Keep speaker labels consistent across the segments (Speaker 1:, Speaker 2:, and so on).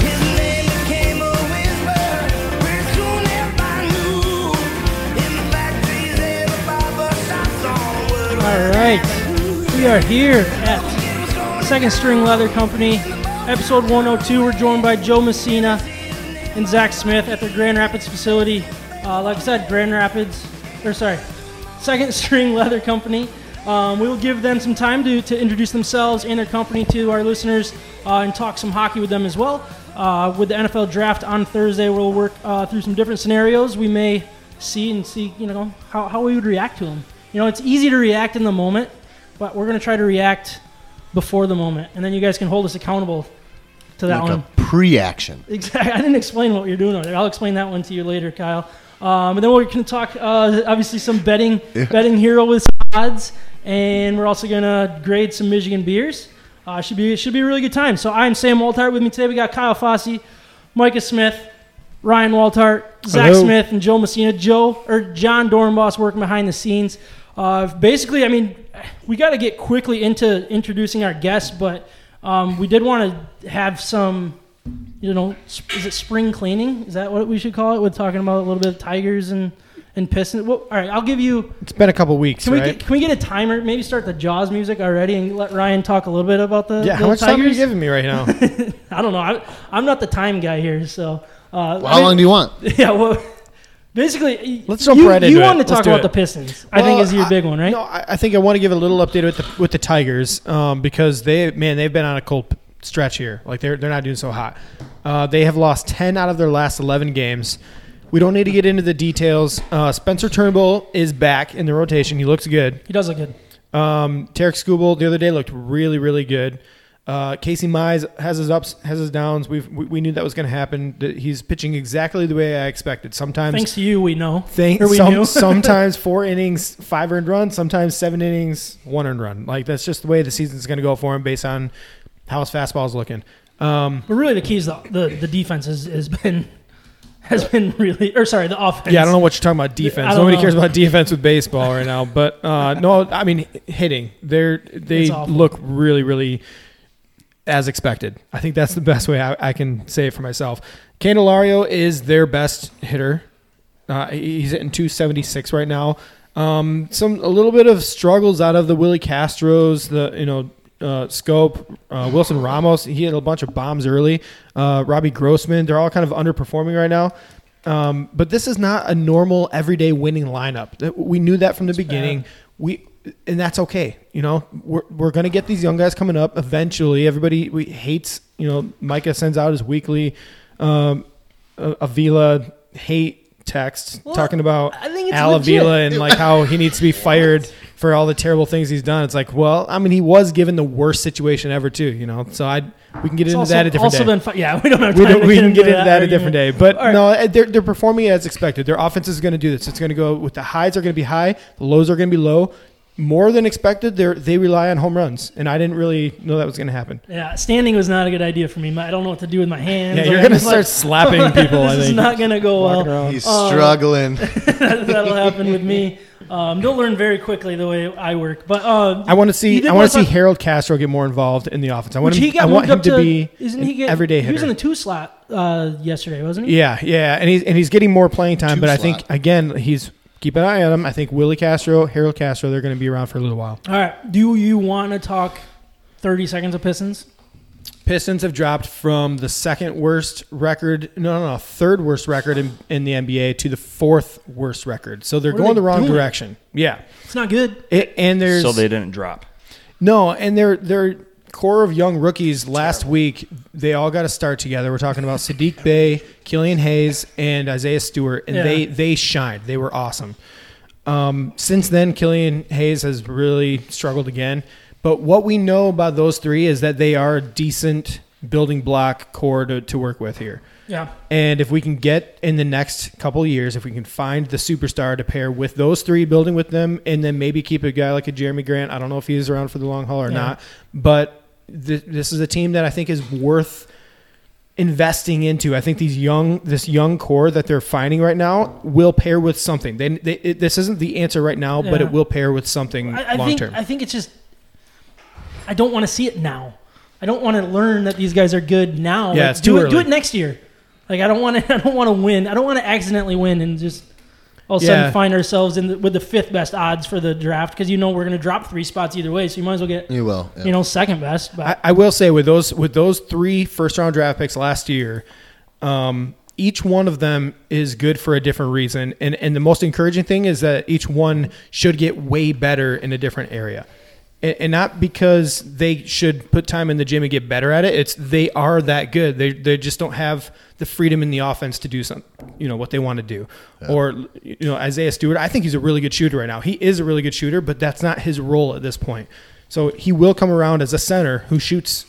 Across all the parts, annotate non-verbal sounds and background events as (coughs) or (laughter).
Speaker 1: His name became a whisper, where soon everybody knew. In the factories, everybody bust out song would
Speaker 2: All right, we are here at Second String Leather Company, episode 102. We're joined by Joe Messina and Zach Smith at their Grand Rapids facility. Uh, like I said, Grand Rapids, or sorry, (laughs) Second String Leather Company. Um, we will give them some time to, to introduce themselves and their company to our listeners uh, and talk some hockey with them as well. Uh, with the NFL draft on Thursday, we'll work uh, through some different scenarios we may see and see, you know, how, how we would react to them. You know, it's easy to react in the moment, but we're going to try to react before the moment, and then you guys can hold us accountable to that
Speaker 3: like
Speaker 2: one.
Speaker 3: a pre-action.
Speaker 2: (laughs) Exactly. I didn't explain what you're doing over there. I'll explain that one to you later, Kyle. Um, and then we're going to talk, uh, obviously, some betting, betting hero with some odds, and we're also going to grade some Michigan beers. Uh, should be should be a really good time. So I'm Sam Waltart. With me today, we got Kyle Fossey, Micah Smith, Ryan Waltart, Zach
Speaker 4: Hello.
Speaker 2: Smith, and Joe Messina. Joe or John Dornbos working behind the scenes. Uh, basically, I mean, we got to get quickly into introducing our guests, but um, we did want to have some you know, sp- is it spring cleaning? Is that what we should call it? We're talking about a little bit of tigers and and pistons. Well, all right, I'll give you.
Speaker 4: It's been a couple weeks,
Speaker 2: Can we
Speaker 4: right?
Speaker 2: get, can we get a timer? Maybe start the Jaws music already and let Ryan talk a little bit about the the
Speaker 4: yeah, how much time are you
Speaker 2: tigers.
Speaker 4: giving me right now?
Speaker 2: (laughs) I don't know. I, I'm not the time guy here, so. Uh,
Speaker 3: How long do you want?
Speaker 2: you? (laughs) Yeah, well, basically,
Speaker 4: Let's jump
Speaker 2: you,
Speaker 4: right
Speaker 2: You
Speaker 4: into
Speaker 2: want
Speaker 4: it.
Speaker 2: to talk
Speaker 4: Let's do
Speaker 2: about
Speaker 4: it.
Speaker 2: the Pistons? I think
Speaker 4: Well,
Speaker 2: is your big one, right?
Speaker 4: No, I, I think I want to give a little update with the with the Tigers um, because they man they've been on a cold p- stretch here. Like they're they're not doing so hot. Uh, they have lost ten out of their last eleven games. We don't need to get into the details. Uh, Spencer Turnbull is back in the rotation. He looks good.
Speaker 2: He does look good.
Speaker 4: Um, Tarek Skubal the other day looked really, really good. Uh, Casey Mize has his ups, has his downs. We've, we we knew that was going to happen. Th- He's pitching exactly the way I expected. Sometimes
Speaker 2: Thanks to you, we know.
Speaker 4: Think
Speaker 2: Or we (laughs)
Speaker 4: some,
Speaker 2: knew.
Speaker 4: sometimes four innings, five earned runs, sometimes seven innings, one earned run. Like that's just the way the season's going to go for him based on how his fastball's looking. Um,
Speaker 2: But really, the key is the the, the defense has, has been has been really, or sorry, the offense.
Speaker 4: yeah, I don't know what you're talking about defense.
Speaker 2: don't
Speaker 4: Nobody
Speaker 2: know.
Speaker 4: cares about defense with baseball right now. But uh, no, I mean h- hitting. They're they
Speaker 2: It's awful.
Speaker 4: look really really as expected. I think that's the best way I, I can say it for myself. Candelario is their best hitter. Uh, he- he's hitting 276 right now. Um, some a little bit of struggles out of the Willie Castro's, the you know uh, scope. Uh, Wilson Ramos he had a bunch of bombs early. Uh, Robbie Grossman they're all kind of underperforming right now. Um, but this is not a normal everyday winning lineup. That- We knew that from the beginning. We and that's okay. You know, we're we're gonna get these young guys coming up eventually. Everybody we hates. You know, Micah sends out his weekly um, uh, Avila hate text
Speaker 2: Well,
Speaker 4: talking about
Speaker 2: I think it's
Speaker 4: Al
Speaker 2: legit.
Speaker 4: Avila and like how he needs
Speaker 2: (laughs)
Speaker 4: to be fired for all the terrible things he's done. It's like, well, I mean, he was given the worst situation ever too. You know, so I we can get
Speaker 2: It's
Speaker 4: into
Speaker 2: also,
Speaker 4: that a different
Speaker 2: also
Speaker 4: day
Speaker 2: been fi- yeah, (laughs) we don't have time.
Speaker 4: we, don't,
Speaker 2: to
Speaker 4: we can
Speaker 2: into
Speaker 4: get into that a
Speaker 2: argument.
Speaker 4: different day. But
Speaker 2: All right.
Speaker 4: no, eh, they're, they're performing as expected. Their offense is going to do this. It's going to go with the highs are going to be high, the lows are going to be low. More than expected, they they rely on home runs, and I didn't really know that was going to happen.
Speaker 2: Yeah, standing was not a good idea for me. My- I don't know what to do with my hands.
Speaker 4: Yeah,
Speaker 2: Like,
Speaker 4: you're going to
Speaker 2: it's (laughs)
Speaker 4: start
Speaker 2: like-
Speaker 4: slapping people.
Speaker 2: this
Speaker 4: I
Speaker 2: is
Speaker 4: think
Speaker 2: not going to go (laughs)
Speaker 4: Walking
Speaker 2: well.
Speaker 4: around.
Speaker 3: He's struggling.
Speaker 2: That'll happen with me. Um, they'll learn very quickly the way I work. But um,
Speaker 4: I want
Speaker 2: You
Speaker 4: to see.
Speaker 2: did
Speaker 4: I want
Speaker 2: want
Speaker 4: to see
Speaker 2: to-
Speaker 4: Harold Castro get more involved in the offense. I want
Speaker 2: which
Speaker 4: him,
Speaker 2: he got
Speaker 4: I want
Speaker 2: moved
Speaker 4: him
Speaker 2: up
Speaker 4: to, be
Speaker 2: isn't
Speaker 4: an
Speaker 2: he get,
Speaker 4: everyday
Speaker 2: He was in
Speaker 4: hitter.
Speaker 2: the two slot uh, yesterday, wasn't he?
Speaker 4: Yeah, yeah, and he's and he's getting more playing time.
Speaker 3: Two
Speaker 4: but I
Speaker 3: slot.
Speaker 4: think again, he's keep an eye on him. I think Willie Castro, Harold Castro, they're going to be around for a little while.
Speaker 2: All right. Do you want to talk thirty seconds of Pistons?
Speaker 4: Pistons have dropped from the second worst record, no, no, no, third worst record in, in the NBA to the fourth worst record. So they're
Speaker 2: What are
Speaker 4: going
Speaker 2: they
Speaker 4: the wrong
Speaker 2: doing?
Speaker 4: direction. Yeah,
Speaker 2: It's not good.
Speaker 4: it, and there's
Speaker 5: so they didn't drop.
Speaker 4: no, and they're they're core of young rookies last week, they all got a start together. We're talking about Sadiq Bay, Killian Hayes, and Isaiah Stewart, and
Speaker 2: Yeah.
Speaker 4: they they shined. They were awesome. Um, since then, Killian Hayes has really struggled again. But what we know about those three is that they are a decent building block core to, to work with here.
Speaker 2: Yeah.
Speaker 4: And if we can get in the next couple of years, if we can find the superstar to pair with those three, building with them, and then maybe keep a guy like a Jeremy Grant. I don't know if he's around for the long haul or
Speaker 2: Yeah.
Speaker 4: not, but th- this is a team that I think is worth investing into. I think these young, this young core that they're finding right now will pair with something. They, they it, this isn't the answer right now, but
Speaker 2: Yeah.
Speaker 4: it will pair with something
Speaker 2: I, I
Speaker 4: long
Speaker 2: think
Speaker 4: term.
Speaker 2: I think it's just I don't want to see it now. I don't want to learn that these guys are good now.
Speaker 4: Yeah,
Speaker 2: Like,
Speaker 4: it's
Speaker 2: do
Speaker 4: too
Speaker 2: it do
Speaker 4: early.
Speaker 2: it next year. Like I don't want to (laughs) I don't want to win. I don't want to accidentally win and just all of a
Speaker 4: Yeah.
Speaker 2: sudden find ourselves in the, with the fifth best odds for the draft because you know we're going to drop three spots either way. So you might as well get
Speaker 3: You will. yeah.
Speaker 2: you know second best. But
Speaker 4: I, I will say with those with those three first round draft picks last year, um, each one of them is good for a different reason, and and the most encouraging thing is that each one should get way better in a different area. And and not because they should put time in the gym and get better at it. It's they are that good. They, they just don't have the freedom in the offense to do some, you know, what they want to do. Or you know, Isaiah Stewart. I think he's a really good shooter right now. He is a really good shooter, but that's not his role at this point. So he will come around as a center who shoots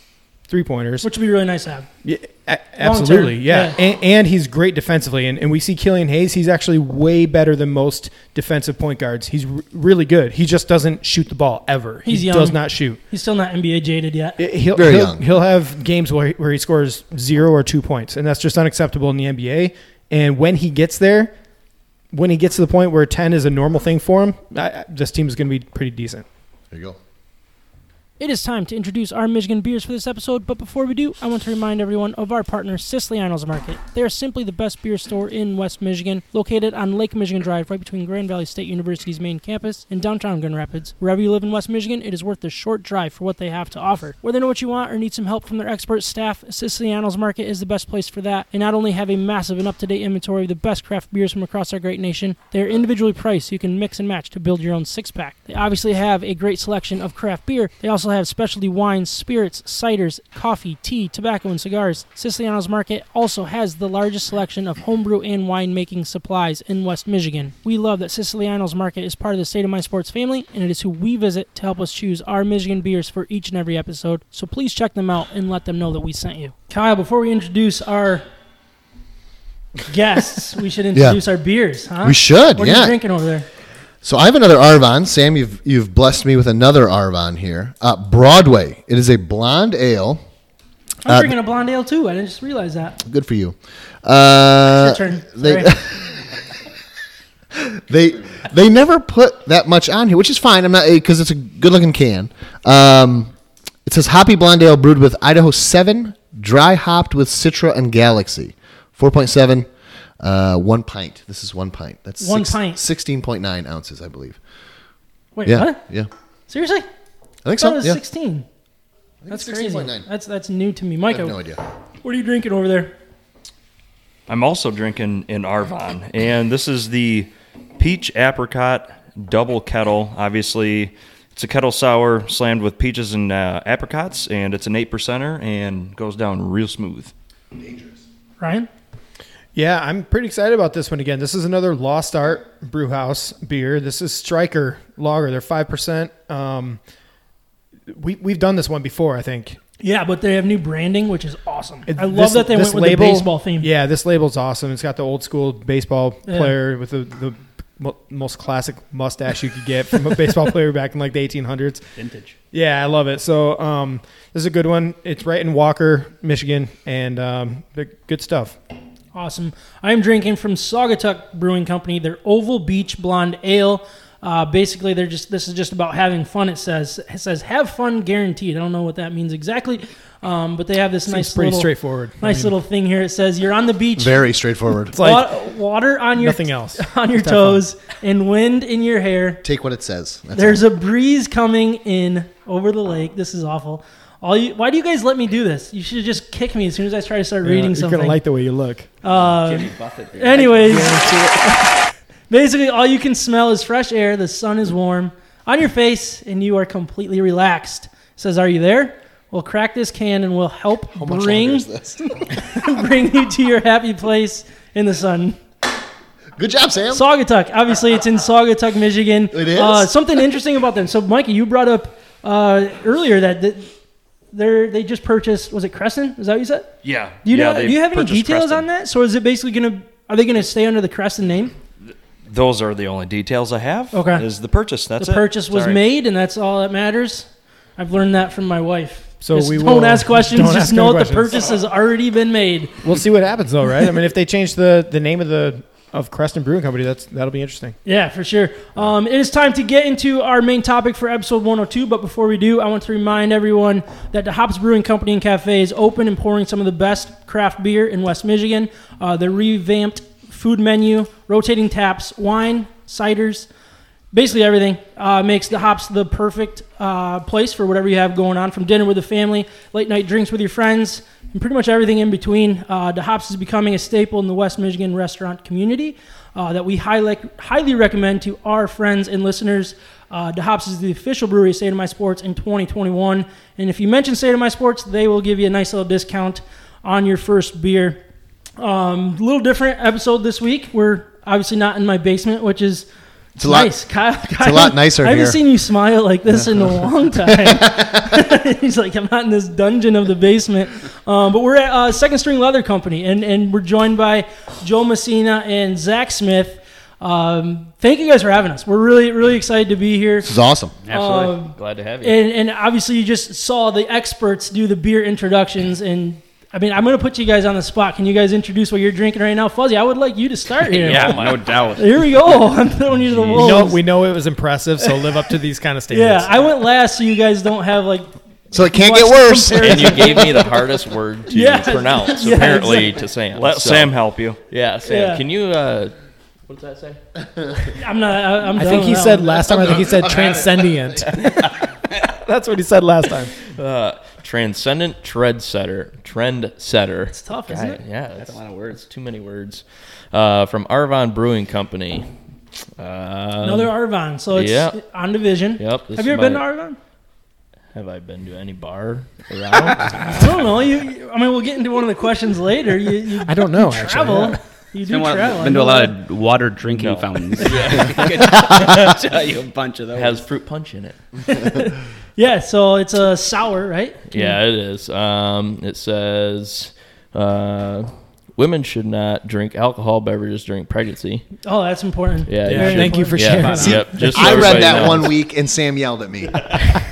Speaker 4: three pointers.
Speaker 2: which would be really nice to have.
Speaker 4: Yeah, a- absolutely,
Speaker 2: term,
Speaker 4: yeah.
Speaker 2: yeah.
Speaker 4: And, and he's great defensively. And, and we see Killian Hayes; he's actually way better than most defensive point guards. He's r- really good. He just doesn't shoot the ball ever.
Speaker 2: He's
Speaker 4: he
Speaker 2: young.
Speaker 4: does not shoot.
Speaker 2: He's still not NBA jaded yet.
Speaker 4: I- He'll,
Speaker 3: Very
Speaker 4: he'll,
Speaker 3: young.
Speaker 4: he'll have games where he, where he scores zero or two points, and that's just unacceptable in the NBA. And when he gets there, when he gets to the point where ten is a normal thing for him, I, I- this team is going to be pretty decent.
Speaker 3: There you go.
Speaker 2: It is time to introduce our Michigan beers for this episode, but before we do, I want to remind everyone of our partner, Siciliano's Market. They are simply the best beer store in West Michigan, located on Lake Michigan Drive, right between Grand Valley State University's main campus and downtown Grand Rapids. Wherever you live in West Michigan, it is worth the short drive for what they have to offer. Whether you know what you want or need some help from their expert staff, Siciliano's Market is the best place for that. They not only have a massive and up-to-date inventory of the best craft beers from across our great nation, they are individually priced so you can mix and match to build your own six-pack. They obviously have a great selection of craft beer. They also have specialty wines, spirits, ciders, coffee, tea, tobacco, and cigars. Siciliano's Market also has the largest selection of homebrew and winemaking supplies in West Michigan. We love that Siciliano's Market is part of the State of My Sports family, and it is who we visit to help us choose our Michigan beers for each and every episode. So please check them out and let them know that we sent you. Kyle, before we introduce our guests, we should introduce our beers, huh?
Speaker 3: We should,
Speaker 2: What are
Speaker 3: yeah.
Speaker 2: you drinking over there?
Speaker 3: So I have another Arvon. Sam, you've you've blessed me with another Arvon here. Uh, Broadway. It is a blonde ale.
Speaker 2: I'm
Speaker 3: Uh,
Speaker 2: drinking a blonde ale too. I didn't just realize that.
Speaker 3: Good for you. Uh,
Speaker 2: Your turn.
Speaker 3: They, (laughs)
Speaker 2: Sorry.
Speaker 3: they they never put that much on here, which is fine. I'm not because it's a good looking can. Um, it says hoppy blonde ale brewed with Idaho Seven, dry hopped with Citra and Galaxy, four point seven. Uh, one pint. This is one pint. That's
Speaker 2: One pint.
Speaker 3: Sixteen point nine ounces, I believe.
Speaker 2: Wait,
Speaker 3: Yeah,
Speaker 2: what?
Speaker 3: yeah.
Speaker 2: Seriously? I
Speaker 3: I think
Speaker 2: thought it
Speaker 3: so.
Speaker 2: was
Speaker 3: Yeah.
Speaker 2: 16. That's
Speaker 3: it's
Speaker 2: crazy.
Speaker 3: 16.9.
Speaker 2: That's that's new to me,
Speaker 3: I
Speaker 2: Micah.
Speaker 3: have no idea.
Speaker 2: What are you drinking over there?
Speaker 5: I'm also drinking an Arvon, and this is the peach apricot double kettle. Obviously, it's a kettle sour slammed with peaches and uh, apricots, and it's an eight percenter and goes down real smooth.
Speaker 2: Ryan?
Speaker 4: Yeah, I'm pretty excited about this one again. This is another Lost Art Brewhouse beer. This is Striker Lager. They're five percent. Um, we we've done this one before, I think.
Speaker 2: Yeah, but they have new branding, which is awesome. I love
Speaker 4: This-
Speaker 2: that they
Speaker 4: this
Speaker 2: went with the baseball theme.
Speaker 4: Yeah, this label's awesome. It's got the old school baseball
Speaker 2: Yeah.
Speaker 4: player with the, the mo- most classic mustache you could get from a baseball player back in like the 1800s.
Speaker 5: Vintage.
Speaker 4: Yeah, I love it. So um, this is a good one. It's right in Walker, Michigan, and um, they're good stuff.
Speaker 2: Awesome. I am drinking from Saugatuck Brewing Company, their Oval Beach Blonde Ale. Uh, basically, they're just this is just about having fun. It says it says have fun guaranteed. I don't know what that means exactly, um, but they have this nice
Speaker 4: Seems pretty
Speaker 2: little,
Speaker 4: straightforward. I
Speaker 2: nice
Speaker 4: mean,
Speaker 2: little thing here. It says you're on the beach,
Speaker 3: Very straightforward.
Speaker 4: It's like
Speaker 2: wa- water on your
Speaker 4: nothing else.
Speaker 2: (laughs) on your
Speaker 4: That fun.
Speaker 2: toes and wind in your hair.
Speaker 3: Take what it says. That's
Speaker 2: There's a breeze coming in over the lake. This is awful. All you, why do you guys let me do this? You should just kick me as soon as I try to start reading
Speaker 4: uh, You're
Speaker 2: something.
Speaker 4: gonna like the way you look.
Speaker 2: Anyways, (laughs) basically, all you can smell is fresh air. The sun is warm on your face, and you are completely relaxed. It says, "Are you there?" will crack this can and will help
Speaker 3: much
Speaker 2: bring
Speaker 3: longer is this? (laughs)
Speaker 2: (laughs) bring you to your happy place in the sun.
Speaker 3: Good job, Sam.
Speaker 2: Saugatuck. Obviously, it's in Saugatuck, Michigan.
Speaker 3: It is?
Speaker 2: Uh, something interesting about them. So, Mikey, you brought up uh, earlier that th- they're, they just purchased. Was it Crescent? Is that what you said?
Speaker 5: Yeah.
Speaker 2: Do you
Speaker 5: yeah,
Speaker 2: know? Do
Speaker 5: they
Speaker 2: you have any
Speaker 5: purchased
Speaker 2: details
Speaker 5: Creston.
Speaker 2: on that? So, is it basically going to? Are they going to stay under the Crescent name?
Speaker 5: Those are the only details I have.
Speaker 2: Okay.
Speaker 5: Is the purchase. That's
Speaker 2: the
Speaker 5: it.
Speaker 2: purchase was
Speaker 5: Sorry.
Speaker 2: made, and that's all that matters. I've learned that from my wife.
Speaker 4: So
Speaker 2: Just
Speaker 4: we
Speaker 2: don't
Speaker 4: will- (laughs)
Speaker 2: ask questions.
Speaker 4: don't
Speaker 2: just
Speaker 4: ask
Speaker 2: know
Speaker 4: any
Speaker 2: that the
Speaker 4: questions.
Speaker 2: purchase has already been made.
Speaker 4: We'll see what happens though, right? I mean, if they change the the name of the of Creston Brewing Company, that's that'll be interesting.
Speaker 2: Yeah, for sure. Um, it is time to get into our main topic for episode 102. But before we do, I want to remind everyone that the Hops Brewing Company and Cafe is open and pouring some of the best craft beer in West Michigan. Uh, their revamped food menu, rotating taps, wine, ciders, basically everything uh, makes the hops the perfect uh, place for whatever you have going on from dinner with the family late night drinks with your friends and pretty much everything in between uh, the hops is becoming a staple in the west michigan restaurant community uh, that we highly, highly recommend to our friends and listeners uh, the hops is the official brewery of state of my sports in 2021 and if you mention state of my sports they will give you a nice little discount on your first beer um, little different episode this week we're obviously not in my basement which is
Speaker 3: It's a lot-
Speaker 2: nice. Kyle, Kyle,
Speaker 3: lot nicer
Speaker 2: I haven't
Speaker 3: here.
Speaker 2: seen you smile like this
Speaker 3: (laughs)
Speaker 2: in a long time. (laughs) He's like, I'm not in this dungeon of the basement. Um, but we're at uh, Second String Leather Company, and, and we're joined by Joe Messina and Zach Smith. Um, thank you guys for having us. We're really, really excited to be here.
Speaker 3: This is awesome.
Speaker 6: Absolutely.
Speaker 2: Um,
Speaker 6: Glad to have you.
Speaker 2: And, and obviously, you just saw the experts do the beer introductions. And I mean, I'm going to put you guys on the spot. Can you guys introduce what you're drinking right now? Fuzzy, I would like you to start
Speaker 4: (laughs)
Speaker 2: here.
Speaker 6: yeah, no doubt.
Speaker 2: Here we go. (laughs) I'm throwing you to the
Speaker 4: We
Speaker 2: wolves.
Speaker 4: know, we know it was impressive, so live up to these kind of
Speaker 2: (laughs) Yeah,
Speaker 4: statements.
Speaker 2: I went last, so you guys don't have like.
Speaker 3: So it can't
Speaker 2: What's
Speaker 3: get
Speaker 2: the
Speaker 3: worse.
Speaker 2: comparison?
Speaker 6: (laughs) And you gave me the hardest word to
Speaker 2: Yeah.
Speaker 6: pronounce,
Speaker 2: Yeah,
Speaker 6: apparently, to Sam.
Speaker 5: Let
Speaker 6: So-
Speaker 5: Sam help you.
Speaker 6: Yeah, Sam.
Speaker 2: Yeah.
Speaker 6: Can you, uh, what does that say?
Speaker 2: (laughs) I'm not. I, I'm
Speaker 4: I
Speaker 2: done
Speaker 4: think
Speaker 2: with
Speaker 4: he
Speaker 2: that
Speaker 4: said
Speaker 2: one.
Speaker 4: last time. I think
Speaker 2: (laughs)
Speaker 4: he said transcendent. (laughs) That's what he said last time.
Speaker 6: Uh, transcendent tread setter. Trend setter.
Speaker 2: It's tough, isn't it?
Speaker 6: Yeah, that's, a lot of words. Too many words. Uh, from Arvon Brewing Company. Um,
Speaker 2: Another Arvon. So it's
Speaker 6: yeah.
Speaker 2: on division.
Speaker 6: Yep, this
Speaker 2: Have you
Speaker 6: is
Speaker 2: ever been to
Speaker 6: my-
Speaker 2: Arvon?
Speaker 6: Have I been to any bar (laughs) around?
Speaker 2: I don't know. You, you- I mean, we'll get into one of the questions later. You, you
Speaker 4: (laughs) I don't know. Actually,
Speaker 2: travel. You do
Speaker 7: Been, wa-
Speaker 2: travel.
Speaker 7: been to a lot of water drinking
Speaker 6: No.
Speaker 7: fountains. (laughs) I could tell you a bunch of those.
Speaker 6: it has fruit punch in it.
Speaker 2: Yeah. So it's a sour, right?
Speaker 6: Yeah, it is. Um, it says uh, women should not drink alcohol beverages during pregnancy.
Speaker 2: Oh, that's important.
Speaker 6: Yeah, you
Speaker 4: Yeah,
Speaker 6: should.
Speaker 4: thank you for
Speaker 6: yeah,
Speaker 4: sharing.
Speaker 6: Yep. Just so
Speaker 3: I
Speaker 6: everybody
Speaker 3: read that
Speaker 6: knows.
Speaker 3: one week and Sam yelled at (laughs) me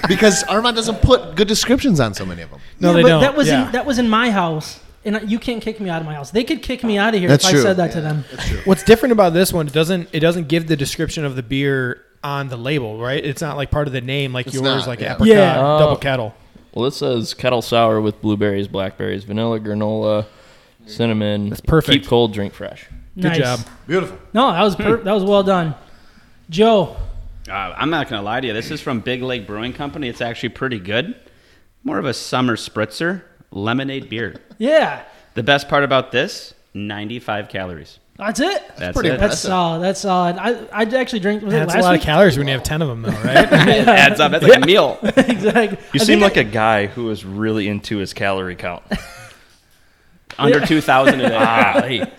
Speaker 3: because Armand doesn't put good descriptions on so many of them.
Speaker 4: No,
Speaker 2: Yeah,
Speaker 4: they
Speaker 2: but
Speaker 4: don't.
Speaker 2: That was
Speaker 4: Yeah.
Speaker 2: in, that was in my house, and I- you can't kick me out of my house. They could kick me out of here
Speaker 3: That's
Speaker 2: if
Speaker 3: true.
Speaker 2: I said that to them.
Speaker 4: What's different about this one? It doesn't. It doesn't give the description of the beer on the label, right? It's not like part of the name, like
Speaker 3: It's
Speaker 4: yours,
Speaker 3: not,
Speaker 4: like
Speaker 3: yeah.
Speaker 4: apricot,
Speaker 2: Yeah.
Speaker 4: double kettle.
Speaker 6: Well, this says kettle sour with blueberries, blackberries, vanilla, granola, cinnamon. That's
Speaker 4: perfect.
Speaker 6: Keep cold, drink fresh.
Speaker 4: Good
Speaker 2: nice.
Speaker 4: job.
Speaker 3: Beautiful.
Speaker 2: No, that was per- that was well done, Joe.
Speaker 7: Uh, I'm not going to lie to you. This is from Big Lake Brewing Company. It's actually pretty good. More of a summer spritzer, lemonade beer.
Speaker 2: Yeah,
Speaker 7: The best part about this 95 calories.
Speaker 2: that's it.
Speaker 7: That's
Speaker 3: pretty
Speaker 7: it.
Speaker 3: impressive.
Speaker 2: That's solid. That's solid. I I actually drank. Was it
Speaker 4: That's a
Speaker 2: last
Speaker 4: lot
Speaker 2: week? (laughs)
Speaker 4: of calories when you have ten of them, though, right?
Speaker 7: Adds up. That's like a meal.
Speaker 2: exactly.
Speaker 5: You
Speaker 2: I
Speaker 5: seem
Speaker 2: think
Speaker 5: like a guy who is really into his calorie count.
Speaker 7: Under 2,000
Speaker 2: (laughs)
Speaker 7: a day.
Speaker 6: Ah, hey.
Speaker 2: I,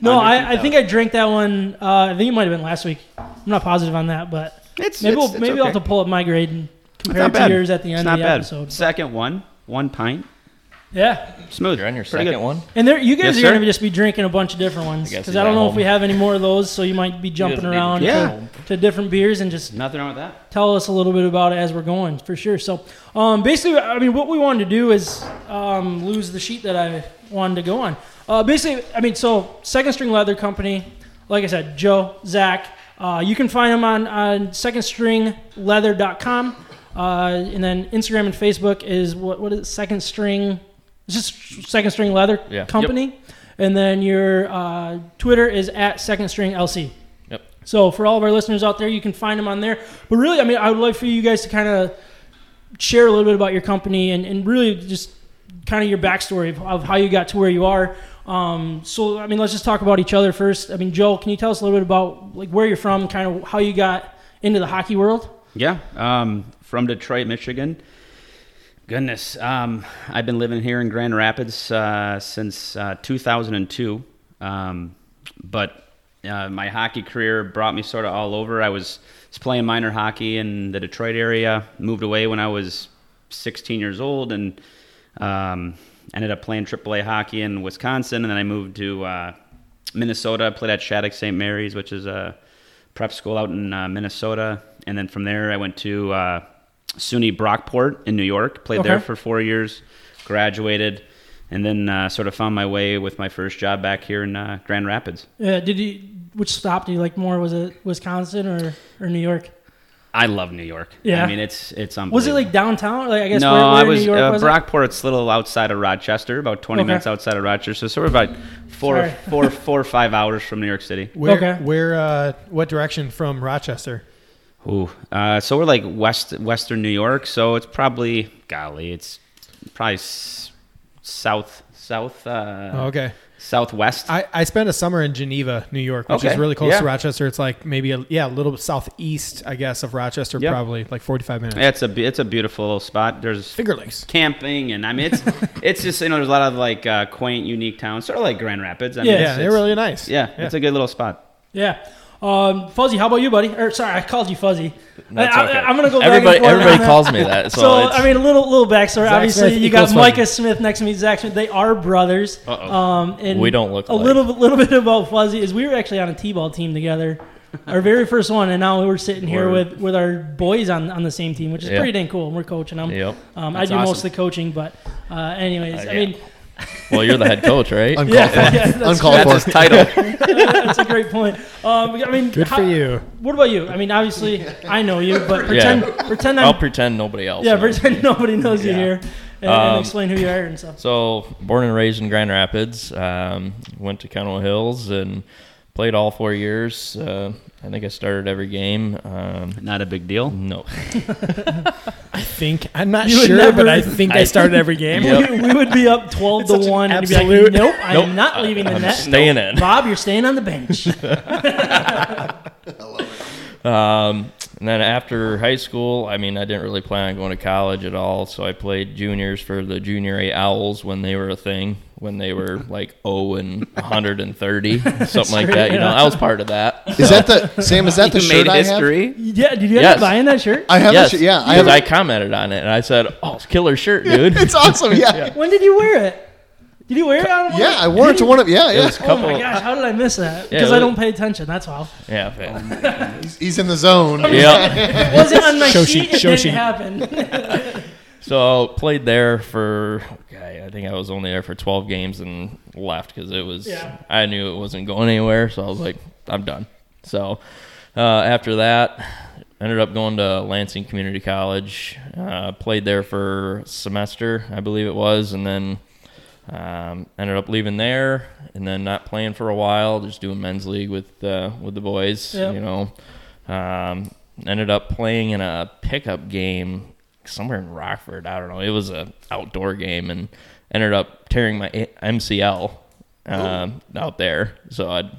Speaker 2: no.
Speaker 7: under
Speaker 2: I, I think I drank that one. Uh, I think it might have been last week. I'm not positive on that, but
Speaker 7: It's,
Speaker 2: maybe
Speaker 7: it's-
Speaker 2: we'll,
Speaker 7: it's
Speaker 2: maybe I'll
Speaker 7: okay.
Speaker 2: have to pull up my grade and
Speaker 7: It's
Speaker 2: compare
Speaker 7: not
Speaker 2: it to
Speaker 7: bad.
Speaker 2: yours at the
Speaker 7: It's
Speaker 2: end
Speaker 7: not
Speaker 2: of the
Speaker 7: bad.
Speaker 2: episode.
Speaker 7: Second one, one pint.
Speaker 2: Yeah,
Speaker 7: Smooth.
Speaker 6: You're on your
Speaker 7: Pretty
Speaker 6: second
Speaker 7: good.
Speaker 6: one.
Speaker 2: and there you guys
Speaker 7: Yes,
Speaker 2: are going
Speaker 7: sir.
Speaker 2: to just be drinking a bunch of different ones
Speaker 6: guess
Speaker 2: because
Speaker 6: he's
Speaker 2: I don't
Speaker 6: at
Speaker 2: know if
Speaker 6: home.
Speaker 2: we have any more of those. So you might be jumping
Speaker 6: doesn't need to
Speaker 2: around
Speaker 6: be
Speaker 7: at
Speaker 2: to, to different beers and just
Speaker 7: Nothing wrong with that.
Speaker 2: tell us a little bit about it as we're going for sure. So, um, basically, I mean, what we wanted to do is um, lose the sheet that I wanted to go on. Uh, basically, I mean, so Second String Leather Company, like I said, Joe, Zach, uh, you can find them on, on secondstringleather.com. Uh, and then Instagram and Facebook is what, what is it? Second String, it's just Second String Leather
Speaker 6: Yeah. Yep.
Speaker 2: Company. And then your uh, Twitter is at Second String LC.
Speaker 6: Yep.
Speaker 2: So for all of our listeners out there, you can find them on there. But really, I mean, I would like for you guys to kind of share a little bit about your company and, and really just kind of your backstory of, of how you got to where you are. Um, so I mean, let's just talk about each other first. I mean, Joe, can you tell us a little bit about like where you're from, kind of how you got into the hockey world?
Speaker 7: Yeah. Um, from Detroit, Michigan. Goodness, um, I've been living here in Grand Rapids uh, since uh, 2002, um, but uh, my hockey career brought me sort of all over. I was, was playing minor hockey in the Detroit area, moved away when I was 16 years old, and um, ended up playing AAA hockey in Wisconsin, and then I moved to uh, Minnesota. Played at Shattuck St. Mary's, which is a prep school out in uh, Minnesota, and then from there I went to uh, SUNY Brockport in New York. Played there
Speaker 2: Okay.
Speaker 7: for four years, graduated, and then uh, sort of found my way with my first job back here in uh, Grand Rapids.
Speaker 2: Yeah, did you? Which stop do you like more? Was it Wisconsin or, or New York?
Speaker 7: I love New York.
Speaker 2: Yeah.
Speaker 7: I mean it's it's unbelievable.
Speaker 2: Was it like downtown? Like I guess
Speaker 7: no,
Speaker 2: where, where
Speaker 7: I
Speaker 2: in
Speaker 7: was,
Speaker 2: New York
Speaker 7: uh,
Speaker 2: was it?
Speaker 7: Brockport's a little outside of Rochester, about 20
Speaker 2: Okay.
Speaker 7: minutes outside of Rochester. So we're about four,
Speaker 2: Sorry.
Speaker 7: four, four or five hours from New York City.
Speaker 4: Where,
Speaker 2: Okay.
Speaker 4: where, uh, what direction from Rochester?
Speaker 7: Ooh. Uh, so we're like west Western New York. So it's probably golly, it's probably s- south south uh,
Speaker 4: Oh, okay.
Speaker 7: southwest.
Speaker 4: I, I spent a summer in Geneva, New York, which is
Speaker 7: Okay,
Speaker 4: really close
Speaker 7: yeah.
Speaker 4: to Rochester. It's like maybe a, yeah, a little southeast, I guess, of Rochester,
Speaker 7: Yep.
Speaker 4: probably like 45 minutes.
Speaker 7: it's a be- it's a beautiful little spot. There's
Speaker 4: Finger Lakes.
Speaker 7: camping and I mean it's it's just you know there's a lot of like uh, quaint, unique towns, sort of like Grand Rapids. I mean,
Speaker 2: Yeah.
Speaker 7: it's-
Speaker 4: Yeah, they're
Speaker 7: it's-
Speaker 4: really nice.
Speaker 7: yeah, it's a good little spot.
Speaker 2: Yeah. Um, Fuzzy, how about you, buddy? Or sorry, I called you Fuzzy.
Speaker 6: That's
Speaker 2: I,
Speaker 6: okay.
Speaker 2: I, am gonna go. back and
Speaker 6: Everybody,
Speaker 2: forth on (laughs)
Speaker 6: everybody
Speaker 2: that.
Speaker 6: calls me that. So,
Speaker 2: So
Speaker 6: it's,
Speaker 2: I mean, a little little backstory.
Speaker 4: Zach
Speaker 2: Obviously,
Speaker 4: Smith
Speaker 2: you got
Speaker 4: equals Fuzzy.
Speaker 2: Micah Smith next to me, Zach Smith. They are brothers. Um, and
Speaker 6: We don't look
Speaker 2: a
Speaker 6: alike.
Speaker 2: little bit- little bit about Fuzzy is we were actually on a t-ball team together, our very first one, and now we're sitting here
Speaker 6: Word.
Speaker 2: with with our boys on on the same team, which is
Speaker 6: Yeah.
Speaker 2: pretty dang cool. And we're coaching them.
Speaker 6: Yep.
Speaker 2: Um, I
Speaker 7: That's
Speaker 2: do
Speaker 7: awesome.
Speaker 2: most of the coaching, but uh, anyways, I
Speaker 6: yeah.
Speaker 2: mean,
Speaker 6: well, you're the head coach, right?
Speaker 2: (laughs)
Speaker 3: Uncalled
Speaker 2: yeah,
Speaker 3: for.
Speaker 2: yeah, that's,
Speaker 3: Uncalled for.
Speaker 7: That's his title.
Speaker 2: that's a great point. Um, I mean,
Speaker 4: Good
Speaker 2: how-
Speaker 4: for you.
Speaker 2: What about you? I mean,
Speaker 3: (laughs)
Speaker 2: obviously, I know you, but
Speaker 6: Yeah.
Speaker 2: pretend pretend
Speaker 6: (laughs) I'll
Speaker 2: I'm
Speaker 6: pretend nobody else.
Speaker 2: yeah,
Speaker 6: knows.
Speaker 2: pretend (laughs) nobody knows you
Speaker 6: Yeah.
Speaker 2: here, and, and
Speaker 6: Um,
Speaker 2: explain who you are and stuff.
Speaker 6: So, born and raised in Grand Rapids, um, went to Kennel Hills and played all four years. Uh, I think I started every game. Um,
Speaker 7: Not a big deal.
Speaker 6: no,
Speaker 4: I think, I'm not
Speaker 2: You would
Speaker 4: sure, but
Speaker 2: never-
Speaker 4: I think I,
Speaker 6: I-
Speaker 4: started every game.
Speaker 6: (laughs) Yep.
Speaker 2: We, we would be
Speaker 3: (laughs)
Speaker 2: up twelve to
Speaker 4: such an
Speaker 2: one, and you'd be like,
Speaker 4: absolute-
Speaker 2: "Nope, I
Speaker 6: Nope.
Speaker 2: am not leaving the
Speaker 6: I'm
Speaker 2: net."
Speaker 6: staying in.
Speaker 2: Bob, you're staying on the
Speaker 6: (laughs)
Speaker 2: bench.
Speaker 6: Um, and then after high school, I mean, I didn't really plan on going to college at all. So I played juniors for the junior A Owls when they were a thing, when they
Speaker 2: (laughs)
Speaker 6: were like 0 and 130, something like that. You know, I was part of that.
Speaker 3: Is that the Sam? Is that the shirt I have?
Speaker 2: yeah, did you end
Speaker 6: Yes.
Speaker 2: up buying that shirt?
Speaker 3: I have
Speaker 6: yes,
Speaker 3: a shirt. Yeah, I
Speaker 6: because
Speaker 3: have.
Speaker 6: I
Speaker 3: a-
Speaker 6: commented on it and I said, "Oh, it's a killer
Speaker 3: (laughs)
Speaker 6: shirt, dude."
Speaker 3: it's awesome. Yeah,
Speaker 2: When did you wear it? Did you wear it? I don't
Speaker 3: yeah.
Speaker 2: know.
Speaker 3: I wore it to one of. Yeah, yeah.
Speaker 6: It's a
Speaker 2: Oh
Speaker 6: couple,
Speaker 2: my gosh, how did I miss that?
Speaker 6: Yeah,
Speaker 2: Because I
Speaker 6: it was-
Speaker 2: don't pay attention. That's why.
Speaker 6: yeah,
Speaker 3: Oh
Speaker 6: yeah.
Speaker 3: He's- He's in the zone.
Speaker 2: Wasn't on my
Speaker 4: Show
Speaker 2: sheet.
Speaker 4: sheet, show
Speaker 2: it didn't
Speaker 4: sheet.
Speaker 6: (laughs)
Speaker 2: happen. (laughs)
Speaker 6: So played there for okay, I think I was only there for 12 games and left because it was
Speaker 2: Yeah.
Speaker 6: I knew it wasn't going anywhere. So I was like, I'm done. So uh, after that, ended up going to Lansing Community College. Uh, played there for a semester, I believe it was, and then um, ended up leaving there and then not playing for a while, just doing men's league with uh, with the boys.
Speaker 2: Yeah.
Speaker 6: You know, um, ended up playing in a pickup game somewhere in Rockford. I don't know. It was a outdoor game and ended up tearing my A- MCL um, out there. So I'd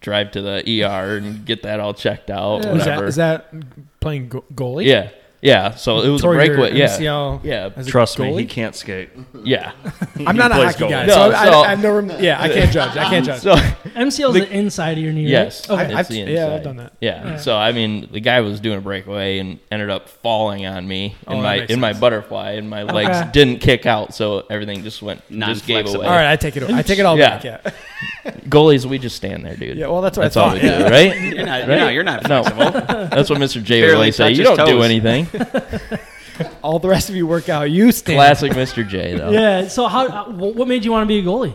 Speaker 6: drive to the ER and get that all checked
Speaker 4: Is
Speaker 6: out.
Speaker 4: that,
Speaker 6: Whatever.
Speaker 4: is that playing go- goalie?
Speaker 6: yeah. Yeah, so it was a
Speaker 4: Tore your
Speaker 6: breakaway. Yeah,
Speaker 4: MCL
Speaker 6: yeah,
Speaker 4: as a
Speaker 5: (laughs) Trust me, he
Speaker 4: goalie?
Speaker 5: can't skate.
Speaker 6: yeah.
Speaker 4: I'm not a
Speaker 5: plays
Speaker 4: hockey
Speaker 5: goalie.
Speaker 4: guy,
Speaker 6: No,
Speaker 4: so, I,
Speaker 6: so-
Speaker 4: I, I've never. Yeah, I can't judge. I can't judge.
Speaker 6: (laughs) So
Speaker 2: MCL is the inside of your knee. right?
Speaker 6: Yes.
Speaker 2: Okay.
Speaker 6: it's
Speaker 4: I've-
Speaker 6: the
Speaker 4: yeah, I've
Speaker 6: inside.
Speaker 4: done that.
Speaker 6: Yeah. So I mean, the guy was doing a breakaway and ended up falling on me in
Speaker 4: Oh, that
Speaker 6: my in
Speaker 4: makes
Speaker 6: my
Speaker 4: sense.
Speaker 6: butterfly, and my legs
Speaker 2: Okay.
Speaker 6: didn't kick out, so everything just went just gave
Speaker 7: Non-flexible.
Speaker 6: away.
Speaker 4: all right, I take it. I take it all
Speaker 6: Yeah.
Speaker 4: back. Yeah.
Speaker 6: Goalies, we just stand there, dude.
Speaker 4: Yeah, well, that's what I
Speaker 6: that's all
Speaker 4: thought,
Speaker 6: we
Speaker 4: yeah. (laughs)
Speaker 6: do, right?
Speaker 7: You're not,
Speaker 6: Right?
Speaker 7: No, you're not.
Speaker 6: No, that's what Mr. J would
Speaker 7: Barely
Speaker 6: always say.
Speaker 7: touch
Speaker 6: You
Speaker 7: his
Speaker 6: don't do
Speaker 7: toes. (laughs)
Speaker 6: anything.
Speaker 4: All the rest of you work out. You stand.
Speaker 6: Classic Mr. J, though.
Speaker 2: Yeah. So how? uh, wh- What made you want to be a goalie?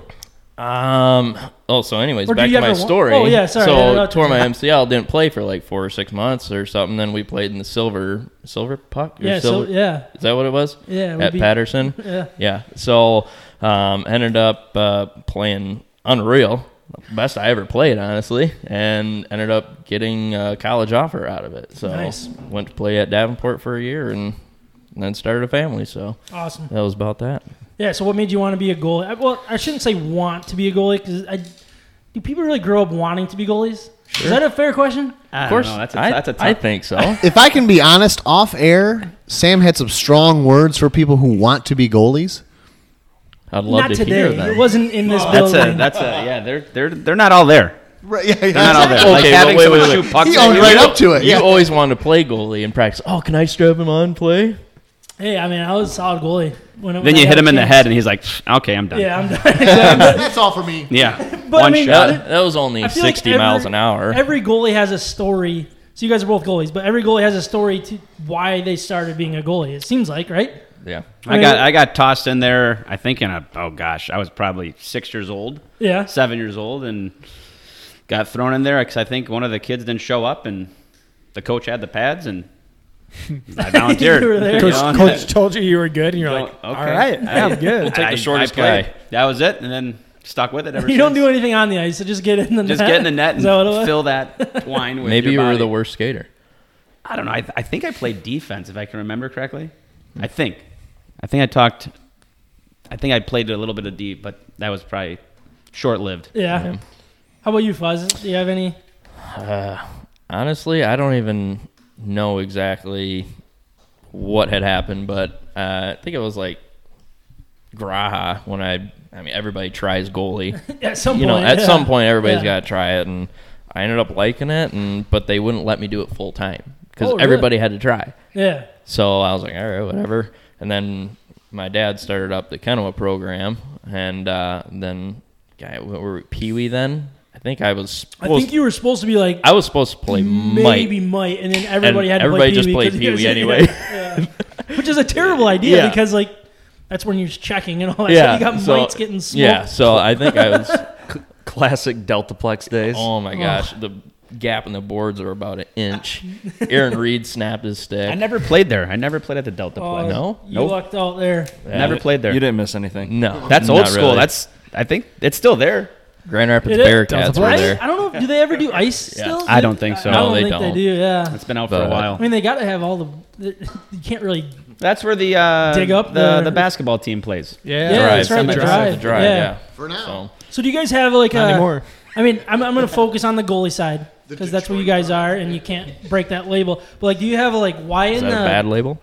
Speaker 6: Um. Oh, so anyways,
Speaker 2: Or do
Speaker 6: back
Speaker 2: you
Speaker 6: to my
Speaker 2: ever wa-
Speaker 6: story.
Speaker 2: oh, yeah, sorry, I
Speaker 6: So
Speaker 2: interrupted.
Speaker 4: (laughs)
Speaker 6: tore my MCL, didn't play for like four or six months or something. Then we played in the silver silver puck. Or
Speaker 2: Yeah. So
Speaker 6: silver,
Speaker 2: yeah.
Speaker 6: Is that what it was?
Speaker 2: Yeah, it would
Speaker 6: At
Speaker 2: be-
Speaker 6: Patterson.
Speaker 2: (laughs) Yeah.
Speaker 6: Yeah. So um, ended up uh, playing Unreal, best I ever played, honestly, and ended up getting a college offer out of it. So
Speaker 2: Nice.
Speaker 6: went to play at Davenport for a year and, and then started a family. So
Speaker 2: Awesome.
Speaker 6: that was about that.
Speaker 2: Yeah. So what made you want to be a goalie? I- Well, I shouldn't say want to be a goalie because I do people really grow up wanting to be goalies? Is that a fair question?
Speaker 7: Of that's a,
Speaker 6: I-
Speaker 7: that's a tough.
Speaker 6: I think
Speaker 7: (laughs)
Speaker 6: so.
Speaker 3: If I can be honest, off air, Sam had some strong words for people who want to be goalies.
Speaker 6: I'd love
Speaker 2: Not
Speaker 6: to
Speaker 2: today.
Speaker 6: hear that.
Speaker 2: It wasn't in this
Speaker 7: That's
Speaker 2: building.
Speaker 7: a that's a yeah. They're they're they're not all there.
Speaker 3: Right, yeah,
Speaker 7: They're not all there. like
Speaker 6: Okay, but
Speaker 7: having
Speaker 6: wait,
Speaker 7: someone
Speaker 6: wait, wait.
Speaker 7: shoot pucks.
Speaker 3: He
Speaker 7: at
Speaker 3: owned
Speaker 7: you-
Speaker 3: right up to it.
Speaker 6: You
Speaker 3: Yeah.
Speaker 6: always wanted to play goalie in practice. Oh, can I strap him on and play?
Speaker 2: hey, I mean, I was a solid goalie. When, when
Speaker 7: Then
Speaker 2: I
Speaker 7: you
Speaker 2: got
Speaker 7: hit
Speaker 2: a
Speaker 7: him in the
Speaker 2: chance.
Speaker 7: head, and he's like, "Pff, "Okay, I'm
Speaker 2: (laughs)
Speaker 7: done."
Speaker 2: Yeah, I'm done.
Speaker 3: That's all for me.
Speaker 7: Yeah.
Speaker 2: But I
Speaker 7: One
Speaker 2: mean,
Speaker 7: shot.
Speaker 2: I-
Speaker 6: That, that was only
Speaker 2: I feel like
Speaker 6: 60
Speaker 2: every-
Speaker 6: miles an hour.
Speaker 2: Every goalie has a story. So you guys are both goalies, but every goalie has a story to why they started being a goalie. It seems like, right?
Speaker 6: yeah.
Speaker 2: I
Speaker 7: I got
Speaker 2: mean-
Speaker 7: I got tossed in there. I think in a oh gosh, I was probably six years old,
Speaker 2: Yeah.
Speaker 7: seven years old, and got thrown in there because I think one of the kids didn't show up, and the coach had the
Speaker 2: (laughs)
Speaker 7: pads, and I volunteered.
Speaker 2: You were there.
Speaker 7: You
Speaker 4: Coach,
Speaker 7: know,
Speaker 4: coach told you you were good, and you're
Speaker 7: No,
Speaker 4: like,
Speaker 7: okay.
Speaker 4: all right,
Speaker 7: I-
Speaker 4: I'm good.
Speaker 7: I-
Speaker 5: shortest
Speaker 7: I played.
Speaker 5: guy.
Speaker 7: That was it, and then stuck with it
Speaker 2: (laughs) (laughs)
Speaker 7: ever
Speaker 2: you
Speaker 7: since.
Speaker 2: don't do anything on the ice. So just get in the
Speaker 7: Just
Speaker 2: net.
Speaker 7: get in the net
Speaker 2: Is that what it
Speaker 7: and
Speaker 2: was?
Speaker 7: fill that twine with
Speaker 6: Maybe you
Speaker 7: your
Speaker 6: were
Speaker 7: body.
Speaker 6: the worst skater.
Speaker 7: I don't know. I, I think I played defense, if I can remember correctly.
Speaker 4: Hmm.
Speaker 7: I think. I think I talked. I think I played a little bit of D, but that was probably short lived.
Speaker 2: Yeah. How about you, Fuzz? Do you have any?
Speaker 6: Honestly, I don't even know exactly what had happened, but uh, I think it was like Graha when I. I mean, everybody
Speaker 2: (laughs)
Speaker 6: tries goalie.
Speaker 2: At some
Speaker 6: you know,
Speaker 2: point,
Speaker 6: at
Speaker 2: yeah.
Speaker 6: some point, everybody's
Speaker 2: Yeah.
Speaker 6: got to try it, and I ended up liking it, and but they wouldn't let me do it full time because
Speaker 2: Oh, really?
Speaker 6: everybody had to try.
Speaker 2: Yeah.
Speaker 6: So I was like, all right, whatever. And then my dad started up the Kenowa program, and uh, then guy, what were we, Pee Wee then? I think I was.
Speaker 2: I
Speaker 6: Supposed,
Speaker 2: think you were supposed to be like
Speaker 6: I was supposed to play Mike.
Speaker 2: maybe might, and then everybody
Speaker 6: And
Speaker 2: had
Speaker 6: everybody
Speaker 2: to
Speaker 6: just
Speaker 2: play
Speaker 6: played
Speaker 2: Pee-wee 'cause
Speaker 6: Pee-wee
Speaker 2: (laughs) you guys-
Speaker 6: anyway.
Speaker 2: Yeah. Which is a
Speaker 6: (laughs)
Speaker 2: terrible idea
Speaker 6: Yeah.
Speaker 2: because like that's when you're checking and all that.
Speaker 6: Yeah,
Speaker 2: Yeah, you got
Speaker 6: so-
Speaker 2: mites getting smoked.
Speaker 6: Yeah, so I think
Speaker 2: (laughs)
Speaker 6: I was.
Speaker 5: Classic Deltaplex days.
Speaker 6: Oh my gosh, the gap in the boards were about an inch. Aaron Reed snapped his stick.
Speaker 7: I never played there. I never played at the Delta
Speaker 2: Oh,
Speaker 7: Play.
Speaker 6: No?
Speaker 2: you
Speaker 7: Nope.
Speaker 2: lucked out there.
Speaker 6: Yeah.
Speaker 7: Never played there.
Speaker 5: You didn't miss anything.
Speaker 6: No,
Speaker 7: That's
Speaker 6: not
Speaker 7: old school.
Speaker 6: really.
Speaker 7: That's I think it's still there.
Speaker 6: Grand Rapids
Speaker 2: It is.
Speaker 6: Bearcats were
Speaker 2: Ice?
Speaker 6: there.
Speaker 2: I don't know. Do they ever do ice still?
Speaker 7: I don't think so.
Speaker 2: I don't
Speaker 6: No, they
Speaker 2: think
Speaker 6: don't.
Speaker 2: they do. Yeah.
Speaker 7: It's been out for
Speaker 6: But-
Speaker 7: a while.
Speaker 2: I mean, they got to have all the. (laughs) You can't really.
Speaker 7: That's where the uh,
Speaker 2: Dig up
Speaker 7: the,
Speaker 2: the-
Speaker 7: the basketball team plays.
Speaker 4: Yeah,
Speaker 2: Yeah,
Speaker 6: Drive,
Speaker 2: that's right, the
Speaker 6: semi-drive,
Speaker 2: drive.
Speaker 6: the drive,
Speaker 2: Yeah.
Speaker 6: yeah.
Speaker 3: For now.
Speaker 6: So,
Speaker 2: So do you guys have like uh,
Speaker 4: Not
Speaker 2: a?
Speaker 4: anymore.
Speaker 2: I mean, I'm, I'm going to focus on the goalie side because that's where you guys are, and you can't break that label. But like, do you have a, like why
Speaker 6: is
Speaker 2: in
Speaker 6: that a bad
Speaker 2: the
Speaker 6: label?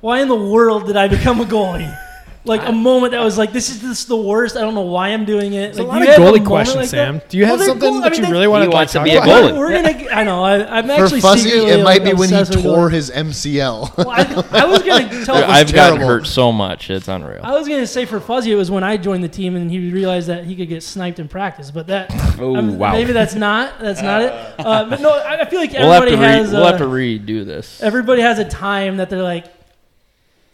Speaker 2: why in the world did I become a goalie?
Speaker 6: (laughs)
Speaker 2: Like a moment that was like, this is this is the worst. I don't know why I'm doing it.
Speaker 4: It's a
Speaker 2: Like,
Speaker 4: lot
Speaker 2: do
Speaker 4: of
Speaker 2: you have
Speaker 4: goalie
Speaker 2: moment
Speaker 4: questions,
Speaker 2: like
Speaker 4: Sam.
Speaker 2: that?
Speaker 4: Do you
Speaker 2: Well,
Speaker 4: have
Speaker 2: they're
Speaker 4: something
Speaker 2: cool. I
Speaker 4: that
Speaker 2: mean,
Speaker 4: you
Speaker 2: they-
Speaker 4: really want
Speaker 7: He
Speaker 4: to
Speaker 7: wants to be a
Speaker 4: about?
Speaker 7: goalie.
Speaker 2: We're, we're gonna. I know. I, I'm
Speaker 3: For
Speaker 2: actually
Speaker 3: Fuzzy,
Speaker 2: secretly,
Speaker 3: it
Speaker 2: like,
Speaker 3: might be when he
Speaker 2: obsessed with
Speaker 3: tore
Speaker 2: goalies.
Speaker 3: his MCL.
Speaker 2: Well, I, I was
Speaker 3: (laughs)
Speaker 2: gonna tell.
Speaker 6: I've gotten
Speaker 3: terrible.
Speaker 6: hurt so much, it's unreal.
Speaker 2: I was gonna say for Fuzzy, it was when I joined the team and he realized that he could get sniped in practice. But that,
Speaker 7: Oh,
Speaker 2: I'm-
Speaker 7: wow.
Speaker 2: maybe that's not that's not
Speaker 6: (laughs)
Speaker 2: it. Uh, but no, I I feel like
Speaker 6: we'll have
Speaker 2: everybody
Speaker 6: to re-
Speaker 2: has
Speaker 6: we'll
Speaker 2: uh,
Speaker 6: have to redo this.
Speaker 2: everybody has a time that they're like,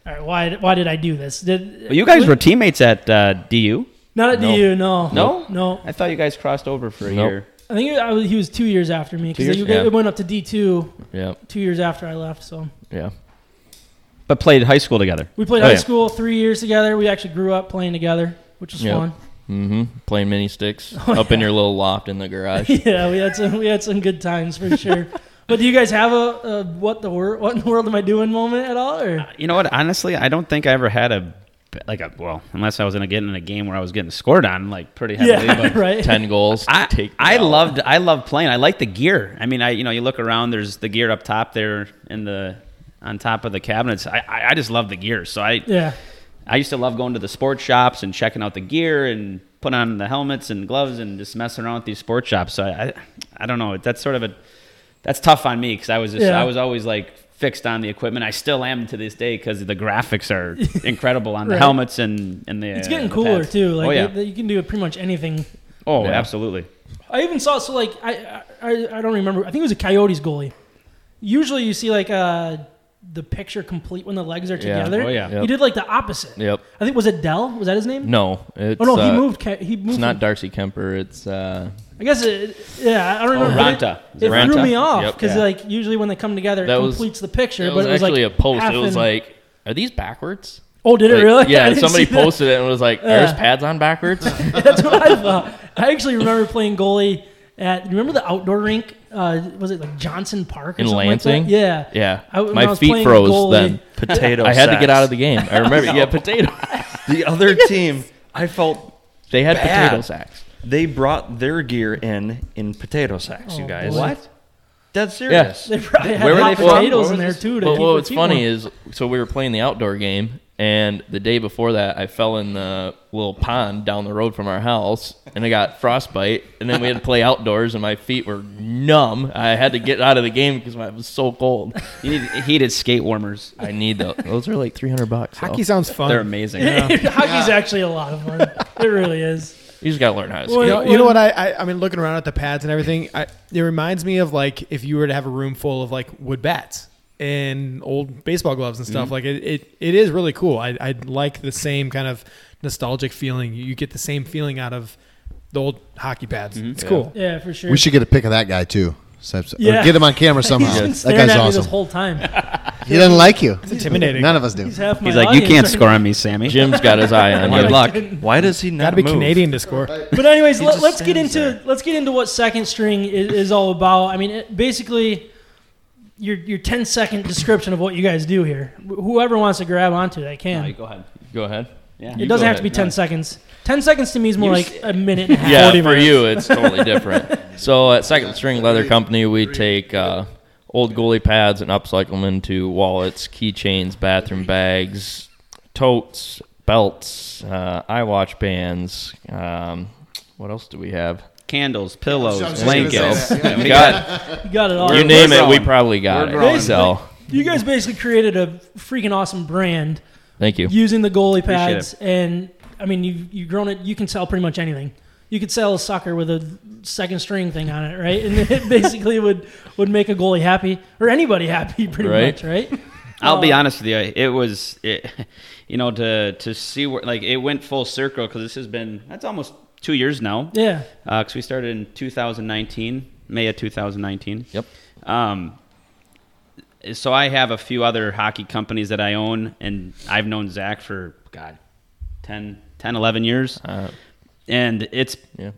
Speaker 2: all right, why why did I do this? Did
Speaker 7: Well, you guys were teammates at uh, DU.
Speaker 2: not at
Speaker 6: No.
Speaker 2: DU? No,
Speaker 7: No?
Speaker 2: no.
Speaker 7: I thought you guys crossed over for a
Speaker 6: Nope.
Speaker 7: year.
Speaker 2: I think I was, he was two years after me
Speaker 6: Two
Speaker 2: because
Speaker 6: years?
Speaker 2: it
Speaker 6: Yeah.
Speaker 2: went up to D two
Speaker 6: Yeah,
Speaker 2: two years after I left. So
Speaker 6: yeah.
Speaker 7: But played high school together.
Speaker 2: we played
Speaker 6: Oh,
Speaker 2: high
Speaker 6: yeah.
Speaker 2: school three years together. We actually grew up playing together, which was
Speaker 6: Yep.
Speaker 2: fun. (laughs)
Speaker 6: Mm-hmm. Playing mini sticks
Speaker 2: Oh,
Speaker 6: up in your little loft in the
Speaker 2: (laughs)
Speaker 6: garage.
Speaker 2: yeah, we had some we had some good times for
Speaker 7: (laughs)
Speaker 2: sure. but do you guys have a, a what the wor- what in the world am I doing moment at all? Or
Speaker 7: You know what? Honestly, I don't think I ever had a like a well, unless I was in a getting in a game where I was getting scored on like pretty
Speaker 2: (laughs)
Speaker 7: heavily.
Speaker 2: yeah,
Speaker 7: But
Speaker 2: right.
Speaker 6: Ten goals.
Speaker 7: I
Speaker 6: take me
Speaker 7: I
Speaker 6: out.
Speaker 7: loved I loved playing. I like the gear. I mean, I you know you look around. There's the gear up top there in the on top of the cabinets. I I, I just love the gear. So I
Speaker 2: Yeah,
Speaker 7: I used to love going to the sports shops and checking out the gear and putting on the helmets and gloves and just messing around with these sports shops. So I, I, I don't know. That's sort of a, that's tough on me because I was just,
Speaker 2: Yeah.
Speaker 7: I was always like fixed on the equipment. I still am to this day because the
Speaker 2: (laughs)
Speaker 7: graphics are incredible on the
Speaker 2: Right.
Speaker 7: helmets and and the.
Speaker 2: it's
Speaker 7: uh,
Speaker 2: getting
Speaker 7: the
Speaker 2: cooler
Speaker 7: pads.
Speaker 2: too. Like
Speaker 7: oh yeah.
Speaker 2: they- they- you can do pretty much anything.
Speaker 7: oh
Speaker 6: Yeah.
Speaker 7: absolutely.
Speaker 2: I even saw so like I, I I don't remember. I think it was a Coyotes goalie. Usually you see like uh the picture complete when the legs are
Speaker 6: Yeah.
Speaker 2: together.
Speaker 7: Oh, yeah.
Speaker 2: He
Speaker 6: Yep.
Speaker 2: did like the opposite.
Speaker 6: Yep.
Speaker 2: I think was it Dell? Was that his name?
Speaker 6: No, it's,
Speaker 2: oh no,
Speaker 6: uh,
Speaker 2: he moved. Ca- He moved.
Speaker 6: It's not
Speaker 2: from-
Speaker 6: Darcy Kemper. It's uh,
Speaker 2: I guess (laughs) it. Yeah, I don't remember. but
Speaker 7: Oh, Ranta. Is
Speaker 2: It, it
Speaker 7: it
Speaker 2: threw
Speaker 7: Ranta?
Speaker 2: me off
Speaker 6: Yep.
Speaker 2: because
Speaker 7: Yeah.
Speaker 2: like usually when they come together,
Speaker 6: That
Speaker 2: it
Speaker 6: was-
Speaker 2: completes the picture.
Speaker 6: it
Speaker 2: but
Speaker 6: was
Speaker 2: it was
Speaker 6: actually
Speaker 2: like
Speaker 6: a post.
Speaker 2: half
Speaker 6: It was
Speaker 2: an-
Speaker 6: like, are these backwards?
Speaker 2: Oh, did it
Speaker 6: Like,
Speaker 2: (laughs) really? (laughs) I
Speaker 6: Yeah,
Speaker 2: didn't
Speaker 6: somebody
Speaker 2: see that.
Speaker 6: posted it and was like,
Speaker 2: Yeah.
Speaker 6: "There's pads
Speaker 2: (laughs)
Speaker 6: on backwards."
Speaker 2: That's what I thought. I actually remember playing goalie at. Remember the outdoor rink? Uh, was it like Johnson Park or
Speaker 6: In
Speaker 2: something like that?
Speaker 6: Lansing?
Speaker 2: Yeah.
Speaker 6: yeah,
Speaker 2: I- when I
Speaker 6: my
Speaker 2: was
Speaker 6: feet
Speaker 2: playing
Speaker 6: froze
Speaker 2: goalie-
Speaker 6: then.
Speaker 5: Potato.
Speaker 6: I had to
Speaker 5: sacks.
Speaker 6: get out of the game.
Speaker 5: (laughs)
Speaker 6: I remember. Yeah, potato.
Speaker 5: The other team, I felt
Speaker 6: They had
Speaker 5: Bad.
Speaker 6: potato sacks.
Speaker 5: They brought their gear in in potato sacks,
Speaker 4: Oh,
Speaker 5: you guys.
Speaker 2: What?
Speaker 5: That's serious.
Speaker 2: They probably had
Speaker 6: Where were
Speaker 2: hot
Speaker 6: they from?
Speaker 2: potatoes
Speaker 6: Where
Speaker 2: in
Speaker 6: were
Speaker 2: there
Speaker 6: they-
Speaker 2: too. To
Speaker 6: well,
Speaker 2: keep
Speaker 6: well,
Speaker 2: the
Speaker 6: it's
Speaker 2: heat
Speaker 6: funny
Speaker 2: warm. (laughs)
Speaker 6: is so we were playing the outdoor game, and the day before that, I fell in the little pond down the road from our house, and I got frostbite. And then we had to play outdoors, and my feet were numb. I had to get out of the game because I was so cold.
Speaker 7: You need heated skate warmers.
Speaker 6: I need those. Those are like three hundred bucks. though.
Speaker 4: Hockey sounds fun.
Speaker 2: (laughs)
Speaker 7: They're amazing.
Speaker 2: Hockey's actually a lot
Speaker 6: (laughs)
Speaker 2: of fun. It really is.
Speaker 6: You just gotta learn how to skate.
Speaker 2: Well,
Speaker 4: You know, you know what I, I I mean looking around at the pads and everything I, it reminds me of like if you were to have a room full of like wood bats and old baseball gloves and stuff like it, it it is really cool I, I like the same kind of nostalgic feeling you get the same feeling out of the old hockey pads it's cool
Speaker 2: Yeah, for sure.
Speaker 3: We should get a pic of that guy too. So- or
Speaker 2: Yeah.
Speaker 3: get him on camera somehow.
Speaker 2: He's been
Speaker 3: that
Speaker 2: staring
Speaker 3: guy's
Speaker 2: at me this
Speaker 3: awesome.
Speaker 2: whole time.
Speaker 3: He doesn't like you.
Speaker 4: intimidating
Speaker 3: None of us do.
Speaker 2: He's half my
Speaker 7: He's like, you
Speaker 2: audience
Speaker 7: can't
Speaker 2: right
Speaker 7: score on me, Sammy.
Speaker 6: Jim's got his eye on
Speaker 7: (laughs) Good
Speaker 2: (laughs)
Speaker 6: you.
Speaker 7: luck.
Speaker 5: Why does he not
Speaker 4: gotta be
Speaker 5: move?
Speaker 4: Canadian to score
Speaker 2: But anyways, let,
Speaker 5: just
Speaker 2: let's get
Speaker 5: stands
Speaker 2: into
Speaker 5: there.
Speaker 2: let's get into what second string is, is all about. I mean, it, basically, your your 10 second description of what you guys do here. Wh- Whoever wants to grab onto that
Speaker 7: No, you
Speaker 2: can.
Speaker 7: go ahead.
Speaker 6: Go ahead.
Speaker 7: Yeah.
Speaker 2: it doesn't
Speaker 6: go
Speaker 2: have to be
Speaker 6: ahead.
Speaker 2: 10 seconds. 10 seconds to me is more
Speaker 7: You
Speaker 2: like
Speaker 7: s-
Speaker 2: a minute and a half.
Speaker 6: yeah, for you, it's totally
Speaker 2: (laughs)
Speaker 6: different. so at Second String Leather Company, we take uh, old goalie pads and upcycle them into wallets, keychains, bathroom bags, totes, belts, uh, eye watch bands. Um, what else do we have?
Speaker 7: Candles, pillows,
Speaker 3: just gonna say
Speaker 7: blankets. (laughs)
Speaker 3: that,
Speaker 6: We got
Speaker 2: You got it all.
Speaker 6: you
Speaker 7: We're
Speaker 6: name it, we
Speaker 7: growing.
Speaker 6: probably got
Speaker 7: We're
Speaker 6: it.
Speaker 7: growing.
Speaker 6: So
Speaker 2: you guys basically created a freaking awesome brand
Speaker 6: thank you.
Speaker 2: using the goalie
Speaker 7: Appreciate
Speaker 2: pads, and I mean, you you grown it. You can sell pretty much anything. You could sell a sucker with a second string thing on it, right? And (laughs) it basically would would make a goalie happy or anybody happy, (laughs) pretty
Speaker 6: Right.
Speaker 2: much, right?
Speaker 7: I'll be
Speaker 2: Uh,
Speaker 7: honest with you. It was, it, (laughs) you know, to to see where like it went full circle because this has been that's almost two years now.
Speaker 2: Yeah,
Speaker 7: Because we started in 2019, May of 2019.
Speaker 6: Yep.
Speaker 7: Um, so I have a few other hockey companies that I own, and I've known Zach for God, 10, 10 11 years,
Speaker 6: Uh,
Speaker 7: and it's
Speaker 6: yeah.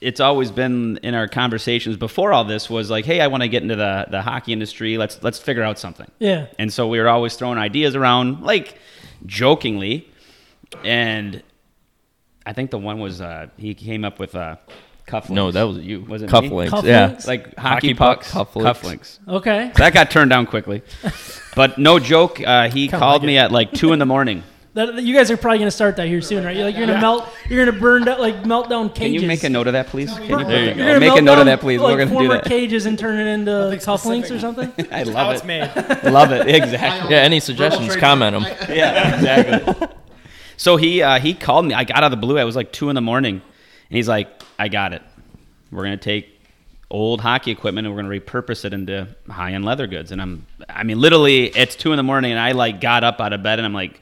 Speaker 7: it's always been in our conversations before all this was like, hey, I want to get into the the hockey industry. Let's let's figure out something.
Speaker 2: yeah.
Speaker 7: And so we were always throwing ideas around, like jokingly. And I think the one was uh, he came up with uh, cufflinks.
Speaker 6: No, that was you.
Speaker 7: Was it me?
Speaker 6: cufflinks?
Speaker 2: Cufflinks?
Speaker 6: Yeah.
Speaker 7: like hockey,
Speaker 6: Hockey puck
Speaker 7: pucks,
Speaker 6: cufflinks.
Speaker 7: cufflinks.
Speaker 2: Okay.
Speaker 7: That got turned down quickly. But no joke, uh, he called me at like two in the morning.
Speaker 2: That, you guys are probably gonna start that here soon, right? You're like you're gonna melt, you're gonna burn down like melt down
Speaker 7: Can
Speaker 2: cages.
Speaker 7: you make a note of that, please? Can you
Speaker 2: Bur-
Speaker 7: put
Speaker 6: There you
Speaker 7: that-
Speaker 6: go.
Speaker 2: you're gonna
Speaker 7: Make a
Speaker 2: melt
Speaker 7: note
Speaker 2: down,
Speaker 7: of that, please.
Speaker 2: Like,
Speaker 7: We're gonna do
Speaker 2: former
Speaker 7: that.
Speaker 2: cages and turn it into cufflinks or something.
Speaker 7: (laughs) I love it.
Speaker 4: made
Speaker 7: Love it. Exactly.
Speaker 6: Yeah. Any suggestions? Comment them.
Speaker 7: (laughs) Yeah, exactly. so he uh, he called me. I got out of the blue. I was like two in the morning, and he's like, "I got it. We're gonna take old hockey equipment and we're gonna repurpose it into high end leather goods." And I'm, I mean, literally, it's two in the morning, and I like got up out of bed, and I'm like,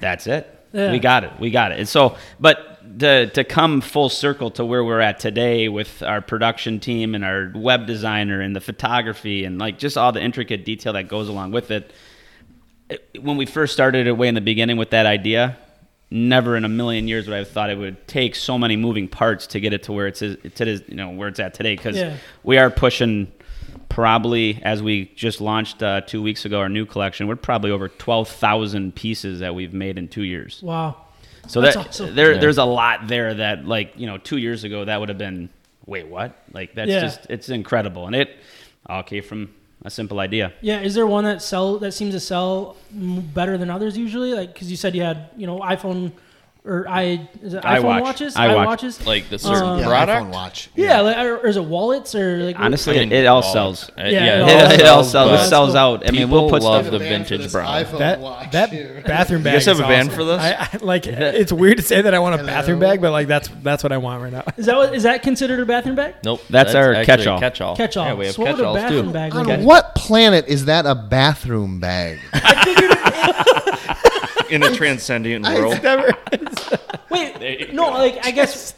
Speaker 7: "That's it.
Speaker 2: Yeah.
Speaker 7: We got it. We got it." And so, but. To, to come full circle to where we're at today with our production team and our web designer and the photography and like just all the intricate detail that goes along with it when we first started it way in the beginning with that idea, never in a million years would I have thought it would take so many moving parts to get it to where it's to this, you know where it's at today because
Speaker 2: Yeah.
Speaker 7: we are pushing probably as we just launched uh, two weeks ago our new collection we're probably over 12,000 pieces that we've made in two years
Speaker 2: Wow.
Speaker 7: so
Speaker 2: That's
Speaker 7: that
Speaker 2: awesome.
Speaker 7: there
Speaker 6: Yeah.
Speaker 7: there's a lot there that like you know two years ago that would have been wait what like that's
Speaker 2: Yeah.
Speaker 7: just it's incredible and it all came from a simple idea
Speaker 2: Yeah, is there one that sell that seems to sell m- better than others usually? Like because you said you had you know iPhone or i is it iPhone
Speaker 7: iWatch.
Speaker 2: watches,
Speaker 7: iWatch.
Speaker 2: watches,
Speaker 6: Like the certain
Speaker 2: Um,
Speaker 3: Yeah,
Speaker 6: product.
Speaker 3: iPhone watch.
Speaker 2: yeah, like, or, or is it wallets or like what-
Speaker 7: honestly
Speaker 6: I mean,
Speaker 7: it, it all
Speaker 6: wallets.
Speaker 7: sells
Speaker 6: Uh,
Speaker 2: Yeah,
Speaker 6: yeah,
Speaker 2: it all
Speaker 7: It, it all
Speaker 2: sells,
Speaker 7: sells.
Speaker 2: but-
Speaker 7: It sells out. I mean, we'll put
Speaker 6: People love
Speaker 7: stuff.
Speaker 6: the vintage brown.
Speaker 3: Oh,
Speaker 4: that that bathroom bag.
Speaker 5: guys have
Speaker 4: is
Speaker 5: a band
Speaker 4: awesome.
Speaker 5: for this?
Speaker 4: I, I, like it's weird to say that I want a bathroom bag, but like that's that's what I want right now.
Speaker 2: Is that what, is that considered a bathroom bag?
Speaker 6: Nope.
Speaker 7: That's our
Speaker 6: actually a
Speaker 7: catch-all.
Speaker 6: Catch-all.
Speaker 2: Catch-all.
Speaker 6: Yeah, we have
Speaker 2: So what would a
Speaker 6: catch-alls
Speaker 2: bathroom
Speaker 6: too.
Speaker 2: bag
Speaker 3: On
Speaker 2: look like?
Speaker 3: what planet is that a bathroom
Speaker 2: (laughs)
Speaker 3: bag?
Speaker 5: in
Speaker 4: (laughs)
Speaker 5: a transcendent world.
Speaker 7: (laughs)
Speaker 2: Wait, no, like I guess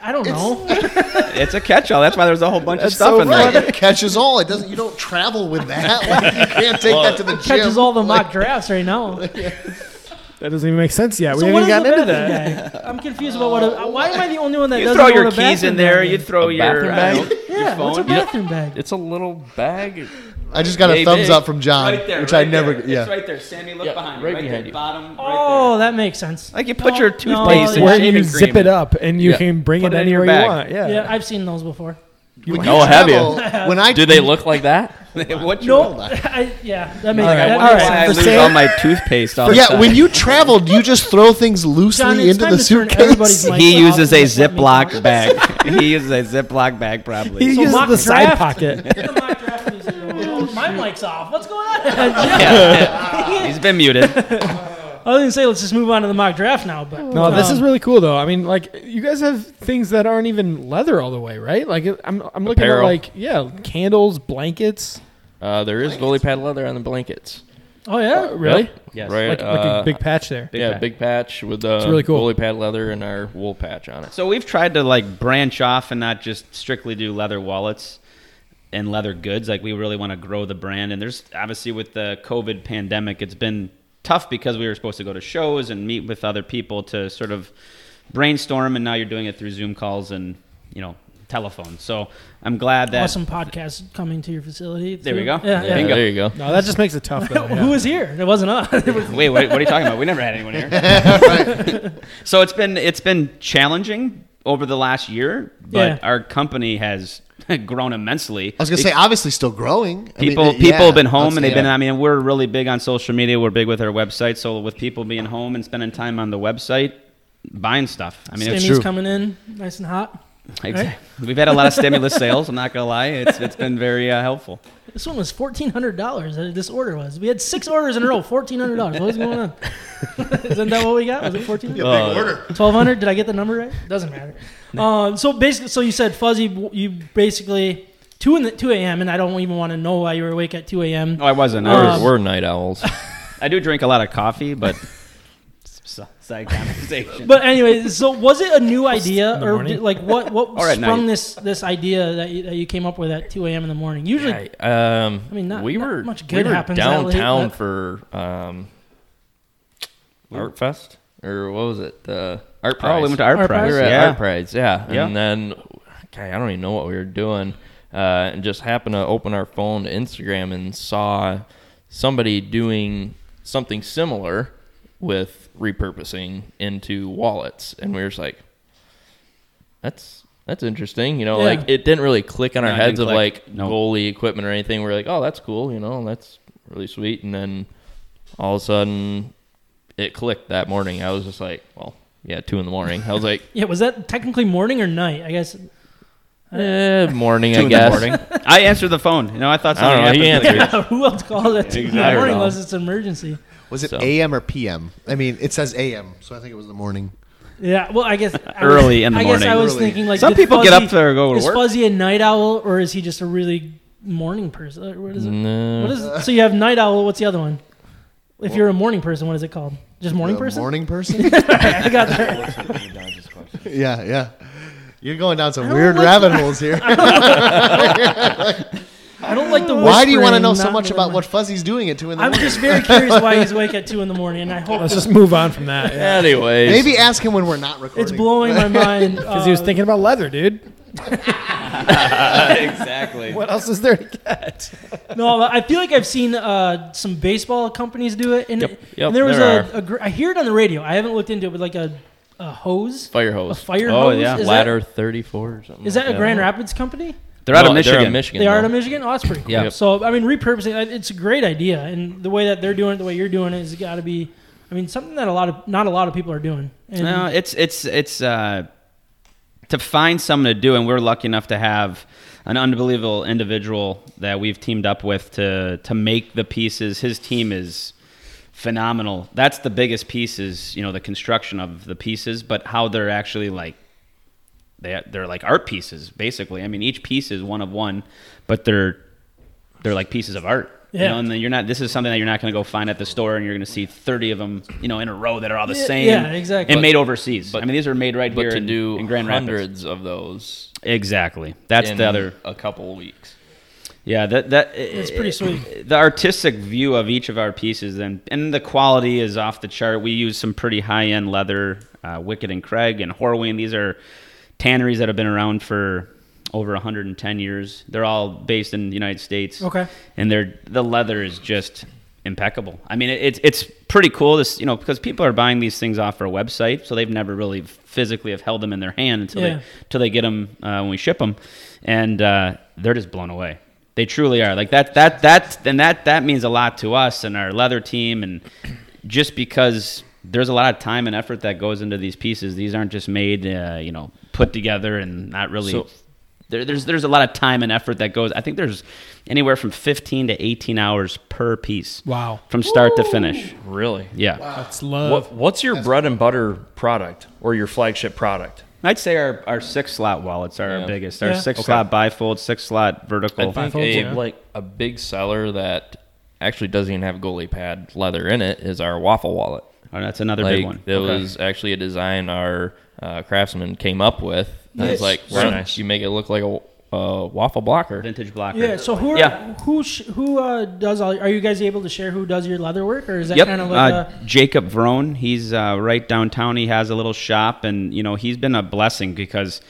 Speaker 2: I don't know.
Speaker 7: It's a catch-all. That's why there's a whole bunch of stuff
Speaker 3: So
Speaker 7: in
Speaker 3: fun.
Speaker 7: there.
Speaker 3: It catches all. It doesn't. You don't travel with that. (laughs) Like, you can't take that to the gym.
Speaker 2: Catches all the mock
Speaker 3: Like,
Speaker 2: drafts right now.
Speaker 4: That doesn't even make sense yet.
Speaker 2: So
Speaker 4: (laughs) we
Speaker 2: what is
Speaker 4: haven't
Speaker 2: a
Speaker 4: gotten into
Speaker 2: bathroom
Speaker 4: that.
Speaker 2: bag? I'm confused about what.
Speaker 4: (laughs)
Speaker 2: A, why am I the only one that
Speaker 7: You
Speaker 2: doesn't
Speaker 7: throw
Speaker 2: know
Speaker 7: your
Speaker 2: what a
Speaker 7: keys
Speaker 2: bathroom
Speaker 7: in there.
Speaker 2: bag
Speaker 7: You
Speaker 2: is?
Speaker 7: throw
Speaker 6: A
Speaker 7: (laughs) your
Speaker 6: bathroom
Speaker 7: I
Speaker 6: bag?
Speaker 7: don't know, your (laughs)
Speaker 2: yeah, what's a
Speaker 7: phone.
Speaker 2: bathroom bag?
Speaker 6: It's a little bag.
Speaker 3: I just got a
Speaker 6: Yay,
Speaker 3: thumbs
Speaker 6: big.
Speaker 3: up from John,
Speaker 7: right there,
Speaker 3: which
Speaker 7: right
Speaker 3: I never.
Speaker 7: There.
Speaker 3: Yeah,
Speaker 7: It's right there, Sammy. Look
Speaker 6: Yeah,
Speaker 7: behind
Speaker 6: right
Speaker 7: you. Right
Speaker 6: behind
Speaker 7: there,
Speaker 6: you.
Speaker 7: bottom.
Speaker 2: Oh,
Speaker 7: right
Speaker 2: that makes sense.
Speaker 7: there. like you put your
Speaker 2: no,
Speaker 7: toothpaste
Speaker 2: yeah.
Speaker 7: and
Speaker 4: Where
Speaker 7: shaving
Speaker 4: you
Speaker 7: cream.
Speaker 4: zip it up and you
Speaker 6: Yeah.
Speaker 4: can bring
Speaker 7: Put
Speaker 4: it
Speaker 7: it in your
Speaker 4: anywhere you
Speaker 7: bag.
Speaker 4: want. Yeah.
Speaker 2: Yeah, I've seen those before.
Speaker 3: When
Speaker 6: Oh, have you?
Speaker 3: travel- When I
Speaker 6: Do they look like that?
Speaker 7: what you
Speaker 2: No, (laughs) I, yeah, that makes,
Speaker 4: All right.
Speaker 2: that
Speaker 4: All
Speaker 2: makes
Speaker 4: right.
Speaker 7: I
Speaker 2: sense.
Speaker 3: For
Speaker 7: lose
Speaker 3: Sam-
Speaker 7: all my toothpaste all the
Speaker 3: Yeah,
Speaker 7: time.
Speaker 3: when you traveled, you just throw things loosely
Speaker 2: John, it's
Speaker 3: into
Speaker 2: time
Speaker 3: the
Speaker 2: to turn
Speaker 3: suitcase. (laughs)
Speaker 2: everybody's mic
Speaker 7: he
Speaker 2: off
Speaker 7: uses
Speaker 2: and
Speaker 7: a
Speaker 2: just let me
Speaker 7: Ziploc
Speaker 2: talk.
Speaker 7: bag. (laughs) he uses a Ziploc bag, probably.
Speaker 4: He
Speaker 2: So
Speaker 4: uses
Speaker 2: mock
Speaker 4: the side
Speaker 2: draft.
Speaker 4: pocket.
Speaker 2: The mock draft is here. Oh, My mic's off. What's going on? (laughs)
Speaker 7: He's been muted.
Speaker 2: I was gonna say let's just move on to the mock draft now, but
Speaker 4: (laughs) No, this
Speaker 2: um,
Speaker 4: is really cool though. I mean, like you guys have things that aren't even leather all the way, right? Like I'm, I'm looking
Speaker 6: Apparel.
Speaker 4: at like yeah, candles, blankets.
Speaker 6: Uh, there is goalie pad leather on the blankets.
Speaker 2: oh yeah.
Speaker 4: Uh, Really?
Speaker 7: Yes.
Speaker 6: Right.
Speaker 4: Like, like
Speaker 6: uh,
Speaker 4: a big patch there.
Speaker 6: yeah,
Speaker 7: patch.
Speaker 6: big patch with the
Speaker 4: really cool.
Speaker 6: goalie pad leather and our wool patch on it.
Speaker 7: So we've tried to like branch off and not just strictly do leather wallets and leather goods. Like we really want to grow the brand. And there's obviously with the COVID pandemic, it's been tough because we were supposed to go to shows and meet with other people to sort of brainstorm. And now you're doing it through Zoom calls and you know telephone. So I'm glad that
Speaker 2: Awesome podcast coming to your facility.
Speaker 7: There we
Speaker 2: too.
Speaker 7: go.
Speaker 2: Yeah,
Speaker 6: Yeah,
Speaker 2: yeah.
Speaker 7: Bingo.
Speaker 6: there you go.
Speaker 4: No, that just makes it (laughs) tough
Speaker 2: (laughs)
Speaker 4: though.
Speaker 2: Who was here? It wasn't us. (laughs) It was-
Speaker 7: (laughs) Wait, wait, what are you talking about? We never had
Speaker 3: (laughs)
Speaker 7: anyone here. (laughs) So it's been it's been challenging over the last year, but
Speaker 2: Yeah.
Speaker 7: our company has (laughs) grown immensely.
Speaker 3: I was gonna say, obviously, still growing. I mean,
Speaker 7: people
Speaker 3: it-
Speaker 7: people
Speaker 3: yeah,
Speaker 7: have been home
Speaker 3: that's-
Speaker 7: and they've been.
Speaker 3: yeah.
Speaker 7: I mean, we're really big on social media. We're big with our website. So with people being home and spending time on the website, buying stuff. I mean, it's
Speaker 2: Stimmy's
Speaker 3: true.
Speaker 2: coming in, nice and hot.
Speaker 7: Exa- we've had a lot of stimulus sales. I'm not gonna lie, it's it's been very uh, helpful.
Speaker 2: This one was fourteen hundred dollars. This order was. We had six orders in a row. Fourteen hundred dollars. What was going on? (laughs) Isn't that what we got? Was it fourteen hundred?
Speaker 6: Uh,
Speaker 2: Twelve hundred? Did I get the number right? Doesn't matter. Uh, so basically, so you said fuzzy. You basically two in the two a.m. and I don't even want to know why you were awake at two a.m.
Speaker 7: No, I wasn't. I,
Speaker 2: Um,
Speaker 7: was-
Speaker 6: we're, we're night owls.
Speaker 7: I do drink a lot of coffee, but oh, s- side conversation.
Speaker 2: But anyway, so was it a new idea
Speaker 4: the
Speaker 2: or
Speaker 4: morning?
Speaker 2: did, like what what
Speaker 7: Or at
Speaker 2: sprung
Speaker 7: night.
Speaker 2: this this idea that you, that you came up with at two a.m. in the morning? Usually,
Speaker 6: I, um,
Speaker 2: I mean, not-
Speaker 6: we
Speaker 2: not
Speaker 6: were
Speaker 2: much
Speaker 6: we
Speaker 2: good
Speaker 6: were
Speaker 2: happens that late,
Speaker 6: downtown
Speaker 2: but-
Speaker 6: for um, Art Fest or what was it? The Art Prize.
Speaker 7: oh, we went to Art,
Speaker 2: Art
Speaker 7: Prize.
Speaker 2: Prize?
Speaker 6: We were at
Speaker 7: yeah.
Speaker 6: Art Prides, yeah.
Speaker 7: Yeah.
Speaker 6: And then, okay, I don't even know what we were doing. Uh, and just happened to open our phone to Instagram and saw somebody doing something similar with repurposing into wallets. And we were just like, that's. That's interesting, you know.
Speaker 2: Yeah.
Speaker 6: Like it didn't really click on our
Speaker 7: No, it
Speaker 6: heads of
Speaker 7: didn't click.
Speaker 6: like
Speaker 7: No.
Speaker 6: goalie equipment or anything. We are like, oh, that's cool, you know, that's really sweet. And then all of a sudden, it clicked that morning. I was just like, well, yeah, two in the morning. I was like,
Speaker 2: yeah. Was that technically morning or night? I guess.
Speaker 6: Eh, morning,
Speaker 7: Two
Speaker 6: I
Speaker 7: in the
Speaker 6: guess.
Speaker 7: morning. I answered the phone. You know, I thought
Speaker 6: I
Speaker 7: something
Speaker 6: don't know. He
Speaker 7: happened.
Speaker 6: answered.
Speaker 2: Who else calls at two in the
Speaker 6: Exactly.
Speaker 2: morning
Speaker 6: I don't know.
Speaker 2: unless it's an emergency?
Speaker 3: Was it
Speaker 6: So-
Speaker 3: a.m. or p.m.? I mean, it says a.m., so I think it was the morning.
Speaker 2: Yeah, well, I guess I
Speaker 7: Early in the
Speaker 2: I
Speaker 7: morning.
Speaker 2: guess I was
Speaker 3: Early.
Speaker 2: thinking like
Speaker 7: Some
Speaker 2: did
Speaker 7: people
Speaker 2: Fuzzy,
Speaker 7: get up there go to
Speaker 2: Is
Speaker 7: work.
Speaker 2: Fuzzy a night owl or is he just a really morning person? Like, What is it?
Speaker 6: No.
Speaker 2: What is it? So you have night owl. What's the other one? If you're a morning person, what is it called? Just morning
Speaker 3: The
Speaker 2: person.
Speaker 3: Morning person.
Speaker 2: (laughs)
Speaker 3: (laughs)
Speaker 2: I got that.
Speaker 3: yeah, yeah. You're going down some
Speaker 2: don't
Speaker 3: weird
Speaker 2: like
Speaker 3: rabbit
Speaker 2: (laughs)
Speaker 3: holes here.
Speaker 2: I don't like the.
Speaker 3: Why do you want to
Speaker 2: whispering,
Speaker 3: know so
Speaker 2: not
Speaker 3: much
Speaker 2: really
Speaker 3: about
Speaker 2: mind.
Speaker 3: what Fuzzy's doing at two in the
Speaker 2: I'm
Speaker 3: morning?
Speaker 2: just very curious why he's awake at two in the morning, and I hope
Speaker 4: Let's just move on from that. Yeah.
Speaker 6: Anyways,
Speaker 3: Maybe ask him when we're not recording.
Speaker 2: it's blowing my
Speaker 3: (laughs)
Speaker 2: mind. Because
Speaker 4: He was thinking about leather, dude.
Speaker 7: exactly.
Speaker 4: What else is there to get?
Speaker 2: No, but I feel like I've seen uh, some baseball companies do it, and,
Speaker 6: Yep, yep,
Speaker 2: and there was
Speaker 6: there
Speaker 2: a, a gr- I hear it on the radio. I haven't looked into it, but like a, a hose,
Speaker 6: fire hose.
Speaker 2: a fire
Speaker 7: Oh,
Speaker 2: hose.
Speaker 7: yeah.
Speaker 2: is
Speaker 6: Ladder 34 or something.
Speaker 2: That, is that a
Speaker 6: like
Speaker 2: Grand Rapids company?
Speaker 7: They're out
Speaker 6: No,
Speaker 7: of
Speaker 6: they're
Speaker 7: Michigan.
Speaker 6: Michigan.
Speaker 2: They are out
Speaker 6: though.
Speaker 2: of Michigan. Oh, that's pretty cool.
Speaker 6: Yeah. Yep.
Speaker 2: So I mean, repurposing I- it's a great idea, and the way that they're doing it, the way you're doing it, has got to be. I mean, something that a lot of not a lot of people are doing. And
Speaker 7: No, it's it's it's uh, to find someone to do, and we're lucky enough to have an unbelievable individual that we've teamed up with to to make the pieces. His team is phenomenal. That's the biggest piece is you know the construction of the pieces, but how they're actually like they they're like art pieces basically. I mean, each piece is one of one, but they're they're like pieces of art. You
Speaker 2: Yeah.
Speaker 7: know, and then you're not. This is something that you're not going to go find at the store, and you're going to see 30 of them, you know, in a row that are all the
Speaker 2: Yeah,
Speaker 7: same.
Speaker 2: yeah, exactly.
Speaker 7: And made overseas.
Speaker 6: but-
Speaker 7: I mean, these are made right
Speaker 6: But
Speaker 7: here
Speaker 6: to
Speaker 7: in,
Speaker 6: do
Speaker 7: in Grand Rapids.
Speaker 6: hundreds of those
Speaker 7: Exactly. That's
Speaker 6: in
Speaker 7: the other.
Speaker 6: a couple weeks.
Speaker 7: Yeah, that that it's
Speaker 2: pretty sweet.
Speaker 7: The artistic view of each of our pieces, and and the quality is off the chart. We use some pretty high end leather, uh, Wicked and Craig and Horween. These are tanneries that have been around for over 110 years. They're all based in the United States.
Speaker 2: Okay.
Speaker 7: And they're the leather is just impeccable. I mean, it, it's it's pretty cool. This you know because people are buying these things off our website, so they've never really physically have held them in their hand until
Speaker 2: Yeah.
Speaker 7: they until they get them uh, when we ship them, and uh, they're just blown away. They truly are. Like that that that and that that means a lot to us and our leather team and just because there's a lot of time and effort that goes into these pieces. These aren't just made, uh, you know, put together and not really.
Speaker 5: So-
Speaker 7: there, there's there's a lot of time and effort that goes. I think there's anywhere from 15 to 18 hours per piece.
Speaker 4: Wow.
Speaker 7: From start to finish.
Speaker 5: (laughs) Really?
Speaker 7: Yeah.
Speaker 4: That's love.
Speaker 5: What, what's your bread and butter product or your flagship product?
Speaker 7: I'd say our, our six slot wallets are
Speaker 6: Yeah.
Speaker 7: our biggest. Our
Speaker 2: Yeah.
Speaker 7: six slot bifold, six slot vertical.
Speaker 6: I think a, like a big seller that actually doesn't even have goalie pad leather in it is our waffle wallet.
Speaker 7: Oh, that's another
Speaker 6: like
Speaker 7: big one.
Speaker 6: it was actually a design our uh, craftsman came up with. And
Speaker 2: Nice.
Speaker 6: It's like
Speaker 5: Very
Speaker 6: "Why
Speaker 5: nice.
Speaker 6: don't you make it look like a, a waffle blocker.
Speaker 7: vintage blocker.
Speaker 2: Yeah. So who are,
Speaker 7: Yeah.
Speaker 2: who sh- who uh, does all? Are you guys able to share who does your leather work, or is that
Speaker 7: yep.
Speaker 2: kind of like
Speaker 7: uh, Jacob Vrone. He's uh, right downtown. He has a little shop, and you know he's been a blessing because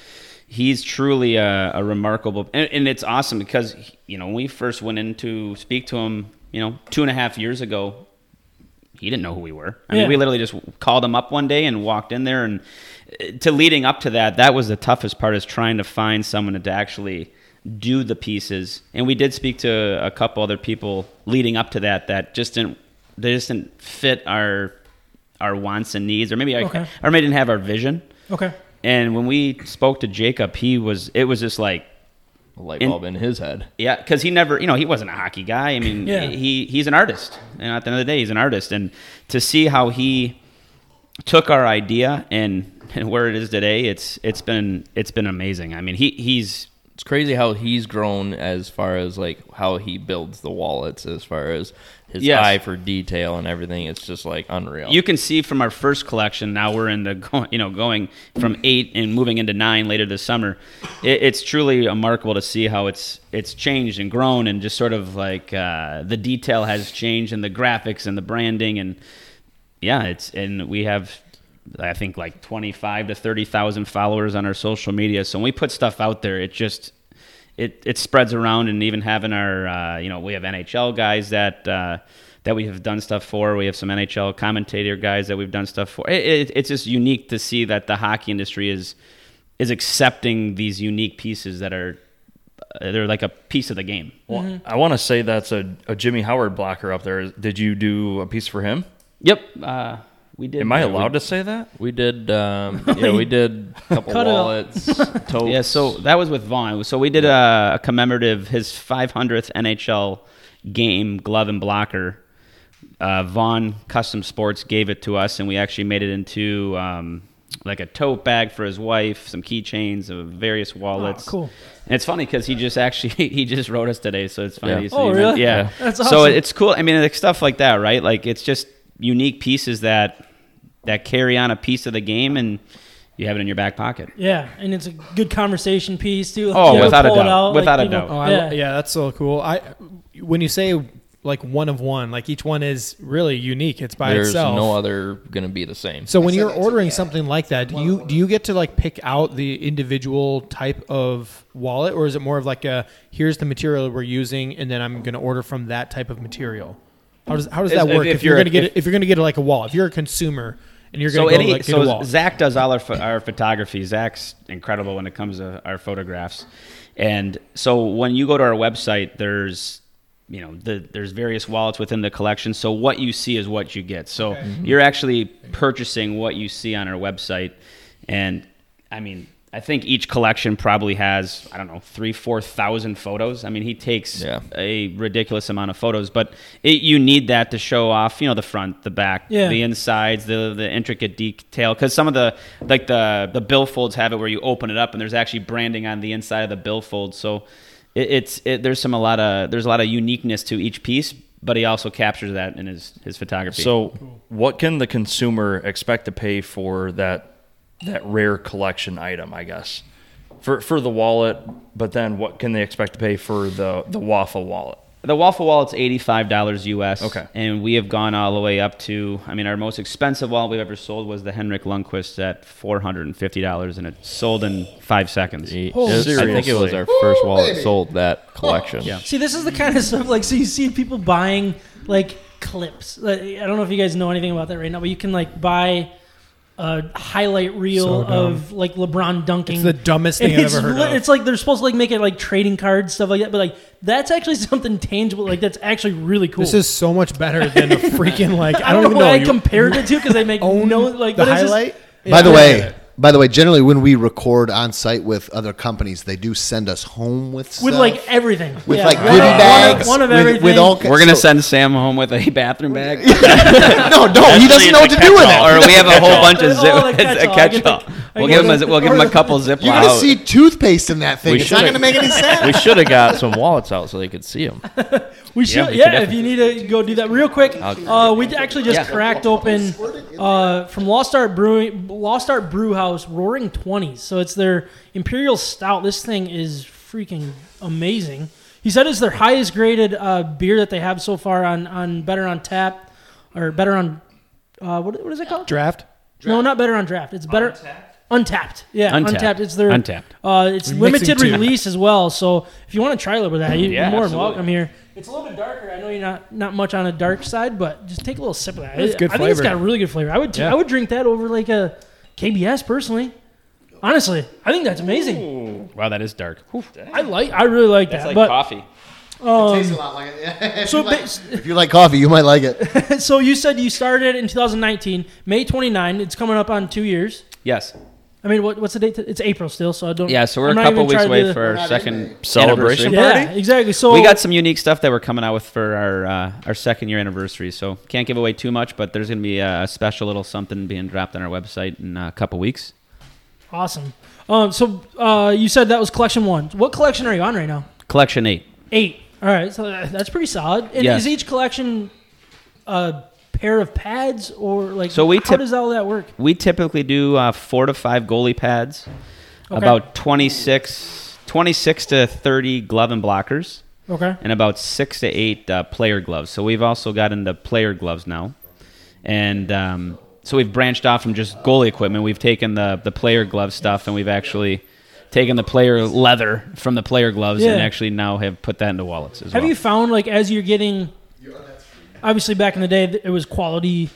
Speaker 7: he's truly a, a remarkable. And, and it's awesome because you know when we first went in to speak to him, you know, two and a half years ago, he didn't know who we were. I
Speaker 2: Yeah.
Speaker 7: mean, we literally just called him up one day and walked in there. And uh, to leading up to that, that was the toughest part is trying to find someone to actually do the pieces. And we did speak to a couple other people leading up to that that just didn't they just didn't fit our our wants and needs, or maybe I,
Speaker 2: Okay.
Speaker 7: or maybe didn't have our vision.
Speaker 2: a okay?
Speaker 7: And when we spoke to Jacob, he was it was just like
Speaker 6: Light
Speaker 7: In-
Speaker 6: bulb in his head.
Speaker 7: yeah, because he never, you know, he wasn't a hockey guy. I mean,
Speaker 2: Yeah.
Speaker 7: he he's an artist, and at the end of the day, he's an artist. And to see how he took our idea and, and where it is today, it's it's been it's been amazing. I mean, he he's
Speaker 6: It's crazy how he's grown as far as like how he builds the wallets, as far as his
Speaker 7: Yes.
Speaker 6: eye for detail and everything. It's just like unreal.
Speaker 7: you can see from our first collection. Now we're in the (laughs) go, you know going from eight and moving into nine later this summer. It, it's truly remarkable to see how it's it's changed and grown, and just sort of like uh, the detail has changed, and the graphics and the branding, and yeah, it's and we have I think like twenty five to thirty thousand followers on our social media. So when we put stuff out there, it just it it spreads around, and even having our uh, you know we have NHL guys that. Uh, that we have done stuff for. We have some NHL commentator guys that we've done stuff for. It, it, it's just unique to see that the hockey industry is is accepting these unique pieces that are uh, they're like a piece of the game.
Speaker 5: Well,
Speaker 4: Mm-hmm.
Speaker 5: I want to say that's a, a Jimmy Howard blocker up there. Did you do a piece for him?
Speaker 7: Yep, uh, we did.
Speaker 5: Am I
Speaker 7: Yeah, we-
Speaker 5: allowed to say that?
Speaker 6: we did, (laughs) um, yeah, we did a couple
Speaker 2: Cut it out.
Speaker 6: wallets, (laughs) totes.
Speaker 7: Yeah, so that was with Vaughn. So we did a, a commemorative his 500th NHL game glove and blocker. Uh, Vaughn Custom Sports gave it to us, and we actually made it into um, like a tote bag for his wife, some keychains, of various wallets.
Speaker 2: Oh, cool.
Speaker 7: And it's funny because he just actually (laughs) he just wrote us today, so it's funny.
Speaker 6: Yeah.
Speaker 7: So
Speaker 2: Oh,
Speaker 7: he-
Speaker 2: really?
Speaker 7: Yeah.
Speaker 6: Yeah.
Speaker 2: That's
Speaker 7: So
Speaker 2: awesome.
Speaker 7: it's cool. I mean, like stuff like that, right? Like it's just unique pieces that that carry on a piece of the game, and you have it in your back pocket.
Speaker 2: Yeah, and it's a good conversation piece too. Like,
Speaker 7: Oh,
Speaker 2: you know,
Speaker 7: without a
Speaker 2: pull it
Speaker 7: doubt.
Speaker 2: out, like,
Speaker 7: Without a
Speaker 2: people-
Speaker 7: doubt.
Speaker 4: Oh, I,
Speaker 2: yeah.
Speaker 4: yeah. that's so cool. I when you say like one of one, like each one is really unique. It's by
Speaker 6: there's
Speaker 4: itself.
Speaker 6: no other gonna be the same.
Speaker 4: so when
Speaker 3: said
Speaker 4: you're
Speaker 3: that too,
Speaker 4: ordering
Speaker 3: yeah.
Speaker 4: something like that, do you do you get to like pick out the individual type of wallet, or is it more of like a here's the material we're using, and then I'm going to order from that type of material? How does how does
Speaker 7: If-
Speaker 4: that work?
Speaker 7: if
Speaker 4: If, you're,
Speaker 7: you're-
Speaker 4: going to get
Speaker 7: if-
Speaker 4: if you're going to get like a wall, if you're a consumer and you're
Speaker 7: So
Speaker 4: going to go
Speaker 7: any
Speaker 4: like, get a
Speaker 7: so
Speaker 4: wall,
Speaker 7: Zach does all our pho- our photography. Zach's incredible when it comes to our photographs, and so when you go to our website, there's you know the, there's various wallets within the collection. So what you see is what you get. So
Speaker 4: Mm-hmm.
Speaker 7: you're actually purchasing what you see on our website, and I mean. I think each collection probably has I don't know three four thousand photos. I mean, he takes
Speaker 6: Yeah.
Speaker 7: a ridiculous amount of photos, but it, you need that to show off, you know, the front, the back,
Speaker 2: Yeah.
Speaker 7: the insides, the the intricate detail. Because some of the like the the billfolds have it where you open it up and there's actually branding on the inside of the billfold. So it, it's it, there's some a lot of there's a lot of uniqueness to each piece, but he also captures that in his his photography.
Speaker 5: So, what can the consumer expect to pay for that that rare collection item? I guess for for the wallet, but then what can they expect to pay for the the waffle wallet?
Speaker 7: The waffle wall, it's eighty-five dollars US.
Speaker 5: Okay.
Speaker 7: and we have gone all the way up to. I mean, our most expensive wall we've ever sold was the Henrik Lundqvist at four hundred and fifty dollars, and it sold in five seconds.
Speaker 6: It was- I think it was
Speaker 5: seriously.
Speaker 6: our first wall that sold that collection.
Speaker 7: Yeah.
Speaker 2: See, this is the kind of stuff like so you see people buying like clips. Like, I don't know if you guys know anything about that right now, but you can like buy a highlight reel
Speaker 4: So dumb.
Speaker 2: of like LeBron dunking.
Speaker 4: It's the dumbest thing
Speaker 2: And
Speaker 4: I've
Speaker 2: it's
Speaker 4: ever heard
Speaker 2: li-
Speaker 4: of.
Speaker 2: It's like they're supposed to like make it like trading cards stuff like that, but like that's actually (laughs) something tangible. Like that's actually really cool.
Speaker 4: This is so much better than a freaking like.
Speaker 2: (laughs) I don't, know
Speaker 4: even
Speaker 2: why I
Speaker 4: you
Speaker 2: compared it to because
Speaker 4: (laughs)
Speaker 2: they make
Speaker 4: own
Speaker 2: no like
Speaker 4: the
Speaker 2: but it's just-
Speaker 4: highlight.
Speaker 3: (laughs) By the
Speaker 4: Yeah.
Speaker 3: way, by the way, generally when we record on site with other companies, they do send us home with
Speaker 2: with
Speaker 3: stuff.
Speaker 2: like everything.
Speaker 3: with
Speaker 2: Yeah.
Speaker 3: like
Speaker 2: One
Speaker 3: goodie
Speaker 2: of- one of-
Speaker 3: bags,
Speaker 2: One of,
Speaker 3: with-
Speaker 2: everything.
Speaker 3: with all. ki-
Speaker 7: We're gonna
Speaker 3: so-
Speaker 7: send Sam home with a (laughs) bathroom bag,
Speaker 3: No, no, he doesn't know what to do with it.
Speaker 7: or we have a whole bunch of
Speaker 2: It's
Speaker 7: zip,
Speaker 2: all a
Speaker 7: (laughs) it's a
Speaker 2: catch-all. I get the-
Speaker 7: catch-all.
Speaker 2: I
Speaker 7: We'll
Speaker 2: get
Speaker 7: give him
Speaker 2: the-
Speaker 7: a, we'll give him a couple Ziploc.
Speaker 3: You're gonna see toothpaste in that thing.
Speaker 6: We
Speaker 3: It's not
Speaker 6: should've-
Speaker 3: gonna
Speaker 2: (laughs)
Speaker 3: make any sense.
Speaker 6: (laughs) We should have got some wallets out so they could see them.
Speaker 2: We should, yeah.
Speaker 6: we could
Speaker 2: if you need to go do that real quick, uh, we actually just cracked open uh, from Lost Art Brewing, Lost Art Brew House, Roaring Twenties. So it's their Imperial Stout. This thing is freaking amazing. He said it's their highest graded uh, beer that they have so far on on Better on Tap, or Better on uh, what, what is it called?
Speaker 4: draft.
Speaker 2: No, not Better on Draft. It's Better Untapped. Yeah, untapped.
Speaker 7: Untapped.
Speaker 2: It's their
Speaker 7: Untapped.
Speaker 2: Uh, it's
Speaker 4: mixing
Speaker 2: limited
Speaker 4: two.
Speaker 2: release as well. So if you want to try a little bit of that, you,
Speaker 7: Yeah,
Speaker 2: are more
Speaker 7: absolutely.
Speaker 2: than welcome here. It's a little bit darker. I know you're not not much on a dark side, but just take a little sip of that.
Speaker 4: It's good
Speaker 2: I think it's
Speaker 4: flavor.
Speaker 2: got really good flavor. I would t-
Speaker 4: Yeah.
Speaker 2: I would drink that over like a KBS personally. Honestly, I think that's amazing.
Speaker 7: Wow, that is dark.
Speaker 2: I like. I really like
Speaker 7: That's
Speaker 2: that.
Speaker 7: like
Speaker 2: but
Speaker 7: coffee.
Speaker 2: Um,
Speaker 3: (laughs)
Speaker 2: so ba-
Speaker 3: If you like coffee, you might like
Speaker 2: (laughs)
Speaker 3: it.
Speaker 2: so you said you started in 2019, May 29. It's coming up on two years.
Speaker 7: Yes.
Speaker 2: I mean, what, what's the date? It's April still, so I don't.
Speaker 7: Yeah, so we're
Speaker 2: I'm
Speaker 7: a
Speaker 2: not
Speaker 7: couple
Speaker 2: even
Speaker 7: weeks
Speaker 2: trying to do
Speaker 7: away
Speaker 2: the-
Speaker 7: for our second
Speaker 6: Celebration
Speaker 7: anniversary.
Speaker 2: Yeah, exactly. So
Speaker 7: We got some unique stuff that we're coming out with for our uh, our second year anniversary. So can't give away too much, but there's going to be a special little something being dropped on our website in a couple weeks.
Speaker 2: awesome. Um, so uh, you said that was collection one. What collection are you on right now?
Speaker 7: Collection eight.
Speaker 2: Eight. All right, so that- that's pretty solid. And
Speaker 7: Yes.
Speaker 2: is each collection a pair of pads or like?
Speaker 7: So we
Speaker 2: how
Speaker 7: tip-
Speaker 2: does all that work?
Speaker 7: We typically do uh, four to five goalie pads, about 26, 26 to 30 glove and blockers,
Speaker 2: Okay.
Speaker 7: and about six to eight uh, player gloves. So we've also got into player gloves now. And um, so we've branched off from just goalie equipment. We've taken the, the player glove stuff and we've actually taken the player leather from the player gloves and
Speaker 2: Yeah.
Speaker 7: actually now have put that into wallets as
Speaker 2: Have
Speaker 7: well.
Speaker 2: you found like as you're getting? Obviously, back in the day, th- it was quality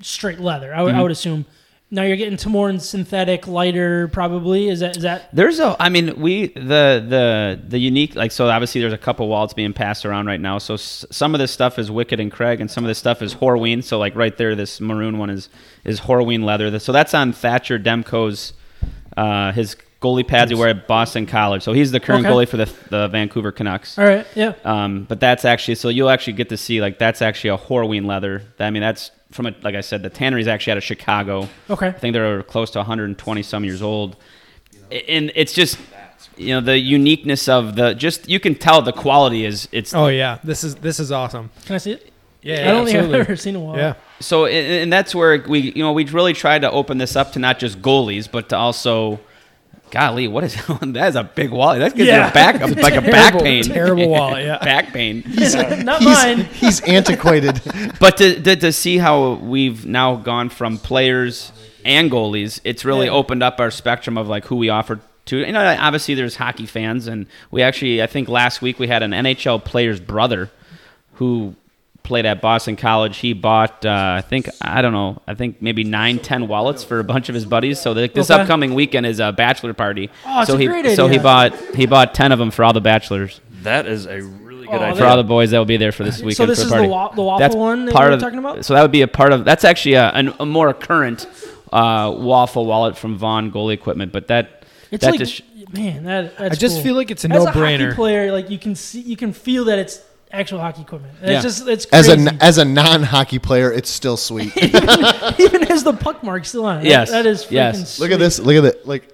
Speaker 2: straight leather. I would
Speaker 7: Mm-hmm.
Speaker 2: I would assume. Now you're getting to more in synthetic, lighter. Probably is that is that
Speaker 7: There's a, I mean, we the the the unique like so. Obviously, there's a couple wallets being passed around right now. So s- some of this stuff is Wicked and Craig, and some of this stuff is Horween. So like right there, this maroon one is is Horween leather. So that's on Thatcher Demko's uh, his goalie pads he wear at Boston College. So he's the current
Speaker 2: Okay.
Speaker 7: goalie for the the Vancouver Canucks.
Speaker 2: all right? Yeah.
Speaker 7: Um, but that's actually so you'll actually get to see like that's actually a Horween leather. I mean, that's from a, like I said, the tannery's actually out of Chicago.
Speaker 2: Okay.
Speaker 7: I think they're close to 120 some years old, and it's just you know the uniqueness of the just you can tell the quality is it's
Speaker 4: Oh yeah, this is this is awesome.
Speaker 2: Can I see it?
Speaker 4: Yeah,
Speaker 2: I don't think
Speaker 4: absolutely.
Speaker 2: I've ever seen a wall.
Speaker 4: Yeah,
Speaker 7: so and, and that's where we you know we really tried to open this up to not just goalies but to also. Golly, what is (laughs) that? Is a big wall. That gives you
Speaker 2: Yeah.
Speaker 4: (laughs)
Speaker 7: a back, like a back pain,
Speaker 4: terrible wall. Yeah,
Speaker 7: (laughs) back pain.
Speaker 2: Not mine.
Speaker 3: He's, (laughs) he's
Speaker 2: (laughs)
Speaker 3: antiquated.
Speaker 7: But to, to, to see how we've now gone from players and goalies, it's really
Speaker 2: Yeah.
Speaker 7: opened up our spectrum of like who we offer to. You know, obviously there's hockey fans, and we actually, I think last week we had an NHL player's brother who played at Boston College. He bought, uh, I think, I don't know, I think maybe nine, ten wallets for a bunch of his buddies. So like, this
Speaker 2: Okay.
Speaker 7: upcoming weekend is a bachelor party.
Speaker 2: Oh, it's
Speaker 7: so
Speaker 2: a
Speaker 7: he,
Speaker 2: great
Speaker 7: so he
Speaker 2: idea.
Speaker 7: bought, he bought ten of them for all the bachelors,
Speaker 5: That is a really good
Speaker 2: Oh,
Speaker 5: idea.
Speaker 7: for all the boys that will be there for this weekend.
Speaker 2: So this
Speaker 7: for a
Speaker 2: is
Speaker 7: party
Speaker 2: the, wa- the waffle one that
Speaker 7: part
Speaker 2: you're
Speaker 7: of-
Speaker 2: talking about.
Speaker 7: So that would be a part of that's actually a, an, a more current uh, waffle wallet from Vaughn Goalie Equipment, but that
Speaker 2: It's
Speaker 7: that
Speaker 2: like,
Speaker 7: just
Speaker 2: man, that, that's
Speaker 4: I just
Speaker 2: cool.
Speaker 4: feel like it's a
Speaker 2: As a
Speaker 4: no-brainer.
Speaker 2: hockey player, like you can see, you can feel that it's actual hockey equipment. It's
Speaker 7: Yeah.
Speaker 2: just, it's
Speaker 3: As
Speaker 2: crazy.
Speaker 3: a as a non hockey player, it's
Speaker 2: (laughs)
Speaker 3: still sweet.
Speaker 2: even has the puck mark still on it.
Speaker 7: Yes.
Speaker 2: that is freaking
Speaker 7: Yes.
Speaker 3: Look at this. Look at that. Like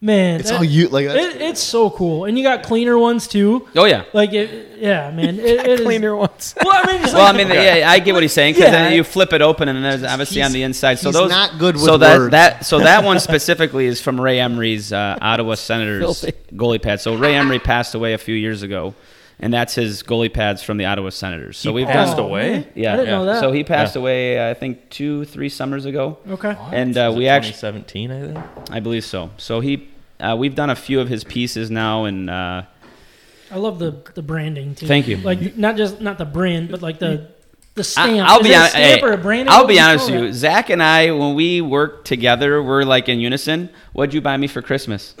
Speaker 2: man.
Speaker 3: it's
Speaker 2: that-
Speaker 3: all you. Like that's,
Speaker 2: It, it's so cool, and you got cleaner ones too.
Speaker 7: oh yeah.
Speaker 2: Like it, yeah, man. It,
Speaker 4: (laughs)
Speaker 2: it is-
Speaker 4: cleaner ones.
Speaker 2: Well, I mean, it's
Speaker 7: Well, I
Speaker 2: like- (laughs)
Speaker 7: mean, yeah, I get what he's saying because
Speaker 2: Yeah.
Speaker 7: you flip it open and there's obviously on the inside. So
Speaker 3: he's
Speaker 7: those
Speaker 3: not good with
Speaker 7: so that
Speaker 3: words.
Speaker 7: that so
Speaker 2: (laughs)
Speaker 7: that one specifically is from Ray Emery's uh, Ottawa Senators goalie pad. So Ray Emery passed away a few years ago, and that's his goalie pads from the Ottawa Senators. So
Speaker 5: He
Speaker 7: we've
Speaker 5: passed
Speaker 7: done,
Speaker 5: away?
Speaker 7: Yeah,
Speaker 2: Oh, I didn't know
Speaker 7: yeah.
Speaker 2: that.
Speaker 7: So he passed away, I think two, three summers ago.
Speaker 2: Okay.
Speaker 7: And uh,
Speaker 6: Was it
Speaker 7: we actually,
Speaker 6: 2017, I think.
Speaker 7: I believe so. So he, uh, we've done a few of his pieces now, and uh,
Speaker 2: I love the the branding too.
Speaker 7: Thank you.
Speaker 2: Like not just not the brand, but like the the
Speaker 7: I,
Speaker 2: stamp.
Speaker 7: I'll
Speaker 2: Is
Speaker 7: be
Speaker 2: it a
Speaker 7: honest.
Speaker 2: stamp
Speaker 7: hey,
Speaker 2: or a branding?
Speaker 7: I'll
Speaker 2: What
Speaker 7: be
Speaker 2: do you
Speaker 7: honest
Speaker 2: call
Speaker 7: with you.
Speaker 2: that?
Speaker 7: Zach and I, when we work together, we're like in unison. What'd you buy me for Christmas?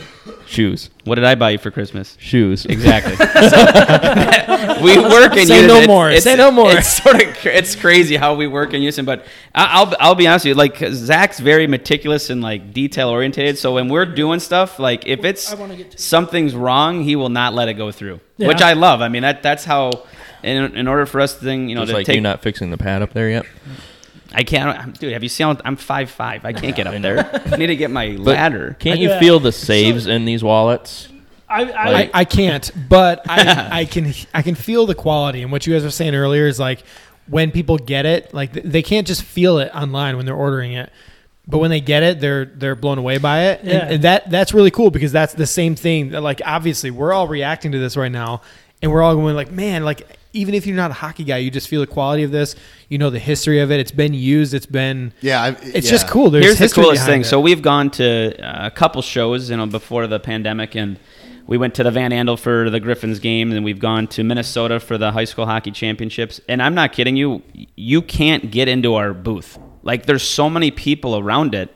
Speaker 6: Shoes.
Speaker 7: What did I buy you for Christmas?
Speaker 6: Shoes.
Speaker 7: Exactly.
Speaker 6: (laughs)
Speaker 7: (laughs) we work in
Speaker 4: Say
Speaker 7: unison.
Speaker 4: no
Speaker 7: It's-
Speaker 4: more.
Speaker 7: It's,
Speaker 4: Say no more.
Speaker 7: It's sort of cr- it's crazy how we work in unison. But I- I'll I'll be honest with you. Like Zach's very meticulous and like detail orientated. So when we're doing stuff, like if it's
Speaker 2: I wanna get to-
Speaker 7: something's wrong, he will not let it go through,
Speaker 2: Yeah.
Speaker 7: which I love. I mean that that's how. In, in order for us to thing, you know,
Speaker 6: Just
Speaker 7: to
Speaker 6: like
Speaker 7: take
Speaker 6: you not fixing the pad up there yet.
Speaker 7: I can't, I'm- dude. Have you seen? how- I'm five five. I can't
Speaker 4: (laughs)
Speaker 7: get up there. I need to get my
Speaker 6: But
Speaker 7: ladder.
Speaker 6: Can't
Speaker 2: I-
Speaker 6: you
Speaker 2: Yeah.
Speaker 6: feel the saves in these wallets?
Speaker 2: I, I,
Speaker 4: I, I can't, but
Speaker 7: (laughs)
Speaker 4: I, I can I can feel the quality. And what you guys were saying earlier is like when people get it, like th- they can't just feel it online when they're ordering it, but when they get it, they're they're blown away by it. And-
Speaker 2: Yeah.
Speaker 4: And, that that's really cool because that's the same thing. That like obviously we're all reacting to this right now, and we're all going like, man, like even if you're not a hockey guy, you just feel the quality of this. You know the history of it. It's been used. It's been
Speaker 3: Yeah, I-
Speaker 4: it's
Speaker 3: yeah.
Speaker 4: just cool. There's
Speaker 7: Here's the
Speaker 4: history
Speaker 7: coolest thing.
Speaker 4: behind it.
Speaker 7: So we've gone to uh, a couple shows, you know, before the pandemic, and we went to the Van Andel for the Griffins game, and we've gone to Minnesota for the high school hockey championships. And I'm not kidding you. You can't get into our booth. Like there's so many people around it.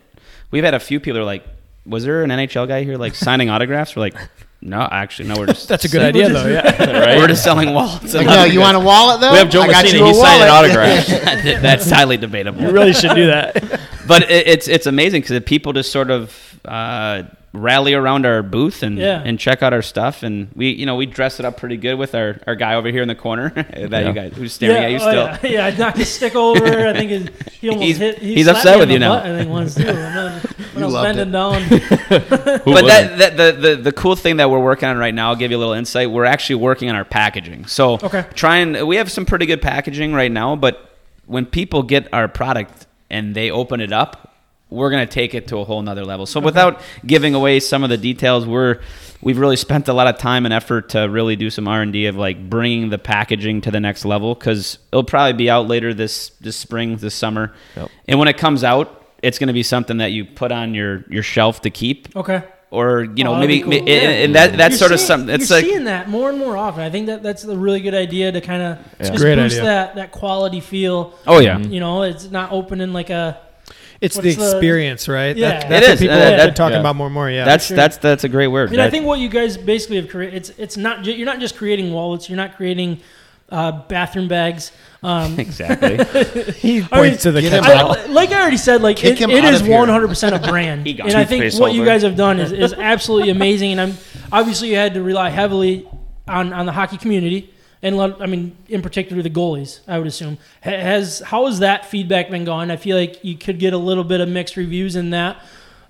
Speaker 7: We've had a few people who are like, was there an NHL guy here like signing autographs? We're like, no,
Speaker 4: (laughs)
Speaker 7: actually, no. We're just (laughs)
Speaker 4: that's a good idea though. Yeah.
Speaker 7: Right? (laughs) We're just selling wallets.
Speaker 3: Like, no, you want a wallet though?
Speaker 6: We have Joe
Speaker 3: I got
Speaker 6: Messina.
Speaker 3: you a
Speaker 6: He's signing
Speaker 3: wallet.
Speaker 7: (laughs)
Speaker 6: autographs.
Speaker 7: That's highly debatable.
Speaker 4: really should do that.
Speaker 7: (laughs) but it, it's it's amazing because people just sort of uh, rally around our booth and
Speaker 2: Yeah.
Speaker 7: and check out our stuff and we you know we dress it up pretty good with our, our guy over here in the corner (laughs) that
Speaker 6: Yeah.
Speaker 7: you guys who's staring at you
Speaker 2: oh,
Speaker 7: still
Speaker 2: Yeah. yeah, I knocked his stick over. I think it, he almost
Speaker 7: He's-
Speaker 2: hit. He
Speaker 7: he's
Speaker 2: slapped
Speaker 7: upset
Speaker 2: me
Speaker 7: with
Speaker 2: in
Speaker 7: you
Speaker 2: the
Speaker 7: now.
Speaker 2: butt, I think once too. When
Speaker 3: (laughs)
Speaker 2: I was, when I was
Speaker 3: loved
Speaker 2: bending
Speaker 3: it. (laughs)
Speaker 2: down.
Speaker 6: Who
Speaker 7: (laughs) but
Speaker 6: wouldn't?
Speaker 7: that, that the, the the cool thing that we're working on right now, I'll give you a little insight. We're actually working on our packaging. So
Speaker 2: Okay.
Speaker 7: trying we have some pretty good packaging right now, but when people get our product and they open it up, we're gonna take it to a whole nother level. So without giving away some of the details, we're we've really spent a lot of time and effort to really do some R and D of like bringing the packaging to the next level because it'll probably be out later this this spring, this summer,
Speaker 6: Yep.
Speaker 7: and when it comes out, it's gonna be something that you put on your your shelf to keep
Speaker 2: Okay.
Speaker 7: or you know
Speaker 2: Oh, that'd
Speaker 7: maybe
Speaker 2: be cool.
Speaker 7: ma- and,
Speaker 2: Yeah.
Speaker 7: and that that's
Speaker 2: You're
Speaker 7: sort of
Speaker 2: seeing-
Speaker 7: something it's
Speaker 2: you're
Speaker 7: like
Speaker 2: seeing that more and more often. I think that that's a really good idea to kind of just
Speaker 4: Great
Speaker 2: boost
Speaker 4: idea.
Speaker 2: that that quality feel.
Speaker 7: oh yeah
Speaker 2: You know, it's not opening like a
Speaker 4: It's the
Speaker 2: What's the-
Speaker 4: experience, right?
Speaker 2: Yeah.
Speaker 4: That,
Speaker 2: It
Speaker 4: that's what
Speaker 7: is.
Speaker 4: people
Speaker 7: Uh,
Speaker 4: have
Speaker 7: that-
Speaker 4: been talking
Speaker 6: yeah.
Speaker 4: about more and more. Yeah.
Speaker 7: that's
Speaker 2: sure.
Speaker 7: that's that's a great word
Speaker 2: And I
Speaker 7: That-
Speaker 2: think what you guys basically have created, it's it's not ju- you're not just creating wallets, you're not creating uh, bathroom bags. Um,
Speaker 7: exactly
Speaker 4: He points
Speaker 2: mean,
Speaker 4: to the
Speaker 3: get him
Speaker 4: kettle.
Speaker 3: out.
Speaker 2: I, like I already said, like
Speaker 3: Kick
Speaker 2: it,
Speaker 3: him
Speaker 2: it
Speaker 3: out
Speaker 2: is
Speaker 3: of here.
Speaker 2: 100% a brand,
Speaker 7: He got
Speaker 2: and I think
Speaker 5: Toothpaste
Speaker 2: what you
Speaker 5: holder.
Speaker 2: guys have done is, is absolutely amazing. And I'm obviously you had to rely heavily on, on the hockey community, and lot, I mean, in particular the goalies. I would assume Ha- has how has that feedback been going? I feel like you could get a little bit of mixed reviews in that.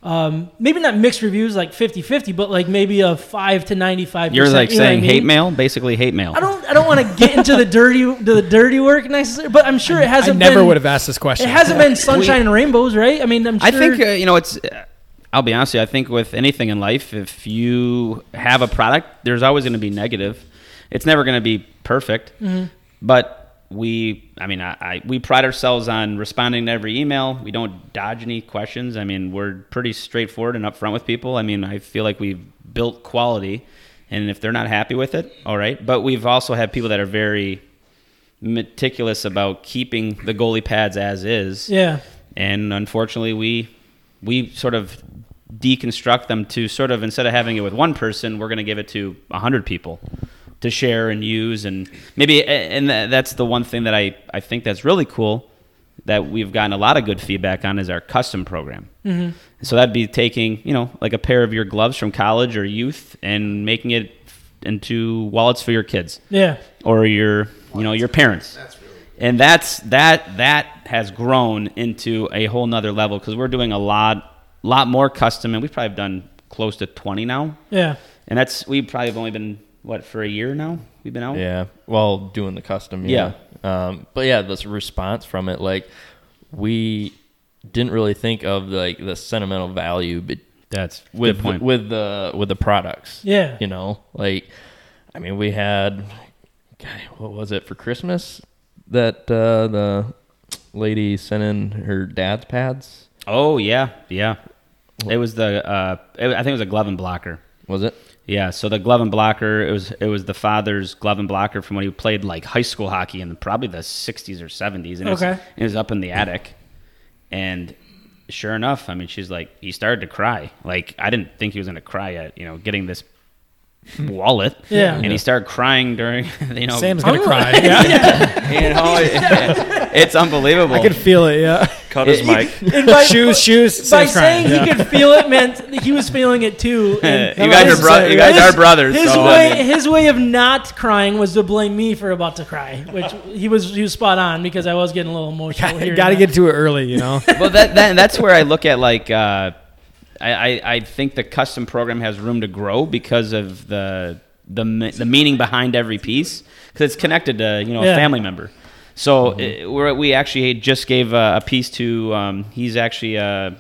Speaker 2: Um, maybe not mixed reviews like 50-50, but like maybe a five to ninety-five.
Speaker 7: (laughs) you're like
Speaker 2: you know what I
Speaker 7: saying hate
Speaker 2: mean?
Speaker 7: mail basically hate mail
Speaker 2: I don't. I don't want to get into the dirty to the dirty work necessarily, but I'm sure it
Speaker 4: I
Speaker 2: hasn't.
Speaker 4: never
Speaker 2: been-
Speaker 4: would have asked this question.
Speaker 2: it hasn't been sunshine and rainbows, right? I mean, I'm sure.
Speaker 7: I think uh, you know it's. Uh, I'll be honest with you. I think with anything in life, if you have a product, there's always going to be negative. It's never going to be perfect.
Speaker 2: Mm-hmm.
Speaker 7: But we, I mean, I, I we pride ourselves on responding to every email. We don't dodge any questions. I mean, we're pretty straightforward and upfront with people. I mean, I feel like we've built quality, and if they're not happy with it, all right. But we've also had people that are very meticulous about keeping the goalie pads as is
Speaker 2: yeah,
Speaker 7: and unfortunately we we sort of deconstruct them to sort of instead of having it with one person we're going to give it to 100 people to share and use and maybe and tha- that's the one thing that i i think that's really cool that we've gotten a lot of good feedback on is our custom program mm-hmm. so that'd be taking you know like a pair of your gloves from college or youth and making it into wallets for your kids
Speaker 2: yeah,
Speaker 7: or your you know your parents and that's that that has grown into a whole nother level because we're doing a lot lot more custom and we've probably done close to 20 now
Speaker 2: yeah.
Speaker 7: and that's we probably have only been what for a year now we've been out
Speaker 6: Yeah, while doing the custom. Yeah. Um, but yeah, this response from it, like we didn't really think of like the sentimental value, but
Speaker 7: that's a
Speaker 6: with
Speaker 7: good point
Speaker 6: with the with the products.
Speaker 2: Yeah.
Speaker 6: You know, like I mean, we had God, what was it for Christmas that uh, the lady sent in her dad's pads?
Speaker 7: Oh yeah, yeah. It was the uh, it, I think it was a glove and blocker.
Speaker 6: Was it?
Speaker 7: Yeah, so the glove and blocker it was it was the father's glove and blocker from when he played like high school hockey in probably the '60s or '70s, and it was,
Speaker 2: Okay.
Speaker 7: it was up in the attic, and sure enough, I mean, she's like he started to cry. Like I didn't think he was gonna cry at you know getting this wallet,
Speaker 2: (laughs) Yeah.
Speaker 7: and he started crying during (laughs) you know
Speaker 4: Sam's
Speaker 2: Oh. (laughs)
Speaker 4: gonna cry. Yeah,
Speaker 7: you know, it's unbelievable.
Speaker 4: I can feel
Speaker 2: (laughs)
Speaker 4: it. Yeah,
Speaker 5: Cut his mic. (laughs)
Speaker 2: And by,
Speaker 4: shoes, shoes.
Speaker 2: by
Speaker 4: Sam's crying,
Speaker 2: saying
Speaker 4: yeah.
Speaker 2: he could feel it meant that he was feeling it
Speaker 7: (laughs)
Speaker 2: too. and-
Speaker 7: You guys are bro- you guys
Speaker 2: His-
Speaker 7: are brothers,
Speaker 2: His
Speaker 7: so, I
Speaker 2: way,
Speaker 7: mean-
Speaker 2: his way of not crying was to blame me for about to cry, which he was he was spot on because I was getting a little
Speaker 7: (laughs)
Speaker 2: emotional.
Speaker 4: you
Speaker 2: hearing
Speaker 4: got to
Speaker 2: that.
Speaker 4: get to it early,
Speaker 2: (laughs)
Speaker 4: you know.
Speaker 7: well, that, that that's where I look at like uh, I, I I think the custom program has room to grow because of the the me- the meaning behind every piece because it's connected to you know
Speaker 2: Yeah.
Speaker 7: a family member. So eh, we're, we actually just gave uh, a piece to um, he's actually uh,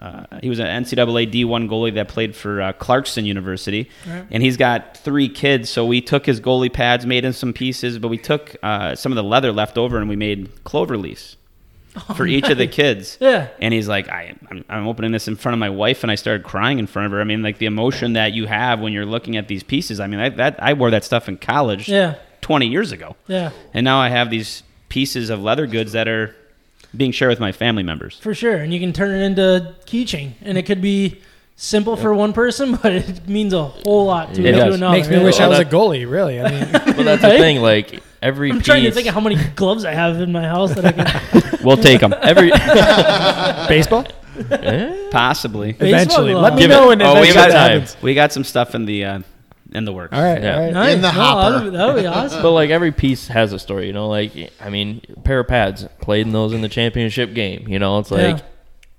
Speaker 7: uh, he was an NCAA D1 goalie that played for uh, Clarkson University, and he's got three kids. So we took his goalie pads, made him some pieces, but we took uh, some of the leather left over and we made clover leaves for each of the kids.
Speaker 2: (laughs) Yeah.
Speaker 7: And he's like, I, I'm, I'm opening this in front of my wife, and I started crying in front of her. I mean, like the emotion that you have when you're looking at these pieces. I mean, I, that I wore that stuff in college,
Speaker 2: Yeah.
Speaker 7: 20 years ago,
Speaker 2: Yeah.
Speaker 7: and now I have these pieces of leather goods that are being shared with my family members.
Speaker 2: For sure, and you can turn it into keychain, and it could be simple for one person, (laughs) but it means a whole lot to,
Speaker 6: It
Speaker 2: to
Speaker 7: does.
Speaker 2: another.
Speaker 4: Makes me
Speaker 2: yeah.
Speaker 4: wish I
Speaker 6: Well,
Speaker 4: was a
Speaker 6: that-
Speaker 4: goalie. Really,
Speaker 2: (laughs)
Speaker 4: I mean,
Speaker 6: Well, that's the
Speaker 2: Right?
Speaker 6: thing. Like every
Speaker 2: I'm
Speaker 6: piece,
Speaker 2: trying to think of how many gloves I have in my house that I can.
Speaker 7: We'll
Speaker 2: (laughs)
Speaker 7: take them,
Speaker 6: every (laughs)
Speaker 4: baseball.
Speaker 6: Eh?
Speaker 7: possibly.
Speaker 2: Baseball
Speaker 4: Eventually,
Speaker 2: glove.
Speaker 4: let me
Speaker 2: Give
Speaker 6: it-
Speaker 4: know when
Speaker 6: oh, we
Speaker 4: eventually
Speaker 6: got
Speaker 4: that
Speaker 6: time.
Speaker 4: happens.
Speaker 7: We got some stuff in the uh, in the works.
Speaker 4: All right,
Speaker 6: Yeah.
Speaker 4: all right.
Speaker 2: Nice.
Speaker 3: In the
Speaker 2: No,
Speaker 3: hopper.
Speaker 2: that would- That would be
Speaker 6: (laughs)
Speaker 2: awesome.
Speaker 6: but like every piece has a story, you know. Like I mean, pair of pads played in those in the championship game. You know, it's like,
Speaker 2: Yeah.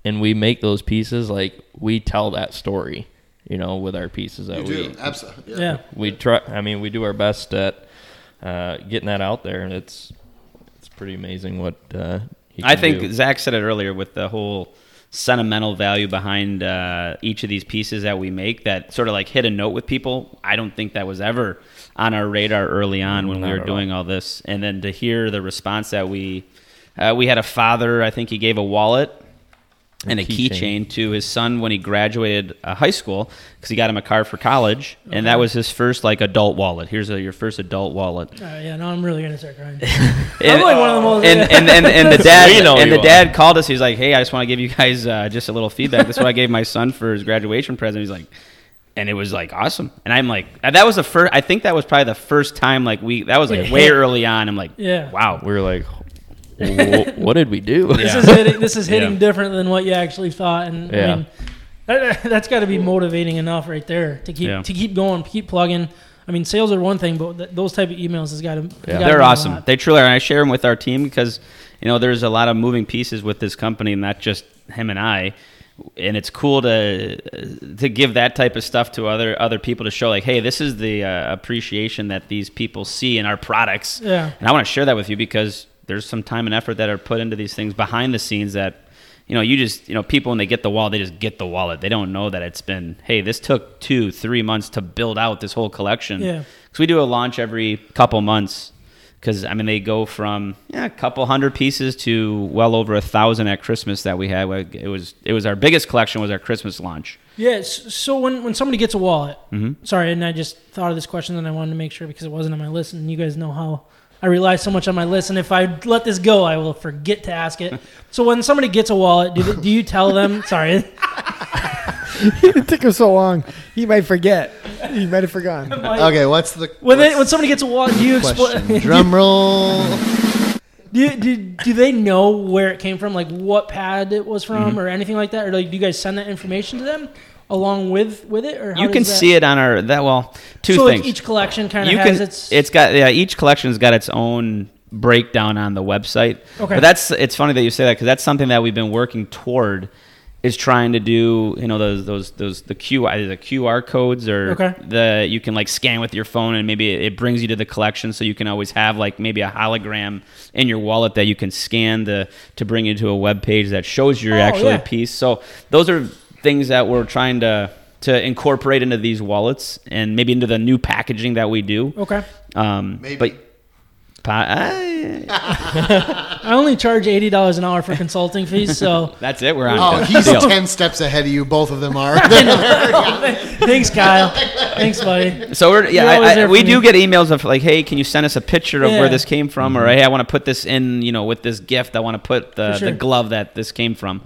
Speaker 6: and we make those pieces like we tell that story. You know, with our pieces that we
Speaker 3: absolutely.
Speaker 2: Yeah.
Speaker 6: we try. I mean, we do our best at uh, getting that out there, and it's it's pretty amazing what uh, (laughs) you
Speaker 7: I
Speaker 6: can
Speaker 7: think
Speaker 5: (laughs)
Speaker 6: do.
Speaker 7: Zach said it earlier with the whole sentimental value behind uh, each of these pieces that we make that sort of like hit a note with people. I don't think that was ever on our radar early on when
Speaker 6: Not
Speaker 7: we
Speaker 6: at
Speaker 7: were
Speaker 6: all.
Speaker 7: doing all this. And then to hear the response that we uh, we had a father, I think he gave a wallet and a
Speaker 6: keychain.
Speaker 7: keychain to his son when he graduated uh, high school because he got him a car for college and that was his first like adult wallet here's a, your first adult wallet
Speaker 2: All right, yeah, no, I'm really gonna start crying.
Speaker 7: and,
Speaker 2: I'm like one of the most-
Speaker 7: and, and, and, and the dad
Speaker 6: We know
Speaker 7: and
Speaker 6: you
Speaker 7: the
Speaker 6: are.
Speaker 7: dad called us. He's like, "Hey, I just want to give you guys uh, just a little feedback. This is what I gave my son for his graduation present." He's like, and it was like awesome. And I'm like, and that was the first. I think that was probably the first time like we that was like
Speaker 2: Yeah.
Speaker 7: way early on. I'm like,
Speaker 2: Yeah.
Speaker 7: wow.
Speaker 6: we're like, "Wh- what did we do?
Speaker 2: This
Speaker 7: Yeah.
Speaker 2: is hitting, this is hitting
Speaker 7: Yeah.
Speaker 2: different than what you actually thought, and I
Speaker 6: Yeah.
Speaker 2: mean, that, that's got to be motivating enough right there to keep
Speaker 7: Yeah.
Speaker 2: to keep going, keep plugging. I mean, sales are one thing, but th- those type of emails has got to.
Speaker 7: They're awesome. They truly are. And I share them with our team because, you know, there's a lot of moving pieces with this company, not just him and I. And it's cool to to give that type of stuff to other other people to show like, hey, this is the uh, appreciation that these people see in our products.
Speaker 2: Yeah.
Speaker 7: And I want to share that with you because there's some time and effort that are put into these things behind the scenes that, you know, you just you know people when they get the wallet, they just get the wallet. They don't know that it's been hey, this took two three months to build out this whole collection.
Speaker 2: Yeah.
Speaker 7: Because we do a launch every couple months. Because I mean, they go from yeah, a couple hundred pieces to well over a thousand at Christmas that we had. Like, It was it was our biggest collection was our Christmas launch.
Speaker 2: Yeah. s- So when when somebody gets a wallet,
Speaker 7: Mm-hmm.
Speaker 2: sorry, and I just thought of this question, and I wanted to make sure because it wasn't on my list, and you guys know how I rely so much on my list, and if I let this go, I will forget to ask
Speaker 7: (laughs)
Speaker 2: it. so when somebody gets a wallet, do, they, do you tell them? Sorry,
Speaker 4: it took him so long. He might forget. He might have forgotten.
Speaker 3: Okay, what's the
Speaker 2: when they, when
Speaker 3: what's
Speaker 2: somebody gets a wallet, do you
Speaker 3: the
Speaker 2: explain? (laughs)
Speaker 3: question? (laughs) Drum roll.
Speaker 2: Do, do, do they know where it came from, like what pad it was
Speaker 7: Mm-hmm.
Speaker 2: from, or anything like that, or like do you guys send that information to them along with with it, or how
Speaker 7: you can see it on our that well two
Speaker 2: so like,
Speaker 7: things.
Speaker 2: each collection kind of
Speaker 7: you
Speaker 2: has
Speaker 7: can
Speaker 2: its
Speaker 7: it's got yeah each collection's got its own breakdown on the website
Speaker 2: Okay.
Speaker 7: but that's it's funny that you say that because that's something that we've been working toward is trying to do you know those those those the q either the qr codes or
Speaker 2: Okay.
Speaker 7: the you can like scan with your phone and maybe it, it brings you to the collection so you can always have like maybe a hologram in your wallet that you can scan the to bring you to a web page that shows your
Speaker 2: Oh,
Speaker 7: actual
Speaker 2: yeah.
Speaker 7: piece so those are things that we're trying to to incorporate into these wallets and maybe into the new packaging that we do
Speaker 2: okay.
Speaker 7: um,
Speaker 3: Oh, Maybe.
Speaker 7: But Pa- I-
Speaker 2: I only charge eighty dollars an hour for consulting fees,
Speaker 7: (laughs)
Speaker 2: so
Speaker 7: that's it. We're on.
Speaker 3: Oh,
Speaker 7: Good
Speaker 3: he's
Speaker 7: deal.
Speaker 3: ten steps ahead of you. Both of
Speaker 2: (laughs)
Speaker 3: them are.
Speaker 2: thanks, Kyle. Thanks, buddy.
Speaker 7: So we're, yeah,
Speaker 2: You're always
Speaker 7: I, I,
Speaker 2: there for
Speaker 7: we
Speaker 2: me.
Speaker 7: do get emails of like, hey, can you send us a picture of
Speaker 2: Yeah.
Speaker 7: where this came from, or hey, I want to put this in, you know, with this gift, I want to put the,
Speaker 2: For sure.
Speaker 7: the glove that this came from,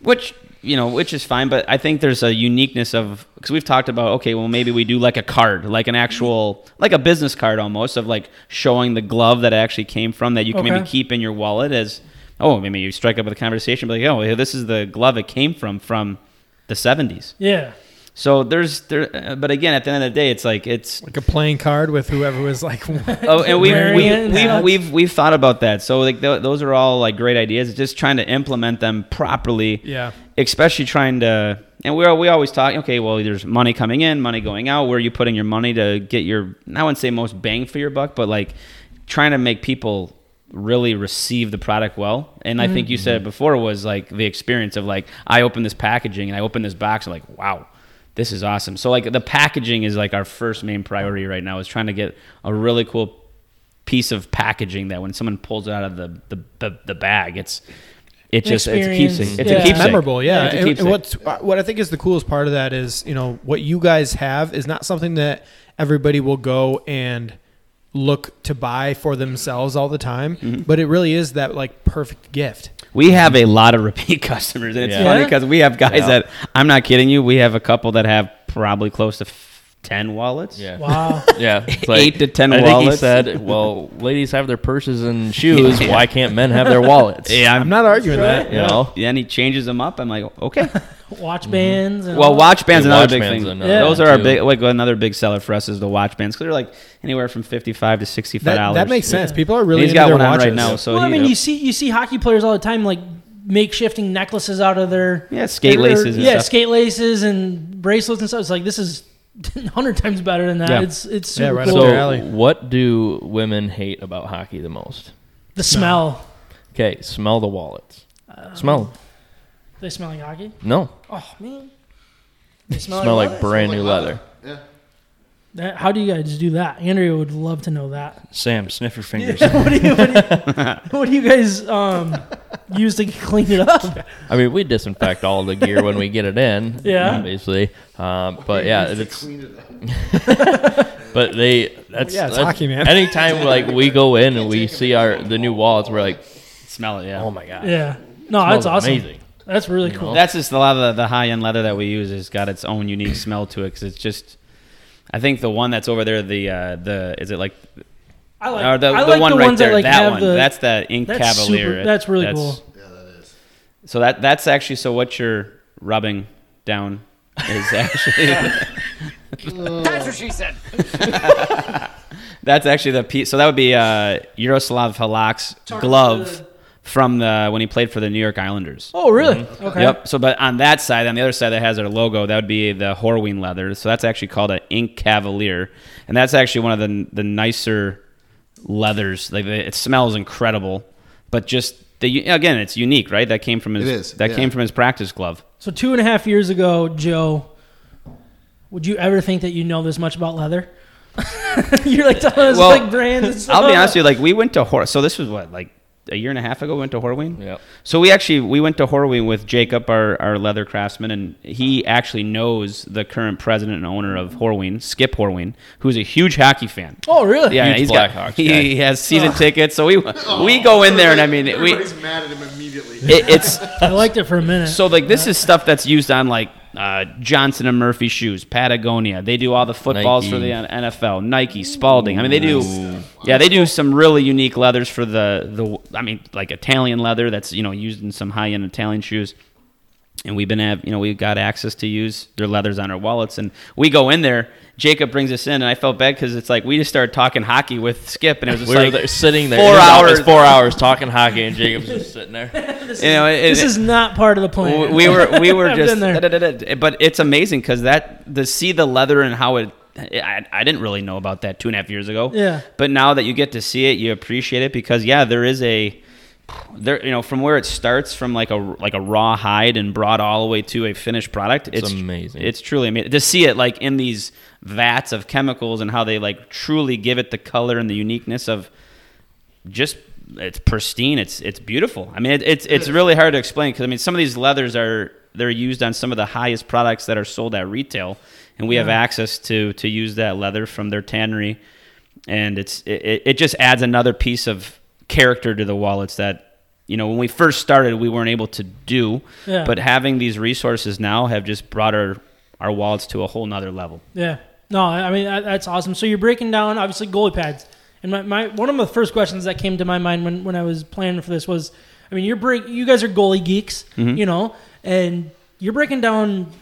Speaker 7: which you know, which is fine, but I think there's a uniqueness of because we've talked about okay, well maybe we do like a card, like an actual, like a business card almost of like showing the glove that it actually came from that you can maybe
Speaker 2: Okay.
Speaker 7: keep in your wallet as oh maybe you strike up with a conversation, but like oh this is the glove it came from from the 70s.
Speaker 2: Yeah,
Speaker 7: So there's there, uh, but again at the end of the day, it's like it's
Speaker 4: Like a playing card with whoever was like. (laughs)
Speaker 7: Oh, and we've
Speaker 2: Wearing it
Speaker 7: we've,
Speaker 2: and
Speaker 7: we've
Speaker 2: stuff.
Speaker 7: we've we've thought about that. So like th- those are all like great ideas. It's just trying to implement them properly.
Speaker 4: Yeah.
Speaker 7: Especially trying to, and we are we always talk. Okay, well, there's money coming in, money going out. Where are you putting your money to get your? I wouldn't say most bang for your buck, but like trying to make people really receive the product well. And I think you said it before was like the experience of like I open this packaging and I open this box and like wow. This is awesome. So like the packaging is like our first main priority right now is trying to get a really cool piece of packaging that when someone pulls it out of the the, the, the bag, it's it
Speaker 2: An
Speaker 7: just it's a
Speaker 2: experience.
Speaker 7: keepsake. It's
Speaker 2: Yeah.
Speaker 7: a keepsake.
Speaker 4: memorable. Yeah,
Speaker 7: it's
Speaker 4: And-
Speaker 7: a
Speaker 4: and,
Speaker 7: keepsake.
Speaker 4: what's uh, what I think is the coolest part of that is you know what you guys have is not something that everybody will go and look to buy for themselves all the time, but it really is that like perfect gift.
Speaker 7: we have a lot of repeat (laughs) customers, and it's
Speaker 6: Yeah.
Speaker 7: funny
Speaker 2: Yeah?
Speaker 7: because we have guys
Speaker 6: Yeah.
Speaker 7: that I'm not kidding you. We have a couple that have probably close to f- ten wallets.
Speaker 6: Yeah.
Speaker 2: wow. (laughs)
Speaker 6: Yeah, it's
Speaker 7: Eight to ten
Speaker 6: I
Speaker 7: wallets.
Speaker 6: Think he said, "Well, ladies have their purses and shoes. Why can't men have their
Speaker 5: (laughs)
Speaker 6: wallets?"
Speaker 7: Yeah,
Speaker 4: I'm
Speaker 7: I'm,
Speaker 4: not arguing that.
Speaker 6: you know.
Speaker 7: yeah, and he changes them up. I'm like, okay.
Speaker 2: Watch bands. And
Speaker 7: Mm-hmm. Well,
Speaker 2: all-
Speaker 7: watch bands
Speaker 6: Yeah,
Speaker 7: another
Speaker 6: watch
Speaker 7: big
Speaker 6: bands
Speaker 7: thing.
Speaker 6: another
Speaker 7: Those
Speaker 6: one,
Speaker 7: are our
Speaker 6: too.
Speaker 7: big like another big seller for us is the watch bands because they're like anywhere from fifty five to sixty five
Speaker 4: That,
Speaker 7: dollars.
Speaker 4: that makes sense. People are
Speaker 7: And
Speaker 4: really
Speaker 7: he's
Speaker 4: into
Speaker 7: got
Speaker 4: their
Speaker 7: one on
Speaker 4: watches.
Speaker 7: right now. So
Speaker 2: well, I
Speaker 7: he-
Speaker 2: mean, you see, you see hockey players all the time, like makeshifting necklaces out of their
Speaker 7: Yeah, skate
Speaker 2: their-
Speaker 7: laces and
Speaker 2: yeah,
Speaker 7: stuff.
Speaker 2: skate laces and bracelets and stuff. It's like this is (laughs) hundred times better than that.
Speaker 7: Yeah.
Speaker 2: It's it's
Speaker 4: Yeah,
Speaker 2: super
Speaker 4: right up
Speaker 2: cool.
Speaker 4: there.
Speaker 6: So,
Speaker 4: alley.
Speaker 6: what do women hate about hockey the most?
Speaker 2: the smell.
Speaker 6: Okay, smell the wallets. smell 'em.
Speaker 2: They Uh, smell like hockey.
Speaker 6: No,
Speaker 2: Oh man, they
Speaker 7: (laughs)
Speaker 2: smell,
Speaker 6: smell
Speaker 2: like,
Speaker 6: like brand new leather.
Speaker 2: leather. How do you guys do that? Andrea would love to know that.
Speaker 5: Sam, sniff your
Speaker 2: (laughs)
Speaker 5: fingers.
Speaker 2: what, do you, what, do you,
Speaker 7: (laughs)
Speaker 2: what do you guys um, use to clean it up?
Speaker 6: I mean, we disinfect all the gear when we get it in.
Speaker 2: (laughs) Yeah.
Speaker 6: obviously. Um, but yeah, it's. (laughs) but they that's
Speaker 4: Oh, Yeah, it's
Speaker 6: that's-
Speaker 4: hockey, man. (laughs)
Speaker 6: Anytime like we go in and we see our the new wallets, we're like,
Speaker 7: smell it. Yeah.
Speaker 6: oh my god,
Speaker 2: Yeah, no, that's
Speaker 6: smells
Speaker 2: awesome.
Speaker 6: amazing.
Speaker 2: That's really cool.
Speaker 7: That's just a lot of the, the high end leather that we use has got its
Speaker 2: (clears throat)
Speaker 7: own unique smell to it because it's just. I think the one that's over there, the uh, the is it like
Speaker 2: I like,
Speaker 7: or the,
Speaker 2: I
Speaker 7: the
Speaker 2: like
Speaker 7: one
Speaker 2: the
Speaker 7: right
Speaker 2: ones
Speaker 7: there,
Speaker 2: that like
Speaker 7: that
Speaker 2: have
Speaker 7: one.
Speaker 2: the
Speaker 7: that's the Ink
Speaker 2: that's super-
Speaker 7: Cavalier.
Speaker 2: that's really cool.
Speaker 7: So that that's actually so what you're rubbing down
Speaker 2: (laughs)
Speaker 7: is actually (laughs)
Speaker 8: That's what she said.
Speaker 7: that's actually the piece. So that would be uh, Yaroslav Halak's
Speaker 2: Talk
Speaker 7: glove
Speaker 2: to-
Speaker 7: from the when he played for the New York Islanders.
Speaker 2: Oh, really? Okay.
Speaker 7: Mhm. Yep. So, but on that side, on the other side that has our logo, that would be the Horween leather. So that's actually called an Ink Cavalier, and that's actually one of the the nicer leathers. Like it smells incredible, but just the again, it's unique, right? That came from his
Speaker 3: It is,
Speaker 7: that
Speaker 3: yeah.
Speaker 7: came from his practice glove.
Speaker 2: So two and a half years ago, Joe, would you ever think that you know this much about leather? (laughs) You're like telling us
Speaker 7: Well,
Speaker 2: like brands. And stuff.
Speaker 7: I'll be honest with you, like we went to Hor. So this was what like a year and a half ago. We went to Horween.
Speaker 6: Yep.
Speaker 7: So we actually we went to Horween with Jacob, our our leather craftsman, and he actually knows the current president and owner of Horween, Skip Horween, who's a huge hockey fan.
Speaker 2: Oh, really?
Speaker 7: (laughs) Yeah,
Speaker 6: Huge
Speaker 7: he's
Speaker 6: Blackhawks
Speaker 7: got he,
Speaker 6: guy.
Speaker 7: he has season tickets. So we we go in there, and I mean we it,
Speaker 3: mad at him immediately.
Speaker 7: it's
Speaker 2: I liked it for a minute.
Speaker 7: so like this is stuff that's used on like uh, Johnson and Murphy shoes, Patagonia. They do all the footballs for the
Speaker 6: Nike.
Speaker 7: NFL, Nike, Spalding. I mean, they do. Yeah, they do some really unique leathers for the the. I mean, like Italian leather that's you know used in some high end Italian shoes. And we've been have you know we've got access to use their leathers on our wallets, and we go in there. Jacob brings us in, and I felt bad because it's like we just started talking hockey with Skip, and it was just
Speaker 6: We were
Speaker 7: like
Speaker 6: there, sitting there
Speaker 7: four
Speaker 6: in his
Speaker 7: hours,
Speaker 6: office, four hours talking hockey, and Jacob's just sitting
Speaker 7: (laughs)
Speaker 6: there.
Speaker 2: this,
Speaker 7: you know,
Speaker 2: is,
Speaker 7: it-
Speaker 2: this
Speaker 7: it-
Speaker 2: is not part of the plan.
Speaker 7: W- we were we were
Speaker 2: (laughs) I've
Speaker 7: just
Speaker 2: been there.
Speaker 7: da-da-da-da. but it's amazing because that to see the leather and how it I, I didn't really know about that two and a half years ago
Speaker 2: Yeah.
Speaker 7: but now that you get to see it you appreciate it because yeah there is a there you know from where it starts from like a like a raw hide and brought all the way to a finished product it's,
Speaker 6: amazing.
Speaker 7: it's truly amazing to see it like in these vats of chemicals and how they like truly give it the color and the uniqueness of just it's pristine. It's it's beautiful. I mean, it, it's it's really hard to explain because I mean, some of these leathers are they're used on some of the highest products that are sold at retail, and we have access to to use that leather from their tannery, and it's it, it- it just adds another piece of character to the wallets that you know when we first started we weren't able to do,
Speaker 2: Yeah.
Speaker 7: but having these resources now have just brought our our wallets to a whole nother level.
Speaker 2: Yeah. No, I I mean that, that's awesome. So you're breaking down obviously goalie pads, and my, my one of the first questions that came to my mind when, when I was planning for this was, I mean, you're break you guys are goalie geeks,
Speaker 7: Mm-hmm.
Speaker 2: you know, and you're breaking down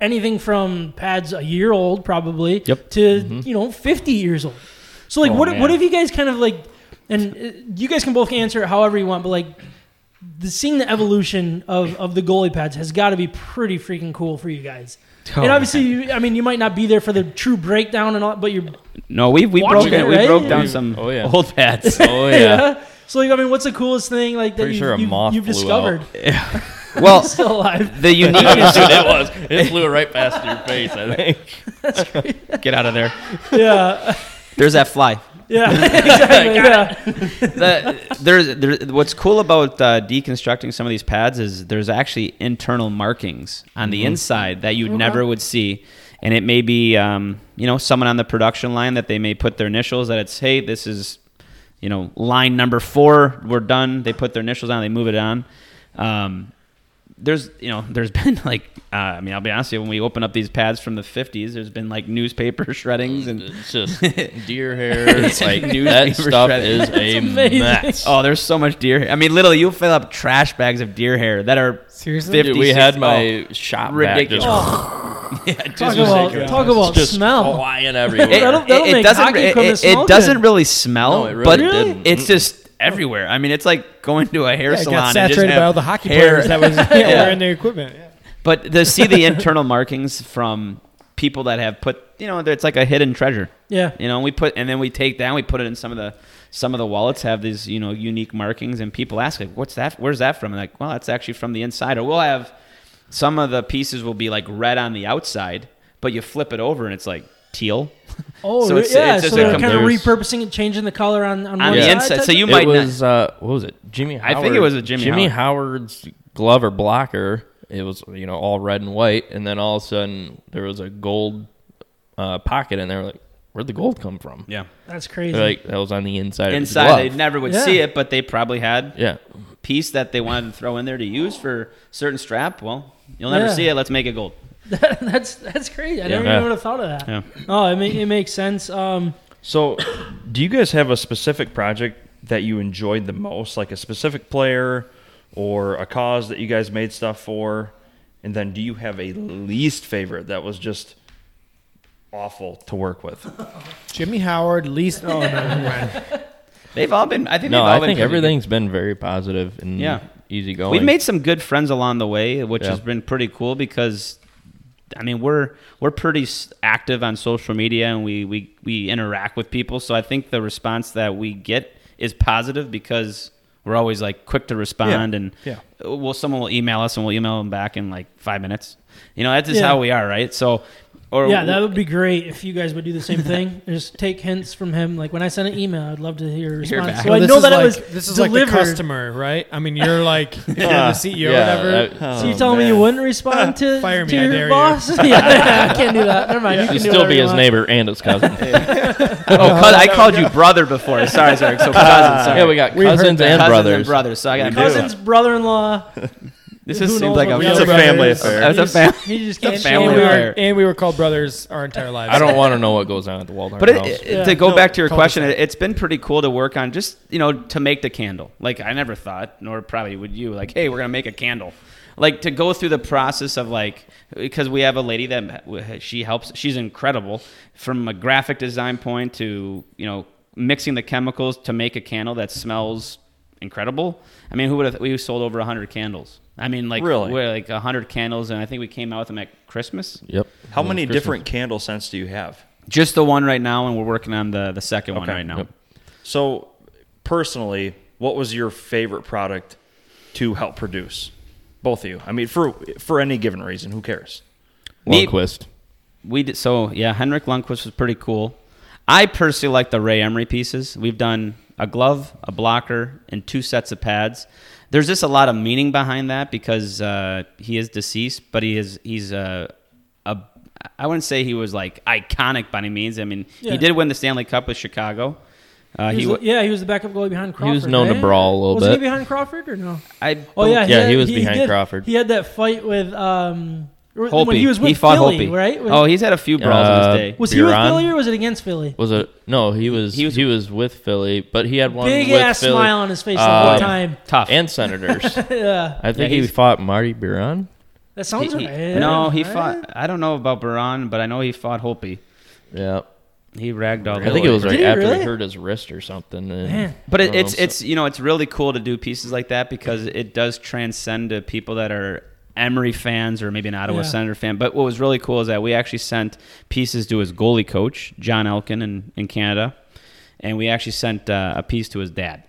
Speaker 2: anything from pads a year old probably
Speaker 7: Yep. Mm-hmm.
Speaker 2: to you know 50 years old. So like,
Speaker 7: Oh,
Speaker 2: what
Speaker 7: man.
Speaker 2: what have you guys kind of like, and uh, you guys can both answer it however you want, but like. The, seeing the evolution of, of the goalie pads has got to be pretty freaking cool for you guys and obviously, you, I mean, you might not be there for the true breakdown and all, but you're
Speaker 7: No, we we
Speaker 2: Watching
Speaker 7: broke
Speaker 2: it,
Speaker 7: it,
Speaker 2: right?
Speaker 7: we broke down
Speaker 2: We-
Speaker 7: some
Speaker 6: oh, yeah.
Speaker 7: old
Speaker 6: (laughs)
Speaker 7: pads.
Speaker 6: Oh yeah.
Speaker 2: So like, I mean, what's the coolest thing like that
Speaker 6: Pretty
Speaker 2: you,
Speaker 6: sure a
Speaker 2: you,
Speaker 6: moth
Speaker 2: you've
Speaker 6: flew
Speaker 2: discovered? (laughs)
Speaker 7: well,
Speaker 2: Still
Speaker 7: (laughs)
Speaker 2: alive?
Speaker 6: (laughs)
Speaker 7: the uniqueness
Speaker 6: Dude, it was. It flew right past your face. I think.
Speaker 7: get out of there.
Speaker 2: Yeah,
Speaker 7: There's that fly.
Speaker 2: yeah, (laughs)
Speaker 7: (laughs)
Speaker 2: exactly. yeah,
Speaker 7: The, there's there, what's cool about uh, deconstructing some of these pads is there's actually internal markings on the inside that you never would see, and it may be um, you know someone on the production line that they may put their initials that it's hey this is you know line number four we're done they put their initials on they move it on. Um, there's you know there's (laughs) been like uh, I mean I'll be honest with you when we open up these pads from the 50s there's been like newspaper (laughs) shreddings
Speaker 6: (laughs)
Speaker 7: and
Speaker 6: It's just deer (laughs) hair. It's like that
Speaker 7: newspaper
Speaker 6: stuff
Speaker 7: shredded.
Speaker 6: is a
Speaker 2: amazing.
Speaker 6: mess.
Speaker 7: Oh, there's so much deer hair. I mean, literally, you'll fill up trash bags of deer hair that are
Speaker 4: Seriously?
Speaker 7: 50,
Speaker 6: Dude, we had
Speaker 7: 60
Speaker 6: my shop back
Speaker 7: ridiculous.
Speaker 6: just
Speaker 2: Oh. talk about
Speaker 4: ridiculous.
Speaker 2: talk about
Speaker 6: Oh, just
Speaker 7: oh,
Speaker 2: smell.
Speaker 6: flying everywhere.
Speaker 2: It- That'll- that'll make
Speaker 7: doesn't.
Speaker 2: hockey
Speaker 7: It,
Speaker 2: equipment
Speaker 7: it-
Speaker 2: smell
Speaker 7: it doesn't
Speaker 2: good.
Speaker 7: really smell,
Speaker 6: No, it really
Speaker 7: but
Speaker 6: didn't.
Speaker 7: it's just everywhere. I mean, it's like going to a hair
Speaker 4: Yeah, it
Speaker 7: salon.
Speaker 4: got
Speaker 7: and just
Speaker 4: saturated
Speaker 7: have
Speaker 4: by all the hockey
Speaker 7: hair.
Speaker 4: players that was yeah, wearing their equipment. Yeah.
Speaker 7: but to
Speaker 2: (laughs)
Speaker 7: see the internal markings from people that have put, you know, it's like a hidden treasure.
Speaker 2: Yeah,
Speaker 7: You know, we put and then we take down. We put it in some of the some of the wallets have these you know unique markings, and people ask like, "What's that? Where's that from?" And like, well, that's actually from the inside. Or we'll have some of the pieces will be like red on the outside, but you flip it over and it's like teal
Speaker 2: Oh,
Speaker 7: So it's-
Speaker 2: yeah.
Speaker 7: it's just
Speaker 2: so they're
Speaker 7: a
Speaker 2: kind of
Speaker 6: completely-
Speaker 2: repurposing and changing the color on on,
Speaker 7: on
Speaker 2: one
Speaker 7: the
Speaker 6: Yeah.
Speaker 7: inside. So you
Speaker 6: it
Speaker 7: might
Speaker 6: was uh, what was it? Jimmy.
Speaker 7: I
Speaker 6: Howard.
Speaker 7: think it was a Jimmy
Speaker 6: Howard's glove or blocker. It was you know all red and white, and then all of a sudden there was a gold uh, pocket, and they were like, "Where'd the gold come from?"
Speaker 7: (laughs) yeah
Speaker 2: That's crazy.
Speaker 6: They're like that was on the inside.
Speaker 7: inside.
Speaker 6: of
Speaker 7: They
Speaker 6: the glove.
Speaker 7: never would
Speaker 2: Yeah.
Speaker 7: see it, but they probably had
Speaker 6: yeah,
Speaker 7: a piece that they wanted to throw in there to use for certain strap. Well, you'll never
Speaker 2: Yeah.
Speaker 7: see it. Let's make it gold.
Speaker 2: (laughs) that's that's crazy. I never
Speaker 6: Yeah.
Speaker 2: even would have thought of that.
Speaker 7: Yeah.
Speaker 2: Oh, it, ma- it makes sense. Um,
Speaker 5: So, do you guys have a specific project that you enjoyed the most, like a specific player or a cause that you guys made stuff for? And then, do you have a least favorite that was just awful to work with?
Speaker 4: Jimmy Howard, least. Oh, no, never mind.
Speaker 7: They've all been. I think
Speaker 6: no,
Speaker 7: They've all
Speaker 6: I
Speaker 7: been
Speaker 6: think
Speaker 7: pretty good.
Speaker 6: everything's been very positive and
Speaker 7: Yeah.
Speaker 6: easy going.
Speaker 7: We've made some good friends along the way, which
Speaker 6: Yeah.
Speaker 7: has been pretty cool because, I mean, we're we're pretty s- active on social media and we we we interact with people. So I think the response that we get is positive because we're always like quick to respond and uh,
Speaker 4: Yeah.
Speaker 7: well, someone will email us and we'll email them back in like five minutes. You know, that's just
Speaker 2: Yeah.
Speaker 7: how we are, right? So, or
Speaker 2: yeah, that would be great if you guys would do the same
Speaker 6: (laughs)
Speaker 2: thing. Just take hints from him. Like when I send an email, I'd love to hear a response.
Speaker 7: back.
Speaker 2: So
Speaker 4: Well,
Speaker 2: I
Speaker 4: this
Speaker 2: know
Speaker 4: is
Speaker 2: that
Speaker 4: like,
Speaker 2: it was
Speaker 4: this is
Speaker 2: delivered.
Speaker 4: like the customer, right? I mean, you're like (laughs) if you're the CEO
Speaker 6: yeah,
Speaker 4: or whatever. (laughs)
Speaker 6: that-
Speaker 2: So you telling me you wouldn't respond to,
Speaker 4: Fire me,
Speaker 2: to
Speaker 4: I
Speaker 2: your
Speaker 4: dare you.
Speaker 2: boss? (laughs)
Speaker 4: (laughs)
Speaker 2: yeah, yeah, I can't do that. Never mind. You can
Speaker 6: He'd
Speaker 2: do
Speaker 6: still
Speaker 2: whatever
Speaker 6: be
Speaker 2: you
Speaker 6: his
Speaker 2: want.
Speaker 6: neighbor and his cousin.
Speaker 7: oh, cous- I called you brother before. Sorry,
Speaker 6: (laughs)
Speaker 7: sorry. So cousin, sorry.
Speaker 6: yeah, we got
Speaker 4: We've heard
Speaker 6: cousins
Speaker 4: that.
Speaker 6: and
Speaker 7: cousins
Speaker 6: brothers.
Speaker 7: and brothers. So I got
Speaker 2: (laughs) Cousins, brother-in-law.
Speaker 7: This
Speaker 2: Who
Speaker 7: just
Speaker 2: knows
Speaker 7: seems like
Speaker 2: what
Speaker 7: a
Speaker 2: we
Speaker 5: It's a
Speaker 2: all-
Speaker 5: family affair.
Speaker 7: That's a family.
Speaker 2: He just
Speaker 7: It's a
Speaker 2: can't
Speaker 7: family
Speaker 4: and,
Speaker 2: family
Speaker 4: we
Speaker 7: affair.
Speaker 4: were, and we were called brothers our entire lives.
Speaker 6: I don't want to know what goes on at the Waldorf
Speaker 7: But it,
Speaker 6: house.
Speaker 7: it-
Speaker 2: Yeah.
Speaker 7: to go
Speaker 4: No,
Speaker 7: back to your
Speaker 4: totally
Speaker 7: question,
Speaker 4: fine.
Speaker 7: it, it's been pretty cool to work on just you know to make the candle. Like I never thought, nor probably would you, like, hey, we're gonna make a candle. Like to go through the process of like because we have a lady that she helps. She's incredible from a graphic design point to you know mixing the chemicals to make a candle that smells incredible. I mean, who would have we sold over hundred candles? I mean, like
Speaker 5: Really?
Speaker 7: we're like hundred candles, and I think we came out with them at Christmas.
Speaker 6: Yep.
Speaker 5: How many different candle scents do you have?
Speaker 7: Just the one right now, and we're working on the the second one
Speaker 5: Okay.
Speaker 7: right now.
Speaker 6: Yep.
Speaker 5: So, personally, what was your favorite product to help produce? Both of you. I mean, for for any given reason, who cares?
Speaker 7: Me-
Speaker 6: Lundquist.
Speaker 7: We did so yeah. Henrik Lundqvist was pretty cool. I personally like the Ray Emery pieces. We've done a glove, a blocker, and two sets of pads. There's just a lot of meaning behind that because uh, he is deceased, but he is he's a, a I wouldn't say he was like iconic by any means. I mean,
Speaker 2: Yeah.
Speaker 7: he did win the Stanley Cup with Chicago. Uh,
Speaker 2: He
Speaker 7: he,
Speaker 2: was
Speaker 7: wa
Speaker 2: the- yeah, he was the backup goalie behind Crawford.
Speaker 6: was known to
Speaker 2: right?
Speaker 6: brawl a little
Speaker 2: Wasn't
Speaker 6: bit.
Speaker 2: he behind Crawford or no?
Speaker 7: I
Speaker 2: Oh yeah,
Speaker 6: Yeah,
Speaker 2: had-
Speaker 6: he was behind Crawford.
Speaker 2: He had that fight with um or
Speaker 7: Holpe.
Speaker 2: when he was with
Speaker 7: fought
Speaker 2: Philly,
Speaker 7: Holpe.
Speaker 2: right? Was,
Speaker 7: oh, he's had a few brawls in
Speaker 6: Uh,
Speaker 7: his day.
Speaker 2: was he with
Speaker 6: Biron?
Speaker 2: Philly or was it against Philly?
Speaker 6: Was it no? He was
Speaker 7: He
Speaker 6: he
Speaker 7: was-
Speaker 6: was, with Philly, but he had one
Speaker 2: Big
Speaker 6: with
Speaker 2: ass
Speaker 6: Philly
Speaker 2: smile on his face the
Speaker 7: Uh,
Speaker 2: whole
Speaker 6: Um,
Speaker 2: time.
Speaker 7: Tough.
Speaker 6: and Senators.
Speaker 2: Yeah,
Speaker 6: I think he
Speaker 7: he's-
Speaker 6: fought Marty Biron.
Speaker 2: that
Speaker 7: He-
Speaker 2: sounds
Speaker 7: he-
Speaker 2: right.
Speaker 7: no, he
Speaker 2: right?
Speaker 7: fought. I don't know about Baron, but I know he fought Holpe.
Speaker 6: Yeah,
Speaker 7: He ragged all.
Speaker 6: I think it was
Speaker 7: over.
Speaker 6: right
Speaker 2: he
Speaker 6: after
Speaker 2: really?
Speaker 6: he hurt his wrist or something. and-
Speaker 2: Man.
Speaker 7: But
Speaker 6: I
Speaker 7: it,
Speaker 6: don't
Speaker 7: it's
Speaker 6: know,
Speaker 7: it's you know it's really cool to do pieces like that because it does transcend to people that are Emory fans or maybe an Ottawa
Speaker 2: Yeah.
Speaker 7: Senator fan. But what was really cool is that we actually sent pieces to his goalie coach John Elkin in, in Canada, and we actually sent uh, a piece to his dad.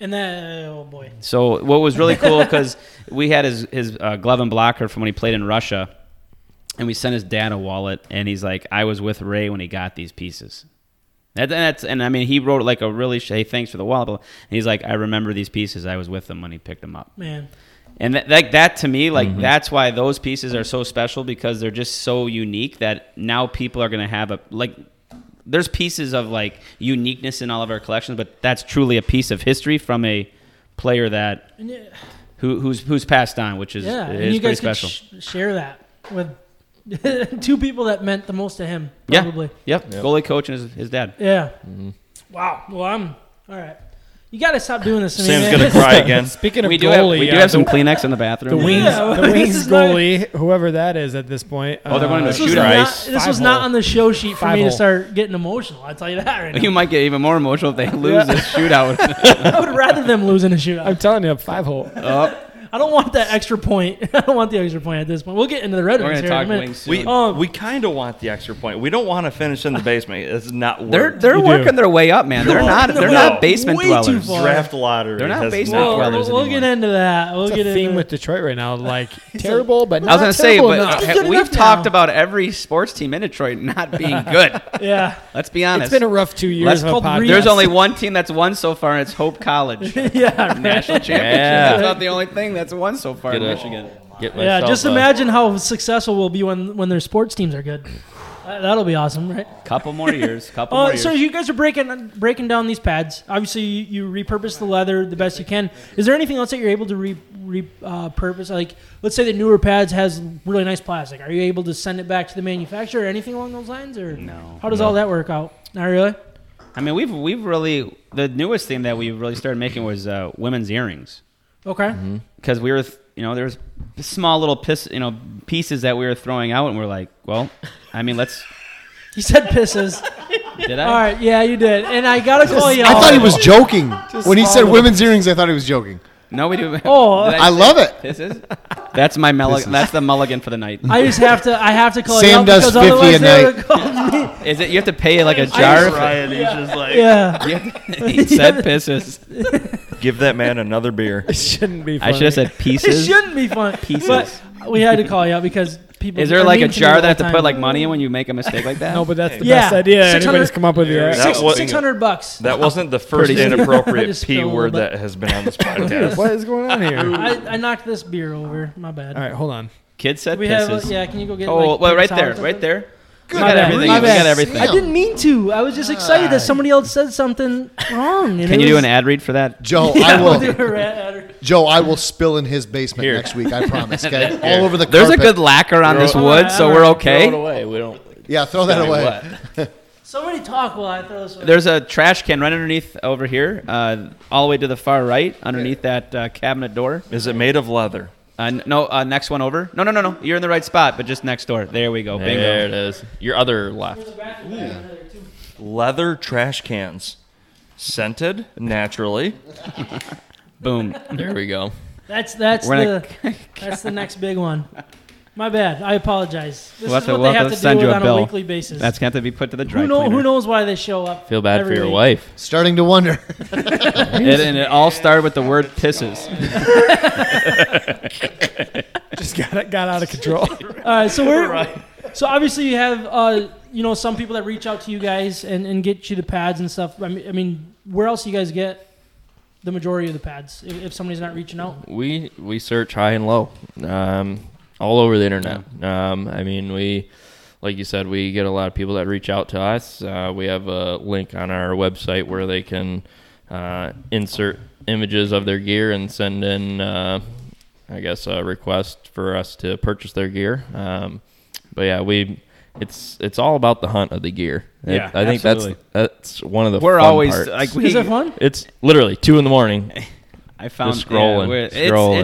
Speaker 2: And that oh boy,
Speaker 7: So what was really cool because we had his his uh, glove and blocker from when he played in Russia, and we sent his dad a wallet, and he's like, "I was with Ray when he got these pieces." That, that's and I mean he wrote like a really sh- hey thanks for the wallet, and he's like, "I remember these pieces. I was with them when he picked them up."
Speaker 2: man.
Speaker 7: And that, like that to me, like that's why those pieces are so special because they're just so unique that now people are gonna have a like. There's pieces of like uniqueness in all of our collections, but that's truly a piece of history from a player that
Speaker 2: And yeah,
Speaker 7: who, who's who's passed on, which is
Speaker 2: yeah,
Speaker 7: it
Speaker 2: and
Speaker 7: is
Speaker 2: you
Speaker 7: pretty
Speaker 2: guys could
Speaker 7: special.
Speaker 2: sh- share that with (laughs) two people that meant the most to him,
Speaker 7: yeah,
Speaker 2: probably.
Speaker 7: Yep. goalie coach and his, his dad.
Speaker 2: Yeah.
Speaker 7: Mm-hmm.
Speaker 2: Wow. Well, I'm all right. You got to stop doing this. to me,
Speaker 5: Sam's
Speaker 2: man.
Speaker 5: gonna cry again.
Speaker 4: Speaking of
Speaker 7: We do
Speaker 4: goalie,
Speaker 7: have we do
Speaker 4: uh,
Speaker 7: have some
Speaker 4: the,
Speaker 7: Kleenex in the bathroom.
Speaker 4: the (laughs) wings.
Speaker 2: Yeah,
Speaker 4: (laughs) the
Speaker 2: this
Speaker 4: wings
Speaker 2: is not-
Speaker 4: goalie, whoever that is at this point. uh,
Speaker 7: Oh, they're going
Speaker 2: (laughs)
Speaker 7: to
Speaker 2: This
Speaker 7: shoot
Speaker 2: was,
Speaker 7: Shooter.
Speaker 2: not,
Speaker 7: Ice.
Speaker 2: this was
Speaker 4: Five
Speaker 2: not
Speaker 4: hole.
Speaker 2: on the show sheet for
Speaker 4: Five
Speaker 2: me to
Speaker 4: hole.
Speaker 2: start getting emotional. I'll tell you that right
Speaker 7: (laughs) (laughs) You
Speaker 2: now.
Speaker 7: might get even more emotional if they lose this
Speaker 2: (laughs)
Speaker 7: shootout.
Speaker 2: I would rather them losing a
Speaker 7: (laughs)
Speaker 2: shootout.
Speaker 4: I'm telling you, five hole.
Speaker 2: I don't want that extra point. (laughs) I don't want the extra point at this point. We'll get into the Red
Speaker 7: We're
Speaker 2: Wings
Speaker 7: going to
Speaker 2: here in a
Speaker 7: talk
Speaker 2: minute.
Speaker 7: wings. Soon.
Speaker 5: We
Speaker 2: Um,
Speaker 5: we kind of want the extra point. We don't want to finish in the basement. It's not
Speaker 7: (laughs) they're
Speaker 5: worth.
Speaker 7: they're
Speaker 4: You do.
Speaker 7: working their way up, man. They're
Speaker 2: They're
Speaker 7: not
Speaker 2: working
Speaker 7: they're
Speaker 2: their way
Speaker 7: not
Speaker 2: up
Speaker 7: basement
Speaker 2: way too
Speaker 7: dwellers.
Speaker 2: far.
Speaker 5: draft lottery.
Speaker 7: They're not
Speaker 5: has
Speaker 7: basement
Speaker 5: not
Speaker 2: We'll,
Speaker 7: dwellers.
Speaker 2: we'll, we'll
Speaker 7: anymore.
Speaker 2: get into that. We'll
Speaker 4: It's a
Speaker 2: get
Speaker 4: theme
Speaker 2: into
Speaker 4: with Detroit right (laughs) now, like terrible, but
Speaker 7: I
Speaker 4: not
Speaker 7: was gonna say,
Speaker 4: terrible
Speaker 7: but uh,
Speaker 4: enough.
Speaker 2: It's good
Speaker 7: we've
Speaker 2: enough
Speaker 7: talked
Speaker 2: now.
Speaker 7: about every sports team in
Speaker 2: (laughs)
Speaker 7: Detroit not being good.
Speaker 4: (laughs)
Speaker 2: Yeah,
Speaker 7: Let's be honest.
Speaker 4: it's been a rough two years.
Speaker 7: Let's
Speaker 4: Of a
Speaker 2: called
Speaker 4: podcast.
Speaker 2: re-
Speaker 7: There's
Speaker 2: Yes.
Speaker 7: only one team that's won so far, and it's Hope College.
Speaker 2: (laughs) yeah, right.
Speaker 7: National championship.
Speaker 6: Yeah.
Speaker 7: That's about the only thing that's won so far
Speaker 6: Get
Speaker 7: in
Speaker 6: a-
Speaker 7: Michigan.
Speaker 6: Get
Speaker 2: yeah.
Speaker 6: myself
Speaker 2: Just
Speaker 6: a-
Speaker 2: imagine how successful we'll be when when their sports teams are good. (sighs) That- That'll be awesome, right?
Speaker 7: Couple more years. Couple more
Speaker 2: Uh,
Speaker 7: years.
Speaker 2: so you guys are breaking breaking down these pads. Obviously, you, you repurpose the leather the best you can. Is there anything else that you're able to re, re, uh, purpose? Like, let's say the newer pads has really nice plastic. Are you able to send it back to the manufacturer? or Anything along those lines, or
Speaker 7: No.
Speaker 2: How does all that work out? Not really.
Speaker 7: I mean, we've we've really the newest thing that we really started making was uh, women's earrings
Speaker 2: Okay.
Speaker 4: Mm-hmm.
Speaker 7: because we were th- you know there was small little piss you know pieces that we were throwing out and we're like, well, I mean,
Speaker 2: (laughs)
Speaker 7: let's
Speaker 2: You said pisses.
Speaker 7: did
Speaker 2: all
Speaker 7: I?
Speaker 2: right. Yeah, you did. And I gotta call you.
Speaker 3: I
Speaker 2: out.
Speaker 3: thought he was
Speaker 2: (laughs)
Speaker 3: joking when he said women's earrings. I thought he was joking.
Speaker 7: No, we do.
Speaker 2: Oh.
Speaker 7: Did
Speaker 3: I love it.
Speaker 7: This is that's my mulligan. That's the mulligan for the night.
Speaker 2: I just have to. I have to call you
Speaker 3: Sam
Speaker 2: out
Speaker 3: does
Speaker 2: because
Speaker 3: 50 a
Speaker 2: otherwise they
Speaker 3: night.
Speaker 2: would have called
Speaker 7: (laughs)
Speaker 2: me.
Speaker 7: Is it you have to pay like a
Speaker 2: just- (laughs)
Speaker 7: jar?
Speaker 5: Ryan, he's just like,
Speaker 2: Yeah.
Speaker 7: For, (laughs) he said pisses.
Speaker 5: give that man another beer.
Speaker 4: it (laughs) shouldn't be.
Speaker 7: I
Speaker 4: Funny.
Speaker 7: should have said
Speaker 2: It
Speaker 7: pieces.
Speaker 2: shouldn't be fun. But we had to call you out because people.
Speaker 7: Is there
Speaker 2: are
Speaker 7: like a
Speaker 2: mean to me
Speaker 7: jar
Speaker 2: all
Speaker 7: that I have
Speaker 2: the
Speaker 7: to put
Speaker 2: time.
Speaker 7: like money in when you make a mistake like that?
Speaker 4: No, but that's the
Speaker 2: Yeah.
Speaker 4: best idea
Speaker 2: 600
Speaker 4: anybody's come up with. Yeah.
Speaker 5: That
Speaker 2: Six,
Speaker 5: was-
Speaker 2: 600 bucks.
Speaker 5: That wasn't the first
Speaker 7: Pretty-
Speaker 2: I
Speaker 5: inappropriate
Speaker 2: just
Speaker 5: p
Speaker 2: spilled a
Speaker 5: word
Speaker 2: little bit.
Speaker 5: that has been on this podcast.
Speaker 4: What is going on (laughs) here?
Speaker 2: I, I knocked this beer over. My bad.
Speaker 4: All right, hold on. (laughs)
Speaker 7: Kid said
Speaker 2: We
Speaker 7: pisses.
Speaker 2: have, uh, yeah, can you go get
Speaker 7: oh,
Speaker 2: like,
Speaker 7: well,
Speaker 2: pink
Speaker 7: right
Speaker 2: towels
Speaker 7: there,
Speaker 2: or
Speaker 7: right
Speaker 2: something?
Speaker 7: there.
Speaker 3: Good.
Speaker 7: got everything.
Speaker 2: My
Speaker 7: We
Speaker 2: bad.
Speaker 7: got everything.
Speaker 2: I didn't mean to. I was just excited that somebody else said something wrong. and
Speaker 7: Can
Speaker 2: it
Speaker 7: you do
Speaker 2: was-
Speaker 7: an ad read for that?
Speaker 3: Joe,
Speaker 2: (laughs)
Speaker 3: I
Speaker 2: Yeah, we'll do
Speaker 3: will.
Speaker 2: a rat ad.
Speaker 3: Joe, I will spill in his basement next week. I promise.
Speaker 6: (laughs)
Speaker 3: Okay, all over the.
Speaker 7: There's a
Speaker 3: carpet.
Speaker 7: good lacquer on this
Speaker 2: Throw-
Speaker 7: wood, so we're
Speaker 6: Throw it
Speaker 7: okay.
Speaker 6: away. We don't.
Speaker 3: Yeah, throw that away.
Speaker 2: Somebody talk while I throw this away.
Speaker 7: There's a trash can right underneath over here, uh, all the way to the far right, underneath that uh, cabinet door.
Speaker 5: Is it made of leather?
Speaker 7: Uh, n- no, uh, next one over. No, no, no, no. You're in the right spot, but just next door. There we go. Bingo.
Speaker 6: There it is. Your other left.
Speaker 5: Leather trash cans, scented naturally.
Speaker 7: Boom.
Speaker 6: There we go.
Speaker 2: That's that's
Speaker 7: We're
Speaker 2: the
Speaker 7: gonna- (laughs)
Speaker 2: that's the next big one. My bad. I apologize. This
Speaker 7: We'll have
Speaker 2: is
Speaker 7: to-
Speaker 2: what
Speaker 7: we'll
Speaker 2: they
Speaker 7: have
Speaker 2: have
Speaker 7: to
Speaker 2: to
Speaker 7: send
Speaker 2: deal with
Speaker 7: you a
Speaker 2: on
Speaker 7: bill.
Speaker 2: a weekly basis.
Speaker 7: That's going to be put to the dry
Speaker 2: who, know,
Speaker 7: cleaner.
Speaker 2: who knows why they show up?
Speaker 6: Feel bad for
Speaker 2: every
Speaker 6: your
Speaker 2: week.
Speaker 6: wife.
Speaker 3: Starting to wonder.
Speaker 7: It, and it all started with the word pisses.
Speaker 4: Just got got out of control. (laughs)
Speaker 2: All
Speaker 7: (laughs)
Speaker 2: right, so we're so obviously you have uh, you know, some people that reach out to you guys and, and get you the pads and stuff. I mean, I mean, where else do you guys get the majority of the pads if, if somebody's not reaching out?
Speaker 6: we we search high and low um, all over the internet um, i mean we like you said we get a lot of people that reach out to us uh, we have a link on our website where they can uh, insert images of their gear and send in uh, i guess a request for us to purchase their gear um, but yeah we it's it's all about the hunt of the gear
Speaker 7: Yeah,
Speaker 6: i think
Speaker 7: absolutely.
Speaker 6: that's that's one of the
Speaker 7: We're
Speaker 6: fun
Speaker 7: always
Speaker 6: parts.
Speaker 7: like we.
Speaker 2: Is that fun?
Speaker 6: it's literally two in the
Speaker 7: (laughs)
Speaker 6: morning
Speaker 7: I found
Speaker 6: Just scrolling,
Speaker 7: we're- It's,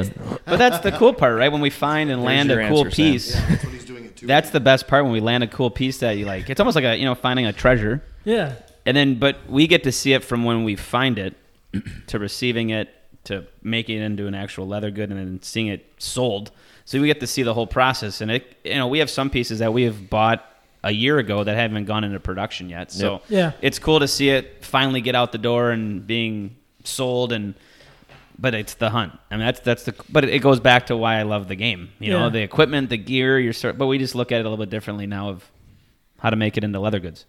Speaker 7: it's, but that's the cool part, right? When we find and land
Speaker 5: your
Speaker 7: a cool
Speaker 5: answer, Sam.
Speaker 7: piece,
Speaker 9: That's what he's doing it too.
Speaker 7: that's the best part. When we land a cool piece that you like, it's almost like a you know finding a treasure.
Speaker 2: Yeah.
Speaker 7: and then but we get to see it from when we find it to receiving it to making it into an actual leather good and then seeing it sold so we get to see the whole process and it you know we have some pieces that we have bought a year ago that haven't gone into production yet so
Speaker 6: Yep.
Speaker 2: Yeah.
Speaker 7: it's cool to see it finally get out the door and being sold and but it's the hunt i mean that's that's the but it goes back to why i love the game you
Speaker 2: Yeah.
Speaker 7: know the equipment the gear your sort but we just look at it a little bit differently now of how to make it into leather goods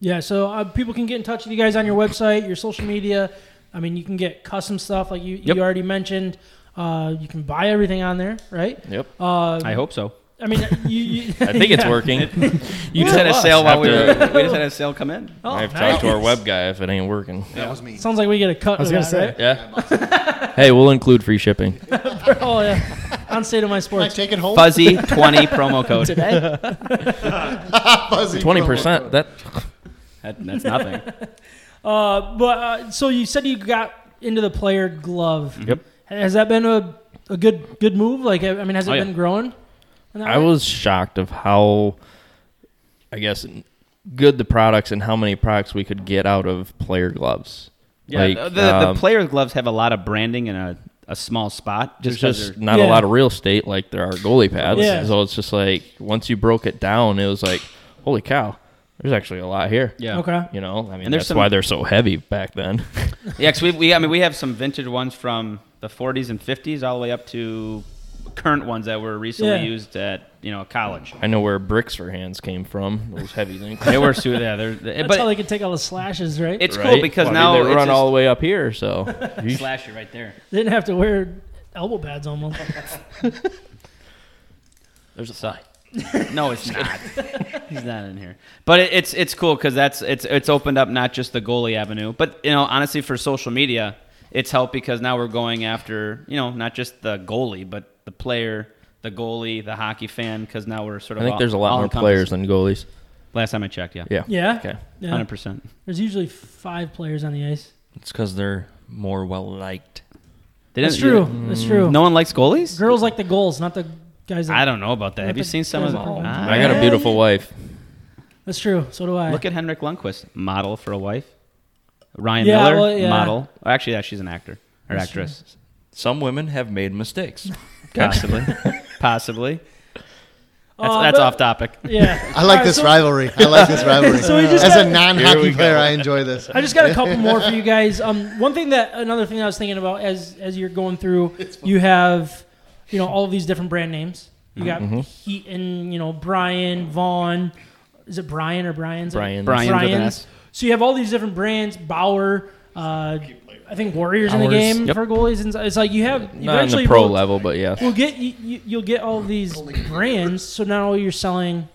Speaker 2: Yeah, so uh, people can get in touch with you guys on your website, your social media. I mean, you can get custom stuff like you,
Speaker 7: Yep.
Speaker 2: you already mentioned. Uh, you can buy everything on there, right?
Speaker 6: yep
Speaker 2: Uh,
Speaker 7: i hope so
Speaker 2: I mean, uh, you,
Speaker 7: (laughs)
Speaker 2: you,
Speaker 6: i think it's
Speaker 2: yeah.
Speaker 6: working
Speaker 7: You
Speaker 2: (laughs)
Speaker 7: just had a
Speaker 6: us.
Speaker 7: sale while we were.
Speaker 6: Have
Speaker 7: We just had a sale come in.
Speaker 2: Oh,
Speaker 6: I have
Speaker 2: nice.
Speaker 6: talked to our web guy if it ain't working.
Speaker 9: that was me.
Speaker 2: Sounds like we get a cut.
Speaker 4: I was
Speaker 2: going
Speaker 4: gonna
Speaker 2: to
Speaker 4: say.
Speaker 6: Yeah. hey, we'll include free shipping.
Speaker 2: oh, yeah.
Speaker 4: (laughs)
Speaker 2: On State of My
Speaker 3: I
Speaker 2: Sports.
Speaker 3: take it home.
Speaker 7: Fuzzy twenty promo
Speaker 2: (laughs)
Speaker 7: code.
Speaker 3: Fuzzy
Speaker 6: Twenty percent. That
Speaker 7: That- that's nothing.
Speaker 2: Uh, but uh, So you said you got into the player glove.
Speaker 6: Yep.
Speaker 2: Has that been a, a good good move? Like, I I mean, has it
Speaker 7: Oh, yeah.
Speaker 2: been growing? in that
Speaker 6: I
Speaker 2: way?
Speaker 6: was shocked of how, I guess, good the products and how many products we could get out of player gloves.
Speaker 7: Yeah,
Speaker 6: Like,
Speaker 7: the, the
Speaker 6: um,
Speaker 7: player gloves have a lot of branding in a, a small spot.
Speaker 6: there's
Speaker 7: Just, 'cause
Speaker 6: just
Speaker 7: they're-
Speaker 6: not
Speaker 2: Yeah.
Speaker 6: a lot of real estate like there are goalie pads.
Speaker 2: Yeah.
Speaker 6: So it's just like once you broke it down, it was like, holy cow, there's actually a lot here.
Speaker 7: yeah.
Speaker 2: Okay.
Speaker 6: You know, I mean,
Speaker 7: And there's
Speaker 6: that's
Speaker 7: some-
Speaker 6: why they're so heavy back then. (laughs)
Speaker 7: Yeah, 'cause we we I mean we have some vintage ones from the 40s and 50s all the way up to current ones that were recently
Speaker 2: Yeah.
Speaker 7: used at you know college.
Speaker 6: I know where bricks for hands came from. Those heavy things.
Speaker 7: They were suited. Yeah, they're,
Speaker 2: That's
Speaker 7: but
Speaker 2: how they can take all the slashes, right?
Speaker 7: it's
Speaker 6: Right?
Speaker 7: cool because
Speaker 6: Well, I
Speaker 7: now
Speaker 6: mean,
Speaker 7: it's
Speaker 6: they run
Speaker 7: just
Speaker 6: all the way up here. So (laughs) You-
Speaker 7: slasher right there.
Speaker 2: They didn't have to wear elbow pads
Speaker 7: (laughs)
Speaker 2: almost.
Speaker 7: There's a sign. No, it's not. (laughs) He's not in here. But it, it's it's cool because that's it's it's opened up not just the goalie avenue, but you know honestly for social media, it's helped because now we're going after you know not just the goalie but the player, the goalie, the hockey fan because now we're sort
Speaker 6: I
Speaker 7: of.
Speaker 6: think
Speaker 7: all-
Speaker 6: there's a lot more
Speaker 7: all-encompassing.
Speaker 6: players than goalies.
Speaker 7: Last time I checked, yeah,
Speaker 6: Yeah.
Speaker 2: yeah.
Speaker 6: Okay.
Speaker 2: Yeah.
Speaker 7: hundred percent.
Speaker 2: There's usually five players on the ice.
Speaker 5: It's because they're more well liked.
Speaker 2: That's true. That's true.
Speaker 7: Mm. No one likes goalies.
Speaker 2: Girls like the goals, not the guys. That,
Speaker 7: I don't know about that. Have you
Speaker 2: the
Speaker 7: seen some of
Speaker 2: guys
Speaker 7: them?
Speaker 2: that-
Speaker 7: Ah,
Speaker 6: I got a beautiful wife.
Speaker 2: That's true. So do I.
Speaker 7: Look at Henrik Lundqvist, model for a wife. Ryan
Speaker 2: Yeah,
Speaker 7: Miller,
Speaker 2: well, yeah.
Speaker 7: model. Oh, actually, yeah, she's an actor or actress.
Speaker 5: Some women have made mistakes.
Speaker 7: (laughs) Possibly. Possibly. That's,
Speaker 2: Uh,
Speaker 7: that's
Speaker 2: but-
Speaker 7: off topic.
Speaker 2: yeah.
Speaker 3: I like
Speaker 2: Alright,
Speaker 3: this
Speaker 2: so
Speaker 3: rivalry. I like
Speaker 2: (laughs)
Speaker 3: this rivalry.
Speaker 2: So we just
Speaker 3: As
Speaker 2: got-
Speaker 3: a non-hockey player, I enjoy this.
Speaker 2: (laughs) I just got a couple more for you guys. Um, one thing that another thing I was thinking about as as you're going through, you have, you know, all of these different brand names. You
Speaker 6: Mm-hmm.
Speaker 2: got Heaton, you know, Brian Vaughn. Is it Brian or Brian's?
Speaker 6: Brian's.
Speaker 7: Brian's with an S.
Speaker 2: So you have all these different brands. Bauer. Uh, I think Warriors in the
Speaker 4: Bowers.
Speaker 2: game for goalies. And It's like you have
Speaker 6: Not in
Speaker 2: eventually
Speaker 6: the pro
Speaker 2: we'll-
Speaker 6: level, but yeah.
Speaker 2: We'll get you, you, you'll get all these brands. So now you're selling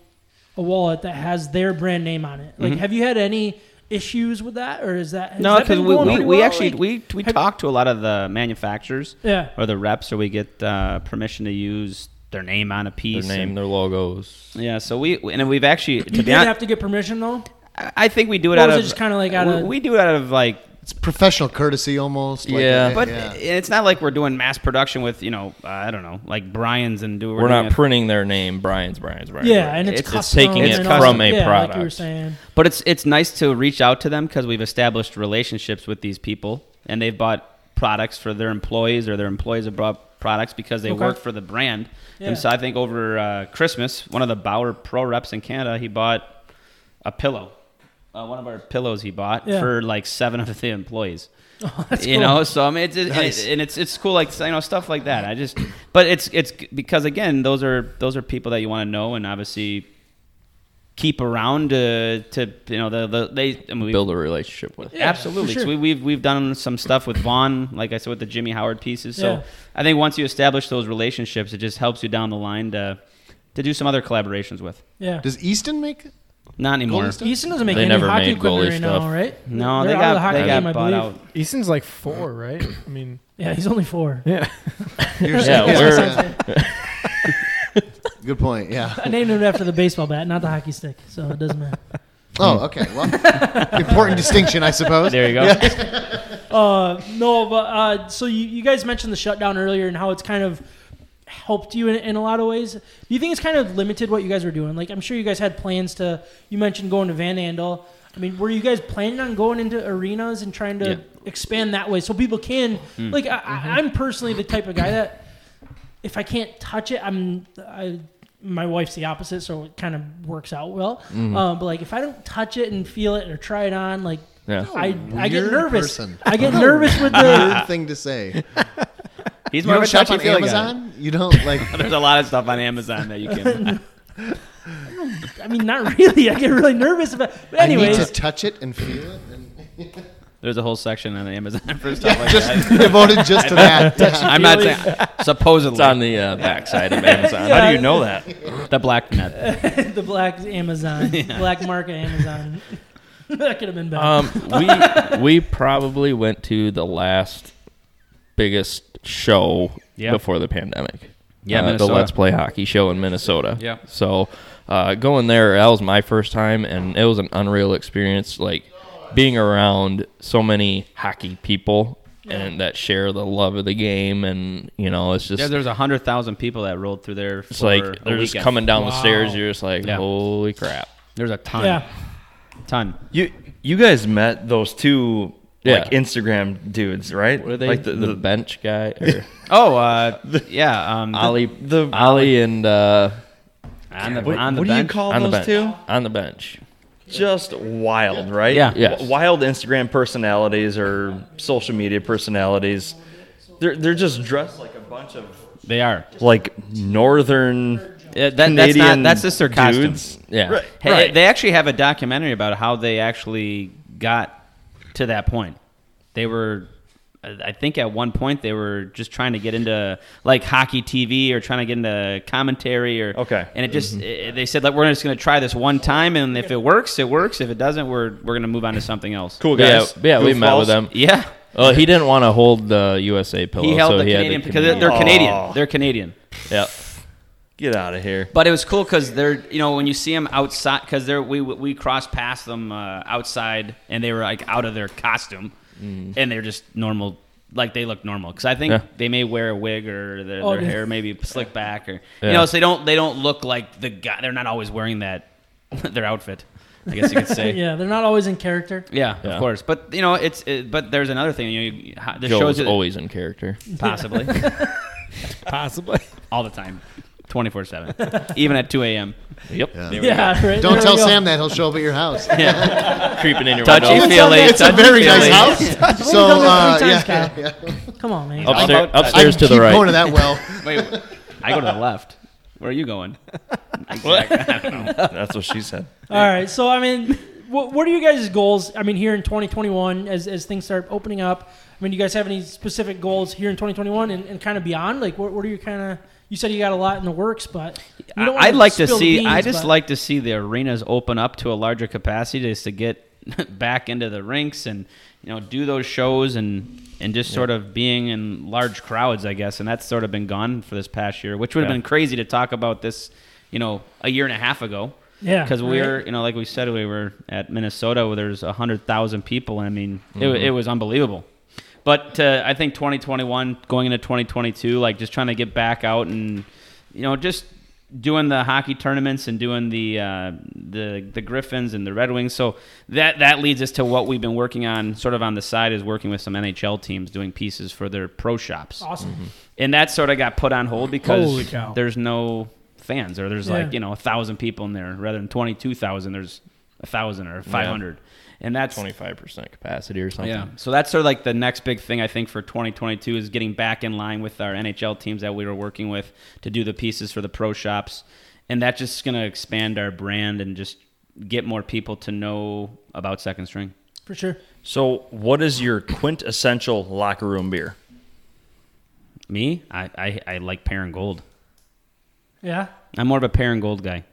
Speaker 2: a wallet that has their brand name on it. Like, have you had any issues with that, or is that has
Speaker 7: Mm-hmm. No,
Speaker 2: that
Speaker 7: because
Speaker 2: been
Speaker 7: we,
Speaker 2: going
Speaker 7: we,
Speaker 2: pretty
Speaker 7: we
Speaker 2: well?
Speaker 7: actually
Speaker 2: Like-
Speaker 7: we, Uh, we
Speaker 2: have-
Speaker 7: talk to a lot of the manufacturers
Speaker 2: yeah
Speaker 7: or the reps, or we get uh, permission to use their name on a
Speaker 6: Their
Speaker 7: piece.
Speaker 6: name, their logos.
Speaker 7: and- yeah, so we and then we've actually to
Speaker 2: You
Speaker 7: be
Speaker 2: did
Speaker 7: hon-
Speaker 2: have to get permission though.
Speaker 7: I I think we do it
Speaker 2: Or
Speaker 7: out
Speaker 2: was
Speaker 7: of
Speaker 2: it just kinda like out
Speaker 7: we,
Speaker 2: of-
Speaker 7: we do it out of like
Speaker 3: It's professional courtesy almost. Like,
Speaker 6: Yeah.
Speaker 3: uh,
Speaker 7: but
Speaker 3: yeah.
Speaker 7: it's not like we're doing mass production with you know uh, I don't know like Brian's and do
Speaker 6: We're not
Speaker 7: doing it-
Speaker 6: printing their name, Brian's, Brian's, Brian's.
Speaker 2: Yeah, and it's,
Speaker 7: It's-
Speaker 6: it's
Speaker 2: custom
Speaker 6: taking
Speaker 2: and
Speaker 7: it
Speaker 2: all
Speaker 7: from
Speaker 2: that.
Speaker 6: a
Speaker 2: yeah, Like you were
Speaker 6: product.
Speaker 2: saying,
Speaker 7: But it's it's nice to reach out to them because we've established relationships with these people, and they've bought products for their employees, or their employees have bought products because they
Speaker 2: Okay.
Speaker 7: work for the brand.
Speaker 2: Yeah.
Speaker 7: And so I think over uh, Christmas, one of the Bauer Pro reps in Canada, he bought a pillow, uh, one of our pillows he bought
Speaker 2: Yeah. Oh,
Speaker 7: for like seven of
Speaker 2: (laughs)
Speaker 7: the employees.
Speaker 2: that's
Speaker 7: you
Speaker 2: cool.
Speaker 7: know, so I mean, it's, it, and it's it's cool, like you know, stuff like that. I just, but it's it's because again, those are those are people that you want to know, and obviously keep around to, to you know the, the they I mean, we-
Speaker 6: build a relationship with.
Speaker 7: absolutely.
Speaker 2: for sure.
Speaker 7: So we, we've we've done some stuff with Vaughn, like I said, with the Jimmy Howard pieces. So
Speaker 2: Yeah.
Speaker 7: I think once you establish those relationships, it just helps you down the line to to do some other collaborations with.
Speaker 2: Yeah.
Speaker 3: Does Easton make? it?
Speaker 7: Not anymore.
Speaker 3: Golden State?
Speaker 2: Easton doesn't make
Speaker 6: They
Speaker 2: any
Speaker 6: never
Speaker 2: hockey
Speaker 6: made
Speaker 2: equipment
Speaker 6: goalie
Speaker 2: right now,
Speaker 6: stuff.
Speaker 2: right?
Speaker 7: No,
Speaker 2: They're out
Speaker 7: they
Speaker 2: of the
Speaker 7: got
Speaker 2: hockey
Speaker 7: they
Speaker 2: game,
Speaker 7: got
Speaker 2: I
Speaker 7: bought
Speaker 2: believe.
Speaker 7: out.
Speaker 4: Easton's like four, right? I mean,
Speaker 2: Yeah, he's only four. (laughs)
Speaker 4: yeah.
Speaker 6: Yeah, we're,
Speaker 3: Yeah. Good point. Yeah.
Speaker 2: I named him after the baseball bat, not the hockey stick, so it doesn't matter.
Speaker 3: Oh, okay. Well,
Speaker 2: (laughs)
Speaker 3: important distinction, I suppose.
Speaker 7: There
Speaker 6: (laughs)
Speaker 7: you go.
Speaker 2: Uh, no, but uh, so you, you guys mentioned the shutdown earlier and how it's kind of helped you in, in a lot of ways. Do you think it's kind of limited what you guys were doing? Like, I'm sure you guys had plans to. You mentioned going to Van Andel. I mean, were you guys planning on going into arenas and trying to
Speaker 7: Yeah.
Speaker 2: expand that way so people can? Like, I, I, I'm personally the type of guy that if I can't touch it, I'm. I, my wife's the opposite, so it kind of works out well. Uh, but like, if I don't touch it and feel it or try it on, like,
Speaker 6: yeah.
Speaker 2: I, I get
Speaker 3: Weird
Speaker 2: nervous. (laughs)
Speaker 3: person.
Speaker 2: I get nervous with
Speaker 3: Weird (laughs)
Speaker 2: the.
Speaker 3: thing to say.
Speaker 7: He's
Speaker 3: You
Speaker 7: more
Speaker 3: don't
Speaker 7: of a
Speaker 3: shop on
Speaker 7: touchy-feely guy.
Speaker 3: Amazon. You don't like.
Speaker 7: (laughs) There's a lot of stuff on Amazon that you can.
Speaker 2: (laughs) I mean, not really. I get really nervous about. But
Speaker 3: I need
Speaker 2: anyways,
Speaker 3: to touch it and feel it. And
Speaker 7: There's a whole section on Amazon for stuff like
Speaker 3: just
Speaker 7: that.
Speaker 3: devoted just to that.
Speaker 7: I'm not saying supposedly
Speaker 6: it's on the uh, backside of Amazon.
Speaker 5: How do you know that?
Speaker 7: the
Speaker 2: (laughs)
Speaker 7: black net.
Speaker 2: the black Amazon, black market Amazon. (laughs) that could have been better.
Speaker 6: Um,
Speaker 7: (laughs)
Speaker 6: we we probably went to the last biggest show
Speaker 7: Yeah.
Speaker 6: before the pandemic.
Speaker 7: Yeah,
Speaker 6: Uh, the
Speaker 7: Minnesota.
Speaker 6: Let's Play Hockey show in Minnesota.
Speaker 7: Yeah.
Speaker 6: So uh, going there, that was my first time, and it was an unreal experience. Like being around so many hockey people and that share the love of the game, and you know, it's just
Speaker 7: Yeah, there's a hundred thousand people that rolled through there. For
Speaker 6: it's like
Speaker 7: a
Speaker 6: they're just
Speaker 7: weekend.
Speaker 6: coming down the
Speaker 4: Wow.
Speaker 6: stairs. You're just like,
Speaker 7: Yeah.
Speaker 6: holy crap!
Speaker 7: There's a ton.
Speaker 2: yeah,
Speaker 7: Ton.
Speaker 5: You you guys met those two like
Speaker 6: Yeah.
Speaker 5: Instagram dudes, right?
Speaker 6: What are they?
Speaker 5: Like
Speaker 6: the, the bench guy (laughs) or
Speaker 7: Oh, uh, yeah. Um,
Speaker 6: Ollie?
Speaker 5: the-
Speaker 6: Ollie and. Uh,
Speaker 7: on the,
Speaker 5: What,
Speaker 7: on the
Speaker 5: what do you
Speaker 7: bench.
Speaker 5: call
Speaker 6: on the
Speaker 5: those
Speaker 6: bench.
Speaker 5: two?
Speaker 6: On the bench.
Speaker 5: Just wild, right?
Speaker 7: Yeah.
Speaker 6: Yes.
Speaker 5: W- Wild Instagram personalities or social media personalities. They're they're just dressed like a bunch of
Speaker 7: They are.
Speaker 5: like northern
Speaker 7: Yeah, that, that's
Speaker 5: Canadian
Speaker 7: not. That's just their costume.
Speaker 5: dudes.
Speaker 6: Yeah.
Speaker 5: Right.
Speaker 7: Hey,
Speaker 5: right.
Speaker 7: They actually have a documentary about how they actually got to that point. They were, I think, at one point they were just trying to get into like hockey TV or trying to get into commentary or
Speaker 5: Okay. Mm-hmm.
Speaker 7: And it just eh, they said like we're just going to try this one time, and if it works, it works. If it doesn't, we're we're going to move on to something else.
Speaker 5: cool
Speaker 6: Yeah,
Speaker 5: guys.
Speaker 6: yeah, we met
Speaker 5: Goofballs.
Speaker 6: with them.
Speaker 7: Yeah.
Speaker 6: Oh, he didn't want to hold the USA pillow.
Speaker 7: (laughs) He held
Speaker 6: Oh, so
Speaker 7: the
Speaker 6: he
Speaker 7: Canadian
Speaker 6: had the
Speaker 7: because they're
Speaker 5: Canadian. Aw.
Speaker 7: Canadian. They're Canadian.
Speaker 6: yeah.
Speaker 5: Get out of here.
Speaker 7: But it was cool because they're you know when you see them outside because they're we we cross past them uh, outside and they were like out of their costume and they're just normal like they look normal because I think
Speaker 6: Mm-hmm. Yeah.
Speaker 7: they may wear a wig or their,
Speaker 2: Oh,
Speaker 7: their
Speaker 2: dude.
Speaker 7: hair maybe slicked back or
Speaker 6: Yeah.
Speaker 7: you know so they don't they don't look like the guy they're not always wearing that (laughs) their outfit I guess you could say
Speaker 2: (laughs)
Speaker 7: yeah.
Speaker 2: yeah, they're not always in character.
Speaker 6: Yeah.
Speaker 7: of course but you know it's it, but there's another thing you know you, how- this
Speaker 6: Joe
Speaker 7: shows
Speaker 6: was
Speaker 7: you that-
Speaker 6: always in character.
Speaker 7: (laughs) possibly
Speaker 4: Possibly.
Speaker 7: all the time twenty four seven even at two a.m.
Speaker 6: Yep.
Speaker 2: Yeah, right.
Speaker 3: Don't
Speaker 2: there
Speaker 3: tell
Speaker 2: we go.
Speaker 3: Sam that he'll show up at your house.
Speaker 6: Creeping in your
Speaker 7: Touchy
Speaker 6: window.
Speaker 7: feely.
Speaker 3: It's a very nice
Speaker 7: touchy-feely.
Speaker 2: (laughs)
Speaker 3: house.
Speaker 2: We've
Speaker 3: So
Speaker 2: done that
Speaker 3: uh,
Speaker 2: three
Speaker 3: yeah,
Speaker 2: times,
Speaker 3: yeah,
Speaker 2: Kyle.
Speaker 3: yeah.
Speaker 2: Come on, man.
Speaker 6: Upstairs,
Speaker 7: about-
Speaker 6: upstairs
Speaker 3: I
Speaker 6: to the
Speaker 3: keep Going
Speaker 6: right.
Speaker 3: to that well.
Speaker 7: Wait, I go to the left. Where are you going?
Speaker 5: That's what she said.
Speaker 2: All right. So, I mean, what, what are you guys' goals? I mean, here in 2021, as, as things start opening up, I mean, do you guys have any specific goals here in 2021 and, and kind of beyond? Like, what, what are you kind of. You said you got a lot in the works, but. you don't wanna
Speaker 7: I'd like to
Speaker 2: spill the
Speaker 7: see. I
Speaker 2: beans,
Speaker 7: just
Speaker 2: but-
Speaker 7: like to see the arenas open up to a larger capacity, just to get (laughs) back into the rinks and you know do those shows and and just sort of being in large crowds, I guess. And that's sort of been gone for this past year, which would have
Speaker 6: Yeah.
Speaker 7: been crazy to talk about this, you know, a year and a half ago.
Speaker 2: Yeah,
Speaker 7: because we
Speaker 2: right.
Speaker 7: were, you know, like we said, we were at Minnesota where there's hundred thousand people, and I mean, it wa it, it was unbelievable. But uh, I think 2021, going into 2022, like just trying to get back out and you know just doing the hockey tournaments and doing the uh, the the Griffins and the Red Wings. So that that leads us to what we've been working on, sort of on the side, is working with some NHL teams doing pieces for their pro shops,
Speaker 2: Awesome.
Speaker 7: and that sort of got put on hold
Speaker 4: Holy
Speaker 7: because
Speaker 4: cow.
Speaker 7: there's no fans or there's
Speaker 2: Yeah.
Speaker 7: like you know a thousand people in there rather than 22,000. There's a thousand or 500, and that's
Speaker 6: Twenty-five percent capacity or something.
Speaker 7: yeah. So that's sort of like the next big thing I think for 2022 is getting back in line with our NHL teams that we were working with to do the pieces for the pro shops and that's just going to expand our brand and just get more people to know about second string.
Speaker 2: for sure.
Speaker 5: So, what is your quintessential locker room beer?
Speaker 7: Me, I, I, I like pear and gold.
Speaker 2: Yeah,
Speaker 7: I'm more of a pear and gold guy.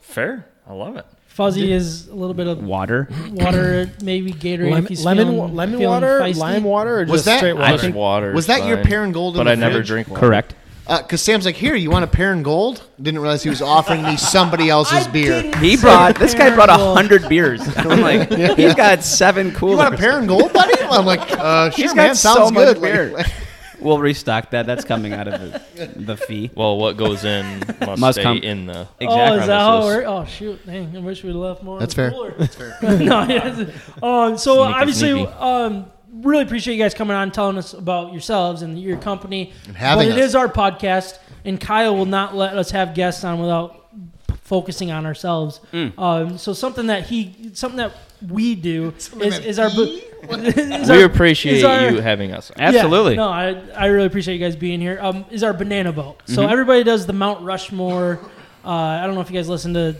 Speaker 5: Fair. I love it.
Speaker 2: fuzzy is a little bit of
Speaker 7: Water.
Speaker 2: water, maybe Gatorade.
Speaker 4: Lem-
Speaker 2: if he's
Speaker 4: lemon,
Speaker 2: feeling-
Speaker 4: wa- lemon
Speaker 2: feeling
Speaker 4: water,
Speaker 2: feisty.
Speaker 4: lime water, or
Speaker 3: Was
Speaker 4: just
Speaker 3: that-
Speaker 4: straight
Speaker 3: I
Speaker 4: water?
Speaker 6: Just water.
Speaker 3: was
Speaker 6: is
Speaker 3: that your
Speaker 6: fine.
Speaker 3: Parent Gold in
Speaker 6: But
Speaker 3: the
Speaker 6: I never
Speaker 3: fridge?
Speaker 6: drink water.
Speaker 7: Correct.
Speaker 3: Because Uh, Sam's like, here, you want a pear and gold? Didn't realize he was offering me somebody
Speaker 9: (laughs)
Speaker 3: else's beer. You
Speaker 2: Say
Speaker 9: He brought this guy brought a
Speaker 2: Parangold.
Speaker 9: hundred beers.
Speaker 2: (laughs)
Speaker 9: I'm like, he's got seven coolers.
Speaker 3: want a pear and
Speaker 9: (laughs)
Speaker 3: gold, buddy? I'm like, uh, sure,
Speaker 9: He's got
Speaker 3: man, sounds
Speaker 9: so much
Speaker 3: good. Like-
Speaker 9: beer.
Speaker 3: (laughs) like-
Speaker 7: We'll restock that. That's coming out of
Speaker 3: (laughs)
Speaker 7: the, the fee.
Speaker 6: Well, what goes in must,
Speaker 7: Must
Speaker 6: stay
Speaker 7: come-
Speaker 6: in the.
Speaker 2: Oh, is that how it
Speaker 6: premises.
Speaker 2: works? Oh, shoot. Dang, I wish we'd left more.
Speaker 3: That's
Speaker 2: on the
Speaker 3: fair.
Speaker 2: floor. (laughs) no, yes. um, so
Speaker 6: Sneaky,
Speaker 2: obviously,
Speaker 6: sneaky.
Speaker 2: um, really appreciate you guys coming on and telling us about yourselves and your company. And
Speaker 3: having
Speaker 2: but it
Speaker 3: us.
Speaker 2: is our podcast, and Kyle will not let us have guests on without p- focusing on ourselves.
Speaker 6: Hmm.
Speaker 2: Um, so something that he, something that we do is,
Speaker 3: that
Speaker 2: is our. bo-
Speaker 3: (laughs)
Speaker 2: (laughs) is
Speaker 6: We
Speaker 2: our-
Speaker 6: appreciate
Speaker 2: is our-
Speaker 6: you having us. on.
Speaker 2: yeah,
Speaker 7: Absolutely.
Speaker 2: no, I, I really appreciate you guys being here. Um, is our banana boat. So
Speaker 7: Mm-hmm.
Speaker 2: everybody does the Mount Rushmore. Uh, I don't know if you guys listen to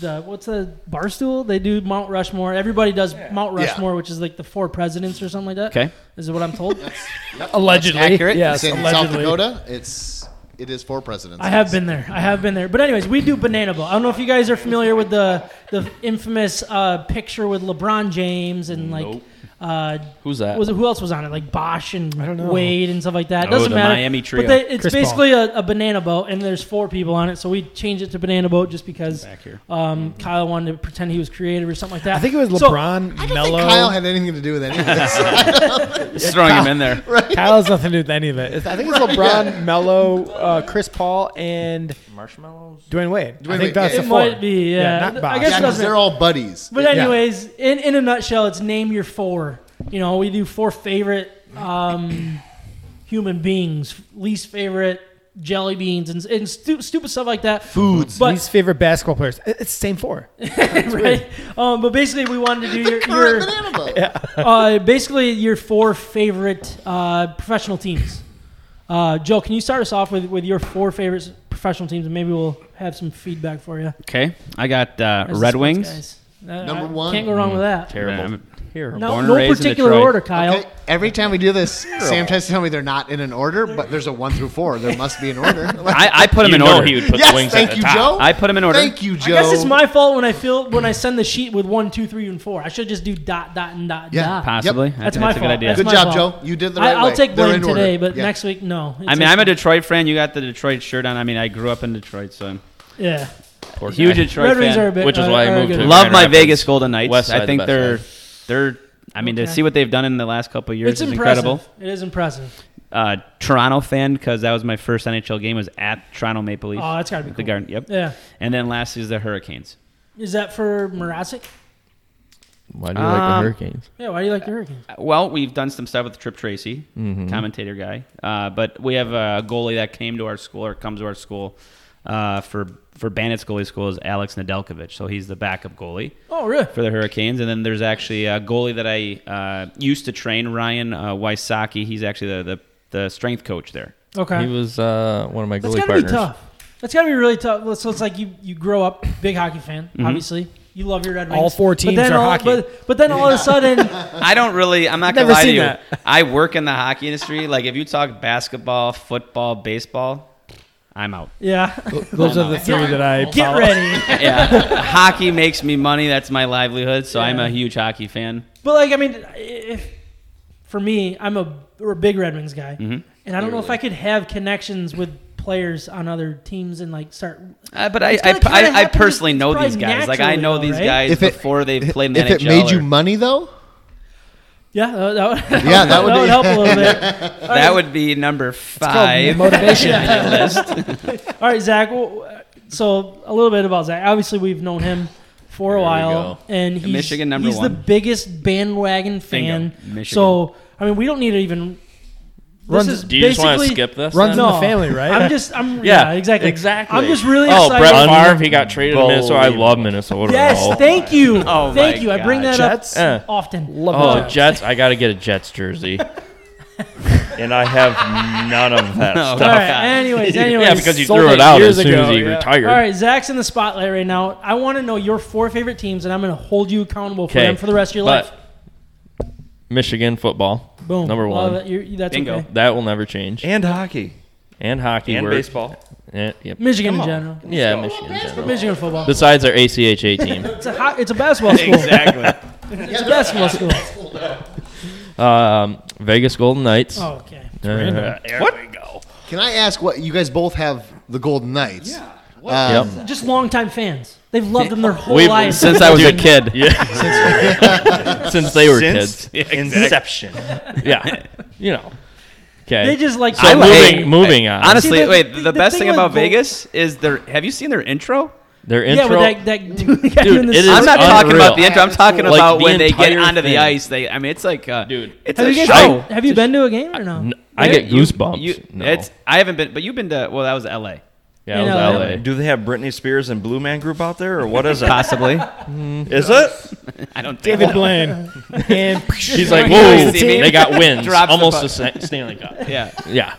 Speaker 2: the what's the barstool? They do Mount Rushmore. Everybody does Mount Rushmore, which is like the four presidents or something like that.
Speaker 7: Okay.
Speaker 2: is what I'm told.
Speaker 3: (laughs)
Speaker 4: Allegedly,
Speaker 9: accurate.
Speaker 4: Yes,
Speaker 3: in South
Speaker 4: allegedly.
Speaker 3: Dakota, it's it is for presidents.
Speaker 2: I have been there. I have been there. But anyways, we do banana boat. I don't know if you guys are familiar with the the infamous uh, picture with LeBron James and like. Uh,
Speaker 6: Who's that?
Speaker 2: was it, who else was on it? Like Bosch and
Speaker 4: don't know.
Speaker 2: Wade and stuff like that. It
Speaker 7: Oh,
Speaker 2: doesn't
Speaker 7: the
Speaker 2: matter.
Speaker 7: Miami trio.
Speaker 2: But they, it's
Speaker 4: Chris
Speaker 2: basically a, a banana boat, and there's four people on it. So we changed it to banana boat just because
Speaker 7: Back here.
Speaker 2: um, Kyle wanted to pretend he was creative or something like that.
Speaker 4: I think it was
Speaker 2: So-
Speaker 4: LeBron, Mello.
Speaker 3: Kyle had anything to do with any of this.
Speaker 7: Just throwing him in there.
Speaker 4: Kyle has nothing to do with any of it. It's- I think
Speaker 2: (laughs)
Speaker 4: it's LeBron, Mello, uh, Chris Paul, and
Speaker 5: Marshmallows.
Speaker 4: Dwayne Wade. I
Speaker 3: Wade,
Speaker 4: think that's
Speaker 3: yeah.
Speaker 4: the
Speaker 2: it
Speaker 4: four.
Speaker 2: might be. Yeah,
Speaker 4: not Bosch.
Speaker 2: I guess
Speaker 3: (laughs) yeah,
Speaker 2: it
Speaker 3: 'cause
Speaker 2: doesn't.
Speaker 3: they're all buddies.
Speaker 2: But
Speaker 4: Yeah.
Speaker 2: anyways, in, in a nutshell, it's name your four. You know, we do four favorite um, (clears throat) human beings, least favorite jelly beans, and, and stu- stupid stuff like that. Foods, but
Speaker 4: Least favorite basketball players. It- It's the same four.
Speaker 2: right. Um, but basically, we wanted to do your,
Speaker 3: Current
Speaker 2: your (laughs)
Speaker 3: banana boat.
Speaker 2: uh, basically your four favorite uh, professional teams. Uh, Joe, can you start us off with, with your four favorite professional teams, and maybe we'll have some feedback for you.
Speaker 7: Okay. I got uh,
Speaker 2: as the
Speaker 7: Red
Speaker 2: sports
Speaker 7: Wings.
Speaker 2: guys. Uh,
Speaker 3: Number
Speaker 2: I
Speaker 3: one.
Speaker 2: Can't go wrong with that.
Speaker 6: Terrible.
Speaker 7: Here.
Speaker 2: No, no particular order, Kyle.
Speaker 3: Okay, every time we do
Speaker 2: (laughs)
Speaker 3: this, Sam tries to tell me they're not in an order, but there's a one through four. There must be
Speaker 2: (laughs)
Speaker 3: an order. Like,
Speaker 7: I, I put him
Speaker 6: You
Speaker 7: in
Speaker 6: know
Speaker 7: order.
Speaker 6: he would put
Speaker 3: yes,
Speaker 6: the wings
Speaker 3: thank
Speaker 6: at the
Speaker 3: you, Joe.
Speaker 6: top.
Speaker 7: I put him in order.
Speaker 3: Thank you,
Speaker 2: I
Speaker 3: Joe.
Speaker 2: guess it's my fault when I feel when I send the sheet with one, two, three, and four. I should just do dot, dot, and dot,
Speaker 3: Yeah,
Speaker 2: dot.
Speaker 7: Possibly.
Speaker 3: Yep.
Speaker 7: I
Speaker 2: That's
Speaker 7: think
Speaker 2: my
Speaker 7: a
Speaker 2: fault.
Speaker 7: good idea.
Speaker 2: That's
Speaker 3: Good
Speaker 2: my
Speaker 3: job,
Speaker 2: fault.
Speaker 3: Joe. You did the
Speaker 2: I,
Speaker 3: right
Speaker 2: I'll
Speaker 3: way.
Speaker 2: take
Speaker 3: They're
Speaker 2: blame
Speaker 3: in order.
Speaker 2: today, but
Speaker 3: Yeah.
Speaker 2: next week, no.
Speaker 7: I
Speaker 2: It's
Speaker 7: mean,
Speaker 2: a-
Speaker 7: I'm a Detroit fan. You got the Detroit shirt on. I mean, I grew up in Detroit, so I'm
Speaker 2: yeah.
Speaker 7: a huge (laughs) Detroit
Speaker 2: Red
Speaker 7: fan.
Speaker 2: Wings are a bit,
Speaker 6: Which is
Speaker 2: are-
Speaker 6: why I
Speaker 2: are a
Speaker 6: moved
Speaker 2: good
Speaker 6: to-
Speaker 2: one.
Speaker 7: Love
Speaker 6: Grand
Speaker 7: my
Speaker 6: Rapids.
Speaker 7: Vegas Golden Knights.
Speaker 6: West side,
Speaker 7: I think
Speaker 6: the
Speaker 7: they're
Speaker 6: best
Speaker 7: they're. I mean,
Speaker 2: Okay.
Speaker 7: to see what they've done in the last couple of years
Speaker 2: It's
Speaker 7: is
Speaker 2: impressive.
Speaker 7: incredible.
Speaker 2: It is impressive.
Speaker 7: Uh, Toronto fan because that was my first NHL game was at Toronto Maple Leafs.
Speaker 2: Oh, that's gotta be
Speaker 7: the
Speaker 2: cool.
Speaker 7: Garden. Yep.
Speaker 2: Yeah.
Speaker 7: And then last is the Hurricanes.
Speaker 2: Is that for Mrazek?
Speaker 6: Why do you like the
Speaker 7: Um,
Speaker 6: hurricanes?
Speaker 2: Yeah, why do you like the Hurricanes?
Speaker 7: Well, we've done some stuff with Trip Tracy,
Speaker 6: Mm-hmm.
Speaker 7: commentator guy. Uh, but we have a goalie that came to our school or comes to our school uh, for for Bandits goalie school is Alex Nedeljkovic. So he's the backup goalie
Speaker 2: Oh, really?
Speaker 7: for the Hurricanes. And then there's actually a goalie that I uh, used to train, Ryan uh, Wysocki. He's actually the, the the strength coach there.
Speaker 2: Okay.
Speaker 6: He was uh, one of my
Speaker 2: That's
Speaker 6: goalie
Speaker 2: gotta
Speaker 6: partners.
Speaker 2: be tough. That's gotta be really tough. Well, So it's like you, you grow up big hockey fan, obviously. You love your Red Wings.
Speaker 4: All four
Speaker 2: But
Speaker 4: teams
Speaker 2: then
Speaker 4: are
Speaker 2: all-
Speaker 4: hockey.
Speaker 2: But, but then all of a sudden,
Speaker 7: (laughs) I don't really. I'm not gonna
Speaker 4: Never
Speaker 7: lie to
Speaker 4: seen
Speaker 7: you.
Speaker 4: that.
Speaker 7: I work in the hockey industry. Like if you talk basketball, football, baseball, I'm out.
Speaker 2: yeah,
Speaker 4: (laughs) Those are the three that (laughs) I
Speaker 2: get
Speaker 4: follow.
Speaker 2: ready.
Speaker 7: yeah, hockey makes me money. That's my livelihood. So I'm a huge hockey fan.
Speaker 2: But like, I mean, if for me, I'm a, we're a big Red Wings guy, and I don't know if I could have connections with players on other teams and like start.
Speaker 7: Uh, but I, I,
Speaker 2: gotta kinda
Speaker 7: I, I
Speaker 2: happen
Speaker 7: personally
Speaker 2: just
Speaker 7: know
Speaker 2: probably
Speaker 7: these guys. Like I
Speaker 2: naturally
Speaker 7: know
Speaker 2: though,
Speaker 7: these
Speaker 2: right?
Speaker 7: guys
Speaker 3: If it-
Speaker 7: before they played in the
Speaker 3: If it
Speaker 7: NHL
Speaker 3: made you
Speaker 7: or-
Speaker 3: money, though,
Speaker 2: Yeah, that, that would (laughs) that
Speaker 3: yeah, that would
Speaker 2: would
Speaker 3: be.
Speaker 2: help a little bit.
Speaker 7: that would be number five.
Speaker 4: Motivation.
Speaker 2: All right, Zach. Well, uh, so a little bit about Zach. Obviously, we've known him for a
Speaker 6: There we
Speaker 2: while,
Speaker 6: go.
Speaker 2: and he's
Speaker 7: Michigan number
Speaker 2: he's the
Speaker 7: one.
Speaker 2: biggest bandwagon fan.
Speaker 7: Michigan.
Speaker 2: So I mean, we don't need to even.
Speaker 4: Runs-
Speaker 2: this is
Speaker 6: Do you just want to
Speaker 2: basically-
Speaker 6: skip this?
Speaker 4: Runs
Speaker 6: then?
Speaker 4: in
Speaker 6: (laughs)
Speaker 4: the family, right?
Speaker 2: I'm just. I'm. Yeah,
Speaker 6: Yeah,
Speaker 2: exactly.
Speaker 6: exactly.
Speaker 2: I'm just really
Speaker 6: Oh,
Speaker 2: excited.
Speaker 6: Brett Favre, he got traded to Minnesota. I love Minnesota.
Speaker 2: Yes,
Speaker 6: Oh.
Speaker 2: thank you.
Speaker 7: Oh
Speaker 2: thank
Speaker 7: my
Speaker 2: you. I bring that
Speaker 4: Jets.
Speaker 2: up
Speaker 6: Eh.
Speaker 2: often.
Speaker 4: Love
Speaker 6: Oh,
Speaker 4: that.
Speaker 2: (laughs)
Speaker 6: Jets! I gotta get a Jets jersey.
Speaker 5: and I have none of that
Speaker 7: Oh,
Speaker 5: stuff.
Speaker 2: All right. Anyways, anyways.
Speaker 6: (laughs) (laughs) yeah, because you
Speaker 4: sold
Speaker 6: threw
Speaker 4: it
Speaker 6: it out
Speaker 4: years
Speaker 6: as soon
Speaker 4: ago,
Speaker 6: as he
Speaker 4: yeah.
Speaker 6: retired.
Speaker 2: All right, Zach's in the spotlight right now. I want to know your four favorite teams, and I'm going to hold you accountable for
Speaker 6: Okay,
Speaker 2: them for the rest of your
Speaker 6: but-
Speaker 2: life.
Speaker 6: Michigan football.
Speaker 2: Boom.
Speaker 6: Number
Speaker 2: Love
Speaker 6: one.
Speaker 2: it. You're- that's
Speaker 7: Bingo.
Speaker 2: okay.
Speaker 6: That will never change.
Speaker 5: And hockey
Speaker 6: And hockey
Speaker 5: and
Speaker 6: work.
Speaker 5: baseball.
Speaker 6: Eh, yep.
Speaker 2: Michigan in general.
Speaker 6: Yeah, Michigan. in general.
Speaker 2: Michigan football.
Speaker 6: Besides our ACHA team. (laughs)
Speaker 2: It's a, ho- it's a basketball school.
Speaker 5: (laughs)
Speaker 7: Exactly.
Speaker 2: It's a basketball school.
Speaker 6: um, Vegas Golden Knights.
Speaker 2: Oh, okay.
Speaker 6: Uh,
Speaker 3: Can I ask what you guys both have the Golden Knights? Um, Yeah.
Speaker 6: yep.
Speaker 2: Just longtime fans. They've loved them their whole
Speaker 6: We've-
Speaker 2: life.
Speaker 9: Since I was a kid.
Speaker 6: Yeah. (laughs) Since they were
Speaker 5: Since
Speaker 6: kids.
Speaker 5: inception.
Speaker 6: Yeah. You know. Okay.
Speaker 2: they just like
Speaker 6: so moving,
Speaker 9: hey,
Speaker 6: moving on.
Speaker 9: Honestly,
Speaker 2: See, the-
Speaker 9: wait,
Speaker 2: the-
Speaker 9: the,
Speaker 2: the
Speaker 9: best
Speaker 2: thing
Speaker 9: thing
Speaker 2: with
Speaker 9: about
Speaker 2: Gold-
Speaker 9: Vegas is their have you seen their intro?
Speaker 6: Their
Speaker 2: yeah,
Speaker 6: intro.
Speaker 2: but that, that (laughs) dude, guy
Speaker 6: Dude,
Speaker 2: in the
Speaker 6: it is
Speaker 2: suit.
Speaker 9: I'm not
Speaker 6: unreal.
Speaker 9: talking about the intro. I'm talking
Speaker 6: Like,
Speaker 9: about
Speaker 6: the
Speaker 9: when they get
Speaker 6: entire
Speaker 9: onto
Speaker 6: thing.
Speaker 9: the ice. They, I mean, it's like, uh,
Speaker 6: Dude.
Speaker 9: it's
Speaker 2: Have
Speaker 9: a
Speaker 2: you guys
Speaker 9: show.
Speaker 2: been, have you been to a game or no?
Speaker 6: N- I get
Speaker 9: You-
Speaker 6: goosebumps.
Speaker 9: you-
Speaker 6: no.
Speaker 9: It's I haven't been, but you've been to. Well, that was L.A.
Speaker 6: yeah,
Speaker 2: You
Speaker 6: it was
Speaker 2: know,
Speaker 6: LA.
Speaker 5: Do they have Britney Spears and Blue Man Group out there, or what is
Speaker 9: (laughs)
Speaker 5: it?
Speaker 9: Possibly.
Speaker 5: Is it?
Speaker 9: I don't think
Speaker 4: David
Speaker 9: so.
Speaker 4: Blaine. And
Speaker 6: She's like,
Speaker 9: Here's
Speaker 6: whoa,
Speaker 9: the team.
Speaker 6: they got wins.
Speaker 9: Drops the
Speaker 6: Almost
Speaker 9: puck.
Speaker 6: the sa- Stanley Cup.
Speaker 9: Yeah,
Speaker 6: Yeah.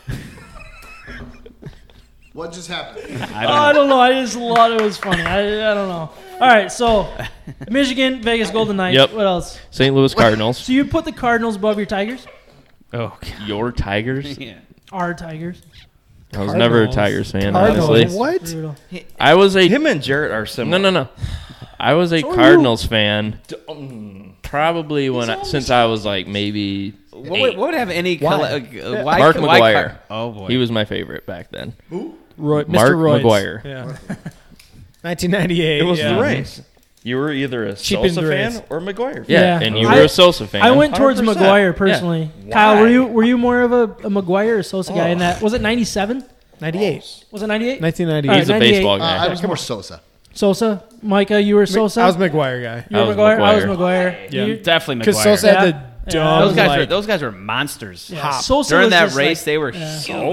Speaker 3: What just happened?
Speaker 9: I
Speaker 2: Oh,
Speaker 9: don't.
Speaker 2: I don't know. I just thought it was funny. I, I don't know. All right,
Speaker 6: (laughs)
Speaker 2: so Michigan, Vegas Golden Knights.
Speaker 6: Yep.
Speaker 2: What else?
Speaker 6: St. Louis Cardinals.
Speaker 2: So you put the Cardinals above your Tigers?
Speaker 9: know. Oh, God.
Speaker 6: Your Tigers?
Speaker 9: Yeah.
Speaker 2: Our Tigers.
Speaker 6: I was never a
Speaker 4: Cardinals.
Speaker 6: Tigers fan,
Speaker 4: Cardinals.
Speaker 6: honestly.
Speaker 4: What?
Speaker 2: Brutal.
Speaker 6: I was a
Speaker 5: Him and Jarrett are
Speaker 6: No,
Speaker 5: similar.
Speaker 6: no, no. I was a
Speaker 2: are you.
Speaker 6: Cardinals fan
Speaker 5: Mm.
Speaker 6: probably when I, since I was like maybe
Speaker 9: What would, what would have any? Why? uh, why
Speaker 6: Mark
Speaker 9: why
Speaker 6: McGuire.
Speaker 9: Car- oh boy.
Speaker 6: he was my favorite back then.
Speaker 4: Roy,
Speaker 6: Mark
Speaker 4: Mr. Royds.
Speaker 6: McGuire.
Speaker 4: Yeah. 1998.
Speaker 5: It was
Speaker 4: yeah.
Speaker 5: the race. You were either a
Speaker 4: Cheap
Speaker 5: Sosa
Speaker 4: in the race.
Speaker 5: fan or McGuire. fan.
Speaker 6: Yeah,
Speaker 2: Yeah.
Speaker 6: and you
Speaker 2: I-
Speaker 6: were a Sosa fan.
Speaker 2: I went towards
Speaker 5: 100%.
Speaker 2: McGuire personally.
Speaker 5: Yeah.
Speaker 2: Kyle, were
Speaker 5: Why?
Speaker 2: you were you more of a, a McGuire or Sosa guy in that? Was it '97?
Speaker 4: 98.
Speaker 2: Was it '98?
Speaker 4: 1998.
Speaker 2: All
Speaker 6: He's a
Speaker 2: 98.
Speaker 6: baseball
Speaker 3: Uh,
Speaker 6: guy.
Speaker 3: I was more Sosa.
Speaker 2: Sosa, Micah, you were Sosa.
Speaker 4: I was McGuire guy.
Speaker 2: you
Speaker 6: I
Speaker 2: were
Speaker 6: was
Speaker 2: McGuire. I was
Speaker 6: McGuire.
Speaker 2: McGuire.
Speaker 4: Yeah.
Speaker 2: You-
Speaker 9: definitely
Speaker 4: Because
Speaker 9: McGuire.
Speaker 4: Sosa had
Speaker 2: Yeah.
Speaker 4: the
Speaker 2: Yeah.
Speaker 4: dumb.
Speaker 9: those guys
Speaker 4: like,
Speaker 9: were those guys were monsters.
Speaker 4: hop.
Speaker 2: Sosa
Speaker 9: During
Speaker 2: was
Speaker 9: that
Speaker 2: just
Speaker 9: race,
Speaker 2: like-
Speaker 9: they were
Speaker 6: Oh,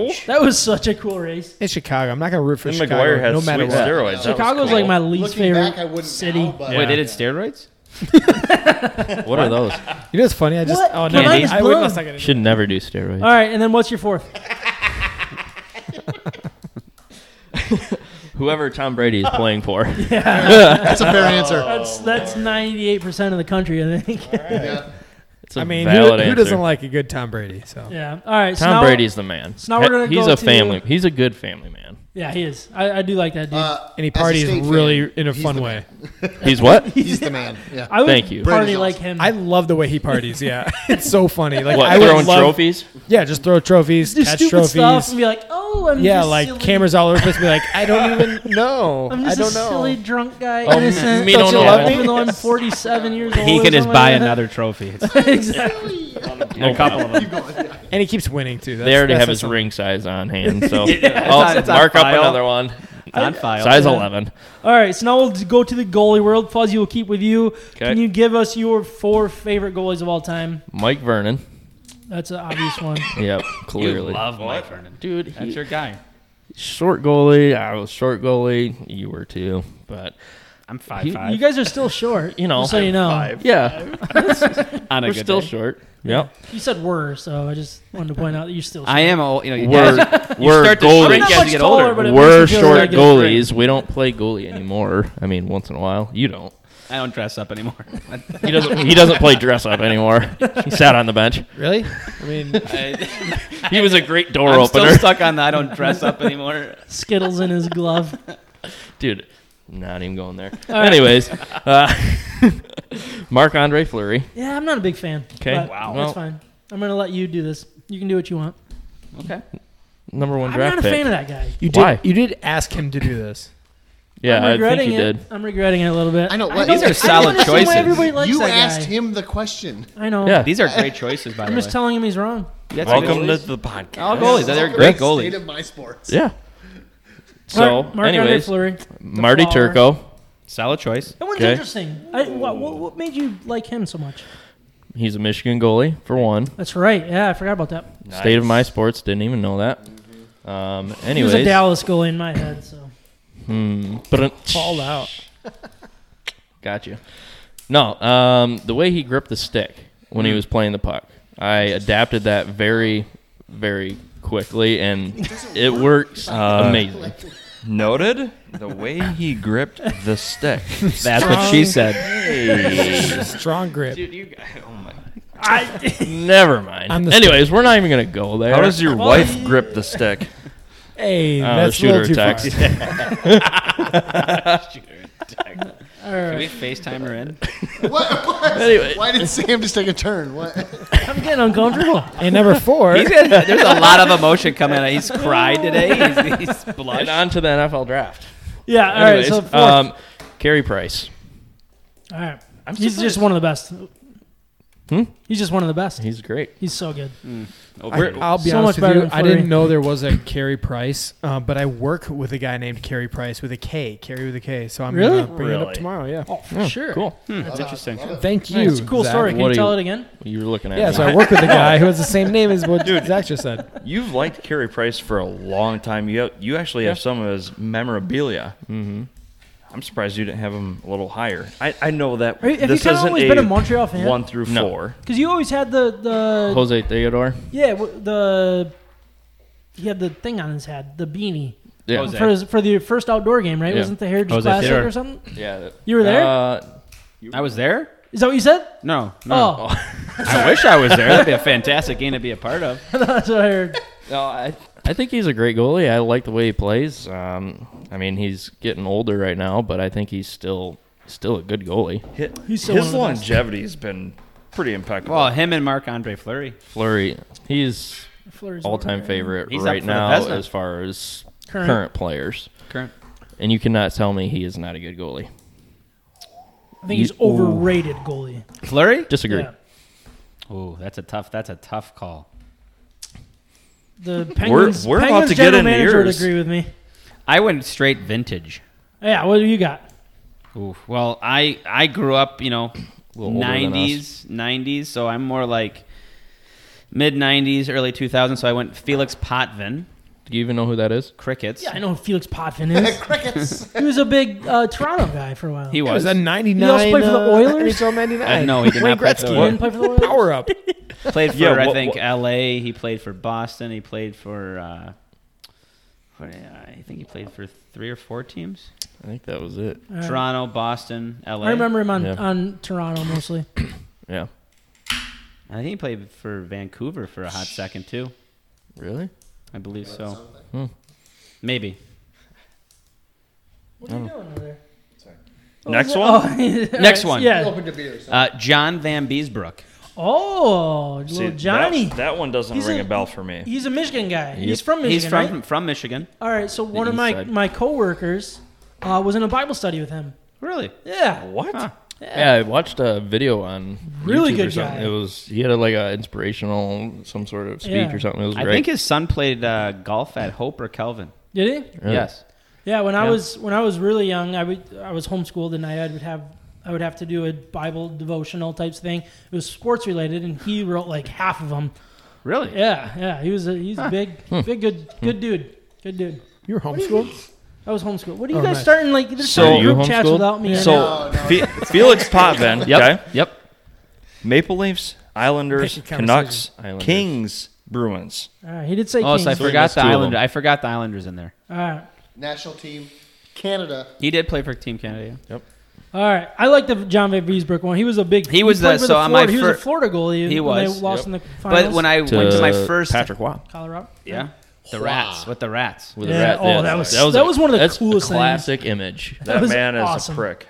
Speaker 5: Huge.
Speaker 2: that was such a cool race.
Speaker 4: in Chicago. I'm not gonna root for
Speaker 5: And
Speaker 4: Chicago.
Speaker 5: McGuire had
Speaker 4: no matter
Speaker 5: sweet
Speaker 4: what.
Speaker 5: steroids. That was
Speaker 2: Chicago's
Speaker 5: cool.
Speaker 2: like my least
Speaker 3: Looking
Speaker 2: favorite.
Speaker 3: back, I wouldn't
Speaker 2: city.
Speaker 3: know, but-
Speaker 9: Wait, they did steroids?
Speaker 6: What are those?
Speaker 4: You know what's funny? I just
Speaker 2: What?
Speaker 4: oh
Speaker 2: My
Speaker 4: no,
Speaker 2: mind is
Speaker 4: I would
Speaker 2: blown.
Speaker 4: let's not get into
Speaker 6: Should never do steroids.
Speaker 2: All right, and then what's your
Speaker 3: (laughs)
Speaker 2: fourth?
Speaker 6: Whoever Tom Brady is playing (laughs) for.
Speaker 3: That's a fair (laughs) answer.
Speaker 2: That's that's 98 percent of the country, I think.
Speaker 3: Yeah.
Speaker 6: It's a
Speaker 4: I mean, who,
Speaker 6: valid
Speaker 4: who
Speaker 6: answer.
Speaker 4: doesn't like a good Tom Brady? So
Speaker 2: (laughs) Yeah. All right. so
Speaker 6: Tom
Speaker 2: now-
Speaker 6: Brady's the man.
Speaker 2: so now we're gonna
Speaker 6: He's
Speaker 2: go
Speaker 6: a
Speaker 2: to-
Speaker 6: family. He's a good family man.
Speaker 2: Yeah, he is. I, I do like that dude.
Speaker 3: Uh,
Speaker 4: and he
Speaker 3: as a
Speaker 4: parties
Speaker 3: state fan,
Speaker 4: really in a fun
Speaker 3: the
Speaker 4: way.
Speaker 6: He's what? (laughs)
Speaker 3: he's the man. Yeah.
Speaker 2: I would
Speaker 6: thank you.
Speaker 2: party
Speaker 3: Brady's
Speaker 2: like
Speaker 3: awesome.
Speaker 2: him.
Speaker 4: I love the way he parties. Yeah, (laughs) it's so funny. Like
Speaker 6: What?
Speaker 4: I would
Speaker 6: throwing
Speaker 4: love,
Speaker 6: trophies?
Speaker 4: Yeah, just throw trophies,
Speaker 2: do
Speaker 4: catch
Speaker 2: stupid
Speaker 4: trophies.
Speaker 2: stuff and be like, oh, I'm
Speaker 4: yeah,
Speaker 2: just
Speaker 4: like
Speaker 2: silly.
Speaker 4: cameras all over the place. Be like, I don't even know.
Speaker 2: I'm just
Speaker 4: I don't
Speaker 2: a
Speaker 4: know.
Speaker 2: silly drunk guy,
Speaker 6: Oh,
Speaker 2: innocent.
Speaker 6: me (laughs) don't
Speaker 2: you
Speaker 6: know.
Speaker 2: love me? Even though I'm 47 years old.
Speaker 9: He
Speaker 2: or
Speaker 9: can just
Speaker 2: something
Speaker 9: buy
Speaker 2: like that.
Speaker 9: another trophy. It's (laughs)
Speaker 2: (laughs) exactly.
Speaker 6: No problem. (laughs)
Speaker 4: And he keeps winning too. That's,
Speaker 6: They already
Speaker 4: that's
Speaker 6: have
Speaker 4: the
Speaker 6: his
Speaker 4: song.
Speaker 6: ring size on (laughs) hand, so
Speaker 9: it's on-
Speaker 6: I'll
Speaker 9: it's on
Speaker 6: mark up
Speaker 9: file.
Speaker 6: another one.
Speaker 9: on file.
Speaker 6: Size 11.
Speaker 2: All right, so now we'll go to the goalie world. Fuzzy will keep with you. Can you give us your four favorite goalies of all time?
Speaker 6: Mike Vernon.
Speaker 2: That's an obvious
Speaker 6: (laughs)
Speaker 2: one.
Speaker 6: Yep,
Speaker 9: You
Speaker 6: clearly.
Speaker 9: love Mike Vernon.
Speaker 6: Dude, he-
Speaker 9: That's your guy.
Speaker 6: short goalie. I was short goalie. You were too, but
Speaker 9: I'm five
Speaker 6: He-
Speaker 9: five.
Speaker 2: You guys are still short.
Speaker 6: You know.
Speaker 2: just so you know.
Speaker 6: yeah,
Speaker 9: on a
Speaker 6: we're
Speaker 9: good
Speaker 6: still
Speaker 9: day.
Speaker 6: short. Yep,
Speaker 2: You said were, so I just wanted to point out that you're still short.
Speaker 9: I am old. You know, you
Speaker 6: We're-
Speaker 9: guys- you
Speaker 6: we're
Speaker 9: start to
Speaker 6: goalies.
Speaker 9: shrink
Speaker 2: I'm not
Speaker 9: as
Speaker 2: much
Speaker 9: you get
Speaker 2: taller,
Speaker 9: older.
Speaker 2: but it
Speaker 6: we're
Speaker 2: makes me feel
Speaker 6: short
Speaker 2: like a
Speaker 6: goalies. We don't play goalie anymore. I mean, once in a while, you don't.
Speaker 9: I don't dress up anymore.
Speaker 6: He doesn't. He doesn't play dress up anymore. He sat on the bench.
Speaker 4: Really? I mean,
Speaker 9: I,
Speaker 6: He was a great door
Speaker 9: I'm
Speaker 6: opener,
Speaker 9: still stuck on the I don't dress up anymore.
Speaker 2: Skittles in his
Speaker 6: (laughs)
Speaker 2: glove.
Speaker 6: dude. Not even going there. Anyways, uh, (laughs) Mark Andre Fleury.
Speaker 2: Yeah, I'm not a big fan.
Speaker 6: Okay.
Speaker 2: but
Speaker 6: Wow.
Speaker 2: That's
Speaker 6: Well-
Speaker 2: fine. I'm going to let you do this. You can do what you want.
Speaker 9: Okay.
Speaker 6: Number one
Speaker 2: I'm
Speaker 6: draft
Speaker 2: not a
Speaker 6: pick.
Speaker 2: fan of that guy.
Speaker 4: you
Speaker 6: Why?
Speaker 4: did. You did ask him to do this.
Speaker 6: yeah,
Speaker 2: I'm
Speaker 6: I think
Speaker 2: regretting
Speaker 6: he
Speaker 2: it.
Speaker 6: did.
Speaker 2: I'm regretting it a little bit.
Speaker 3: I know,
Speaker 2: I
Speaker 3: what-
Speaker 2: know
Speaker 3: These are
Speaker 2: I don't
Speaker 9: solid
Speaker 2: understand why
Speaker 9: choices.
Speaker 2: Everybody likes
Speaker 3: You
Speaker 2: that
Speaker 3: asked
Speaker 2: guy.
Speaker 3: him the question.
Speaker 2: I know.
Speaker 6: Yeah,
Speaker 9: These are great choices, by the
Speaker 2: I'm
Speaker 9: way.
Speaker 2: just telling him he's wrong.
Speaker 9: That's a good
Speaker 5: Welcome to
Speaker 9: list.
Speaker 5: the podcast.
Speaker 9: all goalies. They're great
Speaker 3: State
Speaker 9: goalies.
Speaker 3: of my sports.
Speaker 6: yeah. So,
Speaker 2: Mark, Mark Andre
Speaker 6: anyways,
Speaker 2: Fleury.
Speaker 6: Marty
Speaker 2: flower.
Speaker 6: Turco.
Speaker 9: Solid choice.
Speaker 2: That one's
Speaker 6: Okay.
Speaker 2: interesting. I, what, what, what made you like him so much?
Speaker 6: He's a Michigan goalie for one.
Speaker 2: That's right. Yeah, I forgot about that.
Speaker 6: State of my sports didn't even know that. Um,
Speaker 2: He was
Speaker 6: anyways,
Speaker 2: a Dallas goalie in my head, so.
Speaker 6: Hmm. But-
Speaker 4: All out.
Speaker 6: Gotcha. No, um, the way he gripped the stick when he was playing the puck, I adapted that very, very quickly, and it works amazing.
Speaker 5: Noted the way he gripped the (laughs) stick.
Speaker 7: That's what she said.
Speaker 4: (laughs) Strong grip.
Speaker 6: Never mind.
Speaker 4: I'm the
Speaker 6: Anyways, we're not even gonna go there.
Speaker 5: How does your wife grip the stick?
Speaker 4: Hey,
Speaker 6: Uh,
Speaker 4: that's a
Speaker 6: shoot her
Speaker 4: little
Speaker 6: a
Speaker 4: too far.
Speaker 6: text. (laughs)
Speaker 7: Can we FaceTime her in?
Speaker 3: What, what?
Speaker 6: Anyway.
Speaker 3: Why did Sam just take a turn? What?
Speaker 2: I'm getting
Speaker 6: (laughs)
Speaker 2: uncomfortable.
Speaker 4: And number four,
Speaker 7: There's a lot of emotion coming out. He's cried today. He's, he's
Speaker 6: And
Speaker 7: blushed.
Speaker 6: on to the NFL draft.
Speaker 2: Yeah. All right.
Speaker 6: Anyways,
Speaker 2: So fourth.
Speaker 6: um, Carey Price.
Speaker 2: all right. He's just one of the best. He's just one of the best.
Speaker 6: Hmm? He's great.
Speaker 2: He's so good.
Speaker 5: Oh,
Speaker 7: Overrated.
Speaker 4: I'll be
Speaker 2: So much
Speaker 4: honest with
Speaker 2: better
Speaker 4: you.
Speaker 2: than
Speaker 4: I didn't
Speaker 2: Fleury.
Speaker 4: know there was a Carey Price, uh, but I work with a guy named Carey Price with a K, Carey with a K. So I'm
Speaker 2: Really?
Speaker 4: gonna bring it up tomorrow. Yeah.
Speaker 2: Oh, for sure.
Speaker 6: Cool.
Speaker 7: That's interesting.
Speaker 4: Thank you.
Speaker 2: It's a cool
Speaker 4: Zach.
Speaker 2: story. Can
Speaker 6: what
Speaker 2: you
Speaker 6: do
Speaker 2: tell
Speaker 6: you-
Speaker 2: it again?
Speaker 6: You were looking at
Speaker 4: Yeah,
Speaker 6: me.
Speaker 4: so I work with a guy who has the same name as what Zach just said.
Speaker 5: You've liked Carey Price for a long time. You you actually have some of his memorabilia. Mm-hmm. I'm surprised you didn't have him a little higher. I, I know that
Speaker 2: Are you- have you
Speaker 5: this
Speaker 2: kinda
Speaker 5: isn't
Speaker 2: always
Speaker 5: a
Speaker 2: been a Montreal fan?
Speaker 5: one through
Speaker 6: No.
Speaker 5: four.
Speaker 2: Because you always had the the
Speaker 6: Jose Theodore.
Speaker 2: yeah w- the he had the thing on his head, the beanie
Speaker 6: Yeah.
Speaker 7: Jose.
Speaker 2: for his, for the first outdoor game, right?
Speaker 6: Yeah.
Speaker 2: Wasn't the Heritage
Speaker 7: Jose
Speaker 2: Classic
Speaker 7: Theodore.
Speaker 2: or something?
Speaker 6: Yeah. that-
Speaker 2: You were there?
Speaker 6: Uh,
Speaker 7: I was there?
Speaker 2: Is that what you said?
Speaker 7: No. No.
Speaker 2: Oh, (laughs)
Speaker 7: I wish I was there. That'd be a fantastic game to be a part of.
Speaker 2: that's what I heard.
Speaker 6: No, I I think he's a great goalie. I like the way he plays. Um, I mean, he's getting older right now, but I think he's still still a good goalie.
Speaker 5: His,
Speaker 2: He's still
Speaker 5: his
Speaker 2: one of the best. Oh,
Speaker 5: longevity has been pretty impeccable.
Speaker 7: Well, Oh, him and Marc Andre Fleury.
Speaker 6: Flurry, he's
Speaker 2: Fleury's
Speaker 6: all time favorite
Speaker 7: He's up
Speaker 6: right
Speaker 7: for the
Speaker 6: now
Speaker 7: Vezina.
Speaker 6: as far as
Speaker 2: Current.
Speaker 6: current. players.
Speaker 7: Current.
Speaker 6: And you cannot tell me he is not a good goalie.
Speaker 2: I think he's
Speaker 6: Ooh.
Speaker 2: overrated goalie.
Speaker 7: Fleury?
Speaker 6: Disagree.
Speaker 2: Yeah.
Speaker 7: Ooh, that's a tough that's a tough call.
Speaker 2: The Penguins,
Speaker 5: (laughs) we're about
Speaker 2: Penguins
Speaker 5: to get
Speaker 2: general
Speaker 5: into
Speaker 2: manager would
Speaker 5: yours.
Speaker 2: agree with me.
Speaker 7: I went straight vintage.
Speaker 2: Yeah, what do you got?
Speaker 7: Ooh, well, I I grew up, you know,
Speaker 6: older than us.
Speaker 7: nineties, nineties, so I'm more like mid nineties, early two thousands. So I went Felix Potvin,
Speaker 6: Do you even know who that is?
Speaker 7: crickets.
Speaker 2: Yeah, I know who Felix (laughs) Potvin is.
Speaker 3: Crickets.
Speaker 2: (laughs) he was a big uh, Toronto guy for a while.
Speaker 7: He
Speaker 4: It was
Speaker 7: was.
Speaker 4: a 99.
Speaker 2: He also played for the
Speaker 4: uh,
Speaker 2: Oilers?
Speaker 4: NHL 99.
Speaker 7: Uh, no, he did
Speaker 4: Wayne
Speaker 7: not play for
Speaker 4: Gretzky.
Speaker 7: the
Speaker 2: He didn't play for the Oilers.
Speaker 4: Power up.
Speaker 7: played for
Speaker 5: Yeah,
Speaker 7: I
Speaker 5: what-
Speaker 7: think
Speaker 5: what-
Speaker 7: L.A. He played for Boston. He played for. Uh, for I think he played for three or four teams:
Speaker 6: I think that was it.
Speaker 2: All right.
Speaker 7: Toronto, Boston, L.A.
Speaker 2: I remember him on,
Speaker 6: Yeah.
Speaker 2: on Toronto mostly.
Speaker 6: Yeah.
Speaker 7: I think he played for Vancouver for a hot second too.
Speaker 6: Really?
Speaker 7: I believe so.
Speaker 6: Hmm.
Speaker 7: Maybe.
Speaker 2: What are you doing over there?
Speaker 5: Oh.
Speaker 2: Oh,
Speaker 5: Next one.
Speaker 2: (laughs)
Speaker 7: Next one.
Speaker 2: Yeah.
Speaker 7: Uh, John Van Beesbrook.
Speaker 2: Oh, little
Speaker 5: See, that-
Speaker 2: Johnny.
Speaker 5: That, one doesn't
Speaker 2: He's
Speaker 5: ring
Speaker 2: a-
Speaker 5: a, bell for me.
Speaker 2: He's a Michigan guy. He's from Michigan.
Speaker 7: He's from
Speaker 2: right?
Speaker 7: from Michigan.
Speaker 2: All right. So one of
Speaker 6: east
Speaker 2: my
Speaker 6: side.
Speaker 2: my coworkers uh, was in a Bible study with him.
Speaker 7: Really?
Speaker 2: Yeah.
Speaker 5: What?
Speaker 7: Huh.
Speaker 6: Yeah, I watched a video on
Speaker 2: Really
Speaker 6: YouTube or
Speaker 2: good
Speaker 6: something.
Speaker 2: guy.
Speaker 6: It was he had a, like a inspirational some sort of speech
Speaker 2: Yeah.
Speaker 6: or something. It was
Speaker 7: I
Speaker 6: great.
Speaker 7: think his son played uh, golf at Hope or Kelvin.
Speaker 2: Did he?
Speaker 6: Really?
Speaker 7: Yes.
Speaker 2: Yeah, when I was when I was really young, I would I was homeschooled and I would have I would have to do a Bible devotional types thing. It was sports related, and he wrote like half of them.
Speaker 7: Really?
Speaker 2: Yeah, yeah, he was a, he's a big, big, good, good dude, good dude.
Speaker 4: You were homeschooled?
Speaker 2: I was homeschooled. What are you
Speaker 4: Oh,
Speaker 2: guys
Speaker 4: nice.
Speaker 2: starting like? There's
Speaker 5: So-
Speaker 2: so
Speaker 5: Are you
Speaker 2: group chats
Speaker 6: homeschooled?
Speaker 2: without me. in
Speaker 5: So
Speaker 2: it.
Speaker 5: Fe- Felix
Speaker 2: (laughs)
Speaker 5: Potvin,
Speaker 6: Yep.
Speaker 5: okay,
Speaker 6: Yep.
Speaker 5: Maple Leafs, Islanders,
Speaker 4: Making
Speaker 5: Canucks,
Speaker 6: Islanders.
Speaker 5: Kings, Bruins.
Speaker 2: All right, he did say.
Speaker 7: Oh,
Speaker 2: Kings.
Speaker 7: so I forgot
Speaker 6: missed
Speaker 7: the
Speaker 6: two of them.
Speaker 7: Islander. I forgot the Islanders in there.
Speaker 2: All right,
Speaker 3: National team, Canada.
Speaker 7: He did play for Team Canada. yeah.
Speaker 2: all right. I like the John Van Beesbrook one. He was a big.
Speaker 7: He was the-
Speaker 2: played for
Speaker 7: so on my
Speaker 2: Florida- he was a
Speaker 7: fir-
Speaker 2: Florida goalie.
Speaker 7: He
Speaker 2: when
Speaker 7: was.
Speaker 2: They lost
Speaker 6: Yep.
Speaker 2: in the finals.
Speaker 7: But when I went to my first
Speaker 6: Patrick Waugh.
Speaker 2: Colorado.
Speaker 7: Yeah. The rats with the rats.
Speaker 6: with
Speaker 2: Yeah,
Speaker 6: a rat.
Speaker 2: oh,
Speaker 6: yeah,
Speaker 2: that was- that was one of the
Speaker 6: that's a
Speaker 2: coolest things.
Speaker 6: classic image.
Speaker 5: That,
Speaker 2: was
Speaker 5: man is
Speaker 2: awesome.
Speaker 5: a prick.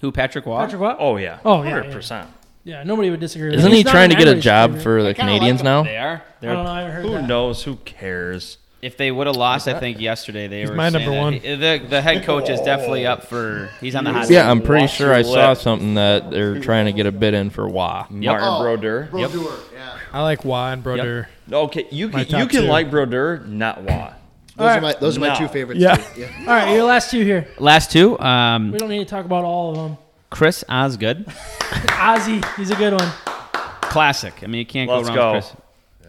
Speaker 7: Who Patrick Waugh?
Speaker 2: Patrick what?
Speaker 5: Oh yeah.
Speaker 2: Oh, yeah, yeah.
Speaker 5: 100%.
Speaker 2: Yeah, nobody would disagree. with
Speaker 6: Isn't
Speaker 2: that.
Speaker 6: he
Speaker 2: He's not
Speaker 6: trying to
Speaker 2: an
Speaker 6: get a
Speaker 2: Irish
Speaker 6: job
Speaker 2: favorite.
Speaker 6: for the Canadians now?
Speaker 7: They are.
Speaker 2: I don't know. I haven't heard
Speaker 5: Who
Speaker 2: that.
Speaker 5: knows? Who cares?
Speaker 7: If they would have lost, I think yesterday they were
Speaker 4: my
Speaker 7: saying
Speaker 4: number
Speaker 7: that- The, the head coach is definitely up for. He's on the hot.
Speaker 6: Yeah,
Speaker 7: seat.
Speaker 6: I'm pretty sure I saw
Speaker 5: lip.
Speaker 6: something that they're trying to get a bid in for Wah.
Speaker 5: Martin
Speaker 3: Oh,
Speaker 5: Brodeur.
Speaker 3: Brodeur, yeah.
Speaker 4: I like Juan and Brodeur.
Speaker 5: Okay, you
Speaker 4: My
Speaker 5: can
Speaker 4: top
Speaker 5: you can
Speaker 4: two.
Speaker 5: like Brodeur, not Waugh.
Speaker 3: Those are my those are my
Speaker 5: No.
Speaker 3: two favorites.
Speaker 4: Yeah.
Speaker 3: too. yeah.
Speaker 2: All right, your last two here.
Speaker 7: Last two. Um,
Speaker 2: We don't need to talk about all of them.
Speaker 7: Chris Osgood,
Speaker 2: Ozzy, he's a good one.
Speaker 7: classic. I mean, you can't
Speaker 5: Let's
Speaker 7: go wrong with
Speaker 5: go.
Speaker 7: Chris.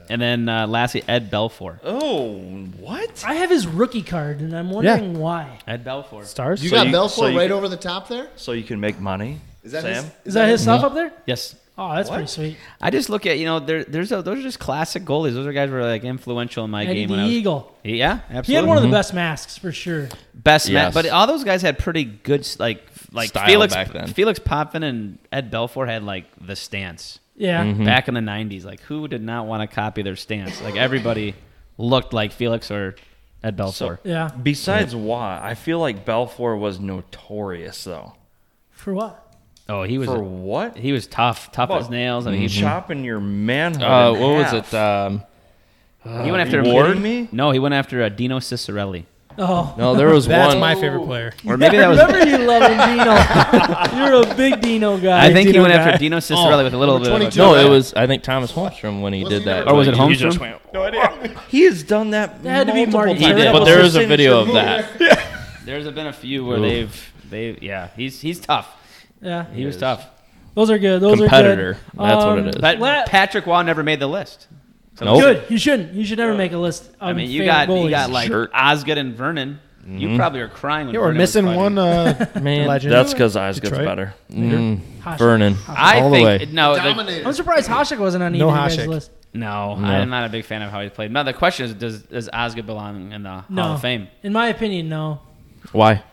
Speaker 7: And then uh, lastly, Ed Belfour.
Speaker 5: Oh, what?
Speaker 2: I have his rookie card, and I'm wondering why.
Speaker 7: Ed Belfour.
Speaker 4: Stars?
Speaker 3: You
Speaker 5: So
Speaker 3: got
Speaker 5: you-
Speaker 3: Belfour
Speaker 5: so you-
Speaker 3: right over the top there.
Speaker 5: So you can make money.
Speaker 3: Is that
Speaker 5: Sam?
Speaker 3: his?
Speaker 6: Mm-hmm.
Speaker 2: Is that his stuff up there?
Speaker 7: Yes.
Speaker 2: Oh, that's pretty sweet.
Speaker 7: I just look at you know there, there's a, those are just classic goalies. Those are guys who were like influential in my
Speaker 2: Eddie
Speaker 7: game.
Speaker 2: the
Speaker 7: When I was,
Speaker 2: Eagle.
Speaker 7: yeah, absolutely.
Speaker 2: He had one of the
Speaker 6: Mm-hmm.
Speaker 2: best masks for sure.
Speaker 7: best
Speaker 6: Yes.
Speaker 7: ma- But all those guys had pretty good s- like like
Speaker 6: Style
Speaker 7: Felix
Speaker 6: back then.
Speaker 7: Felix Potvin and Ed Belfour had like the stance
Speaker 2: Yeah.
Speaker 6: Mm-hmm.
Speaker 7: back in the '90s. Like who did not want to copy their stance? Like everybody looked like Felix or Ed Belfour.
Speaker 5: So-
Speaker 2: Yeah.
Speaker 5: Besides why, I feel like Belfour was notorious though.
Speaker 2: For what?
Speaker 7: oh, he was
Speaker 5: For what?
Speaker 7: he was tough, tough
Speaker 5: Well,
Speaker 7: as nails. I mean, he,
Speaker 5: chopping your manhood.
Speaker 6: Uh,
Speaker 5: in
Speaker 6: what was
Speaker 5: half.
Speaker 6: it? Um,
Speaker 7: he went after
Speaker 5: you
Speaker 7: Ward.
Speaker 5: kidding me?
Speaker 7: No, he went after uh, Dino Cicerelli.
Speaker 2: Oh.
Speaker 6: no, there was
Speaker 4: That's
Speaker 6: one.
Speaker 4: my favorite player.
Speaker 7: Or
Speaker 2: (laughs)
Speaker 7: maybe that was.
Speaker 2: Remember you loving Dino. (laughs) You're a big Dino guy.
Speaker 7: (laughs) I think he
Speaker 4: Dino
Speaker 7: went
Speaker 4: guy.
Speaker 7: after Dino Cicerelli with a little bit. of a-
Speaker 6: no, it was. I think Thomas Holmstrom when he
Speaker 3: Wasn't he
Speaker 6: did that.
Speaker 3: the-
Speaker 7: Or was it
Speaker 6: He
Speaker 7: Holmstrom?
Speaker 6: just went-
Speaker 5: He has done that.
Speaker 2: That had to be
Speaker 5: multiple
Speaker 2: Martin
Speaker 5: times.
Speaker 2: He did,
Speaker 5: That
Speaker 6: But
Speaker 5: was
Speaker 6: there
Speaker 5: his
Speaker 6: is a video of
Speaker 5: signature move.
Speaker 6: that.
Speaker 7: There's been a few where
Speaker 6: Oof.
Speaker 7: they've they yeah he's he's tough.
Speaker 2: yeah.
Speaker 7: He was tough.
Speaker 2: Those are good. Those
Speaker 6: Competitor.
Speaker 2: are good.
Speaker 6: That's what
Speaker 2: Um,
Speaker 6: it is.
Speaker 7: But
Speaker 2: La-
Speaker 7: Patrick Waugh never made the list.
Speaker 6: Nope.
Speaker 2: Good. You shouldn't. You should never make a list. Of
Speaker 7: I mean, you
Speaker 2: favorite
Speaker 7: got
Speaker 2: goalies.
Speaker 7: you got like
Speaker 5: Sure.
Speaker 7: Osgood and Vernon.
Speaker 6: Mm-hmm.
Speaker 7: You probably are crying. When
Speaker 4: Yeah, we're
Speaker 7: Vernon was
Speaker 4: missing
Speaker 7: fighting.
Speaker 4: one (laughs) uh,
Speaker 6: Man,
Speaker 4: legend.
Speaker 5: That's because eyes gets
Speaker 4: Detroit.
Speaker 5: better.
Speaker 6: Mm,
Speaker 2: Hasek.
Speaker 6: Vernon.
Speaker 7: I
Speaker 6: All the
Speaker 7: think
Speaker 6: way.
Speaker 7: no, the,
Speaker 3: Dominated.
Speaker 2: I'm surprised Hasek wasn't on either
Speaker 4: No
Speaker 2: of you guys'
Speaker 4: Hasek.
Speaker 2: list.
Speaker 7: no,
Speaker 6: No.
Speaker 7: I'm not a big fan of how he played. Now the question is, does does Osgood belong in the
Speaker 2: No.
Speaker 7: Hall of Fame
Speaker 2: In my opinion, no.
Speaker 6: Why?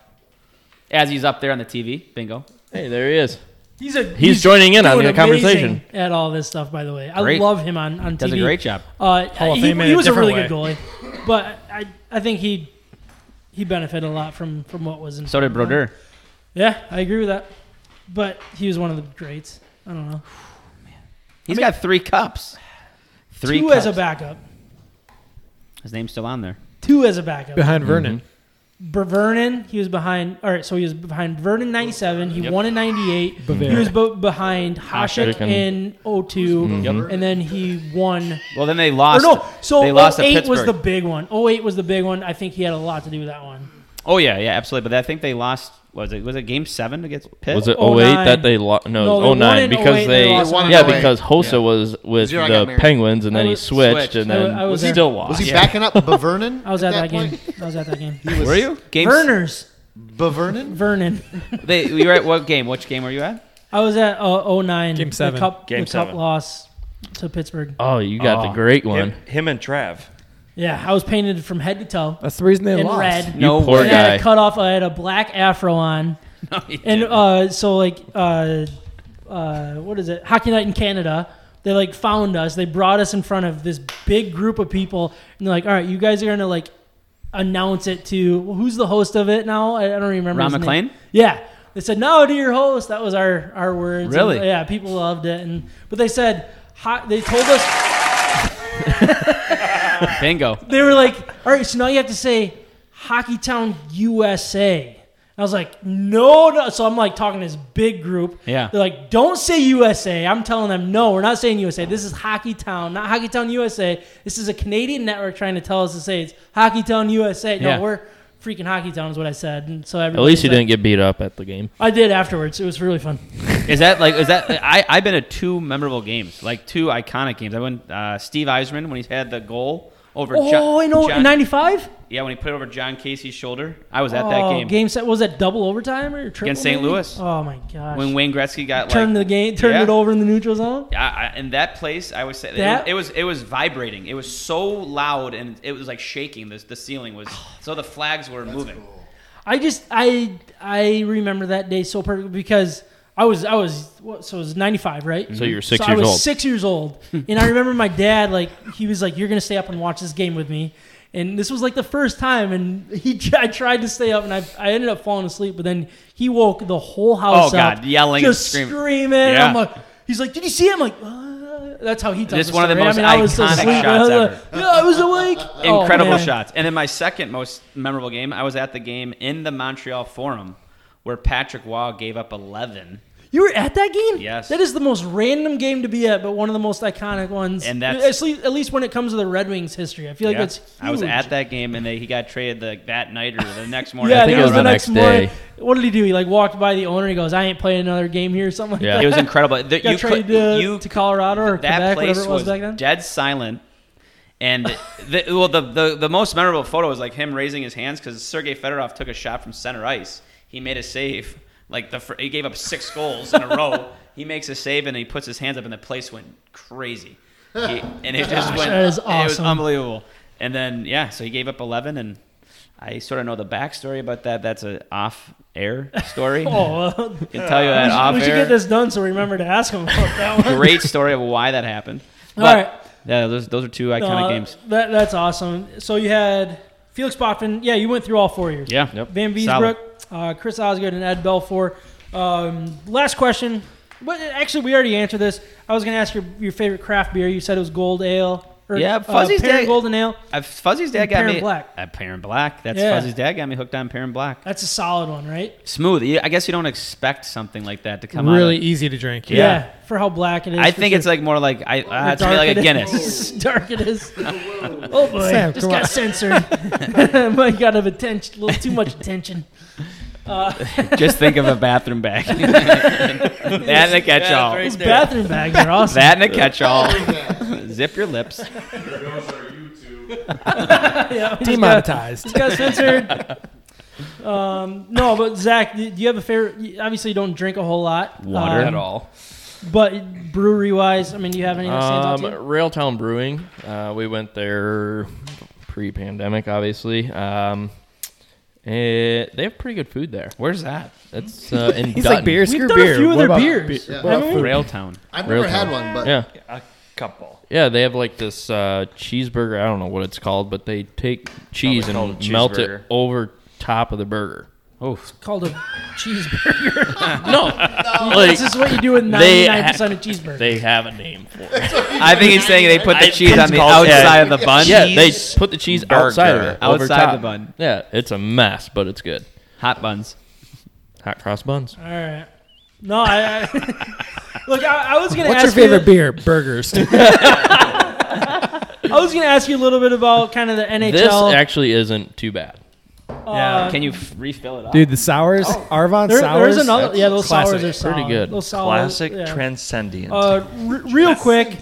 Speaker 7: as he's up there on the TV? Bingo.
Speaker 6: Hey, there he is.
Speaker 2: He's a
Speaker 6: He's joining in on
Speaker 2: doing
Speaker 6: the conversation.
Speaker 2: amazing at all this stuff. By the way, I
Speaker 7: Great.
Speaker 2: love him on on TV.
Speaker 7: Does a great job.
Speaker 2: Uh,
Speaker 4: Hall of
Speaker 2: he,
Speaker 4: Fame in
Speaker 2: he
Speaker 4: a
Speaker 2: was a really
Speaker 4: different
Speaker 2: good goalie, but I I think he he benefited a lot from from what was in.
Speaker 7: So did Brodeur.
Speaker 2: Yeah, I agree with that. But he was one of the greats. I don't know.
Speaker 7: He's got three cups. Three
Speaker 2: Two
Speaker 7: cups.
Speaker 2: as a backup.
Speaker 7: His name's still on there.
Speaker 2: Two as a backup.
Speaker 4: behind Vernon.
Speaker 2: Ber- Vernon, he was behind. All right, so he was behind Vernon '97. He won in '98. He
Speaker 4: Bavaria.
Speaker 2: was bo- behind Hasek
Speaker 6: Hasek and-
Speaker 2: in 02, and then he won.
Speaker 7: Well, then they
Speaker 2: Or
Speaker 7: lost.
Speaker 2: no, so
Speaker 7: they lost to
Speaker 2: 08 was
Speaker 7: Pittsburgh.
Speaker 2: the big one. 08 was the big one. I think he had a lot to do with that one.
Speaker 7: oh yeah, yeah, absolutely. But I think they lost. Was it was it game seven against Pitt?
Speaker 6: Was it
Speaker 2: 09.
Speaker 6: 08 that they lost?
Speaker 2: No,
Speaker 6: No,
Speaker 2: they
Speaker 6: it was
Speaker 2: won
Speaker 6: 09
Speaker 2: in
Speaker 6: because
Speaker 2: 08, they
Speaker 6: they,
Speaker 2: lost They
Speaker 3: won in 08.
Speaker 6: yeah because Hosa was with
Speaker 8: year I got
Speaker 6: the
Speaker 8: married.
Speaker 6: Penguins and then
Speaker 2: I
Speaker 6: he
Speaker 2: was-
Speaker 6: switched,
Speaker 7: Switched.
Speaker 6: and
Speaker 2: I wa-
Speaker 6: then
Speaker 2: I was
Speaker 6: he
Speaker 2: there.
Speaker 6: still lost.
Speaker 3: Was he backing
Speaker 4: (laughs)
Speaker 3: up Bavernon?
Speaker 2: I was at that,
Speaker 3: point?
Speaker 2: game. I was at that game.
Speaker 3: He was
Speaker 7: Were you game?
Speaker 2: Verner's
Speaker 3: Bavernon?
Speaker 2: Vernon.
Speaker 7: They you were at what game? Which game were you at?
Speaker 2: I was at uh, 09.
Speaker 4: Game seven.
Speaker 2: The cup,
Speaker 5: Game
Speaker 2: the cup
Speaker 5: seven.
Speaker 2: loss to Pittsburgh.
Speaker 6: Oh, you got the
Speaker 7: Oh.
Speaker 6: great
Speaker 5: Him,
Speaker 6: one.
Speaker 5: him and Trav.
Speaker 2: Yeah, I was painted from head to toe
Speaker 4: That's the reason they
Speaker 2: in
Speaker 4: lost.
Speaker 2: red.
Speaker 7: No
Speaker 6: you
Speaker 7: (laughs)
Speaker 6: poor
Speaker 2: I had a
Speaker 6: guy.
Speaker 2: cut off. I had a black afro on. and uh, so like uh, uh, what is it? Hockey night in Canada. They like found us. They brought us in front of this big group of people, and they're like, "All right, you guys are gonna like announce it to well, who's the host of it now? I, I don't remember. his
Speaker 7: Ron
Speaker 2: name.
Speaker 7: McLean?
Speaker 2: Yeah, they said no to your host. That was our our words. And,
Speaker 7: Really?
Speaker 2: yeah, people loved it, and but they said. Hot, they told us
Speaker 7: Bingo.
Speaker 2: they were like, "All right, so now you have to say Hockey Town USA." And I was like, "No, no." So I'm like talking to this big group.
Speaker 7: Yeah.
Speaker 2: They're like, "Don't say USA." I'm telling them, "No, we're not saying USA. This is Hockey Town, not Hockey Town USA. This is a Canadian network trying to tell us to say it's Hockey Town USA. No,
Speaker 7: Yeah.
Speaker 2: we're freaking Hockey Town is what I said." And so
Speaker 6: At least you
Speaker 2: like,
Speaker 6: didn't get beat up at the game.
Speaker 2: I did afterwards. It was really fun.
Speaker 7: Is that like is that I I've been at two memorable games, like two iconic games. I went uh, Steve Eisman when he had the goal over.
Speaker 2: Oh,
Speaker 7: John,
Speaker 2: in oh-
Speaker 7: John-
Speaker 2: 95?
Speaker 7: Yeah, when he put it over John Casey's shoulder. I was at
Speaker 2: Oh,
Speaker 7: that game,
Speaker 2: set was that double overtime or triple
Speaker 7: Against St.
Speaker 2: maybe?
Speaker 7: Louis.
Speaker 2: Oh my gosh!
Speaker 7: when Wayne Gretzky got
Speaker 2: turned
Speaker 7: like.
Speaker 2: the game, turned
Speaker 7: Yeah.
Speaker 2: it over in the neutral zone.
Speaker 7: I, I, in that place, I was saying
Speaker 2: That-
Speaker 7: it, was it was vibrating. It was so loud and it was like shaking. The, the ceiling was so the flags were moving.
Speaker 2: I just I I remember that day so perfectly because I was I was what, so it was ninety five right.
Speaker 6: So you were six
Speaker 2: so I
Speaker 6: years
Speaker 2: was
Speaker 6: old.
Speaker 2: six years
Speaker 7: (laughs)
Speaker 2: old, and I remember my dad like he was like, "You're gonna stay up and watch this game with me." And this was like the first time, and he (laughs) I tried to stay up, and I, I ended up falling asleep. But then he woke the whole house
Speaker 7: Oh,
Speaker 2: up,
Speaker 7: God, yelling and
Speaker 2: just
Speaker 7: screaming.
Speaker 2: and I'm
Speaker 7: Yeah.
Speaker 2: like, he's like, "Did you see him?" like. "Uh," That's how he tells
Speaker 7: Just
Speaker 2: the
Speaker 7: one of the
Speaker 2: story.
Speaker 7: most
Speaker 2: I mean, I was
Speaker 7: iconic
Speaker 2: asleep, but I
Speaker 7: shots
Speaker 2: was
Speaker 7: ever.
Speaker 2: like, (laughs) Yeah, I was awake. Oh,
Speaker 7: incredible
Speaker 2: man.
Speaker 7: shots. And then my second most memorable game, I was at the game in the Montreal Forum where Patrick Waugh gave up 11,
Speaker 2: You were at that game?
Speaker 7: Yes.
Speaker 2: That is the most random game to be at, but one of the most iconic ones.
Speaker 7: And that's-
Speaker 2: at least, at least when it comes to the Red Wings history. I feel like
Speaker 7: Yeah.
Speaker 2: it's.
Speaker 7: I was
Speaker 2: huge.
Speaker 7: at that game, and they, he got traded the, that night or the next
Speaker 2: (laughs)
Speaker 7: morning.
Speaker 2: Yeah,
Speaker 6: I think
Speaker 2: it
Speaker 6: it
Speaker 2: was
Speaker 6: was
Speaker 2: the
Speaker 6: the
Speaker 2: next,
Speaker 6: next
Speaker 2: morning.
Speaker 6: day.
Speaker 2: What did he do? He like walked by the owner. He goes, "I ain't playing another game here," or something like
Speaker 6: Yeah.
Speaker 2: that. (laughs)
Speaker 7: It was incredible. The-
Speaker 2: Got
Speaker 7: you
Speaker 2: traded
Speaker 7: could-
Speaker 2: to,
Speaker 7: you-
Speaker 2: to Colorado or
Speaker 7: that
Speaker 2: Quebec,
Speaker 7: place
Speaker 2: whatever it was, back then.
Speaker 7: dead silent. And (laughs) the, well, the, the the most memorable photo is like him raising his hands because Sergei Fedorov took a shot from center ice. He made a save. Like the fir- he gave up six goals in a
Speaker 2: (laughs)
Speaker 7: row. He makes a save and he puts his hands up, and the place went crazy. He, and it just
Speaker 2: Gosh,
Speaker 7: went.
Speaker 2: that is
Speaker 7: It was
Speaker 2: awesome.
Speaker 7: unbelievable. And then yeah, so he gave up eleven, and I sort of know the backstory about that. That's an off-air story.
Speaker 2: (laughs) Oh,
Speaker 7: (laughs)
Speaker 2: well,
Speaker 7: I can tell you that off-air.
Speaker 2: we should get this done so we remember to ask him about that one.
Speaker 7: great story of why that happened.
Speaker 2: All
Speaker 7: But,
Speaker 2: right.
Speaker 7: Yeah, those, those are two iconic
Speaker 2: (laughs) Uh,
Speaker 7: games.
Speaker 2: That, that's awesome. So you had Felix Botfin. Yeah, you went through all four years.
Speaker 7: Yeah.
Speaker 2: Van Beesbrook,
Speaker 7: Solid.
Speaker 2: uh, Chris Osgood, and Ed Belfour. Um, last question. But actually, we already answered this. I was going to ask your, your favorite craft beer. You said it was Gold Ale. Or,
Speaker 7: Yeah,
Speaker 2: uh,
Speaker 7: Fuzzy's
Speaker 2: Parent
Speaker 7: Day-
Speaker 2: Golden Ale.
Speaker 7: Uh, Fuzzy's dad got
Speaker 2: Parent
Speaker 7: me.
Speaker 2: Black.
Speaker 7: Uh, Parent Black. That's
Speaker 2: Yeah.
Speaker 7: Fuzzy's dad got me hooked on Parent Black.
Speaker 2: That's a solid one, right?
Speaker 7: Smooth. You- I guess you don't expect something like that to come out. of-
Speaker 4: really easy to drink.
Speaker 7: Yeah.
Speaker 2: for how black it is.
Speaker 7: I
Speaker 2: for
Speaker 7: think
Speaker 2: sure.
Speaker 7: it's like more like I.
Speaker 2: Or
Speaker 7: Uh, it's
Speaker 2: dark
Speaker 7: really
Speaker 2: it
Speaker 7: like a
Speaker 2: is. (laughs)
Speaker 7: Guinness.
Speaker 2: dark it is. oh boy,
Speaker 4: Sam,
Speaker 2: just
Speaker 4: come
Speaker 2: got
Speaker 4: on.
Speaker 2: censored. (laughs) Mike got of attention, a little too much attention.
Speaker 7: Just think of a bathroom bag. that and a catch-all.
Speaker 2: Those bathroom bags are awesome.
Speaker 7: That and a catch-all. Zip your lips.
Speaker 2: yeah, we just got-
Speaker 4: Demonetized.
Speaker 2: just got censored. um, no, but Zach, do do you have a favorite? you Obviously, you don't drink a whole lot.
Speaker 7: Water.
Speaker 2: um,
Speaker 6: at all.
Speaker 2: But brewery wise, I mean, do you have any that stands out
Speaker 6: Um,
Speaker 2: to you?
Speaker 6: Railtown Brewing. Uh, we went there pre-pandemic, obviously. Um, eh, they have pretty good food there.
Speaker 7: Where's that?
Speaker 6: It's (laughs) uh, in
Speaker 4: He's
Speaker 6: Dutton.
Speaker 4: like beer, screw
Speaker 2: done a
Speaker 4: beer.
Speaker 2: few of
Speaker 4: What
Speaker 2: their
Speaker 4: about
Speaker 2: beers.
Speaker 4: beer?
Speaker 3: Yeah.
Speaker 4: What about food?
Speaker 7: Railtown.
Speaker 3: I've
Speaker 6: Real
Speaker 3: never had one,
Speaker 6: time.
Speaker 3: but
Speaker 6: Yeah,
Speaker 5: A cup ball.
Speaker 6: yeah. They have like this uh, cheeseburger. I don't know what it's called, but they take cheese
Speaker 5: Probably called
Speaker 6: and
Speaker 5: a
Speaker 6: melt it
Speaker 5: cheeseburger.
Speaker 6: over top of the burger.
Speaker 2: Called a cheeseburger.
Speaker 6: (laughs) No,
Speaker 2: (laughs)
Speaker 6: like,
Speaker 2: this is what you do with
Speaker 6: They ha-
Speaker 2: ninety-nine percent of cheeseburger.
Speaker 6: they have a name for it.
Speaker 7: I think he's saying they put the
Speaker 6: I-
Speaker 7: cheese on the
Speaker 6: called- yeah.
Speaker 7: outside of the
Speaker 6: (laughs)
Speaker 7: bun.
Speaker 6: yeah, they put the cheese outside of it, over
Speaker 7: Outside
Speaker 6: top.
Speaker 7: the bun.
Speaker 6: Yeah, it's a mess, but it's good.
Speaker 7: Hot buns.
Speaker 6: Hot cross buns.
Speaker 2: All right. No, I, I (laughs) look. I, I was gonna.
Speaker 4: What's your
Speaker 2: ask
Speaker 4: favorite
Speaker 2: you, (laughs)
Speaker 4: beer? Burgers.
Speaker 2: I was gonna ask you a little bit about kind of the
Speaker 6: This
Speaker 2: NHL.
Speaker 6: actually isn't too bad.
Speaker 2: uh,
Speaker 7: Can you f- refill it up?
Speaker 4: Dude, the sours, Arvon
Speaker 2: Oh. there,
Speaker 4: sours.
Speaker 2: there is another. Yeah, those
Speaker 4: classic.
Speaker 2: sours are solid.
Speaker 6: Pretty good.
Speaker 2: Those sours,
Speaker 5: Classic
Speaker 2: Oh, yeah.
Speaker 5: transcendent.
Speaker 2: Uh, r- real quick,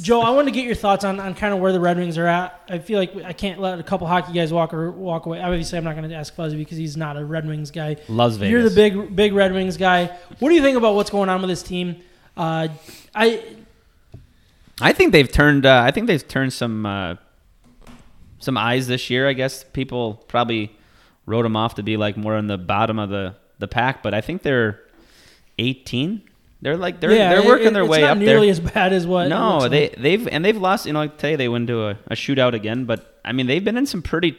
Speaker 2: Joe, I want to get your thoughts on, on kind of where the Red Wings are at. I feel like I can't let a couple hockey guys walk or walk away. Obviously, I'm not going to ask Fuzzy because he's not a Red Wings guy.
Speaker 7: Las
Speaker 2: You're the
Speaker 7: Vegas.
Speaker 2: big big Red Wings guy. What do you think about what's going on with this team? Uh, I
Speaker 7: I think they've turned. Uh, I think they've turned some uh, some eyes this year. I guess people probably wrote them off to be like more in the bottom of the the pack, but I think they're 18. They're like they're
Speaker 2: yeah,
Speaker 7: they're
Speaker 2: it-
Speaker 7: working
Speaker 2: it-
Speaker 7: their
Speaker 2: it's
Speaker 7: way
Speaker 2: not
Speaker 7: up
Speaker 2: nearly
Speaker 7: there.
Speaker 2: as bad as what. it
Speaker 7: No,
Speaker 2: looks
Speaker 7: they
Speaker 2: like.
Speaker 7: they've and they've lost. You know, like today they went into a, a shootout again, but I mean they've been in some pretty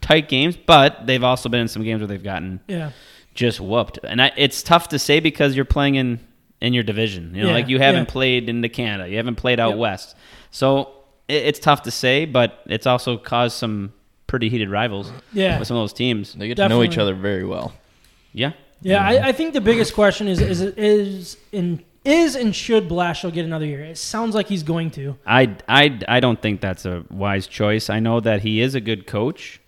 Speaker 7: tight games, but they've also been in some games where they've gotten
Speaker 2: Yeah.
Speaker 7: just whooped. And I, it's tough to say because you're playing in in your division. You know,
Speaker 2: Yeah,
Speaker 7: like you haven't
Speaker 2: yeah.
Speaker 7: played into Canada, you haven't played out
Speaker 2: Yep.
Speaker 7: west, so it, it's tough to say. But it's also caused some pretty heated rivals
Speaker 2: Yeah.
Speaker 7: with some of those teams.
Speaker 6: They get
Speaker 2: Definitely.
Speaker 6: to know each other very well.
Speaker 7: Yeah,
Speaker 2: Yeah, I, I think the biggest question is is is in is and should Blashill get another year? It sounds like he's going to.
Speaker 7: I, I, I don't think that's a wise choice. I know that he is a good coach,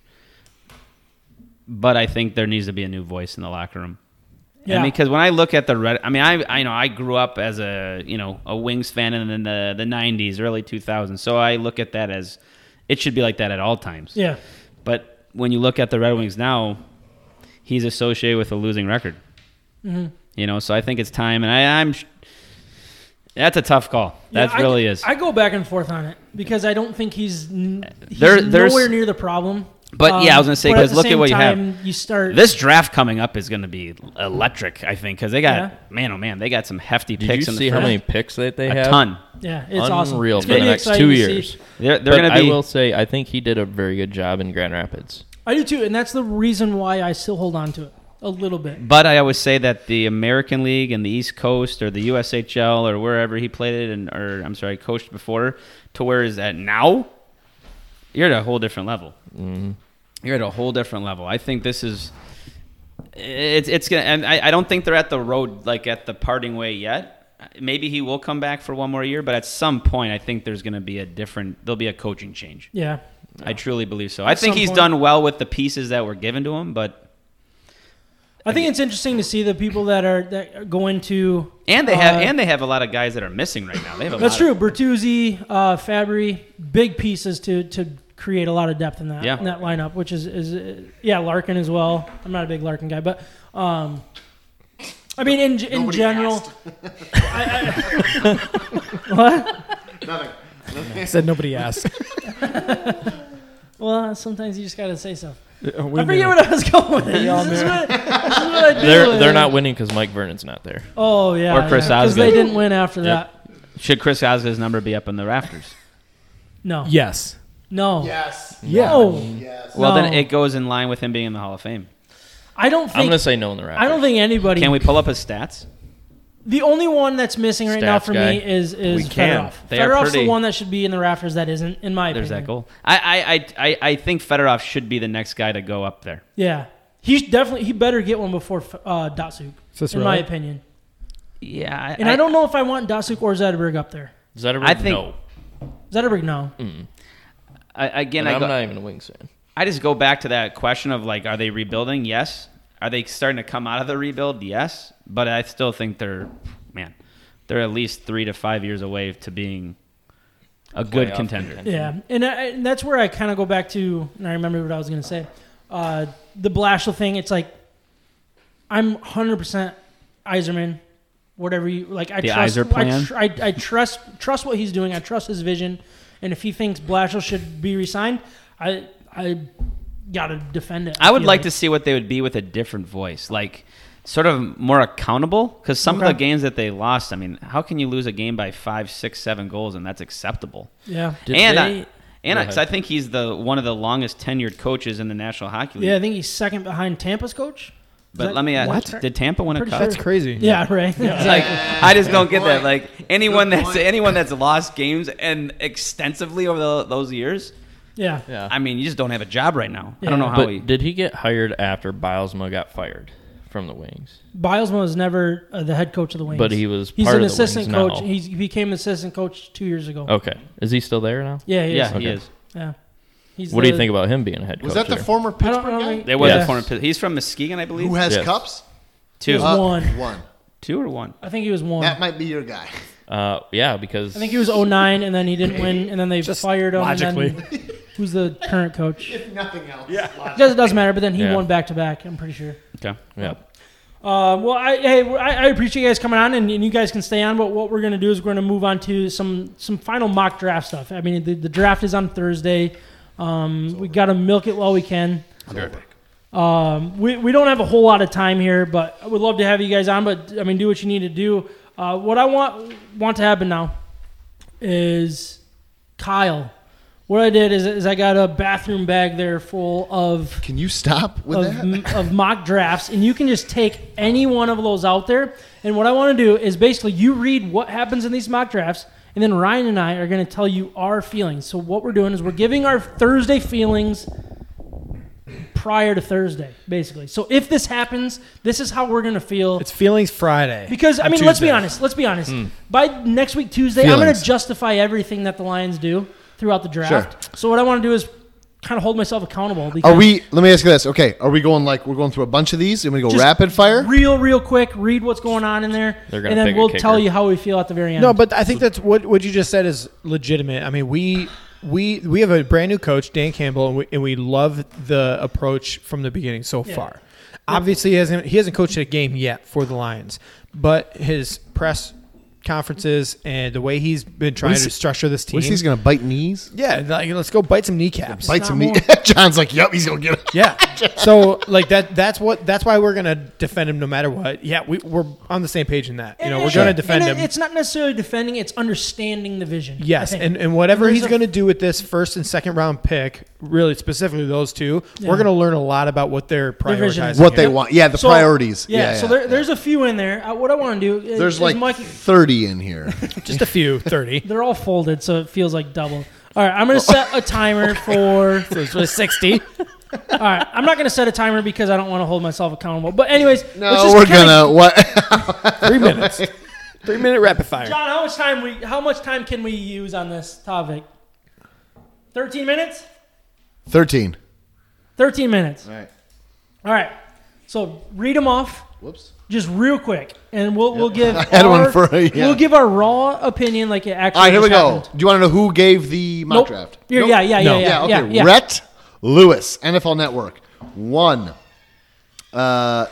Speaker 7: but I think there needs to be a new voice in the locker room. I
Speaker 2: Yeah.
Speaker 7: mean, because when I look at the red, I mean, I, I know I grew up as a you know a Wings fan in the the '90s, early 2000s. So I look at that as it should be like that at all times.
Speaker 2: Yeah.
Speaker 7: But when you look at the Red Wings now, he's associated with a losing record.
Speaker 2: Mm-hmm.
Speaker 7: You know, so I think it's time, and I, I'm. sh- That's a tough call.
Speaker 2: Yeah,
Speaker 7: That
Speaker 2: I-
Speaker 7: really is.
Speaker 2: I go back and forth on it because I don't think he's, n- he's
Speaker 7: There- there's-
Speaker 2: nowhere near the problem. Um,
Speaker 7: But, yeah, I was gonna say,
Speaker 2: but
Speaker 7: 'cause
Speaker 2: the
Speaker 7: look at
Speaker 2: same
Speaker 7: what you have.
Speaker 2: time, You start
Speaker 7: this draft coming up is going to be electric, I think, because they got
Speaker 2: Yeah.
Speaker 7: man, oh man, they got some hefty
Speaker 6: Did
Speaker 7: picks
Speaker 6: you
Speaker 7: in
Speaker 6: see
Speaker 7: the
Speaker 6: how
Speaker 7: first.
Speaker 6: many picks that they
Speaker 7: a
Speaker 6: have?
Speaker 7: ton.
Speaker 2: Yeah, it's awesome.
Speaker 6: Unreal
Speaker 2: It's
Speaker 6: for
Speaker 2: gonna
Speaker 6: the
Speaker 2: be
Speaker 6: next
Speaker 2: exciting
Speaker 6: two
Speaker 2: to see.
Speaker 6: years.
Speaker 7: They're, they're
Speaker 6: But
Speaker 7: going to
Speaker 6: I
Speaker 7: be.
Speaker 6: will say, I think he did a very good job in Grand Rapids.
Speaker 2: I do too, and that's the reason why I still hold on to it a little bit.
Speaker 7: But I always say that the American League and the East Coast or the USHL or wherever he played it and or I'm sorry, coached before to where is that now? You're at a whole different level.
Speaker 2: Mm-hmm.
Speaker 7: You're at a whole different level. I think this is it's it's gonna and I, I don't think they're at the road like at the parting way yet. Maybe he will come back for one more year, but at some point I think there's gonna be a different there'll be a coaching change.
Speaker 2: Yeah,
Speaker 7: I truly believe so. I think
Speaker 2: some
Speaker 7: he's
Speaker 2: point-
Speaker 7: done well with the pieces that were given to him, but
Speaker 2: I think it's interesting to see the people that are that go into.
Speaker 7: And they have
Speaker 2: Uh,
Speaker 7: and they have a lot of guys that are missing right now. They have a
Speaker 2: That's
Speaker 7: lot
Speaker 2: true. Bertuzzi, uh, Fabry, big pieces to to create a lot of depth in that
Speaker 7: Yeah.
Speaker 2: in that lineup, which is is uh, yeah Larkin as well. I'm not a big Larkin guy, but um, I mean, in in
Speaker 10: Nobody
Speaker 2: general,
Speaker 10: asked. Nothing.
Speaker 2: (laughs)
Speaker 4: Said nobody asked.
Speaker 2: well, sometimes you just gotta say stuff.
Speaker 4: Uh, we
Speaker 2: I forget
Speaker 4: know.
Speaker 2: what I was (laughs) going with. This is what, this is what I do
Speaker 6: They're
Speaker 2: with
Speaker 6: they're
Speaker 2: it.
Speaker 6: not winning because Mike Vernon's not there.
Speaker 2: Oh yeah,
Speaker 7: Or Chris
Speaker 2: yeah. 'Cause They
Speaker 7: Osgood.
Speaker 2: didn't win after that.
Speaker 7: Should Chris Osgood's number be up in the rafters?
Speaker 2: No.
Speaker 4: Yes.
Speaker 2: No.
Speaker 10: Yes.
Speaker 4: Yeah.
Speaker 2: No.
Speaker 10: Yes.
Speaker 7: Well, then
Speaker 2: No.
Speaker 7: it goes in line with him being in the Hall of Fame.
Speaker 2: I don't
Speaker 6: I'm
Speaker 2: think.
Speaker 6: gonna say no in the round.
Speaker 2: I don't think anybody.
Speaker 7: Can we pull up his stats?
Speaker 2: The only one that's missing right now
Speaker 6: Stats
Speaker 2: for
Speaker 6: guy.
Speaker 2: me is is
Speaker 5: We can.
Speaker 2: Fedorov.
Speaker 7: They are
Speaker 2: Fedorov's the
Speaker 7: pretty-
Speaker 2: one that should be in the rafters that isn't, in my
Speaker 7: There's that
Speaker 2: opinion.
Speaker 7: goal. I, I, I, I, I think Fedorov should be the next guy to go up there.
Speaker 2: Yeah, he should definitely he better get one before uh, Datsuk,
Speaker 4: Is this
Speaker 2: in my
Speaker 4: right?
Speaker 2: opinion.
Speaker 7: Yeah, I,
Speaker 2: And I, don't know if I want Datsuk or Zetterberg up there.
Speaker 6: Zetterberg,
Speaker 7: I think-
Speaker 6: no.
Speaker 2: Zetterberg, no.
Speaker 7: I, again,
Speaker 6: And
Speaker 7: I
Speaker 6: I'm
Speaker 7: go,
Speaker 6: not even a Wings fan.
Speaker 7: I just go back to that question of like, are they rebuilding? Yes. Are they starting to come out of the rebuild? Yes. But I still think they're, man, they're at least three to five years away to being a good
Speaker 6: Playoff
Speaker 7: contender.
Speaker 2: Yeah, and, I, and that's where I kind of go back to, and I remember what I was going to say. Uh, the Blashill thing, it's like I'm 100% Iserman, whatever you like. I
Speaker 7: The
Speaker 2: trust,
Speaker 7: Iser plan?
Speaker 2: I, tr- I, I trust trust what he's doing. I trust his vision, and if he thinks Blashill should be resigned, I I gotta defend it.
Speaker 7: I would
Speaker 2: feel
Speaker 7: like to see what they would be with a different voice, like sort of more accountable. Because some
Speaker 2: Okay.
Speaker 7: of the games that they lost, I mean, how can you lose a game by five, six, seven goals and that's acceptable?
Speaker 2: Yeah,
Speaker 6: Did
Speaker 7: and
Speaker 6: they-
Speaker 7: I, and
Speaker 6: Go
Speaker 7: I, 'cause I
Speaker 6: ahead.
Speaker 7: think he's the one of the longest tenured coaches in the National Hockey League.
Speaker 2: yeah. I think he's second behind Tampa's coach. Is
Speaker 7: but
Speaker 2: that-
Speaker 7: let me ask:
Speaker 2: What?
Speaker 7: Did Tampa win a
Speaker 2: Pretty
Speaker 7: cup?
Speaker 2: sure.
Speaker 4: That's crazy.
Speaker 2: Yeah, right.
Speaker 7: It's (laughs) like I just don't get that.
Speaker 10: point.
Speaker 7: Like anyone
Speaker 10: Good
Speaker 7: that's
Speaker 10: point.
Speaker 7: anyone that's lost games and extensively over the, those years,
Speaker 2: (laughs) yeah.
Speaker 6: Yeah.
Speaker 10: Uh-huh.
Speaker 7: I mean, you just don't have a job right now. I
Speaker 2: Yeah.
Speaker 7: don't know how
Speaker 6: but
Speaker 7: he.
Speaker 6: did he get hired after Bilesma got fired from the Wings?
Speaker 2: Bilesma was never uh, the head coach of the Wings,
Speaker 6: But he was
Speaker 2: He's
Speaker 6: part
Speaker 2: an
Speaker 6: of the Wings
Speaker 2: assistant coach.
Speaker 6: now.
Speaker 2: He's, he became assistant coach two years ago.
Speaker 6: Okay, is he still there now?
Speaker 2: Yeah, he
Speaker 7: Yeah,
Speaker 2: is.
Speaker 7: he
Speaker 6: Okay.
Speaker 7: is.
Speaker 2: Yeah. He's
Speaker 6: What do you
Speaker 2: the-
Speaker 6: think about him being a head
Speaker 10: Was
Speaker 6: coach?
Speaker 10: that the
Speaker 6: there?
Speaker 10: former
Speaker 2: I don't
Speaker 10: Pittsburgh
Speaker 2: know.
Speaker 10: guy
Speaker 7: There was
Speaker 6: Yes.
Speaker 7: a former. He's from Muskegon, I believe.
Speaker 10: who has
Speaker 6: Yes.
Speaker 10: cups?
Speaker 7: two,
Speaker 2: Uh, One.
Speaker 10: One.
Speaker 7: two or one?
Speaker 2: I think he was one.
Speaker 10: That might be your guy.
Speaker 6: uh, yeah, because
Speaker 2: I think he was 09, and then he
Speaker 4: (laughs)
Speaker 2: didn't win, and then they
Speaker 4: Just
Speaker 2: fired him.
Speaker 4: logically.
Speaker 2: And then, who's the current
Speaker 4: (laughs)
Speaker 2: coach? It
Speaker 10: If (laughs) nothing else. Yeah.
Speaker 2: doesn't, doesn't matter, but then he
Speaker 6: Yeah.
Speaker 2: won back to back, I'm pretty sure.
Speaker 7: Okay.
Speaker 6: Yeah.
Speaker 2: Uh, well, I, hey, I, I appreciate you guys coming on, and, and you guys can stay on. But what we're going to do is we're going to move on to some some final mock draft stuff. I mean, the, the draft is on Thursday. Um, we got to milk it while we can. Um, we, we don't have a whole lot of time here, but I would love to have you guys on. But I mean, do what you need to do. Uh, what I want want to happen now is Kyle. What I did is, is I got a bathroom bag there full of
Speaker 3: Can you stop with
Speaker 2: of,
Speaker 3: that?
Speaker 2: m- of mock drafts, and you can just take any one of those out there. And what I want to do is basically you read what happens in these mock drafts, and then Ryan and I are going to tell you our feelings. So what we're doing is we're giving our Thursday feelings prior to Thursday, basically. So if this happens, this is how we're going to feel.
Speaker 4: It's feelings Friday.
Speaker 2: because I
Speaker 4: on
Speaker 2: mean, let's be
Speaker 4: Tuesday.
Speaker 2: honest. Let's be honest. By next week Tuesday, I'm going to
Speaker 3: Feelings.
Speaker 2: justify everything that the Lions do throughout the draft. So what I want to do is kind of hold myself accountable. Because
Speaker 3: Are we? Let me ask you this. Okay, are we going like we're going through a bunch of these and we go
Speaker 2: Just
Speaker 3: rapid fire?
Speaker 2: real, real quick. Read what's going on in there,
Speaker 6: They're gonna
Speaker 2: and then
Speaker 6: pick a
Speaker 2: we'll tell
Speaker 6: kicker.
Speaker 2: you how we feel at the very end.
Speaker 4: No, but I think that's what what you just said is legitimate. I mean, we we we have a brand new coach, Dan Campbell, and we, and we love the approach from the beginning so far. Obviously, he hasn't he hasn't coached a game yet for the Lions, but his press conferences and the way he's been trying
Speaker 3: is he-
Speaker 4: to structure this team.
Speaker 3: What is he's gonna bite knees?
Speaker 4: yeah, like, let's go bite some kneecaps.
Speaker 3: Bite some
Speaker 2: not
Speaker 3: knees. (laughs) John's like, yep, he's gonna get it.
Speaker 4: (laughs) Yeah. So like that that's what that's why we're gonna defend him no matter what. Yeah, we, we're on the same page in that. You know, we're gonna
Speaker 2: And it-
Speaker 4: defend
Speaker 2: and
Speaker 4: him.
Speaker 2: It's not necessarily defending; it's understanding the vision. I
Speaker 4: Yes,
Speaker 2: think.
Speaker 4: and, and whatever
Speaker 2: And
Speaker 4: he's
Speaker 2: there's a-
Speaker 4: going to do with this first and second round pick, really specifically those two, we're
Speaker 2: Yeah.
Speaker 4: going to learn a lot about what they're
Speaker 2: vision.
Speaker 3: (laughs)
Speaker 4: prioritizing.
Speaker 3: What they
Speaker 4: here.
Speaker 3: want. Yeah, the
Speaker 2: So-
Speaker 3: priorities.
Speaker 2: Yeah, so
Speaker 3: yeah.
Speaker 2: there, there's a few in there. Uh, what I want to do is,
Speaker 3: There's
Speaker 2: is
Speaker 3: like
Speaker 2: Mikey-
Speaker 3: thirty
Speaker 2: (laughs)
Speaker 3: in here.
Speaker 4: just a few thirty.
Speaker 2: they're all folded, so it feels like double. All right, I'm gonna set a
Speaker 3: (laughs)
Speaker 2: timer for.
Speaker 4: sixty.
Speaker 2: All right, I'm not gonna set a timer because I don't want to hold myself accountable. But anyways, let's
Speaker 3: No,
Speaker 2: just
Speaker 3: we're
Speaker 2: kinda-
Speaker 3: gonna what?
Speaker 4: (laughs)
Speaker 3: (laughs)
Speaker 4: Three minutes. Three minute rapid fire.
Speaker 2: John, how much time we? How much time can we use on this topic? Thirteen minutes.
Speaker 3: Thirteen.
Speaker 2: 13 minutes.
Speaker 3: All right.
Speaker 2: All right. So read them off
Speaker 3: Whoops.
Speaker 2: just real quick, and we'll we'll
Speaker 3: (laughs)
Speaker 2: give
Speaker 3: had one
Speaker 2: our-
Speaker 3: for- yeah.
Speaker 2: we'll give our raw opinion like it actually.
Speaker 3: All right, here we
Speaker 2: just
Speaker 3: go.
Speaker 2: happened.
Speaker 3: Do you want to know who gave the mock
Speaker 2: Nope.
Speaker 3: draft?
Speaker 2: Yeah, yeah, yeah, yeah, yeah,
Speaker 3: yeah, okay.
Speaker 2: yeah, yeah.
Speaker 3: Rhett Lewis, NFL Network. One. Uh,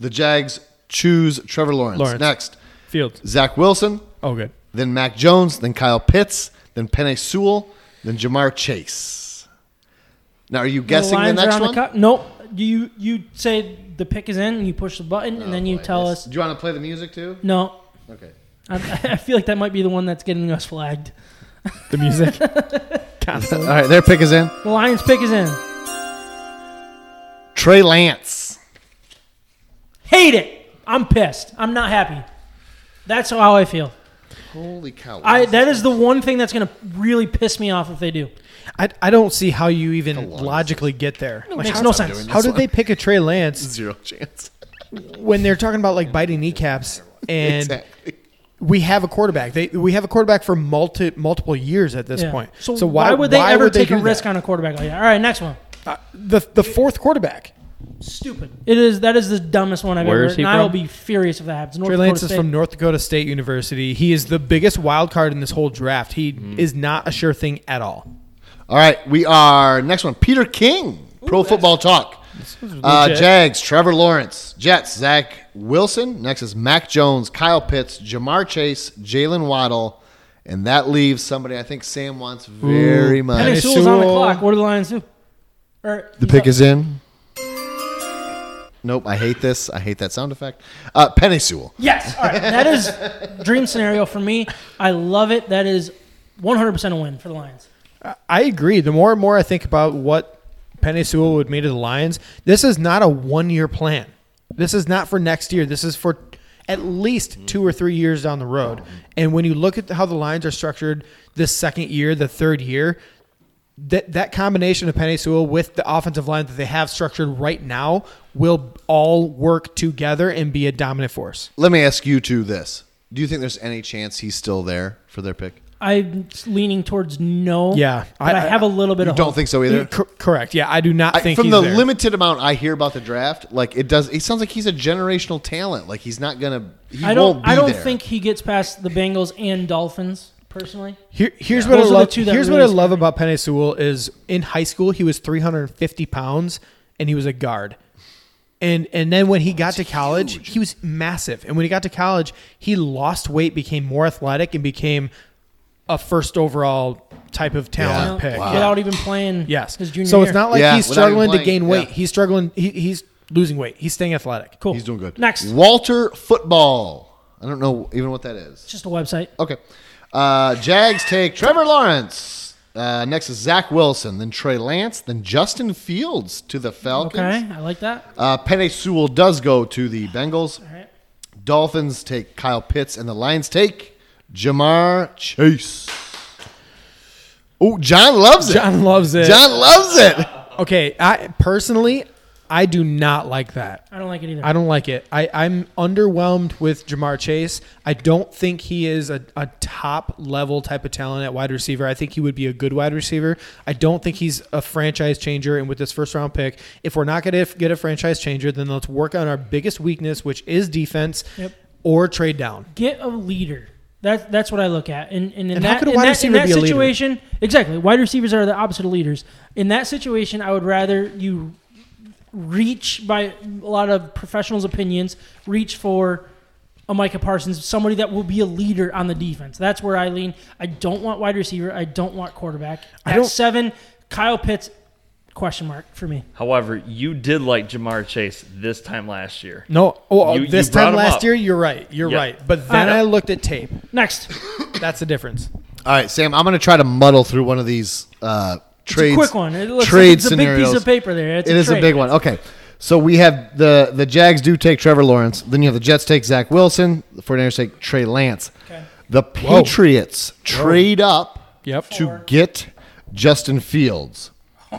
Speaker 3: the Jags choose Trevor Lawrence.
Speaker 4: Lawrence.
Speaker 3: Next,
Speaker 4: Fields.
Speaker 3: Zach Wilson,
Speaker 4: Oh, good.
Speaker 3: then Mac Jones, then Kyle Pitts, then Penny Sewell, then Jamar Chase. Now, are you guessing the,
Speaker 2: Lions are
Speaker 3: next
Speaker 2: on
Speaker 3: one?
Speaker 2: cut- Nope. You you say the pick is in, and you push the button,
Speaker 3: Oh,
Speaker 2: and then you tell us
Speaker 3: Do you want to play the music too?
Speaker 2: no.
Speaker 3: Okay.
Speaker 2: I, (laughs) I feel like that might be the one that's getting us flagged.
Speaker 4: The
Speaker 2: (laughs)
Speaker 4: music.
Speaker 3: All right, their pick is in.
Speaker 2: The Lions pick is in.
Speaker 3: Trey Lance.
Speaker 2: Hate it. I'm pissed. I'm not happy. That's how I feel.
Speaker 3: Holy cow!
Speaker 2: I that is the one thing that's gonna really piss me off if they do.
Speaker 4: I, I don't see how you even logically get there.
Speaker 2: It makes no sense.
Speaker 4: How did they pick a Trey Lance
Speaker 3: zero chance.
Speaker 4: when they're talking about like biting (laughs) kneecaps and
Speaker 3: Exactly.
Speaker 4: we have a quarterback? They we have a quarterback for multi, multiple years at this
Speaker 2: Yeah.
Speaker 4: point.
Speaker 2: So, why, would they ever take a risk on a quarterback like that? All right, next one.
Speaker 4: the the fourth quarterback?
Speaker 2: Stupid. It is that is the dumbest one I've
Speaker 6: Where
Speaker 2: ever.
Speaker 6: is
Speaker 2: heard,
Speaker 6: he
Speaker 2: and I will
Speaker 6: from?
Speaker 2: be furious if that happens. North
Speaker 4: Trey
Speaker 2: Dakota
Speaker 4: Lance is
Speaker 2: State.
Speaker 4: from North Dakota State University. He is the biggest wild card in this whole draft. He is not a sure thing at all.
Speaker 3: All right, we are next one. Peter King, Pro Football Talk. Uh, Jags, Trevor Lawrence, Jets, Zach Wilson. Next is Mac Jones, Kyle Pitts, Jamar Chase, Jalen Waddle, and that leaves somebody I think Sam wants very
Speaker 2: Penny
Speaker 3: much.
Speaker 4: Sewell.
Speaker 2: Sewell's on the clock. What do the Lions do? Er, Or,
Speaker 3: The pick is in. Nope, I hate this. I hate that sound effect. Uh, Penny Sewell.
Speaker 2: Yes. All right. That is dream scenario for me. I love it. That is 100% a win for the Lions.
Speaker 4: I agree. The more and more I think about what Penny Sewell would mean to the Lions, this is not a one year plan. This is not for next year. This is for at least two or three years down the road. And when you look at how the Lions are structured this second year, the third year, that that combination of Penny Sewell with the offensive line that they have structured right now will all work together and be a dominant force.
Speaker 3: Let me ask you two this. Do you think there's any chance he's still there for their pick?
Speaker 2: I'm leaning towards no.
Speaker 4: Yeah,
Speaker 2: But I,
Speaker 4: I- I-
Speaker 2: have a little bit
Speaker 3: You
Speaker 2: of
Speaker 3: don't
Speaker 2: hope.
Speaker 3: think so
Speaker 4: (laughs)
Speaker 3: either?
Speaker 4: Cor- correct. Yeah, I do not
Speaker 3: I,
Speaker 4: think
Speaker 3: from
Speaker 4: he's
Speaker 3: the
Speaker 4: there.
Speaker 3: limited amount I hear about the draft, like it does, it sounds like he's a generational talent. Like he's not gonna, he
Speaker 2: I don't
Speaker 3: won't be
Speaker 2: I don't
Speaker 3: there.
Speaker 2: think he gets past the Bengals and Dolphins personally.
Speaker 4: Here, here's what
Speaker 2: Those are
Speaker 4: I
Speaker 2: the
Speaker 4: love.
Speaker 2: two that
Speaker 4: Here's
Speaker 2: really
Speaker 4: what I
Speaker 2: scare
Speaker 4: love
Speaker 2: me.
Speaker 4: about Penny Sewell is in high school he was 350 pounds and he was a guard, and and then when he got to college he was massive, and when he got to college he lost weight, became more athletic, and became a first overall type of
Speaker 2: you know,
Speaker 4: talent pick.
Speaker 2: Without even playing
Speaker 4: Yes,
Speaker 2: his junior
Speaker 4: so
Speaker 2: year.
Speaker 4: it's not like
Speaker 3: Yeah,
Speaker 4: he's
Speaker 3: without even
Speaker 4: struggling to
Speaker 3: playing,
Speaker 4: gain weight.
Speaker 3: yeah.
Speaker 4: He's struggling. He, he's losing weight. He's staying athletic.
Speaker 2: cool.
Speaker 3: he's doing good.
Speaker 2: Next.
Speaker 3: Walter Football. I don't know even what that is.
Speaker 2: Just a website.
Speaker 3: Okay, uh, Jags take Trevor Lawrence. Uh, next is Zach Wilson, then Trey Lance, then Justin Fields to the Falcons.
Speaker 2: Okay. I like that.
Speaker 3: Uh, Penny Sewell does go to the Bengals.
Speaker 2: All right.
Speaker 3: Dolphins take Kyle Pitts, and the Lions take Jamar Chase. Oh, John loves it.
Speaker 4: John loves it.
Speaker 3: John loves it.
Speaker 4: Okay, I personally I do not like that.
Speaker 2: I don't like it either.
Speaker 4: (laughs) I don't like it. I, I'm underwhelmed with Jamar Chase. I don't think he is a, a top level type of talent at wide receiver. I think he would be a good wide receiver. I don't think he's a franchise changer. And with this first round pick, if we're not going to get a franchise changer, then let's work on our biggest weakness, which is defense
Speaker 2: Yep.
Speaker 4: or trade down.
Speaker 2: get a leader. That, that's what I look at. And, and in
Speaker 4: And how
Speaker 2: that,
Speaker 4: could a
Speaker 2: in
Speaker 4: wide
Speaker 2: that- in
Speaker 4: receiver
Speaker 2: that
Speaker 4: be a leader?
Speaker 2: situation, exactly. Wide receivers are the opposite of leaders. In that situation, I would rather you reach by a lot of professionals' opinions, reach for a Micah Parsons, somebody that will be a leader on the defense. That's where I lean. I don't want wide receiver. I don't want quarterback. At
Speaker 4: don't-
Speaker 2: seven, Kyle Pitts, question mark for me.
Speaker 11: However, you did like Jamar Chase this time last year.
Speaker 4: No, oh,
Speaker 11: You-
Speaker 4: this
Speaker 11: you brought
Speaker 4: time
Speaker 11: him
Speaker 4: last
Speaker 11: up.
Speaker 4: year, you're right. You're
Speaker 11: Yep.
Speaker 4: right. But then
Speaker 2: I-
Speaker 4: I looked at tape.
Speaker 2: Next,
Speaker 4: That's the difference.
Speaker 3: All right, Sam, I'm going to try to muddle through one of these uh, trades.
Speaker 2: quick one. It looks like
Speaker 3: trade
Speaker 2: it's a big piece
Speaker 3: scenarios.
Speaker 2: of paper there. It's
Speaker 3: It
Speaker 2: a
Speaker 3: is a
Speaker 2: trade.
Speaker 3: big one. Okay. So we have the, the Jags do take Trevor Lawrence. Then you have the Jets take Zach Wilson. The 49ers take Trey Lance.
Speaker 2: Okay.
Speaker 3: The Patriots trade up
Speaker 4: Yep.
Speaker 3: to get Justin Fields. Do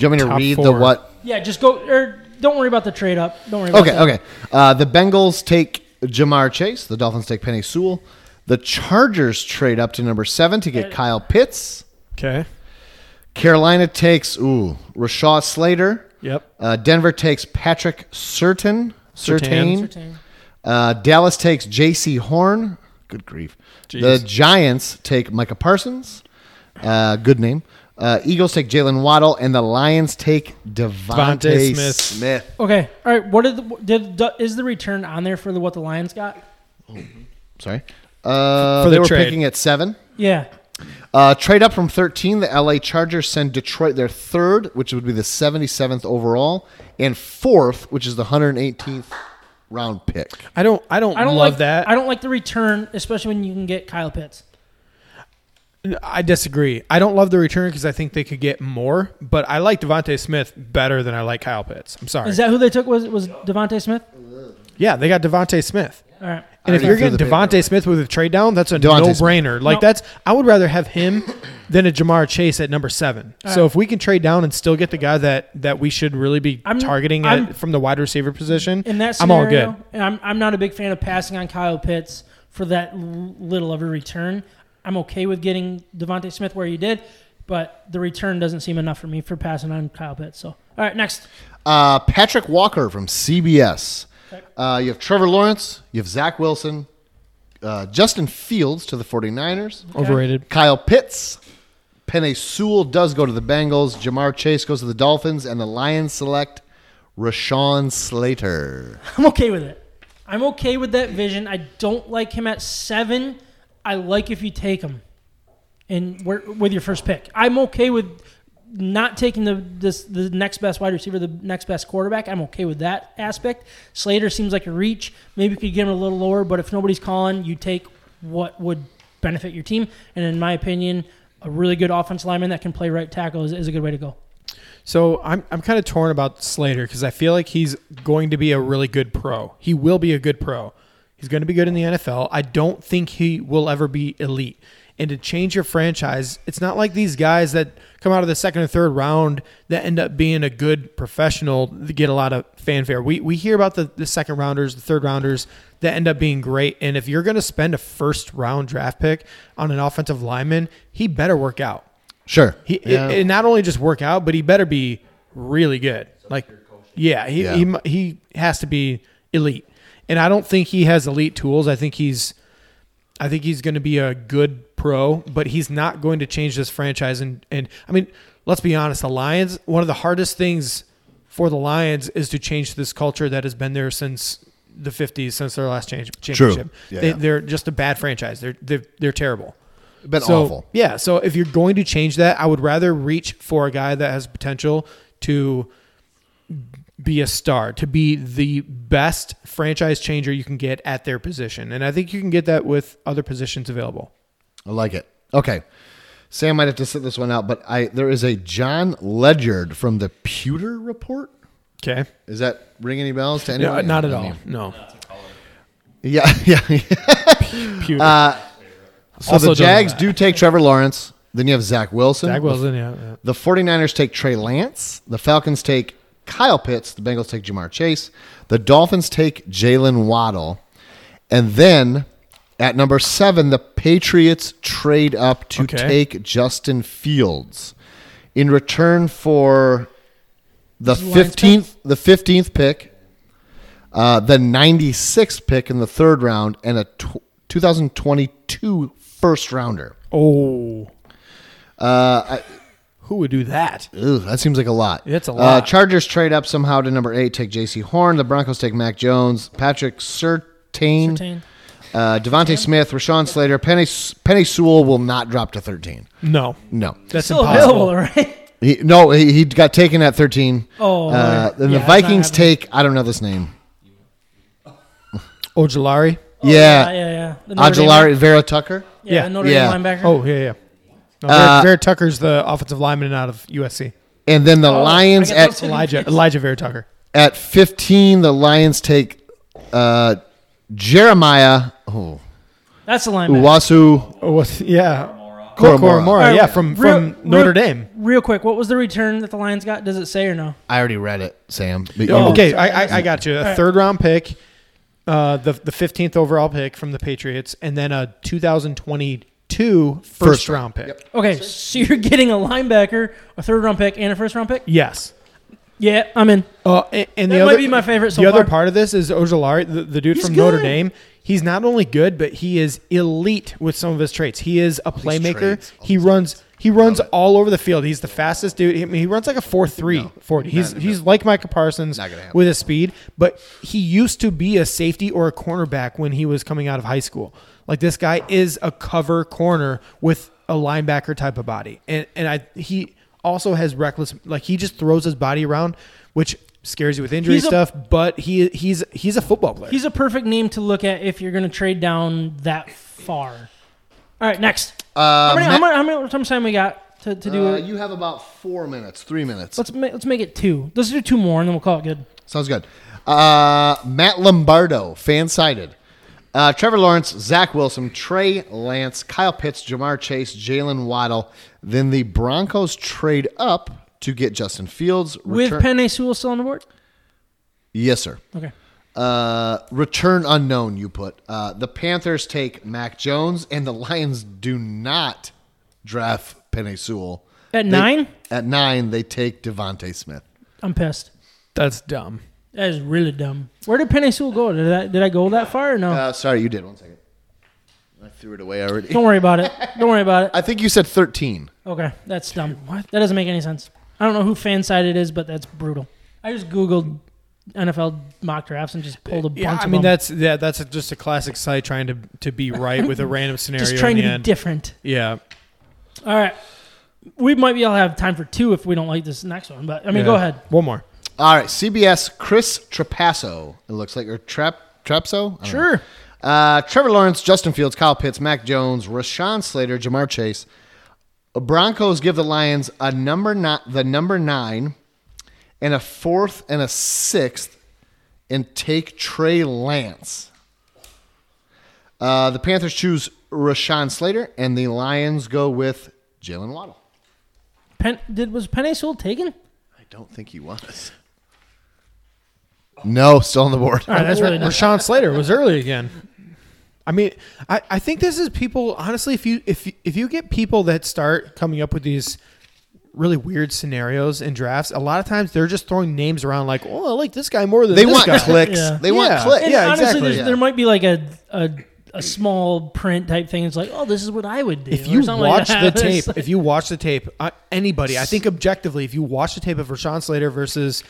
Speaker 3: you want me to
Speaker 4: Top
Speaker 3: read the
Speaker 4: four.
Speaker 3: what?
Speaker 2: yeah, just go. Or don't worry about the trade up. Don't worry. about
Speaker 3: Okay,
Speaker 2: that.
Speaker 3: okay. Uh, the Bengals take Jamar Chase. The Dolphins take Penny Sewell. The Chargers trade up to number seven to get Kyle Pitts.
Speaker 4: Okay.
Speaker 3: Carolina takes ooh Rashaw Slater.
Speaker 4: Yep.
Speaker 3: Uh, Denver takes Patrick Certain.
Speaker 4: Surtain.
Speaker 3: Certain. Uh, Dallas takes J.C. Horn. Good grief. The Giants take Micah Parsons. Uh, good name. Uh, Eagles take Jalen Waddle, and the Lions take Devontae
Speaker 4: Devontae
Speaker 3: Smith.
Speaker 4: Smith.
Speaker 2: Okay. All right. What did the, did the- is the return on there for the what the Lions got?
Speaker 3: Sorry. Uh,
Speaker 4: For the
Speaker 3: they were
Speaker 4: trade.
Speaker 3: picking at seven.
Speaker 2: Yeah.
Speaker 3: Uh, trade up from 13. The LA Chargers send Detroit their third, which would be the 77th overall, and fourth, which is the 118th round pick.
Speaker 4: I don't. I don't,
Speaker 2: I don't
Speaker 4: love
Speaker 2: like
Speaker 4: that.
Speaker 2: I don't like the return, especially when you can get Kyle Pitts.
Speaker 4: I disagree. I don't love the return because I think they could get more, but I like Devontae Smith better than I like Kyle Pitts. I'm sorry.
Speaker 2: Is that who they took? Was was Devonte Smith?
Speaker 4: yeah, they got Devontae Smith.
Speaker 2: All right.
Speaker 4: And if
Speaker 3: already
Speaker 4: you're
Speaker 3: threw
Speaker 4: getting
Speaker 3: the paper
Speaker 4: Devontae Smith with a trade down, that's a
Speaker 3: Devontae Smith.
Speaker 4: no-brainer. Like
Speaker 2: No.
Speaker 4: that's I would rather have him than a Jamar Chase at number 7. so if we can trade down and still get the guy that that we should really be
Speaker 2: I'm-
Speaker 4: targeting
Speaker 2: I'm-
Speaker 4: at, from the wide receiver position,
Speaker 2: In that
Speaker 4: I'm all
Speaker 2: scenario,
Speaker 4: good.
Speaker 2: And I'm I'm not a big fan of passing on Kyle Pitts for that l- little of a return. I'm okay with getting Devonte Smith where you did, but the return doesn't seem enough for me for passing on Kyle Pitts. So, all right, next.
Speaker 3: Uh, Patrick Walker from CBS. Uh, you have Trevor Lawrence. You have Zach Wilson. Uh, Justin Fields to the 49ers.
Speaker 4: Overrated.
Speaker 3: Kyle Pitts. Penny Sewell does go to the Bengals. Jamar Chase goes to the Dolphins. And the Lions select Rashawn Slater.
Speaker 2: I'm okay with it. I'm okay with that vision. I don't like him at seven. I like if you take him, and where, with your first pick. I'm okay with not taking the this the next best wide receiver, the next best quarterback. I'm okay with that aspect. Slater seems like a reach. Maybe you could get him a little lower, but if nobody's calling, you take what would benefit your team. And in my opinion, a really good offense lineman that can play right tackle is, is a good way to go.
Speaker 4: So I'm I'm kind of torn about Slater because I feel like he's going to be a really good pro. He will be a good pro. He's going to be good in the NFL. I don't think he will ever be elite. And to change your franchise, it's not like these guys that come out of the second or third round that end up being a good professional that get a lot of fanfare. We we hear about the, the second rounders, the third rounders that end up being great. And if you're going to spend a first round draft pick on an offensive lineman, he better work out.
Speaker 3: Sure.
Speaker 4: He it-
Speaker 3: Yeah.
Speaker 4: it, not only just work out, but he better be really good. Like, yeah, he,
Speaker 3: Yeah.
Speaker 4: he mu- he has to be elite. And I don't think he has elite tools. I think he's, I think he's going to be a good pro, but he's not going to change this franchise. And and I mean, let's be honest, the Lions. One of the hardest things for the Lions is to change this culture that has been there since the '50s, since their last change, championship.
Speaker 3: Yeah,
Speaker 4: they,
Speaker 3: yeah.
Speaker 4: They're just a bad franchise. They're they're, they're terrible.
Speaker 3: Been
Speaker 4: So,
Speaker 3: awful.
Speaker 4: Yeah. So if you're going to change that, I would rather reach for a guy that has potential to be a star, to be the best franchise changer you can get at their position. And I think you can get that with other positions available.
Speaker 3: I like it. Okay. Sam might have to sit this one out, but I there is a John Ledyard from the Pewter Report.
Speaker 4: Okay.
Speaker 3: Is that ring any bells to anyone?
Speaker 4: Yeah, not at
Speaker 3: I
Speaker 4: all.
Speaker 3: mean,
Speaker 4: No.
Speaker 3: Yeah, (laughs)
Speaker 4: (laughs)
Speaker 3: yeah. Uh,
Speaker 4: Pewter.
Speaker 3: So the
Speaker 4: Also doesn't
Speaker 3: Jags
Speaker 4: matter.
Speaker 3: do take Trevor Lawrence. Then you have Zach Wilson.
Speaker 4: Zach Wilson, yeah, yeah.
Speaker 3: The 49ers take Trey Lance. The Falcons take Kyle Pitts. The Bengals take Jamar Chase. The Dolphins take Jalen Waddle. And then at number seven, the Patriots trade up to
Speaker 4: Okay.
Speaker 3: take Justin Fields in return for the
Speaker 2: the Lions pick?
Speaker 3: 15th, the 15th pick, uh, the 96th pick in the third round, and a tw- 2022 first rounder.
Speaker 4: Oh.
Speaker 3: Uh, I,
Speaker 4: Who would do that?
Speaker 3: Ooh, that seems like a lot.
Speaker 4: It's a
Speaker 3: Uh,
Speaker 4: lot.
Speaker 3: Chargers trade up somehow to number eight, take J.C. Horn. The Broncos take Mac Jones, Patrick Sertain,
Speaker 2: Sertain.
Speaker 3: Uh, Devontae Smith, Rashawn Slater. Penny, Penny Sewell will not drop to 13.
Speaker 4: No.
Speaker 3: No.
Speaker 4: That's
Speaker 2: Still
Speaker 4: impossible.
Speaker 2: available, right?
Speaker 3: He, no, he, he got taken at 13.
Speaker 2: Oh, yeah,
Speaker 3: Uh, then the
Speaker 2: it's not
Speaker 3: Vikings
Speaker 2: happening.
Speaker 3: take, I don't know this name.
Speaker 4: Ojulari.
Speaker 3: yeah.
Speaker 2: Oh, Yeah, yeah, yeah. The Notre Dame-
Speaker 3: Aguilar Vera Tucker.
Speaker 2: Yeah,
Speaker 4: Yeah.
Speaker 2: the Notre
Speaker 3: Yeah.
Speaker 2: Dame linebacker.
Speaker 4: Oh, yeah, yeah. No,
Speaker 3: Uh,
Speaker 4: Vera, Vera Tucker's the offensive lineman out of USC.
Speaker 3: And then the Lions
Speaker 2: Oh, I got
Speaker 3: at
Speaker 2: those
Speaker 4: Elijah Elijah Vera Tucker.
Speaker 3: at 15, the Lions take uh, Jeremiah oh,
Speaker 2: That's the linebacker.
Speaker 3: Uwasu.
Speaker 4: Oh, what? Yeah.
Speaker 3: Koromora.
Speaker 4: Koromora.
Speaker 2: All right,
Speaker 4: yeah, from,
Speaker 2: real-
Speaker 4: from Notre
Speaker 2: real-
Speaker 4: Dame.
Speaker 2: Real quick, what was the return that the Lions got? Does it say or no?
Speaker 3: I already read it, Sam. Uh, but you-
Speaker 4: Oh, Okay, I, I, I got you. A third round pick, uh, the the fifteenth overall pick from the Patriots, and then a 2022 first,
Speaker 3: First
Speaker 4: round pick.
Speaker 2: Okay, so you're (laughs) getting a linebacker, a third round pick, and a first round pick.
Speaker 4: Yes.
Speaker 2: Yeah, I'm in.
Speaker 4: Uh, and, and
Speaker 2: That
Speaker 4: the
Speaker 2: might
Speaker 4: other,
Speaker 2: be my favorite so
Speaker 4: the other
Speaker 2: far.
Speaker 4: part of this is Ojolari, the, the dude
Speaker 2: He's
Speaker 4: from Notre
Speaker 2: good.
Speaker 4: Dame. He's not only good, but he is elite with some of his traits. He is a playmaker.
Speaker 3: traits, all
Speaker 4: He runs. He runs all over the field. He's the fastest dude. I mean, he runs like a 4 3 40. He's, he's like Micah Parsons with his speed, but he used to be a safety or a cornerback when he was coming out of high school. Like this guy is a cover corner with a linebacker type of body. And, and I he also has reckless, like he just throws his body around, which scares you with injury
Speaker 2: He's a-
Speaker 4: stuff, but he he's he's a football player.
Speaker 2: He's a perfect name to look at if you're going to trade down that far. All right, next. how, many, how,
Speaker 3: Matt-
Speaker 2: many, how many times time we got to, to do
Speaker 3: Uh,
Speaker 2: it?
Speaker 3: you have about four minutes, three minutes.
Speaker 2: Let's ma- let's make it two. Let's do two more and then we'll call it good.
Speaker 3: Sounds good. Uh, Matt Lombardo, fan sided. Uh, Trevor Lawrence, Zach Wilson, Trey Lance, Kyle Pitts, Jamar Chase, Jalen Waddle. Then the Broncos trade up to get Justin Fields.
Speaker 2: With
Speaker 3: return-
Speaker 2: Penny Sewell still on the board?
Speaker 3: yes, sir.
Speaker 2: Okay.
Speaker 3: Uh, return unknown. You put uh, the Panthers take Mac Jones, and the Lions do not draft Penny Sewell
Speaker 2: At
Speaker 3: They-
Speaker 2: nine?
Speaker 3: At nine, they take Devonte Smith.
Speaker 2: I'm pissed.
Speaker 4: That's dumb.
Speaker 2: That is really dumb. Where did Penny Sewell go? Did I, did I go that far or no?
Speaker 4: (laughs)
Speaker 3: Uh, sorry, you did. One second. I threw it away already.
Speaker 2: Don't worry about it.
Speaker 4: (laughs)
Speaker 2: Don't worry about it.
Speaker 3: I think you said 13.
Speaker 2: Okay, that's dumb. What? That doesn't make any sense. I don't know who fan side it is, but that's brutal. I just Googled NFL mock drafts and just pulled a bunch
Speaker 4: Yeah,
Speaker 2: of
Speaker 4: I mean
Speaker 2: them.
Speaker 4: that's yeah, that's a, just a classic site trying to to be right with a random scenario.
Speaker 2: Just trying to
Speaker 4: in the
Speaker 2: be
Speaker 4: end.
Speaker 2: different.
Speaker 4: Yeah,
Speaker 2: All right. We might be able to have time for two if we don't like this next one, but I mean, go
Speaker 4: Yeah.
Speaker 2: ahead.
Speaker 4: One more.
Speaker 3: All right, CBS Chris Trapasso. It looks like or Trap Trapso. I don't know.
Speaker 2: Sure.
Speaker 3: Uh, Trevor Lawrence, Justin Fields, Kyle Pitts, Mac Jones, Rashawn Slater, Jamar Chase. Broncos give the Lions a number nine, the number nine, and a fourth and a sixth, and take Trey Lance. Uh, the Panthers choose Rashawn Slater, and the Lions go with Jalen Waddle.
Speaker 2: Pen, did was Penny Sewell taken?
Speaker 3: I don't think he was. No, still on the board.
Speaker 2: All right, that's really nice.
Speaker 4: Rashawn Slater was early again. I mean, I, I think this is people. Honestly, if you if you- if you get people that start coming up with these really weird scenarios and drafts, a lot of times they're just throwing names around like, oh, I like this guy more than
Speaker 3: They
Speaker 4: this
Speaker 3: want
Speaker 4: guy."
Speaker 3: clicks.
Speaker 2: Yeah.
Speaker 3: They want
Speaker 4: Yeah.
Speaker 3: clicks.
Speaker 2: And
Speaker 4: Yeah,
Speaker 2: honestly,
Speaker 4: exactly.
Speaker 2: there's-
Speaker 4: Yeah.
Speaker 2: there might be like a, a a small print type thing. It's like, oh, this is what I would do.
Speaker 4: If
Speaker 2: or
Speaker 4: you
Speaker 2: something like
Speaker 4: watch
Speaker 2: that. (laughs)
Speaker 4: the
Speaker 2: It's
Speaker 4: tape,
Speaker 2: like-
Speaker 4: if you watch the tape, uh, anybody, I think objectively, if you watch the tape of Rashawn Slater versus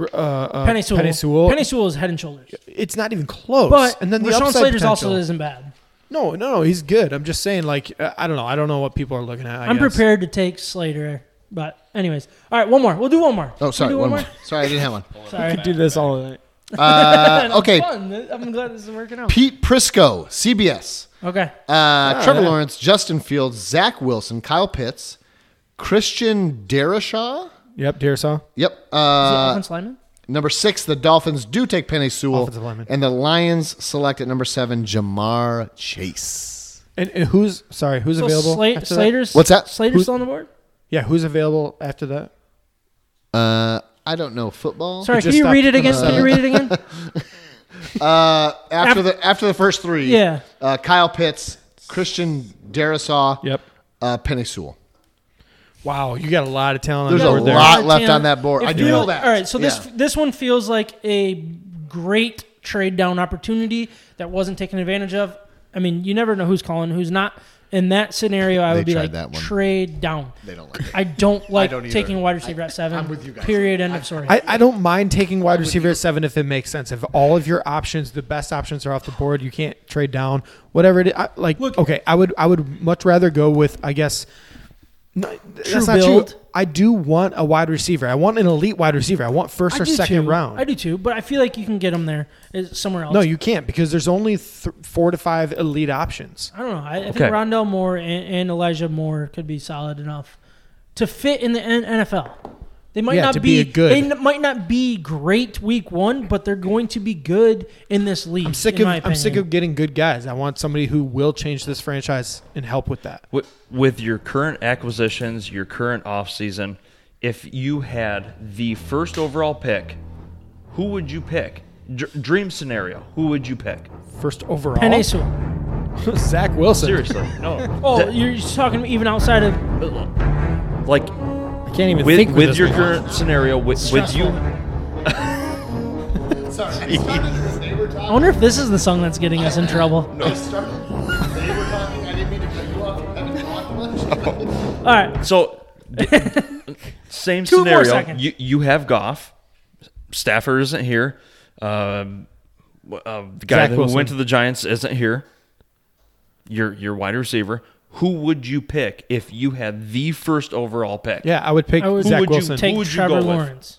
Speaker 4: uh, uh,
Speaker 2: Penny Sewell,
Speaker 4: Penny Sewell,
Speaker 2: Penny Sewell is head and shoulders,
Speaker 4: it's not even close.
Speaker 2: but
Speaker 4: and then the
Speaker 2: Rashawn
Speaker 4: upside
Speaker 2: Slater's
Speaker 4: potential.
Speaker 2: also isn't bad.
Speaker 4: No, no, no, he's good. I'm just saying, like, uh, I don't know. I don't know what people are looking at. I
Speaker 2: I'm
Speaker 4: guess.
Speaker 2: prepared to take Slater, but anyways, all right, one more. We'll do one more.
Speaker 3: Oh,
Speaker 2: Can we
Speaker 3: sorry,
Speaker 2: do
Speaker 3: one more. Sorry, I
Speaker 2: (laughs)
Speaker 3: didn't have one.
Speaker 2: Sorry.
Speaker 4: do this all night.
Speaker 3: Uh,
Speaker 2: That's
Speaker 3: okay,
Speaker 2: fun. I'm glad this is working out.
Speaker 3: Pete Prisco, CBS.
Speaker 2: Okay.
Speaker 4: Ah,
Speaker 3: Uh, Trevor Lawrence, Justin Fields, Zach Wilson, Kyle Pitts, Christian Darrishaw.
Speaker 4: Yep, Dearsaw.
Speaker 3: Yep.
Speaker 2: Is it
Speaker 3: Uh,
Speaker 2: offense lineman?
Speaker 3: number six, the Dolphins do take Penny Sewell,
Speaker 4: Offensive lineman.
Speaker 3: and the Lions select at number seven Jamar Chase.
Speaker 4: And, and who's sorry? Who's
Speaker 2: So
Speaker 4: available?
Speaker 2: Sla-
Speaker 4: after that?
Speaker 2: Slater's
Speaker 3: What's that?
Speaker 2: Slater's
Speaker 4: Who's-
Speaker 2: still on the board.
Speaker 4: Yeah, who's available after that?
Speaker 3: Uh, I don't know football.
Speaker 2: Sorry, can
Speaker 4: just
Speaker 2: you
Speaker 4: stopped
Speaker 2: read it
Speaker 4: at
Speaker 2: again?
Speaker 4: number
Speaker 2: Can you read it
Speaker 4: (laughs)
Speaker 2: again? (laughs)
Speaker 3: Uh, after
Speaker 2: Af-
Speaker 3: the after the first three,
Speaker 2: Yeah.
Speaker 3: Uh, Kyle Pitts, Christian Darrisaw,
Speaker 4: Yep.
Speaker 3: uh, Penny Sewell.
Speaker 4: Wow, you got a lot of talent.
Speaker 3: There's
Speaker 4: on
Speaker 3: a
Speaker 4: board there.
Speaker 3: lot
Speaker 2: Montana.
Speaker 3: left on that board.
Speaker 2: If
Speaker 3: I do
Speaker 2: you-
Speaker 3: know that.
Speaker 2: All right, so this
Speaker 3: Yeah.
Speaker 2: this one feels like a great trade down opportunity that wasn't taken advantage of. I mean, you never know who's calling, who's not. In that scenario, I
Speaker 3: They
Speaker 2: would be
Speaker 3: tried
Speaker 2: like
Speaker 3: that one.
Speaker 2: trade down.
Speaker 3: They don't like it.
Speaker 2: I
Speaker 3: (laughs)
Speaker 2: don't like
Speaker 3: don't either.
Speaker 2: taking wide receiver at seven.
Speaker 3: I'm with you guys.
Speaker 2: Period. End of story.
Speaker 4: I, I don't mind taking wide receiver at seven if it makes sense. If all of your options, the best options are off the board, you can't trade down. Whatever it is, I, like okay, I would I would much rather go with I guess. No, that's not
Speaker 2: build.
Speaker 4: true. I do want a wide receiver. I want an elite wide receiver. I want first
Speaker 2: I
Speaker 4: or
Speaker 2: do
Speaker 4: second
Speaker 2: too.
Speaker 4: round.
Speaker 2: I do too, but I feel like you can get them there uh, somewhere else.
Speaker 4: No, you can't because there's only th- four to five elite options.
Speaker 2: I don't know. I, I think
Speaker 5: Okay.
Speaker 2: Rondell Moore and, and Elijah Moore could be solid enough to fit in the N- NFL. They might
Speaker 4: Yeah,
Speaker 2: not
Speaker 4: to be a good-
Speaker 2: They n- might not be great week one, but they're going to be good in this league.
Speaker 4: I'm sick
Speaker 2: in
Speaker 4: of
Speaker 2: my
Speaker 4: I'm sick
Speaker 2: opinion.
Speaker 4: of getting good guys. I want somebody who will change this franchise and help with that.
Speaker 11: With, with your current acquisitions, your current offseason, if you had the first overall pick, who would you pick? Dr- dream scenario, who would you pick?
Speaker 4: First overall,
Speaker 2: Penei Sewell.
Speaker 4: (laughs) Zach Wilson.
Speaker 11: Seriously, no. (laughs)
Speaker 2: Oh,
Speaker 11: That-
Speaker 2: you're just talking even outside of
Speaker 11: like
Speaker 4: I can't even
Speaker 11: with
Speaker 4: think
Speaker 11: with
Speaker 4: this
Speaker 11: your
Speaker 4: one.
Speaker 11: current scenario, with, with you,
Speaker 2: I wonder if this is the song that's getting us
Speaker 11: (laughs)
Speaker 2: in trouble. All right.
Speaker 11: So,
Speaker 2: (laughs)
Speaker 11: d- same
Speaker 2: Two
Speaker 11: scenario.
Speaker 2: more seconds.
Speaker 11: You you have Goff. Stafford isn't here. Um, wh- uh, the guy
Speaker 4: Zach
Speaker 11: who
Speaker 4: Wilson.
Speaker 11: went to the Giants isn't here. Your your wide receiver. Who would you pick if you had the first overall pick?
Speaker 4: Yeah, I would pick
Speaker 2: I would
Speaker 4: Zach
Speaker 11: would you
Speaker 4: Wilson.
Speaker 2: Take
Speaker 11: Who would you
Speaker 2: Trevor
Speaker 11: go with?
Speaker 2: Lawrence.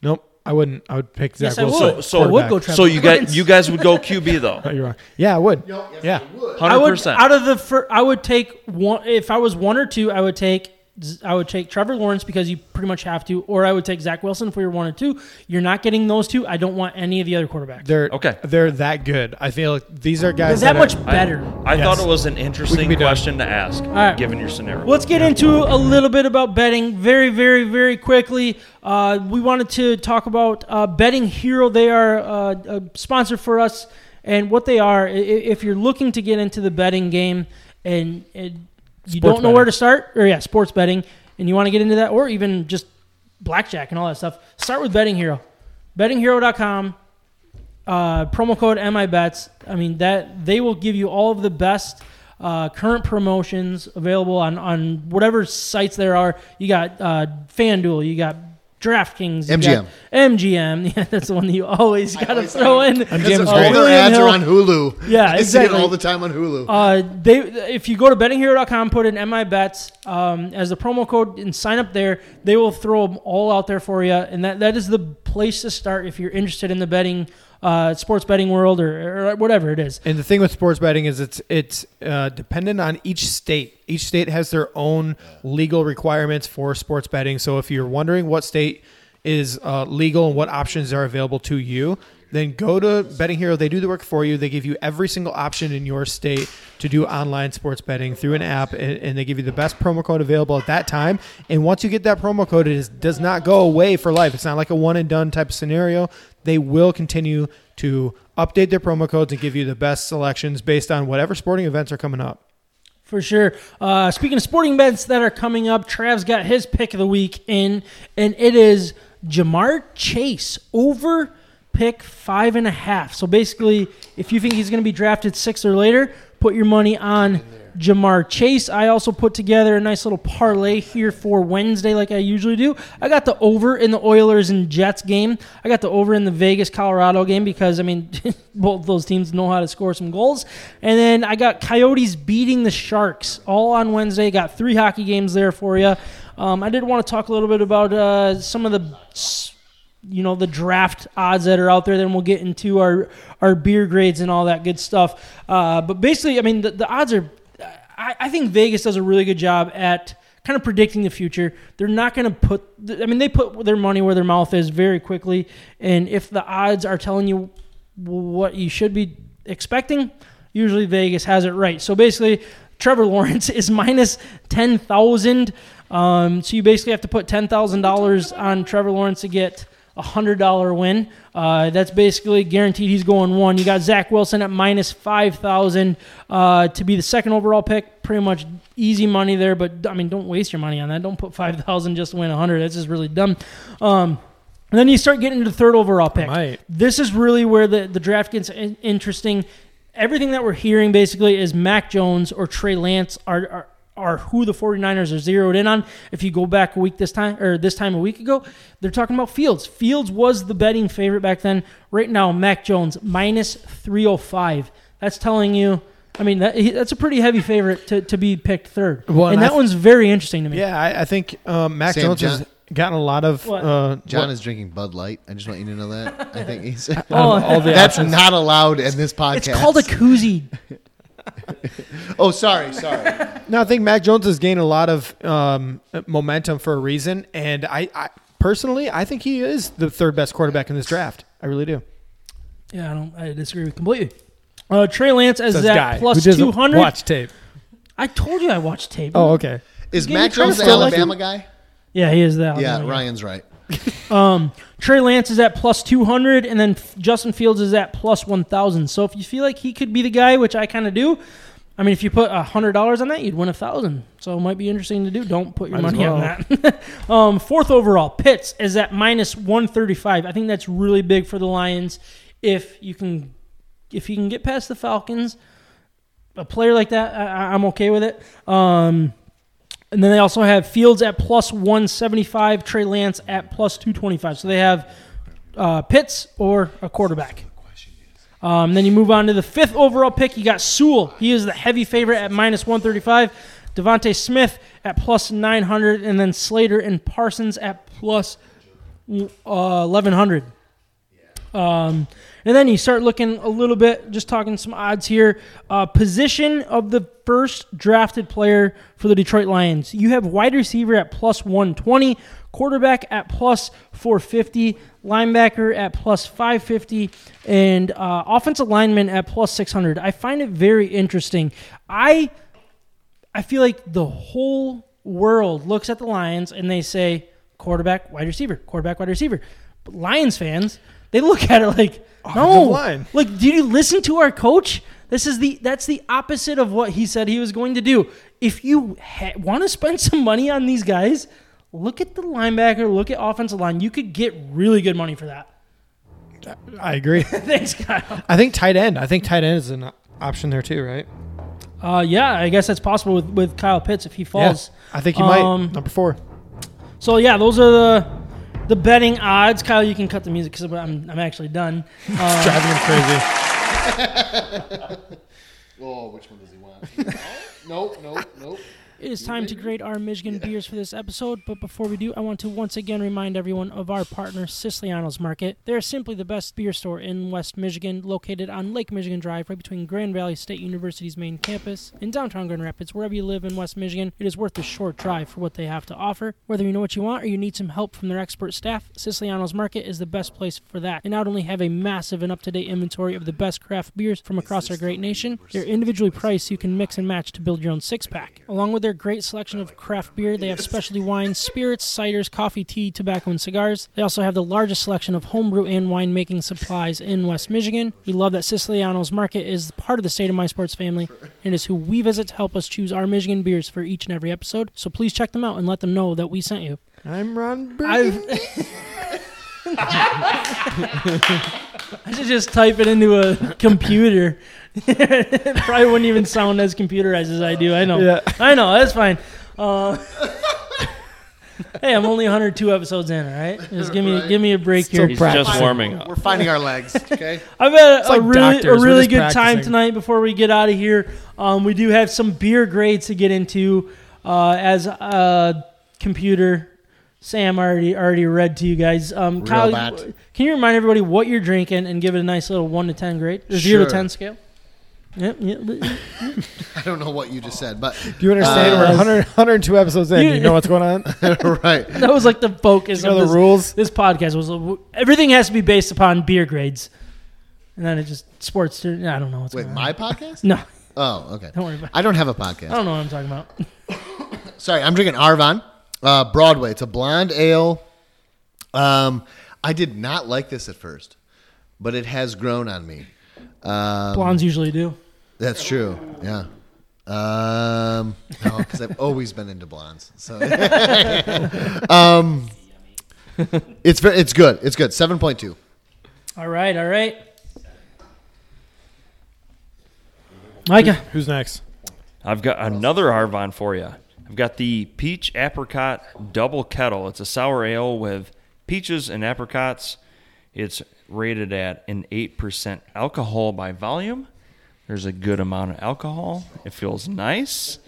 Speaker 4: Nope, I wouldn't. I would pick Zach
Speaker 2: Yes, I would.
Speaker 4: Wilson.
Speaker 11: So so
Speaker 2: I would go Trevor
Speaker 11: so you
Speaker 2: Lawrence.
Speaker 11: guys you guys would go QB
Speaker 2: (laughs)
Speaker 11: though.
Speaker 4: Oh, you're wrong. Yeah, I would. yeah,
Speaker 2: I
Speaker 11: Hundred
Speaker 2: would
Speaker 11: percent.
Speaker 2: out of the fir- I would take one if I was one or two. I would take Z- I would take Trevor Lawrence because you pretty much have to, or I would take Zach Wilson if we were one or two. You're not getting those two. I don't want any of the other quarterbacks.
Speaker 4: they're
Speaker 11: Okay.
Speaker 4: They're that good. I feel like these are guys
Speaker 2: Is that
Speaker 4: are-
Speaker 2: much
Speaker 11: I-
Speaker 2: better?
Speaker 11: I,
Speaker 4: Yes.
Speaker 11: thought it was an interesting
Speaker 4: be done.
Speaker 11: question to ask,
Speaker 2: right.
Speaker 11: given your scenario.
Speaker 2: Let's get into a little bit about betting very, very, very quickly. Uh, we wanted to talk about uh, Betting Hero. They are uh, a sponsor for us, and what they are, i- i- if you're looking to get into the betting game and, and you don't know where
Speaker 4: Sports betting.
Speaker 2: to start, or yeah, sports betting, and you want to get into that, or even just blackjack and all that stuff, start with Betting Hero. BettingHero.com uh, promo code MIBETS. I mean that they will give you all of the best uh, current promotions available on on whatever sites there are. You got uh, FanDuel, you got DraftKings, you
Speaker 3: MGM.
Speaker 2: got MGM. (laughs) Yeah, that's the one that you always got to throw in.
Speaker 4: MGM is
Speaker 3: all
Speaker 4: great.
Speaker 3: their
Speaker 2: William
Speaker 3: ads
Speaker 2: Hill.
Speaker 3: are on Hulu.
Speaker 2: Yeah,
Speaker 3: (laughs) I see it
Speaker 2: exactly.
Speaker 3: all the time on Hulu.
Speaker 2: Uh, they if you go to bettinghero.com, put in MI bets um, as the promo code and sign up there, they will throw them all out there for you, and that, that is the place to start if you're interested in the betting, uh, sports betting world or, or whatever it is.
Speaker 4: And the thing with sports betting is it's it's uh, dependent on each state. Each state has their own legal requirements for sports betting. So if you're wondering what state is uh, legal and what options are available to you, then go to Betting Hero. They do the work for you. They give you every single option in your state to do online sports betting through an app, and, and they give you the best promo code available at that time. And once you get that promo code, it is, does not go away for life. It's not like a one and done type of scenario. They will continue to update their promo codes and give you the best selections based on whatever sporting events are coming up.
Speaker 2: For sure. Uh, speaking of sporting bets that are coming up, Trav's got his pick of the week in, and it is Jamar Chase over pick five and a half. So basically, if you think he's going to be drafted six or later, put your money on Jamar Chase. I also put together a nice little parlay here for Wednesday, like I usually do. I got the over in the Oilers and Jets game. I got the over in the Vegas Colorado game because I mean, (laughs) both those teams know how to score some goals. And then I got Coyotes beating the Sharks all on Wednesday. Got three hockey games there for you. Um, I did want to talk a little bit about uh, some of the. s- you know the draft odds that are out there. Then we'll get into our our beer grades and all that good stuff. Uh, but basically, I mean the, the odds are. I, I think Vegas does a really good job at kind of predicting the future. They're not going to put. I mean, they put their money where their mouth is very quickly. And if the odds are telling you what you should be expecting, usually Vegas has it right. So basically, Trevor Lawrence (laughs) is minus ten thousand. Um, so you basically have to put ten thousand dollars on Trevor Lawrence to get a hundred dollar win. Uh, that's basically guaranteed. He's going one. You got Zach Wilson at minus five thousand uh, to be the second overall pick. Pretty much easy money there. But I mean, don't waste your money on that. Don't put five thousand just to win a hundred. That's just really dumb. Um, and then you start getting into the third overall pick.
Speaker 4: Might.
Speaker 2: This is really where the, the draft gets in- interesting. Everything that we're hearing basically is Mac Jones or Trey Lance are, are are who the 49ers are zeroed in on. If you go back a week this time or this time a week ago, they're talking about Fields. Fields was the betting favorite back then. Right now, Mac Jones minus 305. That's telling you I mean, that, he- that's a pretty heavy favorite to, to be picked third.
Speaker 4: Well,
Speaker 2: and
Speaker 4: and
Speaker 2: that
Speaker 4: I th-
Speaker 2: one's very interesting to me.
Speaker 4: Yeah, I, I think um, Mac
Speaker 3: Sam,
Speaker 4: Jones has
Speaker 3: John-
Speaker 4: gotten a lot of
Speaker 2: What?
Speaker 4: uh,
Speaker 3: John is drinking Bud Light. I just want you to know that. I
Speaker 2: (laughs)
Speaker 3: think he's.
Speaker 2: Oh,
Speaker 3: (laughs) That's not allowed in this podcast.
Speaker 2: it's called a koozie.
Speaker 3: Oh,
Speaker 2: (laughs)
Speaker 3: sorry, sorry.
Speaker 4: No, I think Mac Jones has gained a lot of um, momentum for a reason, and I, I personally I think he is the third best quarterback in this draft. I really do.
Speaker 2: Yeah, I don't. I disagree with completely. Uh, Trey Lance as
Speaker 4: This
Speaker 2: that
Speaker 4: guy
Speaker 2: plus
Speaker 4: who doesn't
Speaker 2: two hundred.
Speaker 4: Watch tape.
Speaker 2: I told you I watched tape.
Speaker 4: Oh, okay.
Speaker 3: Is
Speaker 2: Give me
Speaker 3: Mac
Speaker 2: credit
Speaker 3: Jones the
Speaker 2: for liking-
Speaker 3: Alabama guy?
Speaker 2: yeah, he is that.
Speaker 3: Yeah,
Speaker 2: one.
Speaker 3: Ryan's right.
Speaker 2: Trey Lance is at plus two hundred, and then F- Justin Fields is at plus one thousand. So if you feel like he could be the guy, which I kind of do, I mean, if you put hundred dollars on that, you'd win a thousand. So it might be interesting to do. Don't put your
Speaker 4: Might as
Speaker 2: money on that. (laughs) um, fourth overall, Pitts is at minus one thirty-five. I think that's really big for the Lions. If you can, if you can get past the Falcons, a player like that, I, I- I'm okay with it. Um, And then they also have Fields at plus 175, Trey Lance at plus 225. So they have uh, Pitts or a quarterback. Um, then you move on to the fifth overall pick. You got Sewell. He is the heavy favorite at minus 135. Devontae Smith at plus 900. And then Slater and Parsons at plus uh, 1100. Um, and then you start looking a little bit, just talking some odds here. Uh, position of the first drafted player for the Detroit Lions. You have wide receiver at plus 120, quarterback at plus 450, linebacker at plus 550, and uh, offensive lineman at plus 600. I find it very interesting. I I feel like the whole world looks at the Lions and they say quarterback, wide receiver, quarterback, wide receiver. But Lions fans, they look at it like no
Speaker 4: Offensive line.
Speaker 2: Like, did you listen to our coach? This is the that's the opposite of what he said he was going to do. If you ha- want to spend some money on these guys, look at the linebacker, look at offensive line. You could get really good money for that. (laughs)
Speaker 4: I agree.
Speaker 2: Thanks, Kyle.
Speaker 4: (laughs) I think tight end. I think tight end is an option there too, right?
Speaker 2: Uh, yeah, I guess that's possible with, with Kyle Pitts if he falls.
Speaker 4: I think he
Speaker 2: Um,
Speaker 4: might number four.
Speaker 2: So yeah, those are the the betting odds. Kyle, you can cut the music because I'm, I'm actually done. Uh,
Speaker 4: Driving him crazy.
Speaker 3: oh, which one does he want? (laughs) nope, nope, nope.
Speaker 2: It is time to grade our Michigan beers for this episode, but before we do, I want to once again remind everyone of our partner, Siciliano's Market. They are simply the best beer store in West Michigan, located on Lake Michigan Drive, right between Grand Valley State University's main campus in downtown Grand Rapids. Wherever you live in West Michigan, it is worth the short drive for what they have to offer. Whether you know what you want or you need some help from their expert staff, Siciliano's Market is the best place for that. They not only have a massive and up to date inventory of the best craft beers from across our great nation, they're individually priced so you can mix and match to build your own six pack. Along with their great selection of craft beer, they have specialty wines, spirits, ciders, coffee, tea, tobacco, and cigars. They also have the largest selection of homebrew and winemaking supplies in West Michigan. We love that Siciliano's Market is part of the State of My Sports family and is who we visit to help us choose our Michigan beers for each and every episode. So please check them out and let them know that we sent you.
Speaker 4: I'm Ron
Speaker 2: (laughs) I should just type it into a computer. (laughs) it probably wouldn't even sound as computerized as I do. I know.
Speaker 4: Yeah.
Speaker 2: I know. That's fine. Uh, (laughs) hey, I'm only 102 episodes in. All right, just give me
Speaker 3: Right.
Speaker 2: give me a break here.
Speaker 6: He's just warming up.
Speaker 3: We're finding
Speaker 2: (laughs)
Speaker 3: our legs, okay?
Speaker 2: I've had a
Speaker 4: like
Speaker 2: really
Speaker 4: doctors,
Speaker 2: a
Speaker 4: we're
Speaker 2: really
Speaker 4: just
Speaker 2: good time
Speaker 4: practicing.
Speaker 2: tonight. Before we get out of here, um, we do have some beer grades to get into. Uh, as a computer, Sam already already read to you guys. Um, Kyle,
Speaker 3: Robot.
Speaker 2: can you remind everybody what you're drinking and give it a nice little one to ten grade, or zero to
Speaker 3: Sure.
Speaker 2: ten scale? Yep, yep. (laughs)
Speaker 3: I don't know what you just said, but
Speaker 4: Do you understand?
Speaker 3: Uh,
Speaker 4: We're 100, 102 episodes in.
Speaker 2: You-
Speaker 4: You, know what's going on?
Speaker 3: (laughs) right.
Speaker 2: that was like the focus
Speaker 4: (laughs) You know
Speaker 2: of
Speaker 4: the
Speaker 2: this,
Speaker 4: rules.
Speaker 2: this podcast was uh, everything has to be based upon beer grades, and then it just sports. I don't know what's
Speaker 3: Wait,
Speaker 2: going
Speaker 3: my
Speaker 2: on. (laughs)
Speaker 3: podcast?
Speaker 2: No,
Speaker 3: Oh, okay.
Speaker 2: don't worry about. it.
Speaker 3: I don't have a
Speaker 2: I
Speaker 3: podcast.
Speaker 2: don't know what I'm talking about.
Speaker 3: Sorry, I'm drinking Arvon uh, Broadway. It's a blonde ale. Um, I did not like this at first, but it has grown on me. Um,
Speaker 2: Blondes usually do.
Speaker 3: That's true. Yeah. Um, no, because I've always been into blondes. So, (laughs) um, it's very, it's good. It's good. Seven point two.
Speaker 2: All right, all right. Micah,
Speaker 4: (laughs) Who's next?
Speaker 5: I've got another Arvon for you. I've got the peach apricot double kettle. It's a sour ale with peaches and apricots. It's rated at an 8% alcohol by volume. There's a good amount of alcohol. It feels nice.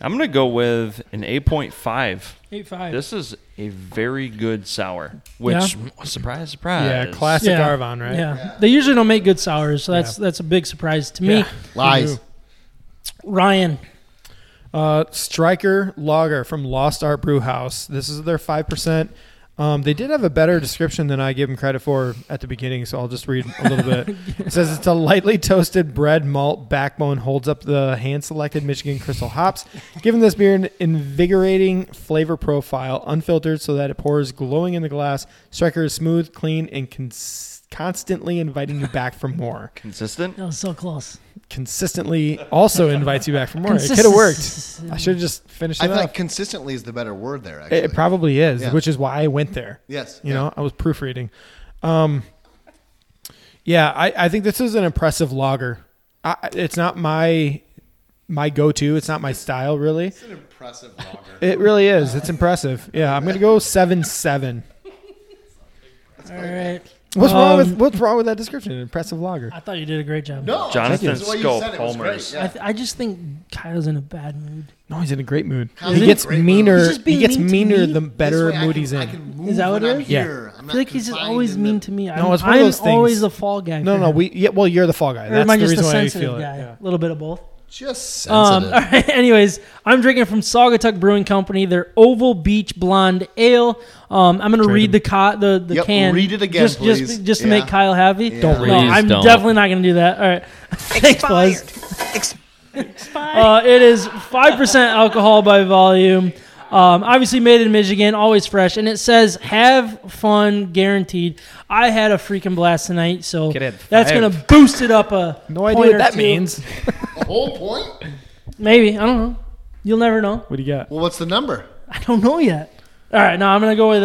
Speaker 5: I'm going to go with an 8.5.
Speaker 2: eight five.
Speaker 5: This is a very good sour, which mm, surprise, surprise.
Speaker 4: Yeah, classic Arvon, right?
Speaker 2: Yeah. they usually don't make good sours, so that's that's a big surprise to me.
Speaker 4: Yeah.
Speaker 3: Lies.
Speaker 2: Ryan,
Speaker 4: Uh, Striker Lager from Lost Art Brew House. This is their five percent. Um, they did have a better description than I give them credit for at the beginning, so I'll just read a little bit. It says it's a lightly toasted bread malt backbone holds up the hand selected Michigan crystal hops, giving this beer an invigorating flavor profile, unfiltered so that it pours glowing in the glass. Striker is smooth, clean, and cons- constantly inviting you back for more.
Speaker 5: Consistent.
Speaker 2: that was so close.
Speaker 4: Consistently also invites you back for more. It could have worked. I should have just finished it
Speaker 3: I feel
Speaker 4: off.
Speaker 3: like consistently is the better word there. Actually,
Speaker 4: It, it probably is,
Speaker 3: Yeah.
Speaker 4: which is why I went there.
Speaker 3: yes.
Speaker 4: You
Speaker 3: yeah.
Speaker 4: know, I was proofreading. Um, yeah, I, I think this is an impressive logger. I, it's not my my go-to. It's not my style really. It's
Speaker 3: an impressive
Speaker 11: (laughs)
Speaker 3: logger.
Speaker 4: It really is. It's impressive. Yeah, I'm gonna go seven seven.
Speaker 2: All right.
Speaker 4: What's wrong with
Speaker 2: Um,
Speaker 4: what's wrong with that description? An impressive logger.
Speaker 2: I thought you did a great job.
Speaker 3: No,
Speaker 11: Jonathan
Speaker 3: that's what you
Speaker 11: Scope
Speaker 3: said, it was great,
Speaker 11: Homer's.
Speaker 3: yeah.
Speaker 2: I, th- I just think Kyle's in a bad mood.
Speaker 4: No, he's in a great mood.
Speaker 3: Kyle's
Speaker 4: he
Speaker 3: in a
Speaker 4: gets
Speaker 3: great mood.
Speaker 4: meaner.
Speaker 2: He's just
Speaker 4: He
Speaker 2: being
Speaker 4: gets
Speaker 2: mean to
Speaker 4: meaner
Speaker 2: me.
Speaker 4: the better
Speaker 3: This way I
Speaker 4: mood
Speaker 3: can-
Speaker 4: he's
Speaker 3: I
Speaker 4: in.
Speaker 3: can move
Speaker 2: Is that what
Speaker 3: when
Speaker 2: it
Speaker 3: I'm
Speaker 2: is?
Speaker 4: Yeah.
Speaker 3: here. I'm
Speaker 2: I
Speaker 3: not
Speaker 2: feel like he's just
Speaker 3: confined
Speaker 2: always
Speaker 3: in
Speaker 2: mean
Speaker 3: the-
Speaker 2: to me. I'm,
Speaker 4: No, it's one of
Speaker 2: I'm
Speaker 4: those things-
Speaker 2: always the fall guy.
Speaker 4: No,
Speaker 2: for
Speaker 4: no,
Speaker 2: him.
Speaker 4: we. Yeah, well, you're the fall guy.
Speaker 2: Or
Speaker 4: That's
Speaker 2: am I
Speaker 4: the
Speaker 2: just a
Speaker 4: reason why you
Speaker 2: sensitive
Speaker 4: feel it.
Speaker 2: guy?
Speaker 4: Yeah.
Speaker 2: A little bit of both.
Speaker 3: Just
Speaker 2: Um,
Speaker 3: sensitive.
Speaker 2: (laughs) all right. Anyways, I'm drinking from Saugatuck Brewing Company, their Oval Beach Blonde Ale. Um, I'm gonna read the co- the the
Speaker 3: Yep,
Speaker 2: can.
Speaker 3: read it again,
Speaker 2: just
Speaker 3: please.
Speaker 2: just, just to
Speaker 3: Yeah.
Speaker 2: make Kyle happy.
Speaker 3: Don't
Speaker 2: No,
Speaker 6: read.
Speaker 2: I'm
Speaker 6: Please don't.
Speaker 2: definitely not gonna do that. All right. (laughs) Thanks, Buzz. Uh, it is 5% alcohol by volume. Um, obviously made in Michigan, always fresh. And it says, have fun guaranteed. I had a freaking blast tonight, so
Speaker 9: Get it
Speaker 2: that's
Speaker 9: fired.
Speaker 2: going to boost it up a
Speaker 4: No idea
Speaker 2: point
Speaker 4: what
Speaker 2: or
Speaker 4: that
Speaker 2: two.
Speaker 4: means.
Speaker 3: The whole point?
Speaker 2: Maybe. I don't know. You'll never know.
Speaker 4: What do you got?
Speaker 3: Well, what's the number?
Speaker 2: I don't know yet. All right, now I'm going to go with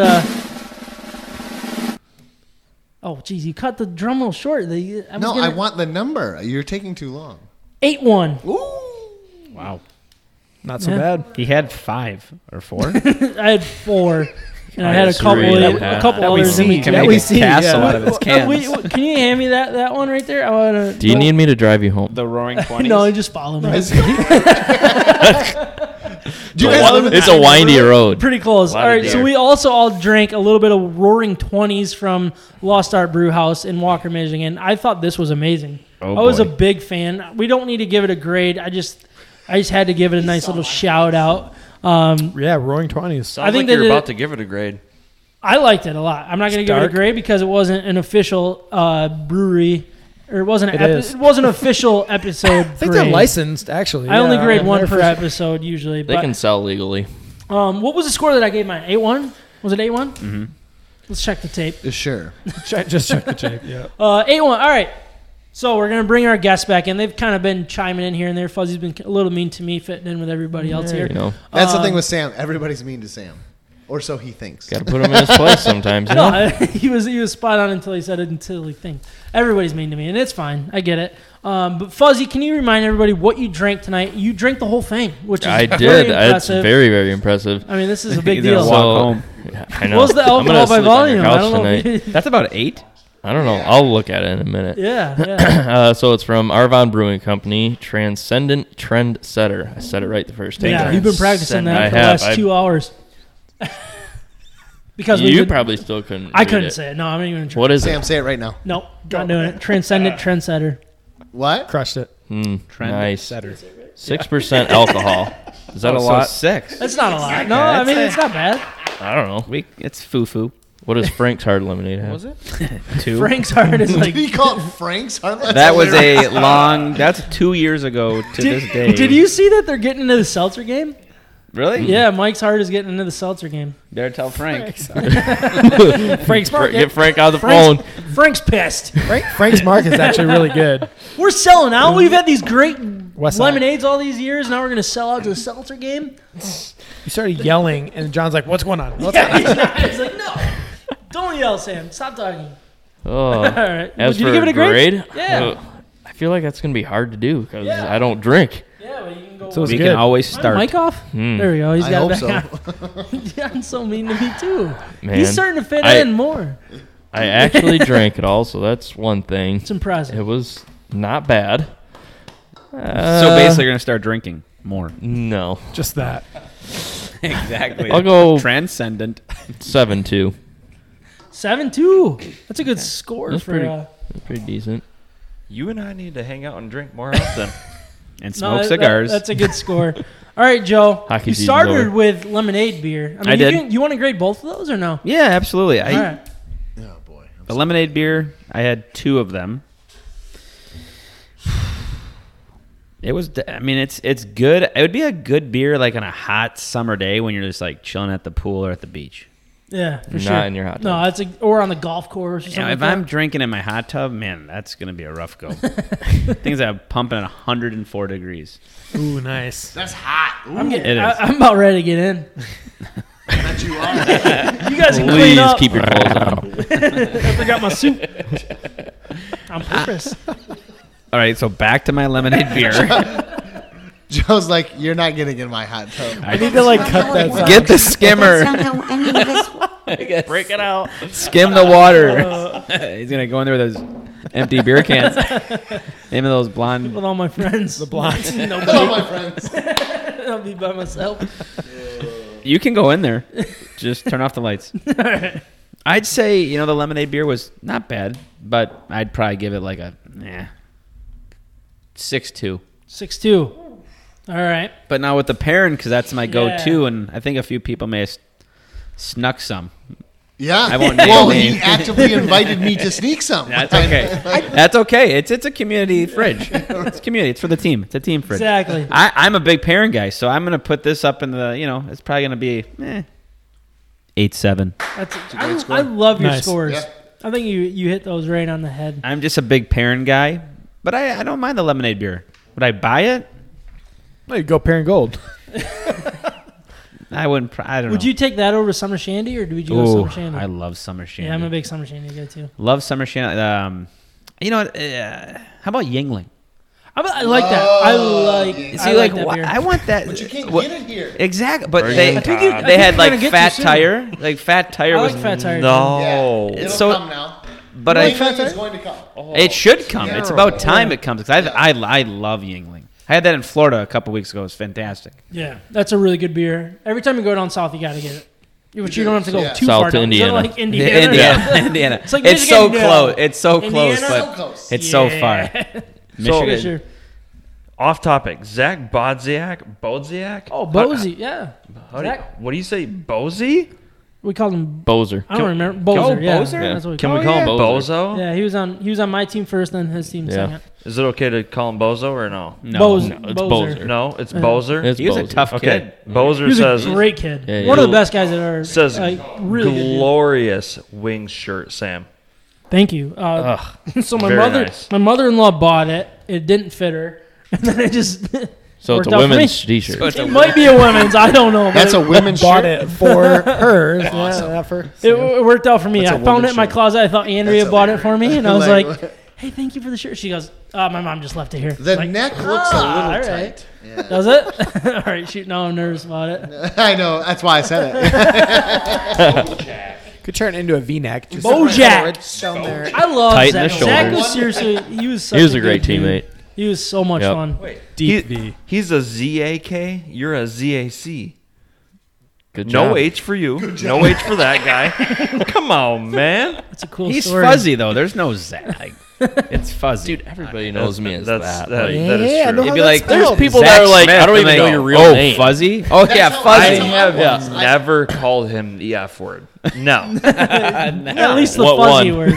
Speaker 2: Uh, Oh geez, you cut the drum roll short. The, I was
Speaker 3: No,
Speaker 2: gonna,
Speaker 3: I want the number. You're taking too long.
Speaker 2: eight one.
Speaker 9: Wow.
Speaker 4: Not so
Speaker 2: Yeah.
Speaker 4: bad.
Speaker 9: He had five or four.
Speaker 2: I had four, and I,
Speaker 6: I
Speaker 2: had a
Speaker 6: just
Speaker 2: couple,
Speaker 6: read
Speaker 2: a,
Speaker 6: that.
Speaker 2: couple
Speaker 6: That we
Speaker 2: others in
Speaker 9: see.
Speaker 2: between.
Speaker 9: Can
Speaker 4: That
Speaker 9: make
Speaker 4: we
Speaker 9: a
Speaker 4: see,
Speaker 9: castle
Speaker 4: yeah.
Speaker 9: out of his
Speaker 2: Uh,
Speaker 9: cans.
Speaker 2: wait, wait, can you hand me that that one right there? I want to.
Speaker 6: (laughs) Do you need me to drive you home?
Speaker 9: the
Speaker 2: (laughs)
Speaker 9: roaring twenties.
Speaker 2: No, just follow me.
Speaker 3: Do you guys live in the
Speaker 6: It's a
Speaker 3: same
Speaker 6: windy
Speaker 3: neighborhood?
Speaker 6: road.
Speaker 2: Pretty close.
Speaker 11: Lot
Speaker 2: All
Speaker 11: of
Speaker 2: right, so
Speaker 11: deer.
Speaker 2: we also all drank a little bit of Roaring Twenties from Lost Art Brew House in Walker, Michigan. I thought this was amazing.
Speaker 9: Oh,
Speaker 2: I was
Speaker 9: boy.
Speaker 2: a big fan. We don't need to give it a grade. I just, I just had to give it a nice little shout out. Um,
Speaker 4: Yeah, roaring twenties.
Speaker 11: Sounds
Speaker 2: I think
Speaker 11: like
Speaker 2: they
Speaker 11: you're
Speaker 2: did
Speaker 11: about
Speaker 2: it-
Speaker 11: to give it a grade.
Speaker 2: I liked it a lot. I'm not going to give it a
Speaker 4: Stark.
Speaker 2: grade because it wasn't an official uh, brewery, or it wasn't. An
Speaker 4: It
Speaker 2: epi-
Speaker 4: is.
Speaker 2: it wasn't an official (laughs) episode.
Speaker 4: I think they're
Speaker 2: grade.
Speaker 4: licensed actually.
Speaker 2: I only
Speaker 4: Yeah,
Speaker 2: grade
Speaker 4: mean,
Speaker 2: one
Speaker 4: (laughs) they're
Speaker 2: per
Speaker 4: for-
Speaker 2: episode usually.
Speaker 6: They
Speaker 2: but,
Speaker 6: can sell legally.
Speaker 2: um, what was the score that I gave mine? Eight one? Was it eight one? Mm-hmm. Let's check the tape.
Speaker 3: Sure.
Speaker 4: Check- Just check the tape. Yeah.
Speaker 2: Uh, eight one. All right. So we're gonna bring our guests back in. They've kind of been chiming in here and there. Fuzzy's been a little mean to me, fitting in with everybody else here.
Speaker 6: You know,
Speaker 3: That's the
Speaker 2: Uh,
Speaker 3: thing with Sam. Everybody's mean to Sam, or so he thinks.
Speaker 6: got to put him in his place sometimes. You know?
Speaker 2: No, (laughs) he was he was spot on until he said it until he thinks. Everybody's mean to me, and it's fine. I get it. Um, but Fuzzy, can you remind everybody what you drank tonight? You drank the whole thing, which is
Speaker 6: I
Speaker 2: Very
Speaker 6: did. It's
Speaker 2: impressive.
Speaker 6: very, very impressive.
Speaker 2: I mean, this
Speaker 6: (laughs)
Speaker 2: is a big
Speaker 9: Either
Speaker 2: deal.
Speaker 9: walk
Speaker 2: What
Speaker 6: So-
Speaker 9: home.
Speaker 6: Yeah, I know.
Speaker 2: was the
Speaker 6: I'm gonna
Speaker 2: alcohol by
Speaker 6: sleep on
Speaker 2: volume?
Speaker 6: your
Speaker 2: I
Speaker 6: couch
Speaker 2: don't know. if (laughs)
Speaker 6: tonight.
Speaker 2: you-
Speaker 9: That's about eight.
Speaker 6: I don't know. I'll look at it in a minute.
Speaker 2: yeah,
Speaker 6: (coughs)
Speaker 2: yeah.
Speaker 6: Uh, so it's from Arvon Brewing Company, Transcendent Trend Setter. I said it right the first time.
Speaker 2: Yeah, you've been practicing that
Speaker 6: I
Speaker 2: for
Speaker 6: have.
Speaker 2: the last
Speaker 6: I-
Speaker 2: two hours. (laughs) because we
Speaker 6: You
Speaker 2: did-
Speaker 6: probably still couldn't.
Speaker 2: I
Speaker 6: read
Speaker 2: couldn't
Speaker 6: it.
Speaker 2: say it. No, I'm not even. Trying.
Speaker 6: What is
Speaker 3: Sam,
Speaker 6: it?
Speaker 3: say it right now.
Speaker 2: No, not doing (laughs) it. Transcendent trendsetter.
Speaker 3: What?
Speaker 4: Crushed it.
Speaker 6: Hmm,
Speaker 9: Trend
Speaker 6: nice.
Speaker 9: setter.
Speaker 6: Six percent alcohol. Is that a
Speaker 9: So
Speaker 6: lot?
Speaker 9: six.
Speaker 2: That's not a lot. No,
Speaker 9: bad.
Speaker 2: I mean it's not bad.
Speaker 6: I don't know.
Speaker 9: We, it's foo foo.
Speaker 6: What
Speaker 2: (laughs)
Speaker 6: does Frank's Hard Lemonade have? (laughs)
Speaker 9: Was it two?
Speaker 2: Frank's hard is like.
Speaker 3: Did (laughs) he call it Frank's?
Speaker 9: that was
Speaker 3: (laughs)
Speaker 9: a
Speaker 5: (laughs)
Speaker 9: long. That's two years ago to this day.
Speaker 2: Did you see that they're getting into the seltzer game?
Speaker 6: Hmm.
Speaker 9: really?
Speaker 2: Yeah, Mike's hard is getting into the seltzer game.
Speaker 9: Better tell Frank.
Speaker 6: Frank's Fra- Get Frank out of the
Speaker 2: Frank's,
Speaker 6: phone.
Speaker 2: Frank's pissed.
Speaker 4: Frank, Frank's Mark is actually really good.
Speaker 2: We're selling out. We've had these great
Speaker 4: West Side.
Speaker 2: lemonades all these years. Now we're gonna sell out to the seltzer
Speaker 6: (laughs)
Speaker 2: game. (laughs)
Speaker 4: You started yelling, and John's like, "What's going on?" What's
Speaker 2: Yeah, he's, not, he's like, no, don't yell, Sam. Stop talking.
Speaker 6: Oh.
Speaker 2: All right.
Speaker 6: As
Speaker 2: Did you
Speaker 6: for
Speaker 2: give it a grade? Yeah.
Speaker 6: uh, I feel like that's gonna be hard to do because
Speaker 2: Yeah.
Speaker 6: I don't drink.
Speaker 2: Yeah, well, you can go.
Speaker 4: So
Speaker 9: We
Speaker 4: it's
Speaker 9: can
Speaker 4: good.
Speaker 9: always
Speaker 2: My
Speaker 9: start.
Speaker 2: mic off?
Speaker 6: Hmm.
Speaker 2: There we go. He's
Speaker 3: I
Speaker 2: got
Speaker 3: hope
Speaker 2: it
Speaker 3: so.
Speaker 2: back on. (laughs) John's so mean to me too.
Speaker 6: Man,
Speaker 2: He's starting to fit
Speaker 6: I-
Speaker 2: in more. (laughs)
Speaker 6: I actually drank it all, so that's one thing.
Speaker 2: It's impressive.
Speaker 6: It was not bad.
Speaker 9: so
Speaker 6: Uh,
Speaker 9: basically, you're gonna start drinking more.
Speaker 6: no.
Speaker 4: Just that.
Speaker 9: exactly.
Speaker 6: I'll go
Speaker 9: transcendent.
Speaker 6: seven two.
Speaker 2: Seven two. That's a good score
Speaker 6: That's
Speaker 2: for.
Speaker 6: pretty-
Speaker 2: uh,
Speaker 6: Pretty decent.
Speaker 11: You and I need to hang out and drink more
Speaker 5: (laughs)
Speaker 11: often.
Speaker 9: And
Speaker 2: no,
Speaker 9: smoke
Speaker 2: that-
Speaker 9: cigars.
Speaker 2: that's a good score. All right, Joe.
Speaker 6: Hockey
Speaker 2: you
Speaker 6: season's
Speaker 2: started
Speaker 6: over.
Speaker 2: with lemonade beer. I, mean,
Speaker 9: I
Speaker 2: you
Speaker 9: did.
Speaker 2: Can, you want to grade both of those or no?
Speaker 9: yeah, absolutely. I,
Speaker 2: All right.
Speaker 3: Oh boy.
Speaker 9: The lemonade beer, I had two of them. (sighs) It was, d- I mean, it's it's good. It would be a good beer like on a hot summer day when you're just like chilling at the pool or at the beach.
Speaker 2: Yeah, for
Speaker 6: Not
Speaker 2: sure.
Speaker 6: in your hot
Speaker 2: No, that's a, or on the golf course. Or
Speaker 9: You know,
Speaker 2: something
Speaker 9: if
Speaker 2: like
Speaker 9: I'm
Speaker 2: that.
Speaker 9: drinking in my hot tub, man, that's gonna be a rough go. Things I'm pumping at 104 degrees.
Speaker 4: Ooh, (laughs) nice.
Speaker 3: That's hot. Ooh,
Speaker 2: I'm
Speaker 9: It
Speaker 2: getting,
Speaker 9: is.
Speaker 2: I, I'm about ready to get in.
Speaker 3: (laughs) that
Speaker 2: (laughs)
Speaker 3: you are.
Speaker 2: You guys can clean
Speaker 6: Please
Speaker 2: up.
Speaker 6: keep your clothes on.
Speaker 2: I forgot my soup. On purpose.
Speaker 7: (laughs)
Speaker 9: All right, so back to my lemonade beer.
Speaker 3: Joe's like, you're not getting in my hot tub.
Speaker 2: (laughs)
Speaker 12: I need to, like, cut that sound. Get the skimmer. That's not how any of us
Speaker 6: Break
Speaker 9: (laughs)
Speaker 6: it out.
Speaker 7: Skim the water. (laughs) He's gonna go in there with those empty beer (laughs) cans. Name of those blonde.
Speaker 2: With all my friends. The
Speaker 7: blondes.
Speaker 2: Nobody.
Speaker 7: With all
Speaker 3: my
Speaker 7: (laughs)
Speaker 3: friends.
Speaker 2: (laughs) I'll be by myself.
Speaker 7: You can go in there. Just turn off the (laughs) lights. I'd say you know the lemonade beer was not bad, but I'd probably give it like a eh, six two.
Speaker 2: Six two. All right.
Speaker 7: But now with the pairing, because that's my go-to,
Speaker 2: Yeah.
Speaker 7: and I think a few people may have s- snuck some.
Speaker 3: Yeah.
Speaker 7: I won't
Speaker 3: (laughs)
Speaker 7: name
Speaker 3: well,
Speaker 7: names.
Speaker 3: he
Speaker 7: (laughs)
Speaker 3: actively invited me to sneak some. (laughs)
Speaker 7: That's okay. (laughs) That's okay. It's it's a community (laughs) fridge. It's community. It's for the team. It's a team fridge.
Speaker 2: Exactly.
Speaker 7: I, I'm a big pairing guy, so I'm gonna put this up in the. You know, it's probably gonna be eh, eight seven.
Speaker 2: That's
Speaker 3: a
Speaker 2: I,
Speaker 3: great score.
Speaker 2: I love your
Speaker 7: Nice.
Speaker 2: scores.
Speaker 3: Yeah.
Speaker 2: I think you, you hit those right on the head.
Speaker 7: I'm just a big pairing guy, but I, I don't mind the lemonade beer. Would I buy it?
Speaker 4: Well, you go pair and gold.
Speaker 7: I wouldn't. pr- I don't
Speaker 2: Would
Speaker 7: know.
Speaker 2: you take that over summer shandy, or do we do
Speaker 7: Ooh,
Speaker 2: summer shandy?
Speaker 7: I love summer shandy.
Speaker 2: Yeah, I'm a big summer shandy guy too.
Speaker 7: love summer shandy. Um, you know what? Uh, how about Yingling?
Speaker 2: I, I like that. I like.
Speaker 7: See,
Speaker 2: I
Speaker 7: like,
Speaker 2: that
Speaker 7: wha-
Speaker 2: beer.
Speaker 7: I want that.
Speaker 3: But you can't
Speaker 7: what-
Speaker 3: get it here.
Speaker 7: Exactly, but
Speaker 5: Bring
Speaker 7: they
Speaker 5: it, Todd. I
Speaker 7: they
Speaker 5: think you- I
Speaker 2: think
Speaker 7: had
Speaker 2: you're
Speaker 7: like
Speaker 2: gonna get
Speaker 7: fat
Speaker 2: too soon.
Speaker 7: tire, like fat tire
Speaker 2: I
Speaker 7: was
Speaker 2: like fat tire.
Speaker 5: No.
Speaker 3: It'll
Speaker 7: Oh. So-
Speaker 3: come now.
Speaker 7: but
Speaker 3: Well,
Speaker 7: I Oh.
Speaker 3: you know it's
Speaker 2: Fanta?
Speaker 3: going to come.
Speaker 7: it should come. It's about time
Speaker 2: Yeah.
Speaker 7: it comes. 'cause I, I I love Yingling. I had that in Florida a couple weeks ago. It's fantastic.
Speaker 2: Yeah, that's a really good beer. Every time you go down south, you gotta get it. But you don't have to go
Speaker 3: Yeah.
Speaker 2: too
Speaker 6: South
Speaker 2: far
Speaker 6: to
Speaker 2: down. You go to,
Speaker 6: Indiana.
Speaker 7: (laughs)
Speaker 2: like (laughs) Indiana.
Speaker 7: Indiana, (laughs) Indiana.
Speaker 2: (laughs) It's
Speaker 7: It's,
Speaker 2: like
Speaker 7: so
Speaker 2: Michigan, no.
Speaker 7: close. It's so
Speaker 2: Indiana,
Speaker 7: close,
Speaker 2: so
Speaker 7: but
Speaker 3: close.
Speaker 7: it's so
Speaker 2: (laughs)
Speaker 7: far.
Speaker 2: Yeah.
Speaker 7: Michigan.
Speaker 2: Sure.
Speaker 5: Off topic. Zach Bodziak. Bodziak.
Speaker 2: Oh, Bozy. Yeah,
Speaker 5: How do you-
Speaker 2: Zach.
Speaker 5: what do you say, Bozy?
Speaker 2: we called him.
Speaker 6: Bozer.
Speaker 2: I don't remember Bozer. yeah,
Speaker 5: Bozer?
Speaker 2: That's what we
Speaker 5: Can
Speaker 2: called
Speaker 5: we call him
Speaker 6: Bozer.
Speaker 5: Oh, Bozo?
Speaker 2: him. Yeah, he was on. He was on my team first, then his team
Speaker 6: Yeah.
Speaker 2: second.
Speaker 5: Is it okay to call him Bozo or no?
Speaker 9: Mm.
Speaker 7: No.
Speaker 2: Bozer.
Speaker 6: no, it's Bozer.
Speaker 5: No, it's Bozer.
Speaker 6: It's
Speaker 7: He was a
Speaker 6: Bozer.
Speaker 7: tough
Speaker 5: okay,
Speaker 7: kid.
Speaker 2: He
Speaker 5: Bozer
Speaker 2: was
Speaker 5: says
Speaker 2: Mm-hmm. a great kid.
Speaker 6: Yeah, yeah.
Speaker 2: One of the best guys that ever
Speaker 5: says
Speaker 2: like, really good dude.
Speaker 5: glorious wings shirt, Sam.
Speaker 2: Thank you. Uh, (laughs) so my
Speaker 5: very
Speaker 2: mother,
Speaker 5: nice.
Speaker 2: my mother-in-law bought it. It didn't fit her, (laughs) and then it just. (laughs)
Speaker 6: So it's
Speaker 2: worked
Speaker 6: a
Speaker 2: out for me.
Speaker 6: women's t-shirt.
Speaker 2: It might be a women's. I don't
Speaker 6: (laughs)
Speaker 2: know. but
Speaker 3: That's a
Speaker 2: it,
Speaker 3: women's
Speaker 4: Bought
Speaker 3: shirt.
Speaker 4: it for her. Yeah, not for
Speaker 2: It, it worked out for me.
Speaker 3: That's
Speaker 2: I
Speaker 3: a
Speaker 2: found it in my
Speaker 3: woman's shirt.
Speaker 2: closet. I thought Andrea
Speaker 3: That's
Speaker 2: bought it for
Speaker 6: (laughs)
Speaker 2: me, and I was
Speaker 3: Like-
Speaker 2: like, "Hey, thank you for the shirt." She goes, uh, "My mom just left it here."
Speaker 3: The
Speaker 2: Like,
Speaker 3: neck looks
Speaker 2: ah,
Speaker 3: a little
Speaker 2: all right.
Speaker 3: tight. Yeah.
Speaker 2: Does it? (laughs) all right. Shoot. Now I'm nervous about it.
Speaker 3: (laughs) I know. That's why I said
Speaker 7: (laughs)
Speaker 3: it.
Speaker 4: Could turn it into a V-neck. Just
Speaker 2: Bojack. I love Zach.
Speaker 6: Tighten the
Speaker 2: Zach
Speaker 6: shoulders.
Speaker 2: was seriously. He was. Such
Speaker 6: He was a
Speaker 2: good
Speaker 6: great
Speaker 2: dude.
Speaker 6: teammate.
Speaker 2: He was so much
Speaker 6: Yep.
Speaker 2: fun.
Speaker 4: deep
Speaker 5: He-
Speaker 4: V.
Speaker 5: he's a ZAK. You're a ZAC.
Speaker 6: Good
Speaker 5: No
Speaker 6: job.
Speaker 5: H for you. No H for that guy. Come on, man.
Speaker 2: It's a cool
Speaker 7: He's
Speaker 2: story.
Speaker 7: fuzzy though. There's
Speaker 2: (laughs)
Speaker 7: no Zag. it's fuzzy. Dude,
Speaker 6: Everybody knows me as
Speaker 5: That's
Speaker 6: that.
Speaker 5: that,
Speaker 6: like,
Speaker 5: that is
Speaker 4: Yeah,
Speaker 5: true.
Speaker 4: no,
Speaker 7: It'd be like
Speaker 6: There's
Speaker 7: "Oh,
Speaker 6: people that
Speaker 7: Zach
Speaker 6: are like, I
Speaker 7: Smith."
Speaker 6: don't
Speaker 7: I'm
Speaker 6: even know your real
Speaker 7: oh,
Speaker 6: name.
Speaker 7: fuzzy. Oh yeah,
Speaker 3: how
Speaker 7: fuzzy.
Speaker 5: I
Speaker 3: I
Speaker 5: have
Speaker 3: was.
Speaker 5: never called him the F word. No.
Speaker 2: At least the
Speaker 6: What
Speaker 2: fuzzy
Speaker 6: one?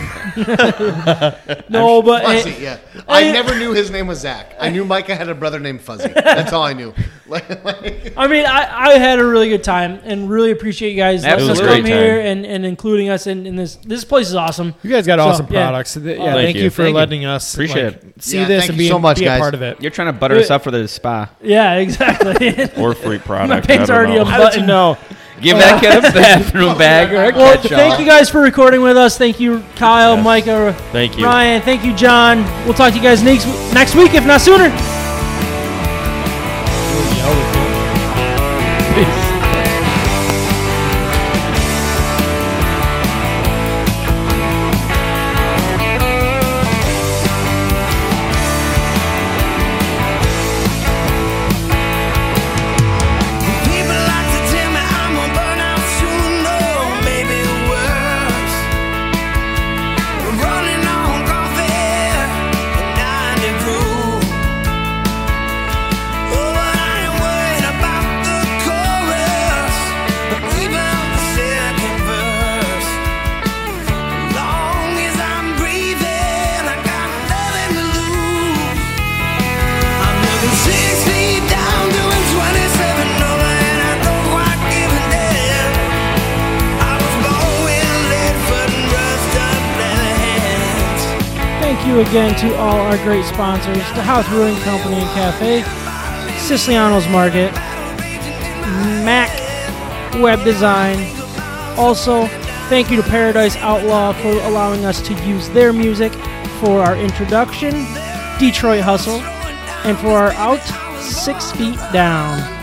Speaker 6: (laughs)
Speaker 2: word. (laughs) no, but
Speaker 3: Fuzzy,
Speaker 2: it-
Speaker 3: yeah. I never knew his name was Zach. I knew Micah had a brother named Fuzzy. That's all I knew. (laughs) Like, like-
Speaker 2: I mean, I, I had a really good time and really appreciate you guys letting us
Speaker 6: Absolutely.
Speaker 2: come
Speaker 6: Great time.
Speaker 2: here and, and including us in, in this. This place is awesome.
Speaker 4: You guys got
Speaker 2: So,
Speaker 4: awesome
Speaker 2: yeah.
Speaker 4: products. Th- yeah,
Speaker 6: Thank
Speaker 4: thank, you,
Speaker 6: you.
Speaker 4: for
Speaker 7: Thank you.
Speaker 4: letting us
Speaker 7: Appreciate
Speaker 4: like,
Speaker 7: it.
Speaker 4: see
Speaker 3: Yeah,
Speaker 4: this
Speaker 3: thank
Speaker 4: and
Speaker 3: you
Speaker 4: be,
Speaker 3: so much,
Speaker 4: be a
Speaker 3: guys.
Speaker 4: part of it.
Speaker 7: You're trying to butter us up for the spa.
Speaker 2: Yeah, (laughs) exactly.
Speaker 6: (laughs) or free
Speaker 2: (laughs)
Speaker 6: product.
Speaker 2: My pants
Speaker 6: I don't
Speaker 2: already
Speaker 6: know.
Speaker 2: a button.
Speaker 4: No,
Speaker 2: (laughs)
Speaker 7: Give that kid a bathroom bag or a
Speaker 2: Well,
Speaker 7: catch-all.
Speaker 2: thank you guys for recording with us. Thank you, Kyle,
Speaker 6: Yes.
Speaker 2: Micah,
Speaker 6: Thank you.
Speaker 2: Ryan. Thank you, John. We'll talk to you guys next next week, if not sooner.
Speaker 1: People like to tell me I'm gonna burn out soon, though maybe worse. Running on coffee and ninety proof. Oh, I ain't worried about the chorus, or even the second verse. Long as I'm breathing, I got nothing to lose. I'm living six feet down, doing 27 over, and I don't quite give a damn. I was born with lead foot and rust up leather hands.
Speaker 2: Thank you again to all our great sponsors: the House Brewing Company and Cafe, Siciliano's Market, Mac Web Design. Also, thank you to Paradise Outlaw for allowing us to use their music for our introduction, Detroit Hustle, and for our out, six feet down.